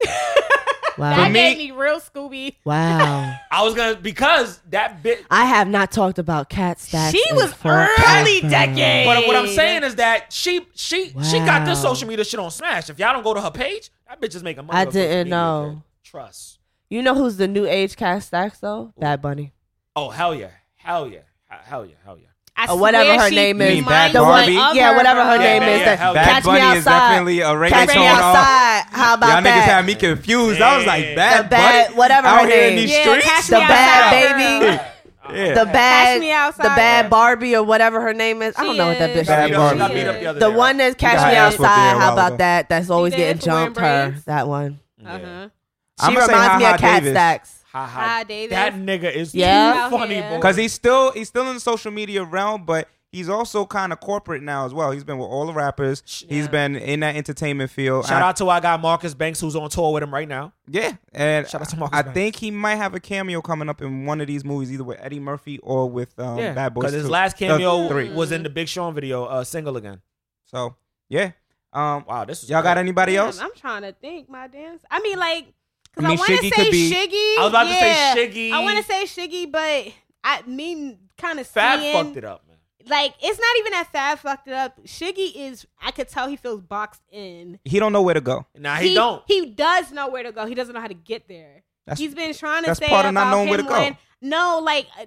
[SPEAKER 4] That
[SPEAKER 3] wow.
[SPEAKER 4] made me real Scooby.
[SPEAKER 3] wow.
[SPEAKER 5] I was gonna because that bit.
[SPEAKER 3] I have not talked about Cat Stacks.
[SPEAKER 4] She
[SPEAKER 3] in
[SPEAKER 4] was
[SPEAKER 3] forever.
[SPEAKER 4] early decade.
[SPEAKER 5] But what I'm saying is that she she she got this
[SPEAKER 3] Wow.
[SPEAKER 5] social media shit on Smash. If y'all don't go to her page, that bitch is making money.
[SPEAKER 3] I
[SPEAKER 5] off social
[SPEAKER 3] didn't
[SPEAKER 5] media,
[SPEAKER 3] know.
[SPEAKER 5] kid. Trust.
[SPEAKER 3] You know who's the new age cast stacks though? Bad Bunny.
[SPEAKER 5] Oh hell yeah, hell yeah, hell yeah, hell yeah.
[SPEAKER 4] I
[SPEAKER 3] Or whatever
[SPEAKER 4] swear
[SPEAKER 3] her
[SPEAKER 4] she
[SPEAKER 3] name is.
[SPEAKER 2] You mean Bad
[SPEAKER 4] reminds
[SPEAKER 3] The one,
[SPEAKER 2] Barbie?
[SPEAKER 4] me of
[SPEAKER 3] yeah, whatever her
[SPEAKER 4] bro.
[SPEAKER 3] name
[SPEAKER 5] Yeah,
[SPEAKER 3] is.
[SPEAKER 5] yeah,
[SPEAKER 3] that,
[SPEAKER 5] hell yeah.
[SPEAKER 2] Bad
[SPEAKER 3] catch
[SPEAKER 2] Bunny
[SPEAKER 3] me outside.
[SPEAKER 2] is definitely a
[SPEAKER 3] catch me
[SPEAKER 2] reggaeton. artist.
[SPEAKER 3] outside. How about
[SPEAKER 2] uh, Y'all niggas
[SPEAKER 3] that?
[SPEAKER 2] had me confused. I was like,
[SPEAKER 5] The
[SPEAKER 2] bad,
[SPEAKER 3] bad-
[SPEAKER 2] Bunny
[SPEAKER 3] whatever
[SPEAKER 2] out
[SPEAKER 3] her
[SPEAKER 2] here in
[SPEAKER 3] name.
[SPEAKER 2] these
[SPEAKER 4] Yeah,
[SPEAKER 2] streets.
[SPEAKER 4] catch
[SPEAKER 3] the
[SPEAKER 4] me
[SPEAKER 3] bad
[SPEAKER 4] outside,
[SPEAKER 3] baby,
[SPEAKER 4] girl.
[SPEAKER 2] Yeah.
[SPEAKER 3] the bad,
[SPEAKER 4] Catch me outside,
[SPEAKER 3] the bad
[SPEAKER 4] girl.
[SPEAKER 3] Barbie or whatever her name is. I
[SPEAKER 4] She
[SPEAKER 3] don't know what that
[SPEAKER 4] is.
[SPEAKER 3] bitch
[SPEAKER 2] Bad
[SPEAKER 3] name
[SPEAKER 2] Barbie.
[SPEAKER 5] Got
[SPEAKER 2] She
[SPEAKER 3] is.
[SPEAKER 5] beat up
[SPEAKER 4] is.
[SPEAKER 5] the other
[SPEAKER 3] The
[SPEAKER 5] day,
[SPEAKER 3] one
[SPEAKER 5] right?
[SPEAKER 3] that's catch
[SPEAKER 2] got
[SPEAKER 3] me
[SPEAKER 2] her ass whooped there a
[SPEAKER 3] outside.
[SPEAKER 2] while
[SPEAKER 3] How about
[SPEAKER 2] ago.
[SPEAKER 3] that? That's always
[SPEAKER 4] did
[SPEAKER 3] getting
[SPEAKER 4] for wearing
[SPEAKER 3] jumped. Her
[SPEAKER 4] braids.
[SPEAKER 3] that one.
[SPEAKER 5] Yeah.
[SPEAKER 4] Uh-huh.
[SPEAKER 3] She
[SPEAKER 2] I'ma say
[SPEAKER 3] reminds me
[SPEAKER 2] Ha Ha
[SPEAKER 3] of Cat
[SPEAKER 2] Davis.
[SPEAKER 3] Stacks.
[SPEAKER 5] Ha ha.
[SPEAKER 4] Hi, Davis.
[SPEAKER 5] That nigga is
[SPEAKER 3] Yeah.
[SPEAKER 5] too funny,
[SPEAKER 4] Out
[SPEAKER 5] boy.
[SPEAKER 4] here.
[SPEAKER 2] Because he's still he's still in the social media realm, but he's also kind of corporate now as well. He's been with all the rappers. He's
[SPEAKER 4] Yeah.
[SPEAKER 2] been in that entertainment field.
[SPEAKER 5] Shout
[SPEAKER 2] I-
[SPEAKER 5] out to our guy Marcus Banks, who's on tour with him right now.
[SPEAKER 2] yeah, and
[SPEAKER 5] Shout out to Marcus
[SPEAKER 2] I
[SPEAKER 5] Banks.
[SPEAKER 2] think he might have a cameo coming up in one of these movies, either with Eddie Murphy or with um, Bad Boys.
[SPEAKER 5] Because his
[SPEAKER 2] too.
[SPEAKER 5] last
[SPEAKER 2] The
[SPEAKER 5] cameo
[SPEAKER 2] three.
[SPEAKER 5] was in the Big Sean video, uh, "Single Again."
[SPEAKER 2] So yeah, Um,
[SPEAKER 5] Wow, this is
[SPEAKER 2] y'all got anybody
[SPEAKER 4] Damn,
[SPEAKER 2] else?
[SPEAKER 4] I'm trying to think, my dance. I mean, like,
[SPEAKER 2] I
[SPEAKER 4] because I,
[SPEAKER 2] mean,
[SPEAKER 4] want
[SPEAKER 2] Shiggy
[SPEAKER 4] to
[SPEAKER 2] could
[SPEAKER 4] say
[SPEAKER 2] be-
[SPEAKER 4] Shiggy.
[SPEAKER 5] I was about to say
[SPEAKER 4] yeah.
[SPEAKER 5] Shiggy.
[SPEAKER 4] I want to say Shiggy, but I mean, kind of
[SPEAKER 5] Fab
[SPEAKER 4] seeing,
[SPEAKER 5] fucked it up, man.
[SPEAKER 4] Like, it's not even that Fab fucked it up. Shiggy is, I could tell he feels boxed in.
[SPEAKER 2] He don't know where to go.
[SPEAKER 5] Nah, he, don't.
[SPEAKER 4] He does know where to go. He doesn't know how to get there.
[SPEAKER 2] That's-
[SPEAKER 4] He's been trying to
[SPEAKER 2] that's
[SPEAKER 4] say
[SPEAKER 2] part of
[SPEAKER 4] about
[SPEAKER 2] not knowing
[SPEAKER 4] him
[SPEAKER 2] where to go.
[SPEAKER 4] when- no, like uh,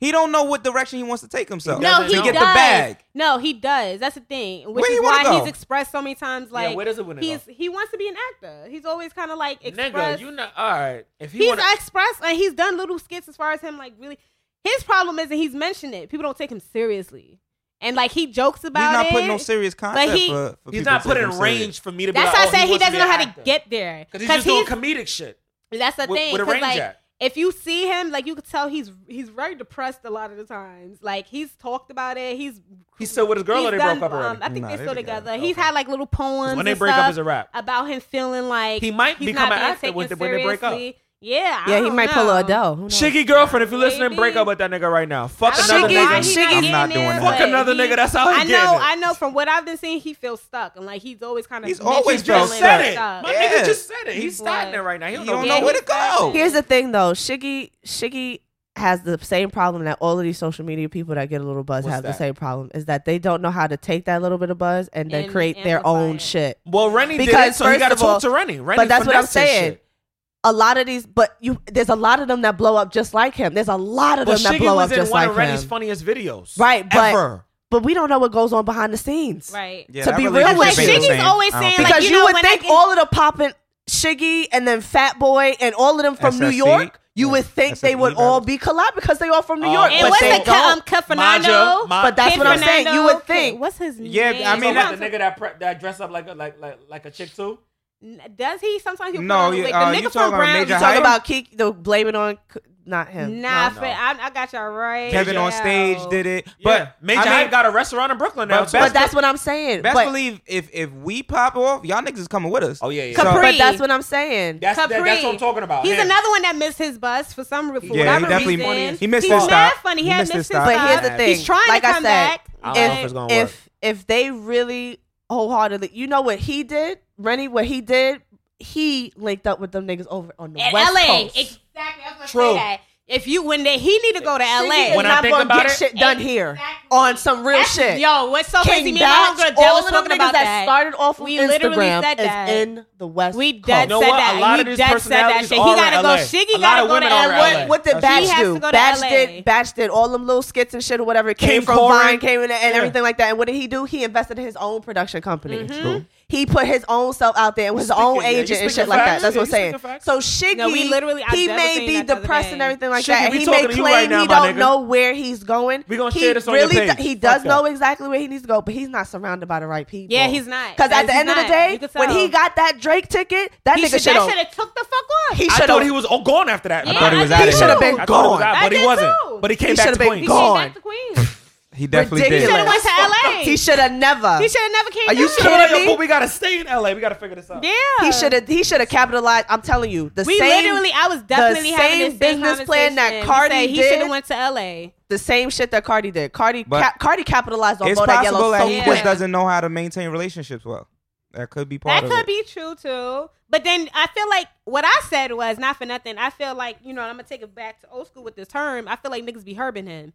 [SPEAKER 2] He don't know what direction he wants to take himself.
[SPEAKER 4] no, he
[SPEAKER 2] to
[SPEAKER 4] does.
[SPEAKER 2] get the bag.
[SPEAKER 4] No, he does. That's the thing. Which
[SPEAKER 2] Where
[SPEAKER 4] is
[SPEAKER 2] you
[SPEAKER 4] why
[SPEAKER 2] wanna go?
[SPEAKER 4] he's expressed so many times like
[SPEAKER 5] yeah, where does it win it
[SPEAKER 4] he's
[SPEAKER 5] off?
[SPEAKER 4] he wants to be an actor. He's always kind of like
[SPEAKER 5] Nigga,
[SPEAKER 4] expressed.
[SPEAKER 5] you not all right. If he
[SPEAKER 4] he's
[SPEAKER 5] wanna,
[SPEAKER 4] expressed and he's done little skits as far as him like really. His problem is that he's mentioned it. People don't take him seriously, and like he jokes about
[SPEAKER 2] he's not
[SPEAKER 4] it.
[SPEAKER 2] putting no serious concept
[SPEAKER 4] he-
[SPEAKER 2] for, for
[SPEAKER 5] he's
[SPEAKER 2] people
[SPEAKER 5] not
[SPEAKER 2] to take
[SPEAKER 5] putting
[SPEAKER 2] him serious.
[SPEAKER 5] range for me to be.
[SPEAKER 4] that's
[SPEAKER 5] like,
[SPEAKER 4] why I
[SPEAKER 5] oh,
[SPEAKER 4] said he,
[SPEAKER 5] wants
[SPEAKER 4] doesn't
[SPEAKER 5] be
[SPEAKER 4] know
[SPEAKER 5] an
[SPEAKER 4] how
[SPEAKER 5] actor.
[SPEAKER 4] to get there.
[SPEAKER 5] Cause he's just doing
[SPEAKER 4] he's-
[SPEAKER 5] comedic shit.
[SPEAKER 4] that's the
[SPEAKER 5] with-
[SPEAKER 4] thing.
[SPEAKER 5] with a
[SPEAKER 4] 'cause,
[SPEAKER 5] range
[SPEAKER 4] like,
[SPEAKER 5] at.
[SPEAKER 4] if you see him, like you could tell he's he's very depressed a lot of the times. Like he's talked about it. He's
[SPEAKER 5] He's still with his girl,
[SPEAKER 4] he's
[SPEAKER 5] or they
[SPEAKER 4] done,
[SPEAKER 5] broke up already.
[SPEAKER 4] Um, I think
[SPEAKER 2] Nah,
[SPEAKER 4] they're
[SPEAKER 2] they
[SPEAKER 4] still
[SPEAKER 2] together.
[SPEAKER 4] together. He's had like little poems.
[SPEAKER 5] when they
[SPEAKER 4] and
[SPEAKER 5] break
[SPEAKER 4] stuff
[SPEAKER 5] up, is a rap.
[SPEAKER 4] about him feeling like
[SPEAKER 5] He might
[SPEAKER 4] he's
[SPEAKER 5] become
[SPEAKER 4] not
[SPEAKER 5] an
[SPEAKER 4] being
[SPEAKER 5] actor when,
[SPEAKER 4] taken
[SPEAKER 5] when they break up.
[SPEAKER 4] seriously. Yeah, I
[SPEAKER 3] Yeah, he
[SPEAKER 4] don't
[SPEAKER 3] might pull a
[SPEAKER 4] know.
[SPEAKER 3] Adele. Who knows?
[SPEAKER 5] Shiggy girlfriend, if you're listening, break
[SPEAKER 4] Maybe.
[SPEAKER 5] up with that nigga right now. Fuck
[SPEAKER 4] I
[SPEAKER 5] another
[SPEAKER 4] don't know why
[SPEAKER 5] nigga.
[SPEAKER 4] he
[SPEAKER 3] Shiggy-
[SPEAKER 4] getting
[SPEAKER 3] I'm
[SPEAKER 2] not doing
[SPEAKER 4] there,
[SPEAKER 2] that.
[SPEAKER 5] Fuck
[SPEAKER 4] but
[SPEAKER 5] another
[SPEAKER 4] he-
[SPEAKER 5] nigga. That's how he
[SPEAKER 4] I
[SPEAKER 5] getting
[SPEAKER 4] know,
[SPEAKER 5] it.
[SPEAKER 4] I know. From what I've been seeing, he feels stuck, and like he's always kind of.
[SPEAKER 2] He's always felt Feeling
[SPEAKER 5] just said
[SPEAKER 2] like
[SPEAKER 5] it.
[SPEAKER 2] that.
[SPEAKER 5] My
[SPEAKER 2] Yeah.
[SPEAKER 5] nigga just said it. He's
[SPEAKER 4] Like-
[SPEAKER 5] starting it right now. He don't,
[SPEAKER 2] You don't
[SPEAKER 5] know
[SPEAKER 2] know where to go.
[SPEAKER 3] Here's the thing, though. Shiggy, Shiggy has the same problem that all of these social media people that get a little buzz
[SPEAKER 5] What's
[SPEAKER 3] have
[SPEAKER 5] that?
[SPEAKER 3] the same problem is that they don't know how to take that little bit of buzz and then
[SPEAKER 4] And
[SPEAKER 3] create their own
[SPEAKER 4] amplify it.
[SPEAKER 3] shit.
[SPEAKER 5] Well, Rennie did it,
[SPEAKER 3] Because
[SPEAKER 5] so he
[SPEAKER 3] first
[SPEAKER 5] got to
[SPEAKER 3] of all-
[SPEAKER 5] talk to Rennie. Rennie
[SPEAKER 3] but that's what I'm
[SPEAKER 5] finessed his
[SPEAKER 3] saying.
[SPEAKER 5] shit.
[SPEAKER 3] A lot of these, but you, there's a lot of them that blow up just like him. There's a lot of
[SPEAKER 5] But
[SPEAKER 3] them that
[SPEAKER 5] Shiggy
[SPEAKER 3] blow
[SPEAKER 5] was
[SPEAKER 3] up
[SPEAKER 5] in
[SPEAKER 3] just
[SPEAKER 5] one
[SPEAKER 3] like
[SPEAKER 5] of Rennie's
[SPEAKER 3] him.
[SPEAKER 5] funniest videos.
[SPEAKER 3] Right, but-
[SPEAKER 5] Ever.
[SPEAKER 3] But we don't know what goes on behind the scenes,
[SPEAKER 4] Right.
[SPEAKER 2] Yeah,
[SPEAKER 3] To
[SPEAKER 2] that
[SPEAKER 3] be real
[SPEAKER 2] relationship
[SPEAKER 3] with
[SPEAKER 4] Like
[SPEAKER 2] ain't the
[SPEAKER 3] you.
[SPEAKER 4] Shiggy's
[SPEAKER 2] same. um,
[SPEAKER 4] always
[SPEAKER 2] I don't
[SPEAKER 4] saying
[SPEAKER 2] think-
[SPEAKER 3] because
[SPEAKER 4] like
[SPEAKER 3] you,
[SPEAKER 4] you, know,
[SPEAKER 3] would
[SPEAKER 4] when
[SPEAKER 3] think
[SPEAKER 4] I get-
[SPEAKER 3] all of the popping Shiggy and then Fat Boy and all of them from New
[SPEAKER 2] SSC?
[SPEAKER 3] York, you
[SPEAKER 2] Yeah.
[SPEAKER 3] would think they
[SPEAKER 2] SSE
[SPEAKER 3] would all
[SPEAKER 2] brothers.
[SPEAKER 3] be collab because they all from New
[SPEAKER 5] Oh,
[SPEAKER 3] York,
[SPEAKER 5] And
[SPEAKER 4] And
[SPEAKER 3] but
[SPEAKER 4] what's
[SPEAKER 3] they
[SPEAKER 4] it,
[SPEAKER 5] called?
[SPEAKER 3] don't.
[SPEAKER 4] um, Cut
[SPEAKER 5] Maja,
[SPEAKER 4] Fernando?
[SPEAKER 5] Ma-
[SPEAKER 3] But that's
[SPEAKER 4] Kid
[SPEAKER 3] what I'm saying.
[SPEAKER 4] Fernando?
[SPEAKER 3] You would
[SPEAKER 4] Kid-
[SPEAKER 3] think-
[SPEAKER 4] What's his name?
[SPEAKER 2] Yeah, I
[SPEAKER 5] I mean,
[SPEAKER 2] mean,
[SPEAKER 5] that, the nigga that pre- that dressed up like a like like like a chick too.
[SPEAKER 4] does he sometimes he'll put
[SPEAKER 2] No,
[SPEAKER 4] on a
[SPEAKER 2] you-
[SPEAKER 4] wig?
[SPEAKER 2] uh, you
[SPEAKER 4] the nigga
[SPEAKER 2] talking
[SPEAKER 4] from
[SPEAKER 2] about
[SPEAKER 4] Brown.
[SPEAKER 2] Major
[SPEAKER 4] you
[SPEAKER 2] Hype?
[SPEAKER 3] Talk
[SPEAKER 2] him?
[SPEAKER 3] about Keek, the blame it on c- not him.
[SPEAKER 4] Nah,
[SPEAKER 5] No, no.
[SPEAKER 4] Fe- I, I got y'all right.
[SPEAKER 2] Kevin on
[SPEAKER 4] Yeah.
[SPEAKER 2] stage did it,
[SPEAKER 5] But
[SPEAKER 2] but
[SPEAKER 5] Major
[SPEAKER 2] I mean,
[SPEAKER 5] Hype got a restaurant in Brooklyn now.
[SPEAKER 2] But
[SPEAKER 5] too.
[SPEAKER 2] best-
[SPEAKER 3] But that's what I'm saying.
[SPEAKER 2] Best
[SPEAKER 3] but,
[SPEAKER 2] believe if if we pop off, y'all niggas is coming with us.
[SPEAKER 5] oh yeah, yeah.
[SPEAKER 2] So-
[SPEAKER 3] but
[SPEAKER 4] Capri.
[SPEAKER 3] that's what I'm saying.
[SPEAKER 5] that's, that, that's what
[SPEAKER 4] Capri.
[SPEAKER 5] I'm talking about.
[SPEAKER 4] He's
[SPEAKER 5] him.
[SPEAKER 4] another one that missed his bus for some for
[SPEAKER 5] Yeah, he
[SPEAKER 4] whatever
[SPEAKER 5] definitely-
[SPEAKER 4] reason.
[SPEAKER 2] he missed
[SPEAKER 4] He's
[SPEAKER 2] his
[SPEAKER 4] mad
[SPEAKER 2] stop.
[SPEAKER 4] funny. He,
[SPEAKER 2] He
[SPEAKER 4] had
[SPEAKER 2] missed
[SPEAKER 4] missed
[SPEAKER 2] his
[SPEAKER 4] his
[SPEAKER 2] stop.
[SPEAKER 4] stop.
[SPEAKER 3] but here's the
[SPEAKER 5] He's
[SPEAKER 3] thing.
[SPEAKER 4] He's trying
[SPEAKER 3] like
[SPEAKER 4] to
[SPEAKER 3] I
[SPEAKER 4] come
[SPEAKER 3] said,
[SPEAKER 4] back.
[SPEAKER 5] I don't know if
[SPEAKER 3] if
[SPEAKER 5] it's gonna work.
[SPEAKER 3] if if they really wholeheartedly, you know what he did, Rennie, what he did, he linked up with them niggas over on the
[SPEAKER 4] At
[SPEAKER 3] West
[SPEAKER 4] LA.
[SPEAKER 3] Coast.
[SPEAKER 4] Exactly. I was
[SPEAKER 5] True.
[SPEAKER 4] gonna say that. If you when they he need to go to LA.
[SPEAKER 3] Shiggy
[SPEAKER 5] When
[SPEAKER 3] is
[SPEAKER 5] I
[SPEAKER 3] not
[SPEAKER 5] think
[SPEAKER 3] gonna
[SPEAKER 5] about
[SPEAKER 3] get
[SPEAKER 5] it-
[SPEAKER 3] shit done here
[SPEAKER 4] Exactly.
[SPEAKER 3] on some real
[SPEAKER 4] That's-
[SPEAKER 3] shit.
[SPEAKER 4] Yo, what's so
[SPEAKER 3] King
[SPEAKER 4] crazy? Me and my
[SPEAKER 3] Batch,
[SPEAKER 4] homegirl Dell
[SPEAKER 3] all
[SPEAKER 4] was
[SPEAKER 3] of them
[SPEAKER 4] talking
[SPEAKER 3] niggas
[SPEAKER 4] about
[SPEAKER 3] that
[SPEAKER 4] that.
[SPEAKER 3] started off of
[SPEAKER 4] We literally
[SPEAKER 3] Instagram
[SPEAKER 4] said that.
[SPEAKER 3] is in the West
[SPEAKER 4] We
[SPEAKER 3] Coast.
[SPEAKER 4] dead
[SPEAKER 5] You know
[SPEAKER 4] said
[SPEAKER 5] what?
[SPEAKER 4] that.
[SPEAKER 5] A lot
[SPEAKER 4] we
[SPEAKER 5] of these
[SPEAKER 4] dead said that
[SPEAKER 5] personalities
[SPEAKER 4] shit. He
[SPEAKER 5] are
[SPEAKER 4] gotta
[SPEAKER 5] in
[SPEAKER 4] go.
[SPEAKER 5] LA. A
[SPEAKER 4] Shiggy
[SPEAKER 5] lot
[SPEAKER 4] gotta go
[SPEAKER 5] of
[SPEAKER 4] to
[SPEAKER 5] women are in
[SPEAKER 4] LA.
[SPEAKER 5] LA.
[SPEAKER 3] What did
[SPEAKER 5] That's
[SPEAKER 3] Batch
[SPEAKER 4] true. He has
[SPEAKER 3] do?
[SPEAKER 4] to go to
[SPEAKER 3] Batch
[SPEAKER 4] LA.
[SPEAKER 3] did Batch did all them little skits and shit or whatever it came
[SPEAKER 5] Came
[SPEAKER 3] from
[SPEAKER 5] Corin.
[SPEAKER 3] Vine came in and
[SPEAKER 5] Yeah.
[SPEAKER 3] everything like that. And what did he do? He invested in his own production company.
[SPEAKER 4] Mm-hmm.
[SPEAKER 2] True.
[SPEAKER 3] He put his own self out there and was his own
[SPEAKER 5] Speaking- yeah, you
[SPEAKER 3] agent and
[SPEAKER 5] speaking
[SPEAKER 3] shit like that.
[SPEAKER 5] facts.
[SPEAKER 3] That's
[SPEAKER 5] Yeah,
[SPEAKER 3] what I'm
[SPEAKER 5] you
[SPEAKER 3] saying.
[SPEAKER 5] speaking facts.
[SPEAKER 3] So Shiggy,
[SPEAKER 4] No, we literally- I
[SPEAKER 3] he
[SPEAKER 4] never
[SPEAKER 3] may
[SPEAKER 4] seen
[SPEAKER 3] be
[SPEAKER 4] that the other
[SPEAKER 3] depressed and
[SPEAKER 4] day.
[SPEAKER 3] everything like
[SPEAKER 5] Shiggy,
[SPEAKER 3] that.
[SPEAKER 5] we
[SPEAKER 3] And he may
[SPEAKER 5] talking to you
[SPEAKER 3] claim
[SPEAKER 5] right now,
[SPEAKER 3] he
[SPEAKER 5] my
[SPEAKER 3] don't
[SPEAKER 5] nigga.
[SPEAKER 3] know where he's going.
[SPEAKER 5] We gonna
[SPEAKER 3] he
[SPEAKER 5] share this on your
[SPEAKER 3] really
[SPEAKER 5] page.
[SPEAKER 3] do- he
[SPEAKER 5] Fuck
[SPEAKER 3] does
[SPEAKER 5] that.
[SPEAKER 3] know exactly where he needs to go, but he's not surrounded by the right people.
[SPEAKER 4] Yeah, he's not.
[SPEAKER 3] Because at
[SPEAKER 4] He's
[SPEAKER 3] the end of
[SPEAKER 4] not.
[SPEAKER 3] the day,
[SPEAKER 4] You could
[SPEAKER 3] when he
[SPEAKER 4] tell.
[SPEAKER 3] got that Drake ticket, that
[SPEAKER 4] He
[SPEAKER 3] nigga
[SPEAKER 4] should
[SPEAKER 3] should have.
[SPEAKER 4] have took the fuck off.
[SPEAKER 3] He
[SPEAKER 5] I
[SPEAKER 3] should
[SPEAKER 5] thought he
[SPEAKER 3] have.
[SPEAKER 5] was all gone after that.
[SPEAKER 4] Yeah,
[SPEAKER 2] thought he was
[SPEAKER 4] did
[SPEAKER 2] outta
[SPEAKER 3] He
[SPEAKER 4] too.
[SPEAKER 2] here.
[SPEAKER 3] should have
[SPEAKER 2] I
[SPEAKER 3] been
[SPEAKER 5] I thought he was
[SPEAKER 3] gone.
[SPEAKER 5] out,
[SPEAKER 4] I
[SPEAKER 5] but he
[SPEAKER 4] did
[SPEAKER 5] wasn't.
[SPEAKER 4] too.
[SPEAKER 5] But he came
[SPEAKER 3] He
[SPEAKER 5] back
[SPEAKER 3] should've
[SPEAKER 5] to
[SPEAKER 3] been
[SPEAKER 5] Queens.
[SPEAKER 4] He
[SPEAKER 3] gone.
[SPEAKER 4] came back to Queens.
[SPEAKER 2] He definitely
[SPEAKER 3] Ridiculous.
[SPEAKER 2] did.
[SPEAKER 4] Shoulda went to LA.
[SPEAKER 3] He should have never.
[SPEAKER 4] He should have never came.
[SPEAKER 3] Are you
[SPEAKER 4] back.
[SPEAKER 3] kidding
[SPEAKER 5] Yo,
[SPEAKER 3] me?
[SPEAKER 5] But we gotta stay in LA. We gotta figure this out.
[SPEAKER 4] Yeah.
[SPEAKER 3] He should have. He should have capitalized. I'm telling you, the
[SPEAKER 4] We
[SPEAKER 3] same
[SPEAKER 4] literally, I was definitely having
[SPEAKER 3] same
[SPEAKER 4] this same
[SPEAKER 3] business plan that
[SPEAKER 4] conversation.
[SPEAKER 3] Cardi
[SPEAKER 4] he said
[SPEAKER 3] did.
[SPEAKER 4] He should have went to LA.
[SPEAKER 3] the same shit that Cardi did. Cardi
[SPEAKER 2] But-
[SPEAKER 3] ca- Cardi capitalized on
[SPEAKER 2] It's
[SPEAKER 3] all that
[SPEAKER 2] possible
[SPEAKER 3] yellow
[SPEAKER 2] that
[SPEAKER 3] so
[SPEAKER 2] he
[SPEAKER 4] Yeah.
[SPEAKER 2] just
[SPEAKER 3] quick.
[SPEAKER 2] doesn't know how to maintain relationships well. That could be part
[SPEAKER 4] that
[SPEAKER 2] of
[SPEAKER 4] could
[SPEAKER 2] it.
[SPEAKER 4] be true too. But then I feel like what I said was not for nothing. I feel like you know, and I'm gonna take it back to old school with this term. I feel like niggas be herbing him.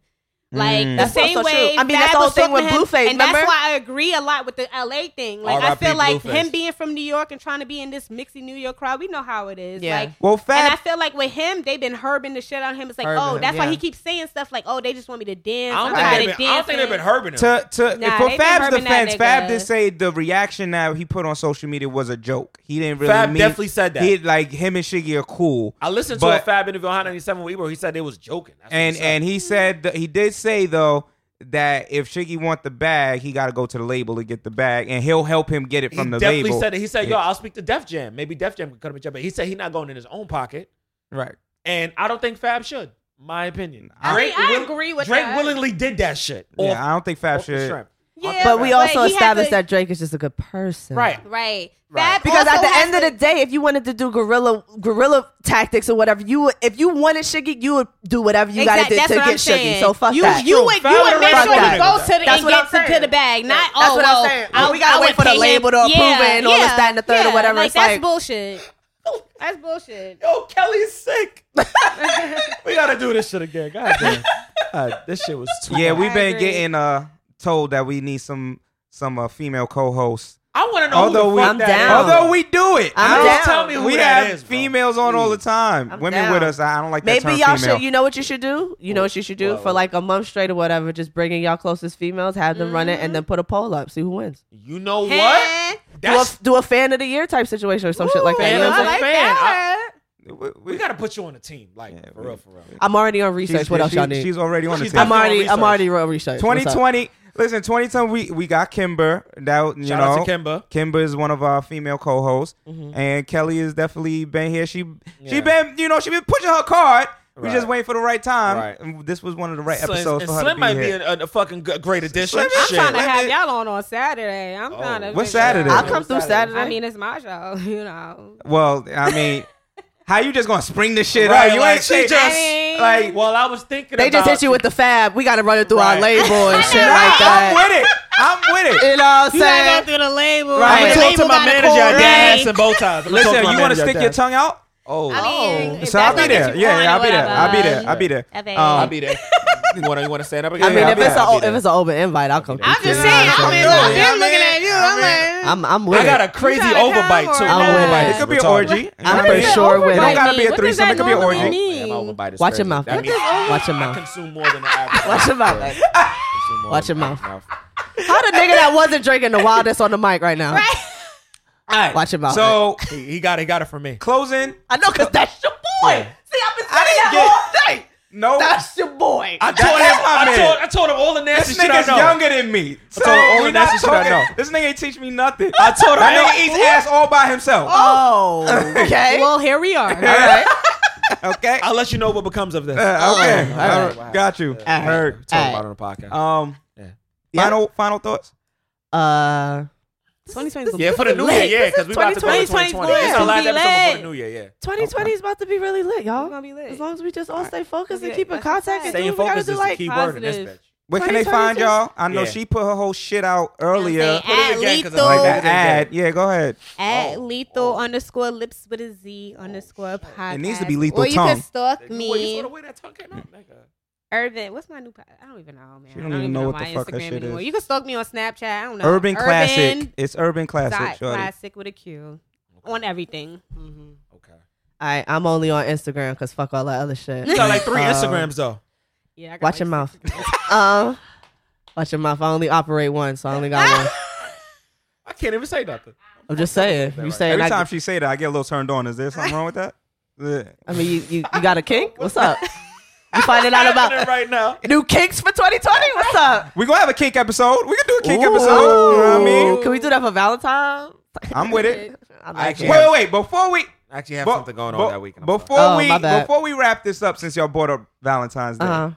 [SPEAKER 4] Like
[SPEAKER 2] Mm.
[SPEAKER 4] the
[SPEAKER 3] That's
[SPEAKER 4] same
[SPEAKER 3] also
[SPEAKER 4] way.
[SPEAKER 3] true. I mean,
[SPEAKER 4] Fab
[SPEAKER 3] that's the whole
[SPEAKER 4] was
[SPEAKER 3] thing
[SPEAKER 4] talking
[SPEAKER 3] with
[SPEAKER 4] to him,
[SPEAKER 3] Blueface,
[SPEAKER 4] and
[SPEAKER 3] remember?
[SPEAKER 4] that's why I agree a lot with the LA thing. Like I
[SPEAKER 5] R.I.P.
[SPEAKER 4] feel like
[SPEAKER 5] Blueface.
[SPEAKER 4] him being from New York and trying to be in this mixy New York crowd, we know how it is.
[SPEAKER 3] Yeah.
[SPEAKER 4] Like
[SPEAKER 2] Well,
[SPEAKER 4] and I
[SPEAKER 2] Fab,
[SPEAKER 4] feel like with him, they've been herbing the shit on him. It's like,
[SPEAKER 3] Herbing
[SPEAKER 4] oh,
[SPEAKER 3] him,
[SPEAKER 4] that's
[SPEAKER 3] yeah.
[SPEAKER 4] why he keeps saying stuff like, oh, they just want me to dance.
[SPEAKER 5] I
[SPEAKER 4] I'm
[SPEAKER 5] don't think
[SPEAKER 4] tired
[SPEAKER 5] they've
[SPEAKER 4] of
[SPEAKER 5] been. I don't think they've been
[SPEAKER 4] dancing.
[SPEAKER 5] herbing him.
[SPEAKER 2] to to
[SPEAKER 4] Nah,
[SPEAKER 2] for
[SPEAKER 4] they been
[SPEAKER 2] Fab's
[SPEAKER 4] hurting that
[SPEAKER 2] defense, Fab
[SPEAKER 4] nigga.
[SPEAKER 2] did say the reaction that he put on social media was a joke. He didn't really
[SPEAKER 5] Fab
[SPEAKER 2] mean-
[SPEAKER 5] definitely said that.
[SPEAKER 2] He like him and Shiggy are cool.
[SPEAKER 5] I listened to
[SPEAKER 2] But-
[SPEAKER 5] a Fab interview on Hot 97 with Ebro. He said they was joking. That's what
[SPEAKER 2] and
[SPEAKER 5] he said.
[SPEAKER 2] and he said that he did say though that if Shiggy want the bag, he got to go to the label to get the bag, and he'll help him get it
[SPEAKER 5] he
[SPEAKER 2] from the
[SPEAKER 5] definitely
[SPEAKER 2] label.
[SPEAKER 5] said that. He said, "Yo,
[SPEAKER 2] Yeah.
[SPEAKER 5] I'll speak to Def Jam. Maybe Def Jam could cut him a job." But he said he's not going in his own pocket,
[SPEAKER 2] right.
[SPEAKER 5] and I don't think Fab should. My opinion.
[SPEAKER 4] I mean, I
[SPEAKER 5] will-
[SPEAKER 4] agree with
[SPEAKER 5] Drake
[SPEAKER 4] that.
[SPEAKER 5] willingly did that shit.
[SPEAKER 2] Yeah,
[SPEAKER 5] Off-
[SPEAKER 2] I don't think Fab
[SPEAKER 5] off the
[SPEAKER 2] should.
[SPEAKER 5] strength.
[SPEAKER 4] Yeah,
[SPEAKER 3] but we also
[SPEAKER 4] he had
[SPEAKER 3] established
[SPEAKER 4] to-
[SPEAKER 3] that Drake is just a good person.
[SPEAKER 5] Right.
[SPEAKER 4] Right.
[SPEAKER 5] Right.
[SPEAKER 4] Fab
[SPEAKER 3] Because at
[SPEAKER 4] also
[SPEAKER 3] the
[SPEAKER 4] has
[SPEAKER 3] end of
[SPEAKER 4] to-
[SPEAKER 3] the day, if you wanted to do guerrilla guerrilla tactics or whatever, you would, if you wanted Shiggy, you would do whatever you
[SPEAKER 4] Exact-
[SPEAKER 3] gotta
[SPEAKER 4] that's
[SPEAKER 3] do to
[SPEAKER 4] what
[SPEAKER 3] get
[SPEAKER 4] I'm saying.
[SPEAKER 3] Shiggy. So fuck
[SPEAKER 4] you,
[SPEAKER 3] that.
[SPEAKER 4] You would, you would make
[SPEAKER 3] Fuck
[SPEAKER 4] sure
[SPEAKER 3] that.
[SPEAKER 4] you go to the
[SPEAKER 3] That's
[SPEAKER 4] and
[SPEAKER 3] what
[SPEAKER 4] get
[SPEAKER 3] I'm
[SPEAKER 4] to,
[SPEAKER 3] saying.
[SPEAKER 4] the bag. Not
[SPEAKER 3] That's
[SPEAKER 4] oh
[SPEAKER 3] what I'm
[SPEAKER 4] well.
[SPEAKER 3] saying.
[SPEAKER 4] I-
[SPEAKER 3] We gotta
[SPEAKER 4] I
[SPEAKER 3] wait
[SPEAKER 4] would
[SPEAKER 3] for the
[SPEAKER 4] pay him.
[SPEAKER 3] label to approve
[SPEAKER 4] yeah,
[SPEAKER 3] it and all this,
[SPEAKER 4] yeah,
[SPEAKER 3] that, and the third or
[SPEAKER 4] yeah.
[SPEAKER 3] whatever.
[SPEAKER 4] Like
[SPEAKER 3] It's
[SPEAKER 4] that's
[SPEAKER 3] like-
[SPEAKER 4] bullshit. That's bullshit.
[SPEAKER 5] Yo, Kelly's sick. we gotta do this shit again. God damn. God, Uh, this shit was too.
[SPEAKER 2] Yeah,
[SPEAKER 5] much.
[SPEAKER 2] we've been
[SPEAKER 4] agree.
[SPEAKER 2] getting uh told that we need some some uh, female co-hosts.
[SPEAKER 5] I want to know.
[SPEAKER 2] Although
[SPEAKER 5] who
[SPEAKER 2] we
[SPEAKER 5] the fuck
[SPEAKER 3] I'm
[SPEAKER 5] that
[SPEAKER 3] down.
[SPEAKER 5] is.
[SPEAKER 2] although we do it,
[SPEAKER 3] I'm
[SPEAKER 2] I don't-
[SPEAKER 3] down.
[SPEAKER 5] Tell me who
[SPEAKER 2] we
[SPEAKER 5] that
[SPEAKER 2] have
[SPEAKER 5] is, bro.
[SPEAKER 2] females on all the time.
[SPEAKER 3] I'm
[SPEAKER 2] Women with
[SPEAKER 3] down.
[SPEAKER 2] us, I don't like that
[SPEAKER 3] Maybe
[SPEAKER 2] term
[SPEAKER 3] y'all
[SPEAKER 2] female.
[SPEAKER 3] should, you know what you should do? You know what you should do
[SPEAKER 5] Whoa.
[SPEAKER 3] for like a month straight or whatever. Just bring in y'all closest females, have them run it,
[SPEAKER 4] Mm-hmm.
[SPEAKER 3] and then put a poll up, see who wins.
[SPEAKER 5] You know what?
[SPEAKER 4] Huh?
[SPEAKER 3] Do a,
[SPEAKER 5] That's
[SPEAKER 3] do a fan of the year type situation or some shit like that. You
[SPEAKER 5] fan
[SPEAKER 3] know
[SPEAKER 5] of
[SPEAKER 3] what I'm
[SPEAKER 5] the
[SPEAKER 4] I
[SPEAKER 3] saying?
[SPEAKER 4] like
[SPEAKER 5] fan.
[SPEAKER 4] that.
[SPEAKER 2] we,
[SPEAKER 5] we gotta put you on the team. Like
[SPEAKER 2] Yeah,
[SPEAKER 5] for
[SPEAKER 2] we-
[SPEAKER 5] real, for real.
[SPEAKER 3] I'm already on research.
[SPEAKER 2] she's,
[SPEAKER 3] what else
[SPEAKER 2] she-
[SPEAKER 3] y'all need?
[SPEAKER 2] She's already on the
[SPEAKER 5] She's
[SPEAKER 2] team.
[SPEAKER 3] I'm already,
[SPEAKER 5] definitely on
[SPEAKER 3] I'm
[SPEAKER 5] research.
[SPEAKER 3] already on research. What's up?
[SPEAKER 2] 2020. Listen, 2010 we we got Kimber. That you
[SPEAKER 5] Shout
[SPEAKER 2] know,
[SPEAKER 5] out to Kimba.
[SPEAKER 2] Kimber is one of our female co-hosts, and Kelly has definitely been here. She
[SPEAKER 5] Yeah.
[SPEAKER 2] she been you know she been pushing her card. We
[SPEAKER 5] Right.
[SPEAKER 2] just waiting for the right time.
[SPEAKER 5] Right.
[SPEAKER 2] And this was one of the right
[SPEAKER 5] So-
[SPEAKER 2] episodes
[SPEAKER 5] and
[SPEAKER 2] for her
[SPEAKER 5] Slim
[SPEAKER 2] to be
[SPEAKER 5] might
[SPEAKER 2] here.
[SPEAKER 5] be a, a fucking g- great addition.
[SPEAKER 2] Slim-
[SPEAKER 4] I'm
[SPEAKER 5] Shit.
[SPEAKER 4] trying to
[SPEAKER 2] Let
[SPEAKER 4] have
[SPEAKER 2] me-
[SPEAKER 4] y'all on on Saturday. I'm trying to.
[SPEAKER 2] What's
[SPEAKER 4] figure out-
[SPEAKER 2] Saturday?
[SPEAKER 3] I'll come through Saturday.
[SPEAKER 4] I mean, it's my show. You know.
[SPEAKER 2] well, I mean, how you just gonna spring this shit
[SPEAKER 5] Right,
[SPEAKER 2] out? You
[SPEAKER 5] like,
[SPEAKER 2] ain't
[SPEAKER 5] she
[SPEAKER 2] say-
[SPEAKER 5] just-
[SPEAKER 4] I mean-
[SPEAKER 2] like
[SPEAKER 5] Well, I was thinking.
[SPEAKER 3] They just
[SPEAKER 5] about-
[SPEAKER 3] hit you with the fab. We got to run it through
[SPEAKER 5] Right.
[SPEAKER 3] our label and shit
[SPEAKER 2] nah, I'm
[SPEAKER 3] like that.
[SPEAKER 2] with it. I'm with it.
[SPEAKER 3] You know what I'm
[SPEAKER 4] You gotta
[SPEAKER 3] saying?
[SPEAKER 4] go through the label.
[SPEAKER 2] Right.
[SPEAKER 4] The
[SPEAKER 5] I'm gonna talk to
[SPEAKER 4] label
[SPEAKER 5] my
[SPEAKER 4] gotta
[SPEAKER 5] manager. I
[SPEAKER 4] correct.
[SPEAKER 5] dance and bow ties. I'm gonna talk
[SPEAKER 2] Listen,
[SPEAKER 5] my
[SPEAKER 2] you want to
[SPEAKER 5] manager, I
[SPEAKER 2] stick your
[SPEAKER 5] dance.
[SPEAKER 2] tongue out? Oh,
[SPEAKER 4] I mean, if
[SPEAKER 2] so I'll be
[SPEAKER 4] that's gonna get
[SPEAKER 2] there.
[SPEAKER 4] you
[SPEAKER 2] Yeah,
[SPEAKER 4] on or
[SPEAKER 2] yeah, I'll be there.
[SPEAKER 4] whatever,
[SPEAKER 2] I'll be there. I'll be there.
[SPEAKER 4] Okay.
[SPEAKER 2] Um,
[SPEAKER 5] I'll be there. you want to you want to stand up again?
[SPEAKER 3] I mean,
[SPEAKER 2] I'll
[SPEAKER 3] if
[SPEAKER 2] be
[SPEAKER 3] it's,
[SPEAKER 2] there,
[SPEAKER 3] a,
[SPEAKER 2] I'll
[SPEAKER 3] o-
[SPEAKER 2] be
[SPEAKER 3] if it's an open invite, I'll come.
[SPEAKER 4] I'm
[SPEAKER 3] through.
[SPEAKER 4] just saying. I've been,
[SPEAKER 2] Yeah,
[SPEAKER 4] I've
[SPEAKER 2] I
[SPEAKER 4] been looking
[SPEAKER 2] mean,
[SPEAKER 4] at you.
[SPEAKER 2] I
[SPEAKER 4] I'm
[SPEAKER 3] I'm,
[SPEAKER 4] like,
[SPEAKER 3] I'm with
[SPEAKER 5] I got
[SPEAKER 3] it.
[SPEAKER 5] a crazy
[SPEAKER 4] You trying to
[SPEAKER 5] overbite
[SPEAKER 4] come
[SPEAKER 5] too.
[SPEAKER 4] or
[SPEAKER 3] I'm not? overbite.
[SPEAKER 5] It could be an orgy.
[SPEAKER 3] I'm
[SPEAKER 2] I'm
[SPEAKER 3] pretty
[SPEAKER 2] pretty
[SPEAKER 3] sure
[SPEAKER 2] sure.
[SPEAKER 3] it
[SPEAKER 2] It
[SPEAKER 3] don't
[SPEAKER 2] don't
[SPEAKER 3] Overbite
[SPEAKER 2] gotta be a
[SPEAKER 4] What does
[SPEAKER 2] threesome. It
[SPEAKER 4] that
[SPEAKER 2] could be an
[SPEAKER 4] normally
[SPEAKER 2] orgy.
[SPEAKER 4] mean?
[SPEAKER 5] Yeah, my overbite is
[SPEAKER 3] Watch your
[SPEAKER 5] crazy.
[SPEAKER 3] mouth.
[SPEAKER 5] That
[SPEAKER 3] What
[SPEAKER 5] means-
[SPEAKER 3] does- Watch your
[SPEAKER 5] I
[SPEAKER 3] mouth.
[SPEAKER 5] consume more than the average.
[SPEAKER 3] Watch your mouth.
[SPEAKER 5] Yeah. Consume more
[SPEAKER 3] Watch
[SPEAKER 5] than
[SPEAKER 3] your
[SPEAKER 5] the average
[SPEAKER 3] How the nigga that wasn't drinking the wildest on the mic right now? Watch your mouth.
[SPEAKER 2] So
[SPEAKER 5] He, he got it. Got it from me.
[SPEAKER 2] closing.
[SPEAKER 3] I know, cause that's your boy. See, I've been saying
[SPEAKER 2] didn't
[SPEAKER 3] that all day.
[SPEAKER 2] No,
[SPEAKER 3] That's your boy.
[SPEAKER 5] I
[SPEAKER 2] That-
[SPEAKER 5] told him.
[SPEAKER 2] that's my
[SPEAKER 5] I
[SPEAKER 2] man.
[SPEAKER 5] told, I told him all the nasty
[SPEAKER 2] this
[SPEAKER 5] shit I
[SPEAKER 2] nigga's
[SPEAKER 5] know.
[SPEAKER 2] younger than me. So
[SPEAKER 5] told him all
[SPEAKER 2] we
[SPEAKER 5] the
[SPEAKER 2] not
[SPEAKER 5] nasty shit I
[SPEAKER 2] talking.
[SPEAKER 5] know.
[SPEAKER 2] This nigga ain't teach me nothing.
[SPEAKER 5] I told him.
[SPEAKER 2] That
[SPEAKER 5] I-
[SPEAKER 2] nigga eats ass all by himself.
[SPEAKER 3] oh, okay.
[SPEAKER 4] Well, here we are.
[SPEAKER 2] All right. okay.
[SPEAKER 5] I'll let you know what becomes of this.
[SPEAKER 2] Uh, okay.
[SPEAKER 3] all right. Uh,
[SPEAKER 2] All right. Got you.
[SPEAKER 5] Yeah.
[SPEAKER 2] Heard.
[SPEAKER 5] Talk
[SPEAKER 3] Alright.
[SPEAKER 5] about it on the podcast.
[SPEAKER 2] Um.
[SPEAKER 5] Yeah.
[SPEAKER 2] Final final thoughts.
[SPEAKER 3] uh,
[SPEAKER 4] 2020 is
[SPEAKER 5] yeah, for the new year,
[SPEAKER 3] lit.
[SPEAKER 5] yeah, because we
[SPEAKER 3] This is
[SPEAKER 5] about to go to
[SPEAKER 3] 2020.
[SPEAKER 5] 2020. This is our
[SPEAKER 4] It's gonna
[SPEAKER 5] last
[SPEAKER 4] be
[SPEAKER 5] episode
[SPEAKER 4] lit.
[SPEAKER 5] before the new year, yeah.
[SPEAKER 3] 2020 is about to be really lit, y'all.
[SPEAKER 4] gonna be lit.
[SPEAKER 3] As long as we just all stay focused and
[SPEAKER 4] Okay,
[SPEAKER 3] keep in
[SPEAKER 4] that's what's
[SPEAKER 3] contact
[SPEAKER 4] up.
[SPEAKER 3] and
[SPEAKER 5] Staying
[SPEAKER 3] do what we gotta
[SPEAKER 5] focused
[SPEAKER 3] do,
[SPEAKER 5] is the
[SPEAKER 3] like
[SPEAKER 5] key word in this
[SPEAKER 4] positive.
[SPEAKER 5] bitch.
[SPEAKER 2] Where can they find
[SPEAKER 3] 2022?
[SPEAKER 2] y'all? I know
[SPEAKER 5] Yeah.
[SPEAKER 2] she put her whole shit out earlier.
[SPEAKER 4] At
[SPEAKER 5] again, 'cause I
[SPEAKER 4] lethal,
[SPEAKER 2] Like
[SPEAKER 5] Oh.
[SPEAKER 2] that ad. Yeah, go ahead. Oh.
[SPEAKER 4] at lethal underscore lips with a Z underscore podcast.
[SPEAKER 2] It needs to be lethal
[SPEAKER 4] Or you
[SPEAKER 2] tongue.
[SPEAKER 4] can stalk
[SPEAKER 5] Well, you
[SPEAKER 4] me,
[SPEAKER 5] saw the way that tongue came out, nigga.
[SPEAKER 4] Urban. What's my new? po- I don't even know, man.
[SPEAKER 2] She
[SPEAKER 4] I don't even know,
[SPEAKER 2] what
[SPEAKER 4] my
[SPEAKER 2] the fuck her
[SPEAKER 4] Instagram
[SPEAKER 2] shit is.
[SPEAKER 4] anymore. You can stalk me on Snapchat. I don't know.
[SPEAKER 2] Urban classic.
[SPEAKER 4] Urban
[SPEAKER 2] It's urban
[SPEAKER 4] dot
[SPEAKER 2] classic. Shorty.
[SPEAKER 4] classic with a Q on everything.
[SPEAKER 5] Okay.
[SPEAKER 3] I, I'm only on Instagram because fuck all that other shit.
[SPEAKER 5] You got like three
[SPEAKER 3] Um,
[SPEAKER 5] Instagrams, though.
[SPEAKER 4] Yeah, I got
[SPEAKER 3] Watch
[SPEAKER 4] like
[SPEAKER 3] your
[SPEAKER 4] six
[SPEAKER 3] mouth. um, watch your mouth. I only operate one, so I only got one.
[SPEAKER 5] I can't even say nothing.
[SPEAKER 3] I'm just saying. You saying
[SPEAKER 2] Every time
[SPEAKER 3] I,
[SPEAKER 2] she say that, I get a little turned on. Is there something wrong with that? Yeah.
[SPEAKER 3] I mean, you, you, you got a kink? What's up? You finding out
[SPEAKER 5] Happening
[SPEAKER 3] about
[SPEAKER 5] right now.
[SPEAKER 3] new kinks for 2020? What's up?
[SPEAKER 2] We gonna have a kink episode. We can do a kink
[SPEAKER 3] Ooh.
[SPEAKER 2] episode. You know what I mean?
[SPEAKER 3] Can we do that for Valentine?
[SPEAKER 2] I'm with it.
[SPEAKER 3] I'm
[SPEAKER 5] I
[SPEAKER 3] not
[SPEAKER 5] actually
[SPEAKER 2] Wait, wait, wait. Before we
[SPEAKER 5] I actually have
[SPEAKER 2] bo-
[SPEAKER 5] something going on
[SPEAKER 2] bo-
[SPEAKER 5] that week. and I'm
[SPEAKER 2] Before
[SPEAKER 3] sorry. Oh,
[SPEAKER 2] we
[SPEAKER 3] my bad.
[SPEAKER 2] before we wrap this up, since y'all brought up Valentine's Day,
[SPEAKER 3] Uh-huh.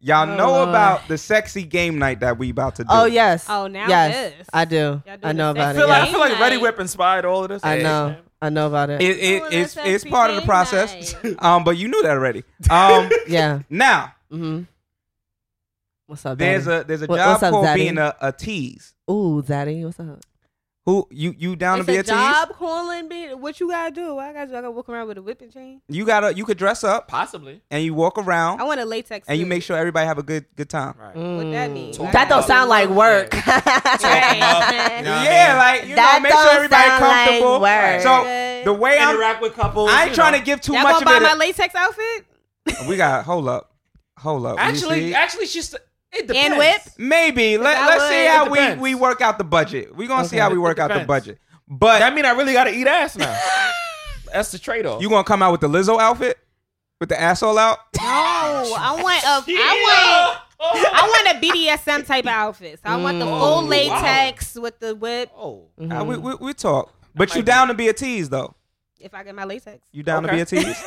[SPEAKER 2] y'all know
[SPEAKER 3] Lord.
[SPEAKER 2] about the sexy game night that we about to do.
[SPEAKER 3] Oh yes.
[SPEAKER 4] Oh, now
[SPEAKER 3] yes,
[SPEAKER 4] this.
[SPEAKER 3] I do.
[SPEAKER 4] Y'all doing
[SPEAKER 3] I know
[SPEAKER 4] the
[SPEAKER 3] about it.
[SPEAKER 4] sexy
[SPEAKER 5] sorry. I feel like, I
[SPEAKER 3] yeah.
[SPEAKER 5] feel like
[SPEAKER 4] Game
[SPEAKER 5] Ready
[SPEAKER 4] night.
[SPEAKER 5] Whip inspired all of this.
[SPEAKER 3] I
[SPEAKER 5] Hey,
[SPEAKER 3] know.
[SPEAKER 5] man.
[SPEAKER 3] I know about it.
[SPEAKER 2] It,
[SPEAKER 4] Ooh,
[SPEAKER 2] it, it's,
[SPEAKER 4] that's
[SPEAKER 2] it's
[SPEAKER 4] sexy
[SPEAKER 2] part of the
[SPEAKER 4] game
[SPEAKER 2] process.
[SPEAKER 4] night.
[SPEAKER 2] Um, but you knew that already. Um,
[SPEAKER 3] yeah.
[SPEAKER 2] now
[SPEAKER 3] Mm-hmm. What's up?
[SPEAKER 2] there's
[SPEAKER 3] Daddy?
[SPEAKER 2] a there's a
[SPEAKER 3] What-
[SPEAKER 2] job
[SPEAKER 3] what's up,
[SPEAKER 2] called
[SPEAKER 3] Zaddy?
[SPEAKER 2] being a, a tease.
[SPEAKER 3] Ooh, Zaddy, what's up?
[SPEAKER 2] Who you you down
[SPEAKER 4] it's
[SPEAKER 2] to be a,
[SPEAKER 4] a
[SPEAKER 2] tease?
[SPEAKER 4] job calling me. What you gotta do? I gotta, I gotta walk around with a whipping chain.
[SPEAKER 2] You gotta you could dress up
[SPEAKER 5] Possibly.
[SPEAKER 2] and you walk around
[SPEAKER 4] I want a latex.
[SPEAKER 2] and you
[SPEAKER 4] suit.
[SPEAKER 2] make sure everybody have a good good time.
[SPEAKER 5] Right.
[SPEAKER 4] what that means.
[SPEAKER 5] Mm.
[SPEAKER 3] That don't sound like work.
[SPEAKER 5] Right.
[SPEAKER 4] Right.
[SPEAKER 2] yeah, like you
[SPEAKER 3] That
[SPEAKER 2] know, make sure
[SPEAKER 3] don't
[SPEAKER 2] everybody
[SPEAKER 3] sound like
[SPEAKER 2] comfortable.
[SPEAKER 3] work.
[SPEAKER 2] so the way I'm,
[SPEAKER 5] Interact with couples.
[SPEAKER 2] I
[SPEAKER 5] you
[SPEAKER 2] ain't trying
[SPEAKER 5] know.
[SPEAKER 2] to give too
[SPEAKER 4] Y'all
[SPEAKER 2] much
[SPEAKER 4] gonna
[SPEAKER 2] of
[SPEAKER 4] buy my
[SPEAKER 2] it.
[SPEAKER 4] latex outfit
[SPEAKER 2] we got hold up, hold up. You
[SPEAKER 5] Actually,
[SPEAKER 2] see?
[SPEAKER 5] actually, she's. It depends.
[SPEAKER 4] and whip?
[SPEAKER 2] maybe let
[SPEAKER 4] I
[SPEAKER 2] let's
[SPEAKER 4] would-
[SPEAKER 2] see
[SPEAKER 4] it
[SPEAKER 2] how we
[SPEAKER 5] depends.
[SPEAKER 2] we work out the budget. We are gonna see
[SPEAKER 3] Okay.
[SPEAKER 2] how we
[SPEAKER 5] It
[SPEAKER 2] work out the
[SPEAKER 5] depends.
[SPEAKER 2] budget. But
[SPEAKER 5] That mean I really got to eat ass now. That's the trade off.
[SPEAKER 2] you gonna come out with the Lizzo outfit with the asshole out?
[SPEAKER 4] No, Oh, I want a. I want.
[SPEAKER 5] Oh.
[SPEAKER 4] I want a BDSM type of outfit. So I want the
[SPEAKER 3] Mm.
[SPEAKER 4] full
[SPEAKER 5] wow.
[SPEAKER 4] latex with the whip.
[SPEAKER 5] Oh.
[SPEAKER 2] Uh, we,
[SPEAKER 3] Mhm.
[SPEAKER 2] we we talk. But
[SPEAKER 5] might
[SPEAKER 2] you
[SPEAKER 5] be-
[SPEAKER 2] down to be a tease though?
[SPEAKER 4] If I get my latex,
[SPEAKER 2] You down
[SPEAKER 5] Okay.
[SPEAKER 2] to be a tease?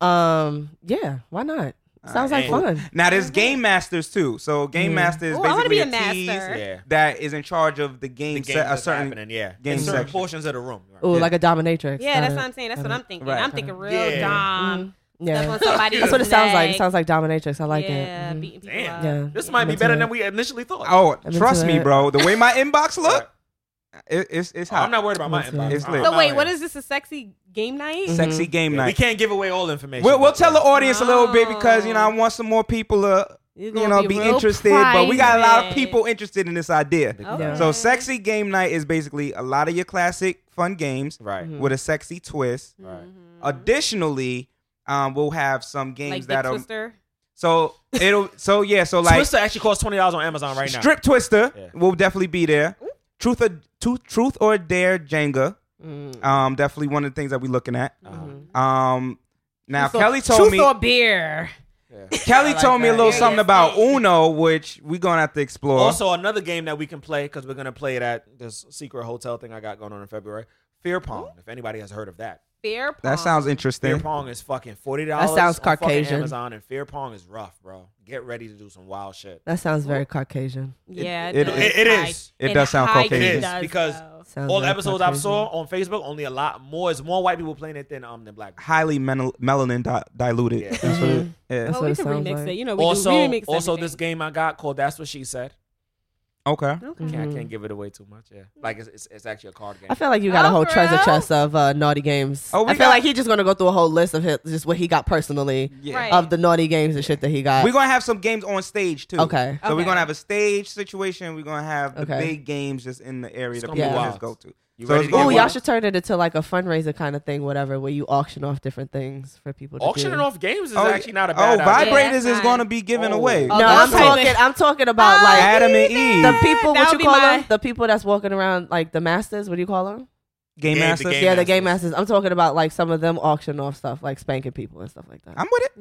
[SPEAKER 3] Um, yeah, why not? Sounds like
[SPEAKER 2] All
[SPEAKER 3] fun.
[SPEAKER 2] Now there's game masters too. So game
[SPEAKER 3] Mm.
[SPEAKER 2] master is
[SPEAKER 4] Mm-hmm. Ooh, I wanna
[SPEAKER 2] basically
[SPEAKER 4] be
[SPEAKER 2] a,
[SPEAKER 4] a
[SPEAKER 2] tease
[SPEAKER 4] master.
[SPEAKER 5] Yeah.
[SPEAKER 2] that is in charge of the game,
[SPEAKER 5] The game
[SPEAKER 2] set, a
[SPEAKER 5] that's
[SPEAKER 2] certain
[SPEAKER 5] happening, yeah.
[SPEAKER 2] game
[SPEAKER 5] In certain
[SPEAKER 2] section.
[SPEAKER 5] portions of the room. Right.
[SPEAKER 3] Ooh, like a dominatrix.
[SPEAKER 4] Yeah, um, that's
[SPEAKER 3] Got
[SPEAKER 4] what
[SPEAKER 3] it.
[SPEAKER 4] I'm saying. That's
[SPEAKER 3] Got
[SPEAKER 4] what
[SPEAKER 3] it.
[SPEAKER 4] I'm thinking.
[SPEAKER 2] Right.
[SPEAKER 4] I'm thinking real
[SPEAKER 5] Yeah.
[SPEAKER 2] Mm-hmm.
[SPEAKER 4] dom. That's
[SPEAKER 3] mm-hmm. Yeah,
[SPEAKER 4] what somebody.
[SPEAKER 3] that's what it sounds like. It
[SPEAKER 4] neck.
[SPEAKER 3] sounds like dominatrix. I like
[SPEAKER 2] Mm-hmm.
[SPEAKER 4] yeah,
[SPEAKER 3] it. Mhm.
[SPEAKER 4] beating people
[SPEAKER 5] Damn.
[SPEAKER 4] up.
[SPEAKER 3] Yeah.
[SPEAKER 5] This might be
[SPEAKER 3] Into
[SPEAKER 5] better
[SPEAKER 3] it.
[SPEAKER 5] than we initially thought.
[SPEAKER 2] Oh,
[SPEAKER 3] I'm into
[SPEAKER 2] trust me,
[SPEAKER 3] it.
[SPEAKER 2] bro. The way my inbox look, it, it's it's hot.
[SPEAKER 5] Oh, I'm not worried about my inbox.
[SPEAKER 2] It's
[SPEAKER 5] I'm
[SPEAKER 2] lit.
[SPEAKER 5] not
[SPEAKER 4] So wait,
[SPEAKER 5] worried.
[SPEAKER 4] what is this? A sexy game night?
[SPEAKER 2] Sexy game
[SPEAKER 5] mm-hmm. We
[SPEAKER 2] night.
[SPEAKER 5] can't give away all information.
[SPEAKER 2] We'll, we'll tell the audience a little bit
[SPEAKER 4] No.
[SPEAKER 2] because you know I want some more people to
[SPEAKER 4] You're
[SPEAKER 2] you
[SPEAKER 4] gonna
[SPEAKER 2] know be
[SPEAKER 4] real
[SPEAKER 2] interested, but we got a lot of
[SPEAKER 4] private.
[SPEAKER 2] people interested in this idea.
[SPEAKER 4] oh,
[SPEAKER 3] Yeah.
[SPEAKER 2] So sexy game night is basically a lot of your classic fun games
[SPEAKER 5] Right.
[SPEAKER 4] Mm-hmm.
[SPEAKER 2] with a sexy twist.
[SPEAKER 5] Right.
[SPEAKER 2] Additionally, um, we'll have some games
[SPEAKER 4] like
[SPEAKER 2] that um, are
[SPEAKER 4] Dick Twister.
[SPEAKER 2] so it'll so yeah so like
[SPEAKER 5] Twister actually costs twenty dollars on Amazon right now.
[SPEAKER 2] Strip Twister
[SPEAKER 5] Yeah.
[SPEAKER 2] will definitely be there. Truth or to, Truth or Dare Jenga,
[SPEAKER 3] Mm.
[SPEAKER 2] um, definitely one of the things that we're looking at.
[SPEAKER 5] Uh-huh.
[SPEAKER 2] Um, now Kelly
[SPEAKER 4] Truth
[SPEAKER 2] told
[SPEAKER 4] or-
[SPEAKER 2] me
[SPEAKER 4] Truth or beer.
[SPEAKER 2] Kelly told me a little something about Uno, which we're gonna have to explore.
[SPEAKER 5] Also, another game that we can play because we're gonna play it at this secret hotel thing I got going on in February. Fear Pong. If anybody has heard of that,
[SPEAKER 4] Beer pong.
[SPEAKER 2] that sounds
[SPEAKER 5] Fear
[SPEAKER 2] interesting.
[SPEAKER 5] Pong is fucking forty dollars.
[SPEAKER 3] sounds Caucasian.
[SPEAKER 5] Amazon and Fear Pong is rough, bro. Get ready to do some wild shit.
[SPEAKER 3] That sounds very Caucasian.
[SPEAKER 4] Yeah,
[SPEAKER 2] it-
[SPEAKER 4] does.
[SPEAKER 5] it- it is.
[SPEAKER 2] It does sound
[SPEAKER 4] high
[SPEAKER 2] Caucasian.
[SPEAKER 5] It
[SPEAKER 4] key
[SPEAKER 5] is,
[SPEAKER 4] does,
[SPEAKER 5] because
[SPEAKER 4] though.
[SPEAKER 3] Sounds
[SPEAKER 5] all the
[SPEAKER 3] very
[SPEAKER 5] episodes I
[SPEAKER 3] Caucasian.
[SPEAKER 5] saw on Facebook, only a lot more. It's more white people playing it than um than black. people.
[SPEAKER 2] Highly mel- melanin di- diluted.
[SPEAKER 5] Yeah.
[SPEAKER 2] That's what it- yeah.
[SPEAKER 3] That's
[SPEAKER 4] Oh,
[SPEAKER 3] what
[SPEAKER 4] we
[SPEAKER 3] it
[SPEAKER 4] can
[SPEAKER 3] sounds
[SPEAKER 4] remix
[SPEAKER 3] like.
[SPEAKER 4] it. You know, we
[SPEAKER 5] Also,
[SPEAKER 4] do remix
[SPEAKER 5] also this
[SPEAKER 4] everything.
[SPEAKER 5] game I got called That's What She Said.
[SPEAKER 2] Okay.
[SPEAKER 5] I can't-
[SPEAKER 4] Okay.
[SPEAKER 5] I can't give it away too much. Yeah, like it's it's, it's actually a card game.
[SPEAKER 3] Mm-hmm. I feel like you got a
[SPEAKER 4] Oh,
[SPEAKER 3] whole
[SPEAKER 4] for
[SPEAKER 3] treasure
[SPEAKER 4] real?
[SPEAKER 3] chest of uh, naughty games.
[SPEAKER 2] Oh, we
[SPEAKER 3] I feel
[SPEAKER 2] got-
[SPEAKER 3] like he's just gonna go through a whole list of his, just what he got personally
[SPEAKER 2] Yeah.
[SPEAKER 4] Right.
[SPEAKER 3] of the naughty games and shit that he got.
[SPEAKER 2] We're gonna have some games on stage too.
[SPEAKER 3] Okay.
[SPEAKER 2] So we're
[SPEAKER 4] Okay.
[SPEAKER 2] gonna have a stage situation. We're gonna have the
[SPEAKER 3] Okay.
[SPEAKER 2] big games just in the area that
[SPEAKER 5] gonna
[SPEAKER 3] be
[SPEAKER 2] people
[SPEAKER 5] wild.
[SPEAKER 2] just go to.
[SPEAKER 5] You
[SPEAKER 2] so
[SPEAKER 5] ready
[SPEAKER 2] it's
[SPEAKER 5] to
[SPEAKER 2] gonna
[SPEAKER 5] get
[SPEAKER 3] Oh,
[SPEAKER 2] be
[SPEAKER 5] wild?
[SPEAKER 3] y'all should turn it into like a fundraiser kind of thing, whatever, where you auction off different things for people to
[SPEAKER 5] auctioning
[SPEAKER 3] do.
[SPEAKER 5] off games is
[SPEAKER 2] Oh,
[SPEAKER 5] actually not a
[SPEAKER 2] Oh,
[SPEAKER 5] bad idea.
[SPEAKER 4] vibrate-
[SPEAKER 2] vibrators
[SPEAKER 4] Yeah,
[SPEAKER 2] is
[SPEAKER 4] that's
[SPEAKER 2] gonna
[SPEAKER 4] nice.
[SPEAKER 2] be given
[SPEAKER 5] Oh.
[SPEAKER 2] away.
[SPEAKER 4] Oh,
[SPEAKER 3] No,
[SPEAKER 4] that's
[SPEAKER 3] I'm
[SPEAKER 4] type
[SPEAKER 3] talking.
[SPEAKER 4] of-
[SPEAKER 3] I'm talking about like
[SPEAKER 2] Adam and Eve,
[SPEAKER 3] the people.
[SPEAKER 4] That
[SPEAKER 3] What
[SPEAKER 4] would
[SPEAKER 3] you
[SPEAKER 4] be
[SPEAKER 3] call
[SPEAKER 4] my-
[SPEAKER 3] them? The people that's walking around like the masters. What do you call them?
[SPEAKER 2] game
[SPEAKER 5] Game- the
[SPEAKER 2] masters.
[SPEAKER 5] game-
[SPEAKER 3] yeah, the game
[SPEAKER 5] masters.
[SPEAKER 3] masters. I'm talking about like some of them auction off stuff, like spanking people and stuff like that.
[SPEAKER 2] I'm with it.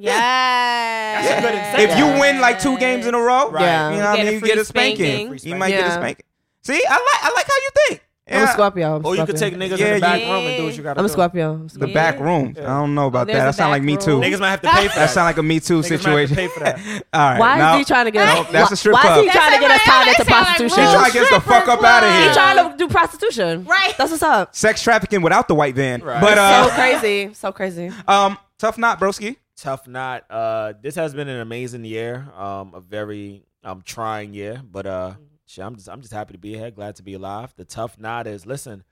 [SPEAKER 4] Yeah.
[SPEAKER 5] That's a good incentive.
[SPEAKER 2] If you win like two games in a row,
[SPEAKER 5] Right.
[SPEAKER 3] Yeah.
[SPEAKER 2] you know what I mean? You
[SPEAKER 4] You get a
[SPEAKER 2] get
[SPEAKER 4] free
[SPEAKER 2] a spanking.
[SPEAKER 5] spanking.
[SPEAKER 2] You might get a
[SPEAKER 3] Yeah.
[SPEAKER 2] spanking. See, I like I like how you think.
[SPEAKER 3] I'm a Scorpio. I'm a
[SPEAKER 5] Or you could take
[SPEAKER 3] Scorpio.
[SPEAKER 5] niggas in
[SPEAKER 2] Yeah,
[SPEAKER 5] the back
[SPEAKER 4] you-
[SPEAKER 5] room and do what you gotta
[SPEAKER 3] I'm a
[SPEAKER 5] do.
[SPEAKER 3] Scorpio. I'm a
[SPEAKER 2] the
[SPEAKER 3] Scorpio.
[SPEAKER 2] back rooms. I don't know about
[SPEAKER 4] Oh,
[SPEAKER 2] that.
[SPEAKER 4] there's
[SPEAKER 2] That
[SPEAKER 4] a
[SPEAKER 2] sound
[SPEAKER 4] back
[SPEAKER 2] like me too.
[SPEAKER 4] room.
[SPEAKER 5] Niggas might have to pay for
[SPEAKER 2] That
[SPEAKER 5] that.
[SPEAKER 2] sound like a Me Too
[SPEAKER 5] Niggas might have to
[SPEAKER 2] situation.
[SPEAKER 5] pay for that.
[SPEAKER 2] All right.
[SPEAKER 3] Why
[SPEAKER 2] now,
[SPEAKER 3] is he trying to get
[SPEAKER 2] No,
[SPEAKER 3] us?
[SPEAKER 2] that's a strip
[SPEAKER 3] why
[SPEAKER 2] club.
[SPEAKER 3] is he trying to get us tied into prostitution?
[SPEAKER 2] He trying to get us the fuck up outta here.
[SPEAKER 3] He trying to do prostitution.
[SPEAKER 4] Right.
[SPEAKER 3] That's what's up.
[SPEAKER 2] sex trafficking without the white van?
[SPEAKER 5] Right.
[SPEAKER 2] But
[SPEAKER 3] So
[SPEAKER 2] uh,
[SPEAKER 3] crazy. So crazy.
[SPEAKER 2] um, tough knot, broski.
[SPEAKER 5] Tough knot. Uh, this has been an amazing year. Um, a very um trying year, but uh, shit, I'm just I'm just happy to be here. Glad to be alive. The tough knot is listen.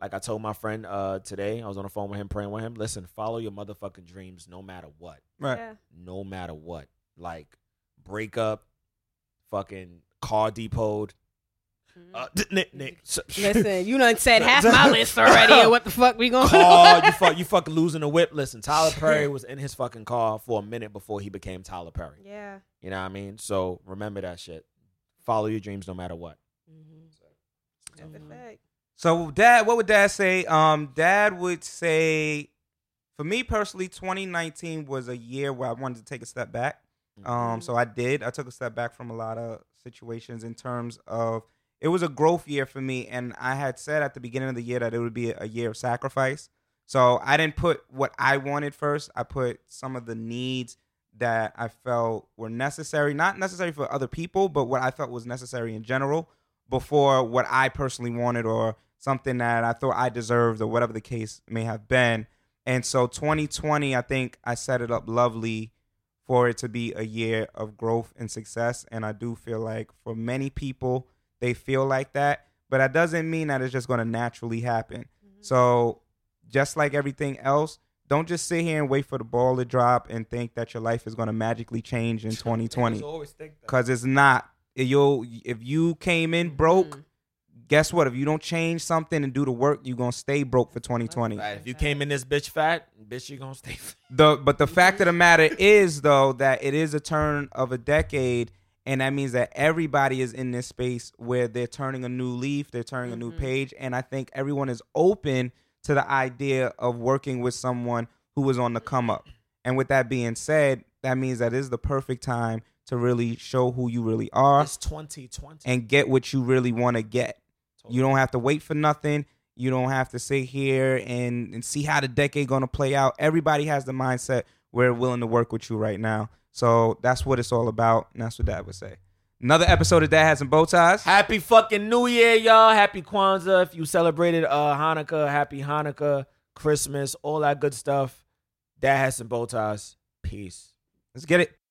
[SPEAKER 5] Like I told my friend uh today, I was on the phone with him, praying with him. Listen, follow your motherfucking dreams, no matter what.
[SPEAKER 2] Right.
[SPEAKER 5] no matter what. Like breakup, fucking car depot. Uh, d- n- n- s-
[SPEAKER 4] Listen, you done said half my list already. and What the fuck we gonna
[SPEAKER 5] car, you fuck, you fucking losing a whip. Listen, Tyler Perry was in his fucking car for a minute before he became Tyler Perry.
[SPEAKER 4] do? Yeah.
[SPEAKER 5] You know what I mean? So remember that shit. Follow your dreams no matter what.
[SPEAKER 2] So dad, what would dad say? Um, dad would say, for me personally, 2019 was a year where I wanted to take a step back. Um, so I did. I took a step back from a lot of situations in terms of it was a growth year for me, and I had said at the beginning of the year that it would be a year of sacrifice. So I didn't put what I wanted first. I put some of the needs that I felt were necessary, not necessary for other people, but what I felt was necessary in general before what I personally wanted or something that I thought I deserved or whatever the case may have been. And so 2020, I think I set it up lovely for it to be a year of growth and success. And I do feel like for many people, they feel like that, but that doesn't mean that it's just going to naturally happen. So, just like everything else, don't just sit here and wait for the ball to drop and think that your life is going to magically change in 2020 because it's not. You'll if you came in broke, guess what? If you don't change something and do the work, you're gonna stay broke for 2020.
[SPEAKER 5] Right, if you came in this bitch fat, bitch, you gonna stay. fat.
[SPEAKER 2] The but the fact of the matter is though that it is a turn of a decade, and that means that everybody is in this space where they're turning a new leaf, they're turning a new page, and I think everyone is open to the idea of working with someone who is on the come up. And with that being said, that means that is the perfect time to really show who you really are
[SPEAKER 5] It's 2020.
[SPEAKER 2] and get what you really want to get. You don't have to wait for nothing. You don't have to sit here and, and see how the decade gonna play out. Everybody has the mindset we're willing to work with you right now. So that's what it's all about, and that's what Dad would say. Another episode of Dad Has Some Bow Ties.
[SPEAKER 5] Happy fucking New Year, y'all. Happy Kwanzaa. If you celebrated uh Hanukkah, happy Hanukkah, Christmas, all that good stuff. That has some bow ties. Peace.
[SPEAKER 2] Let's get it.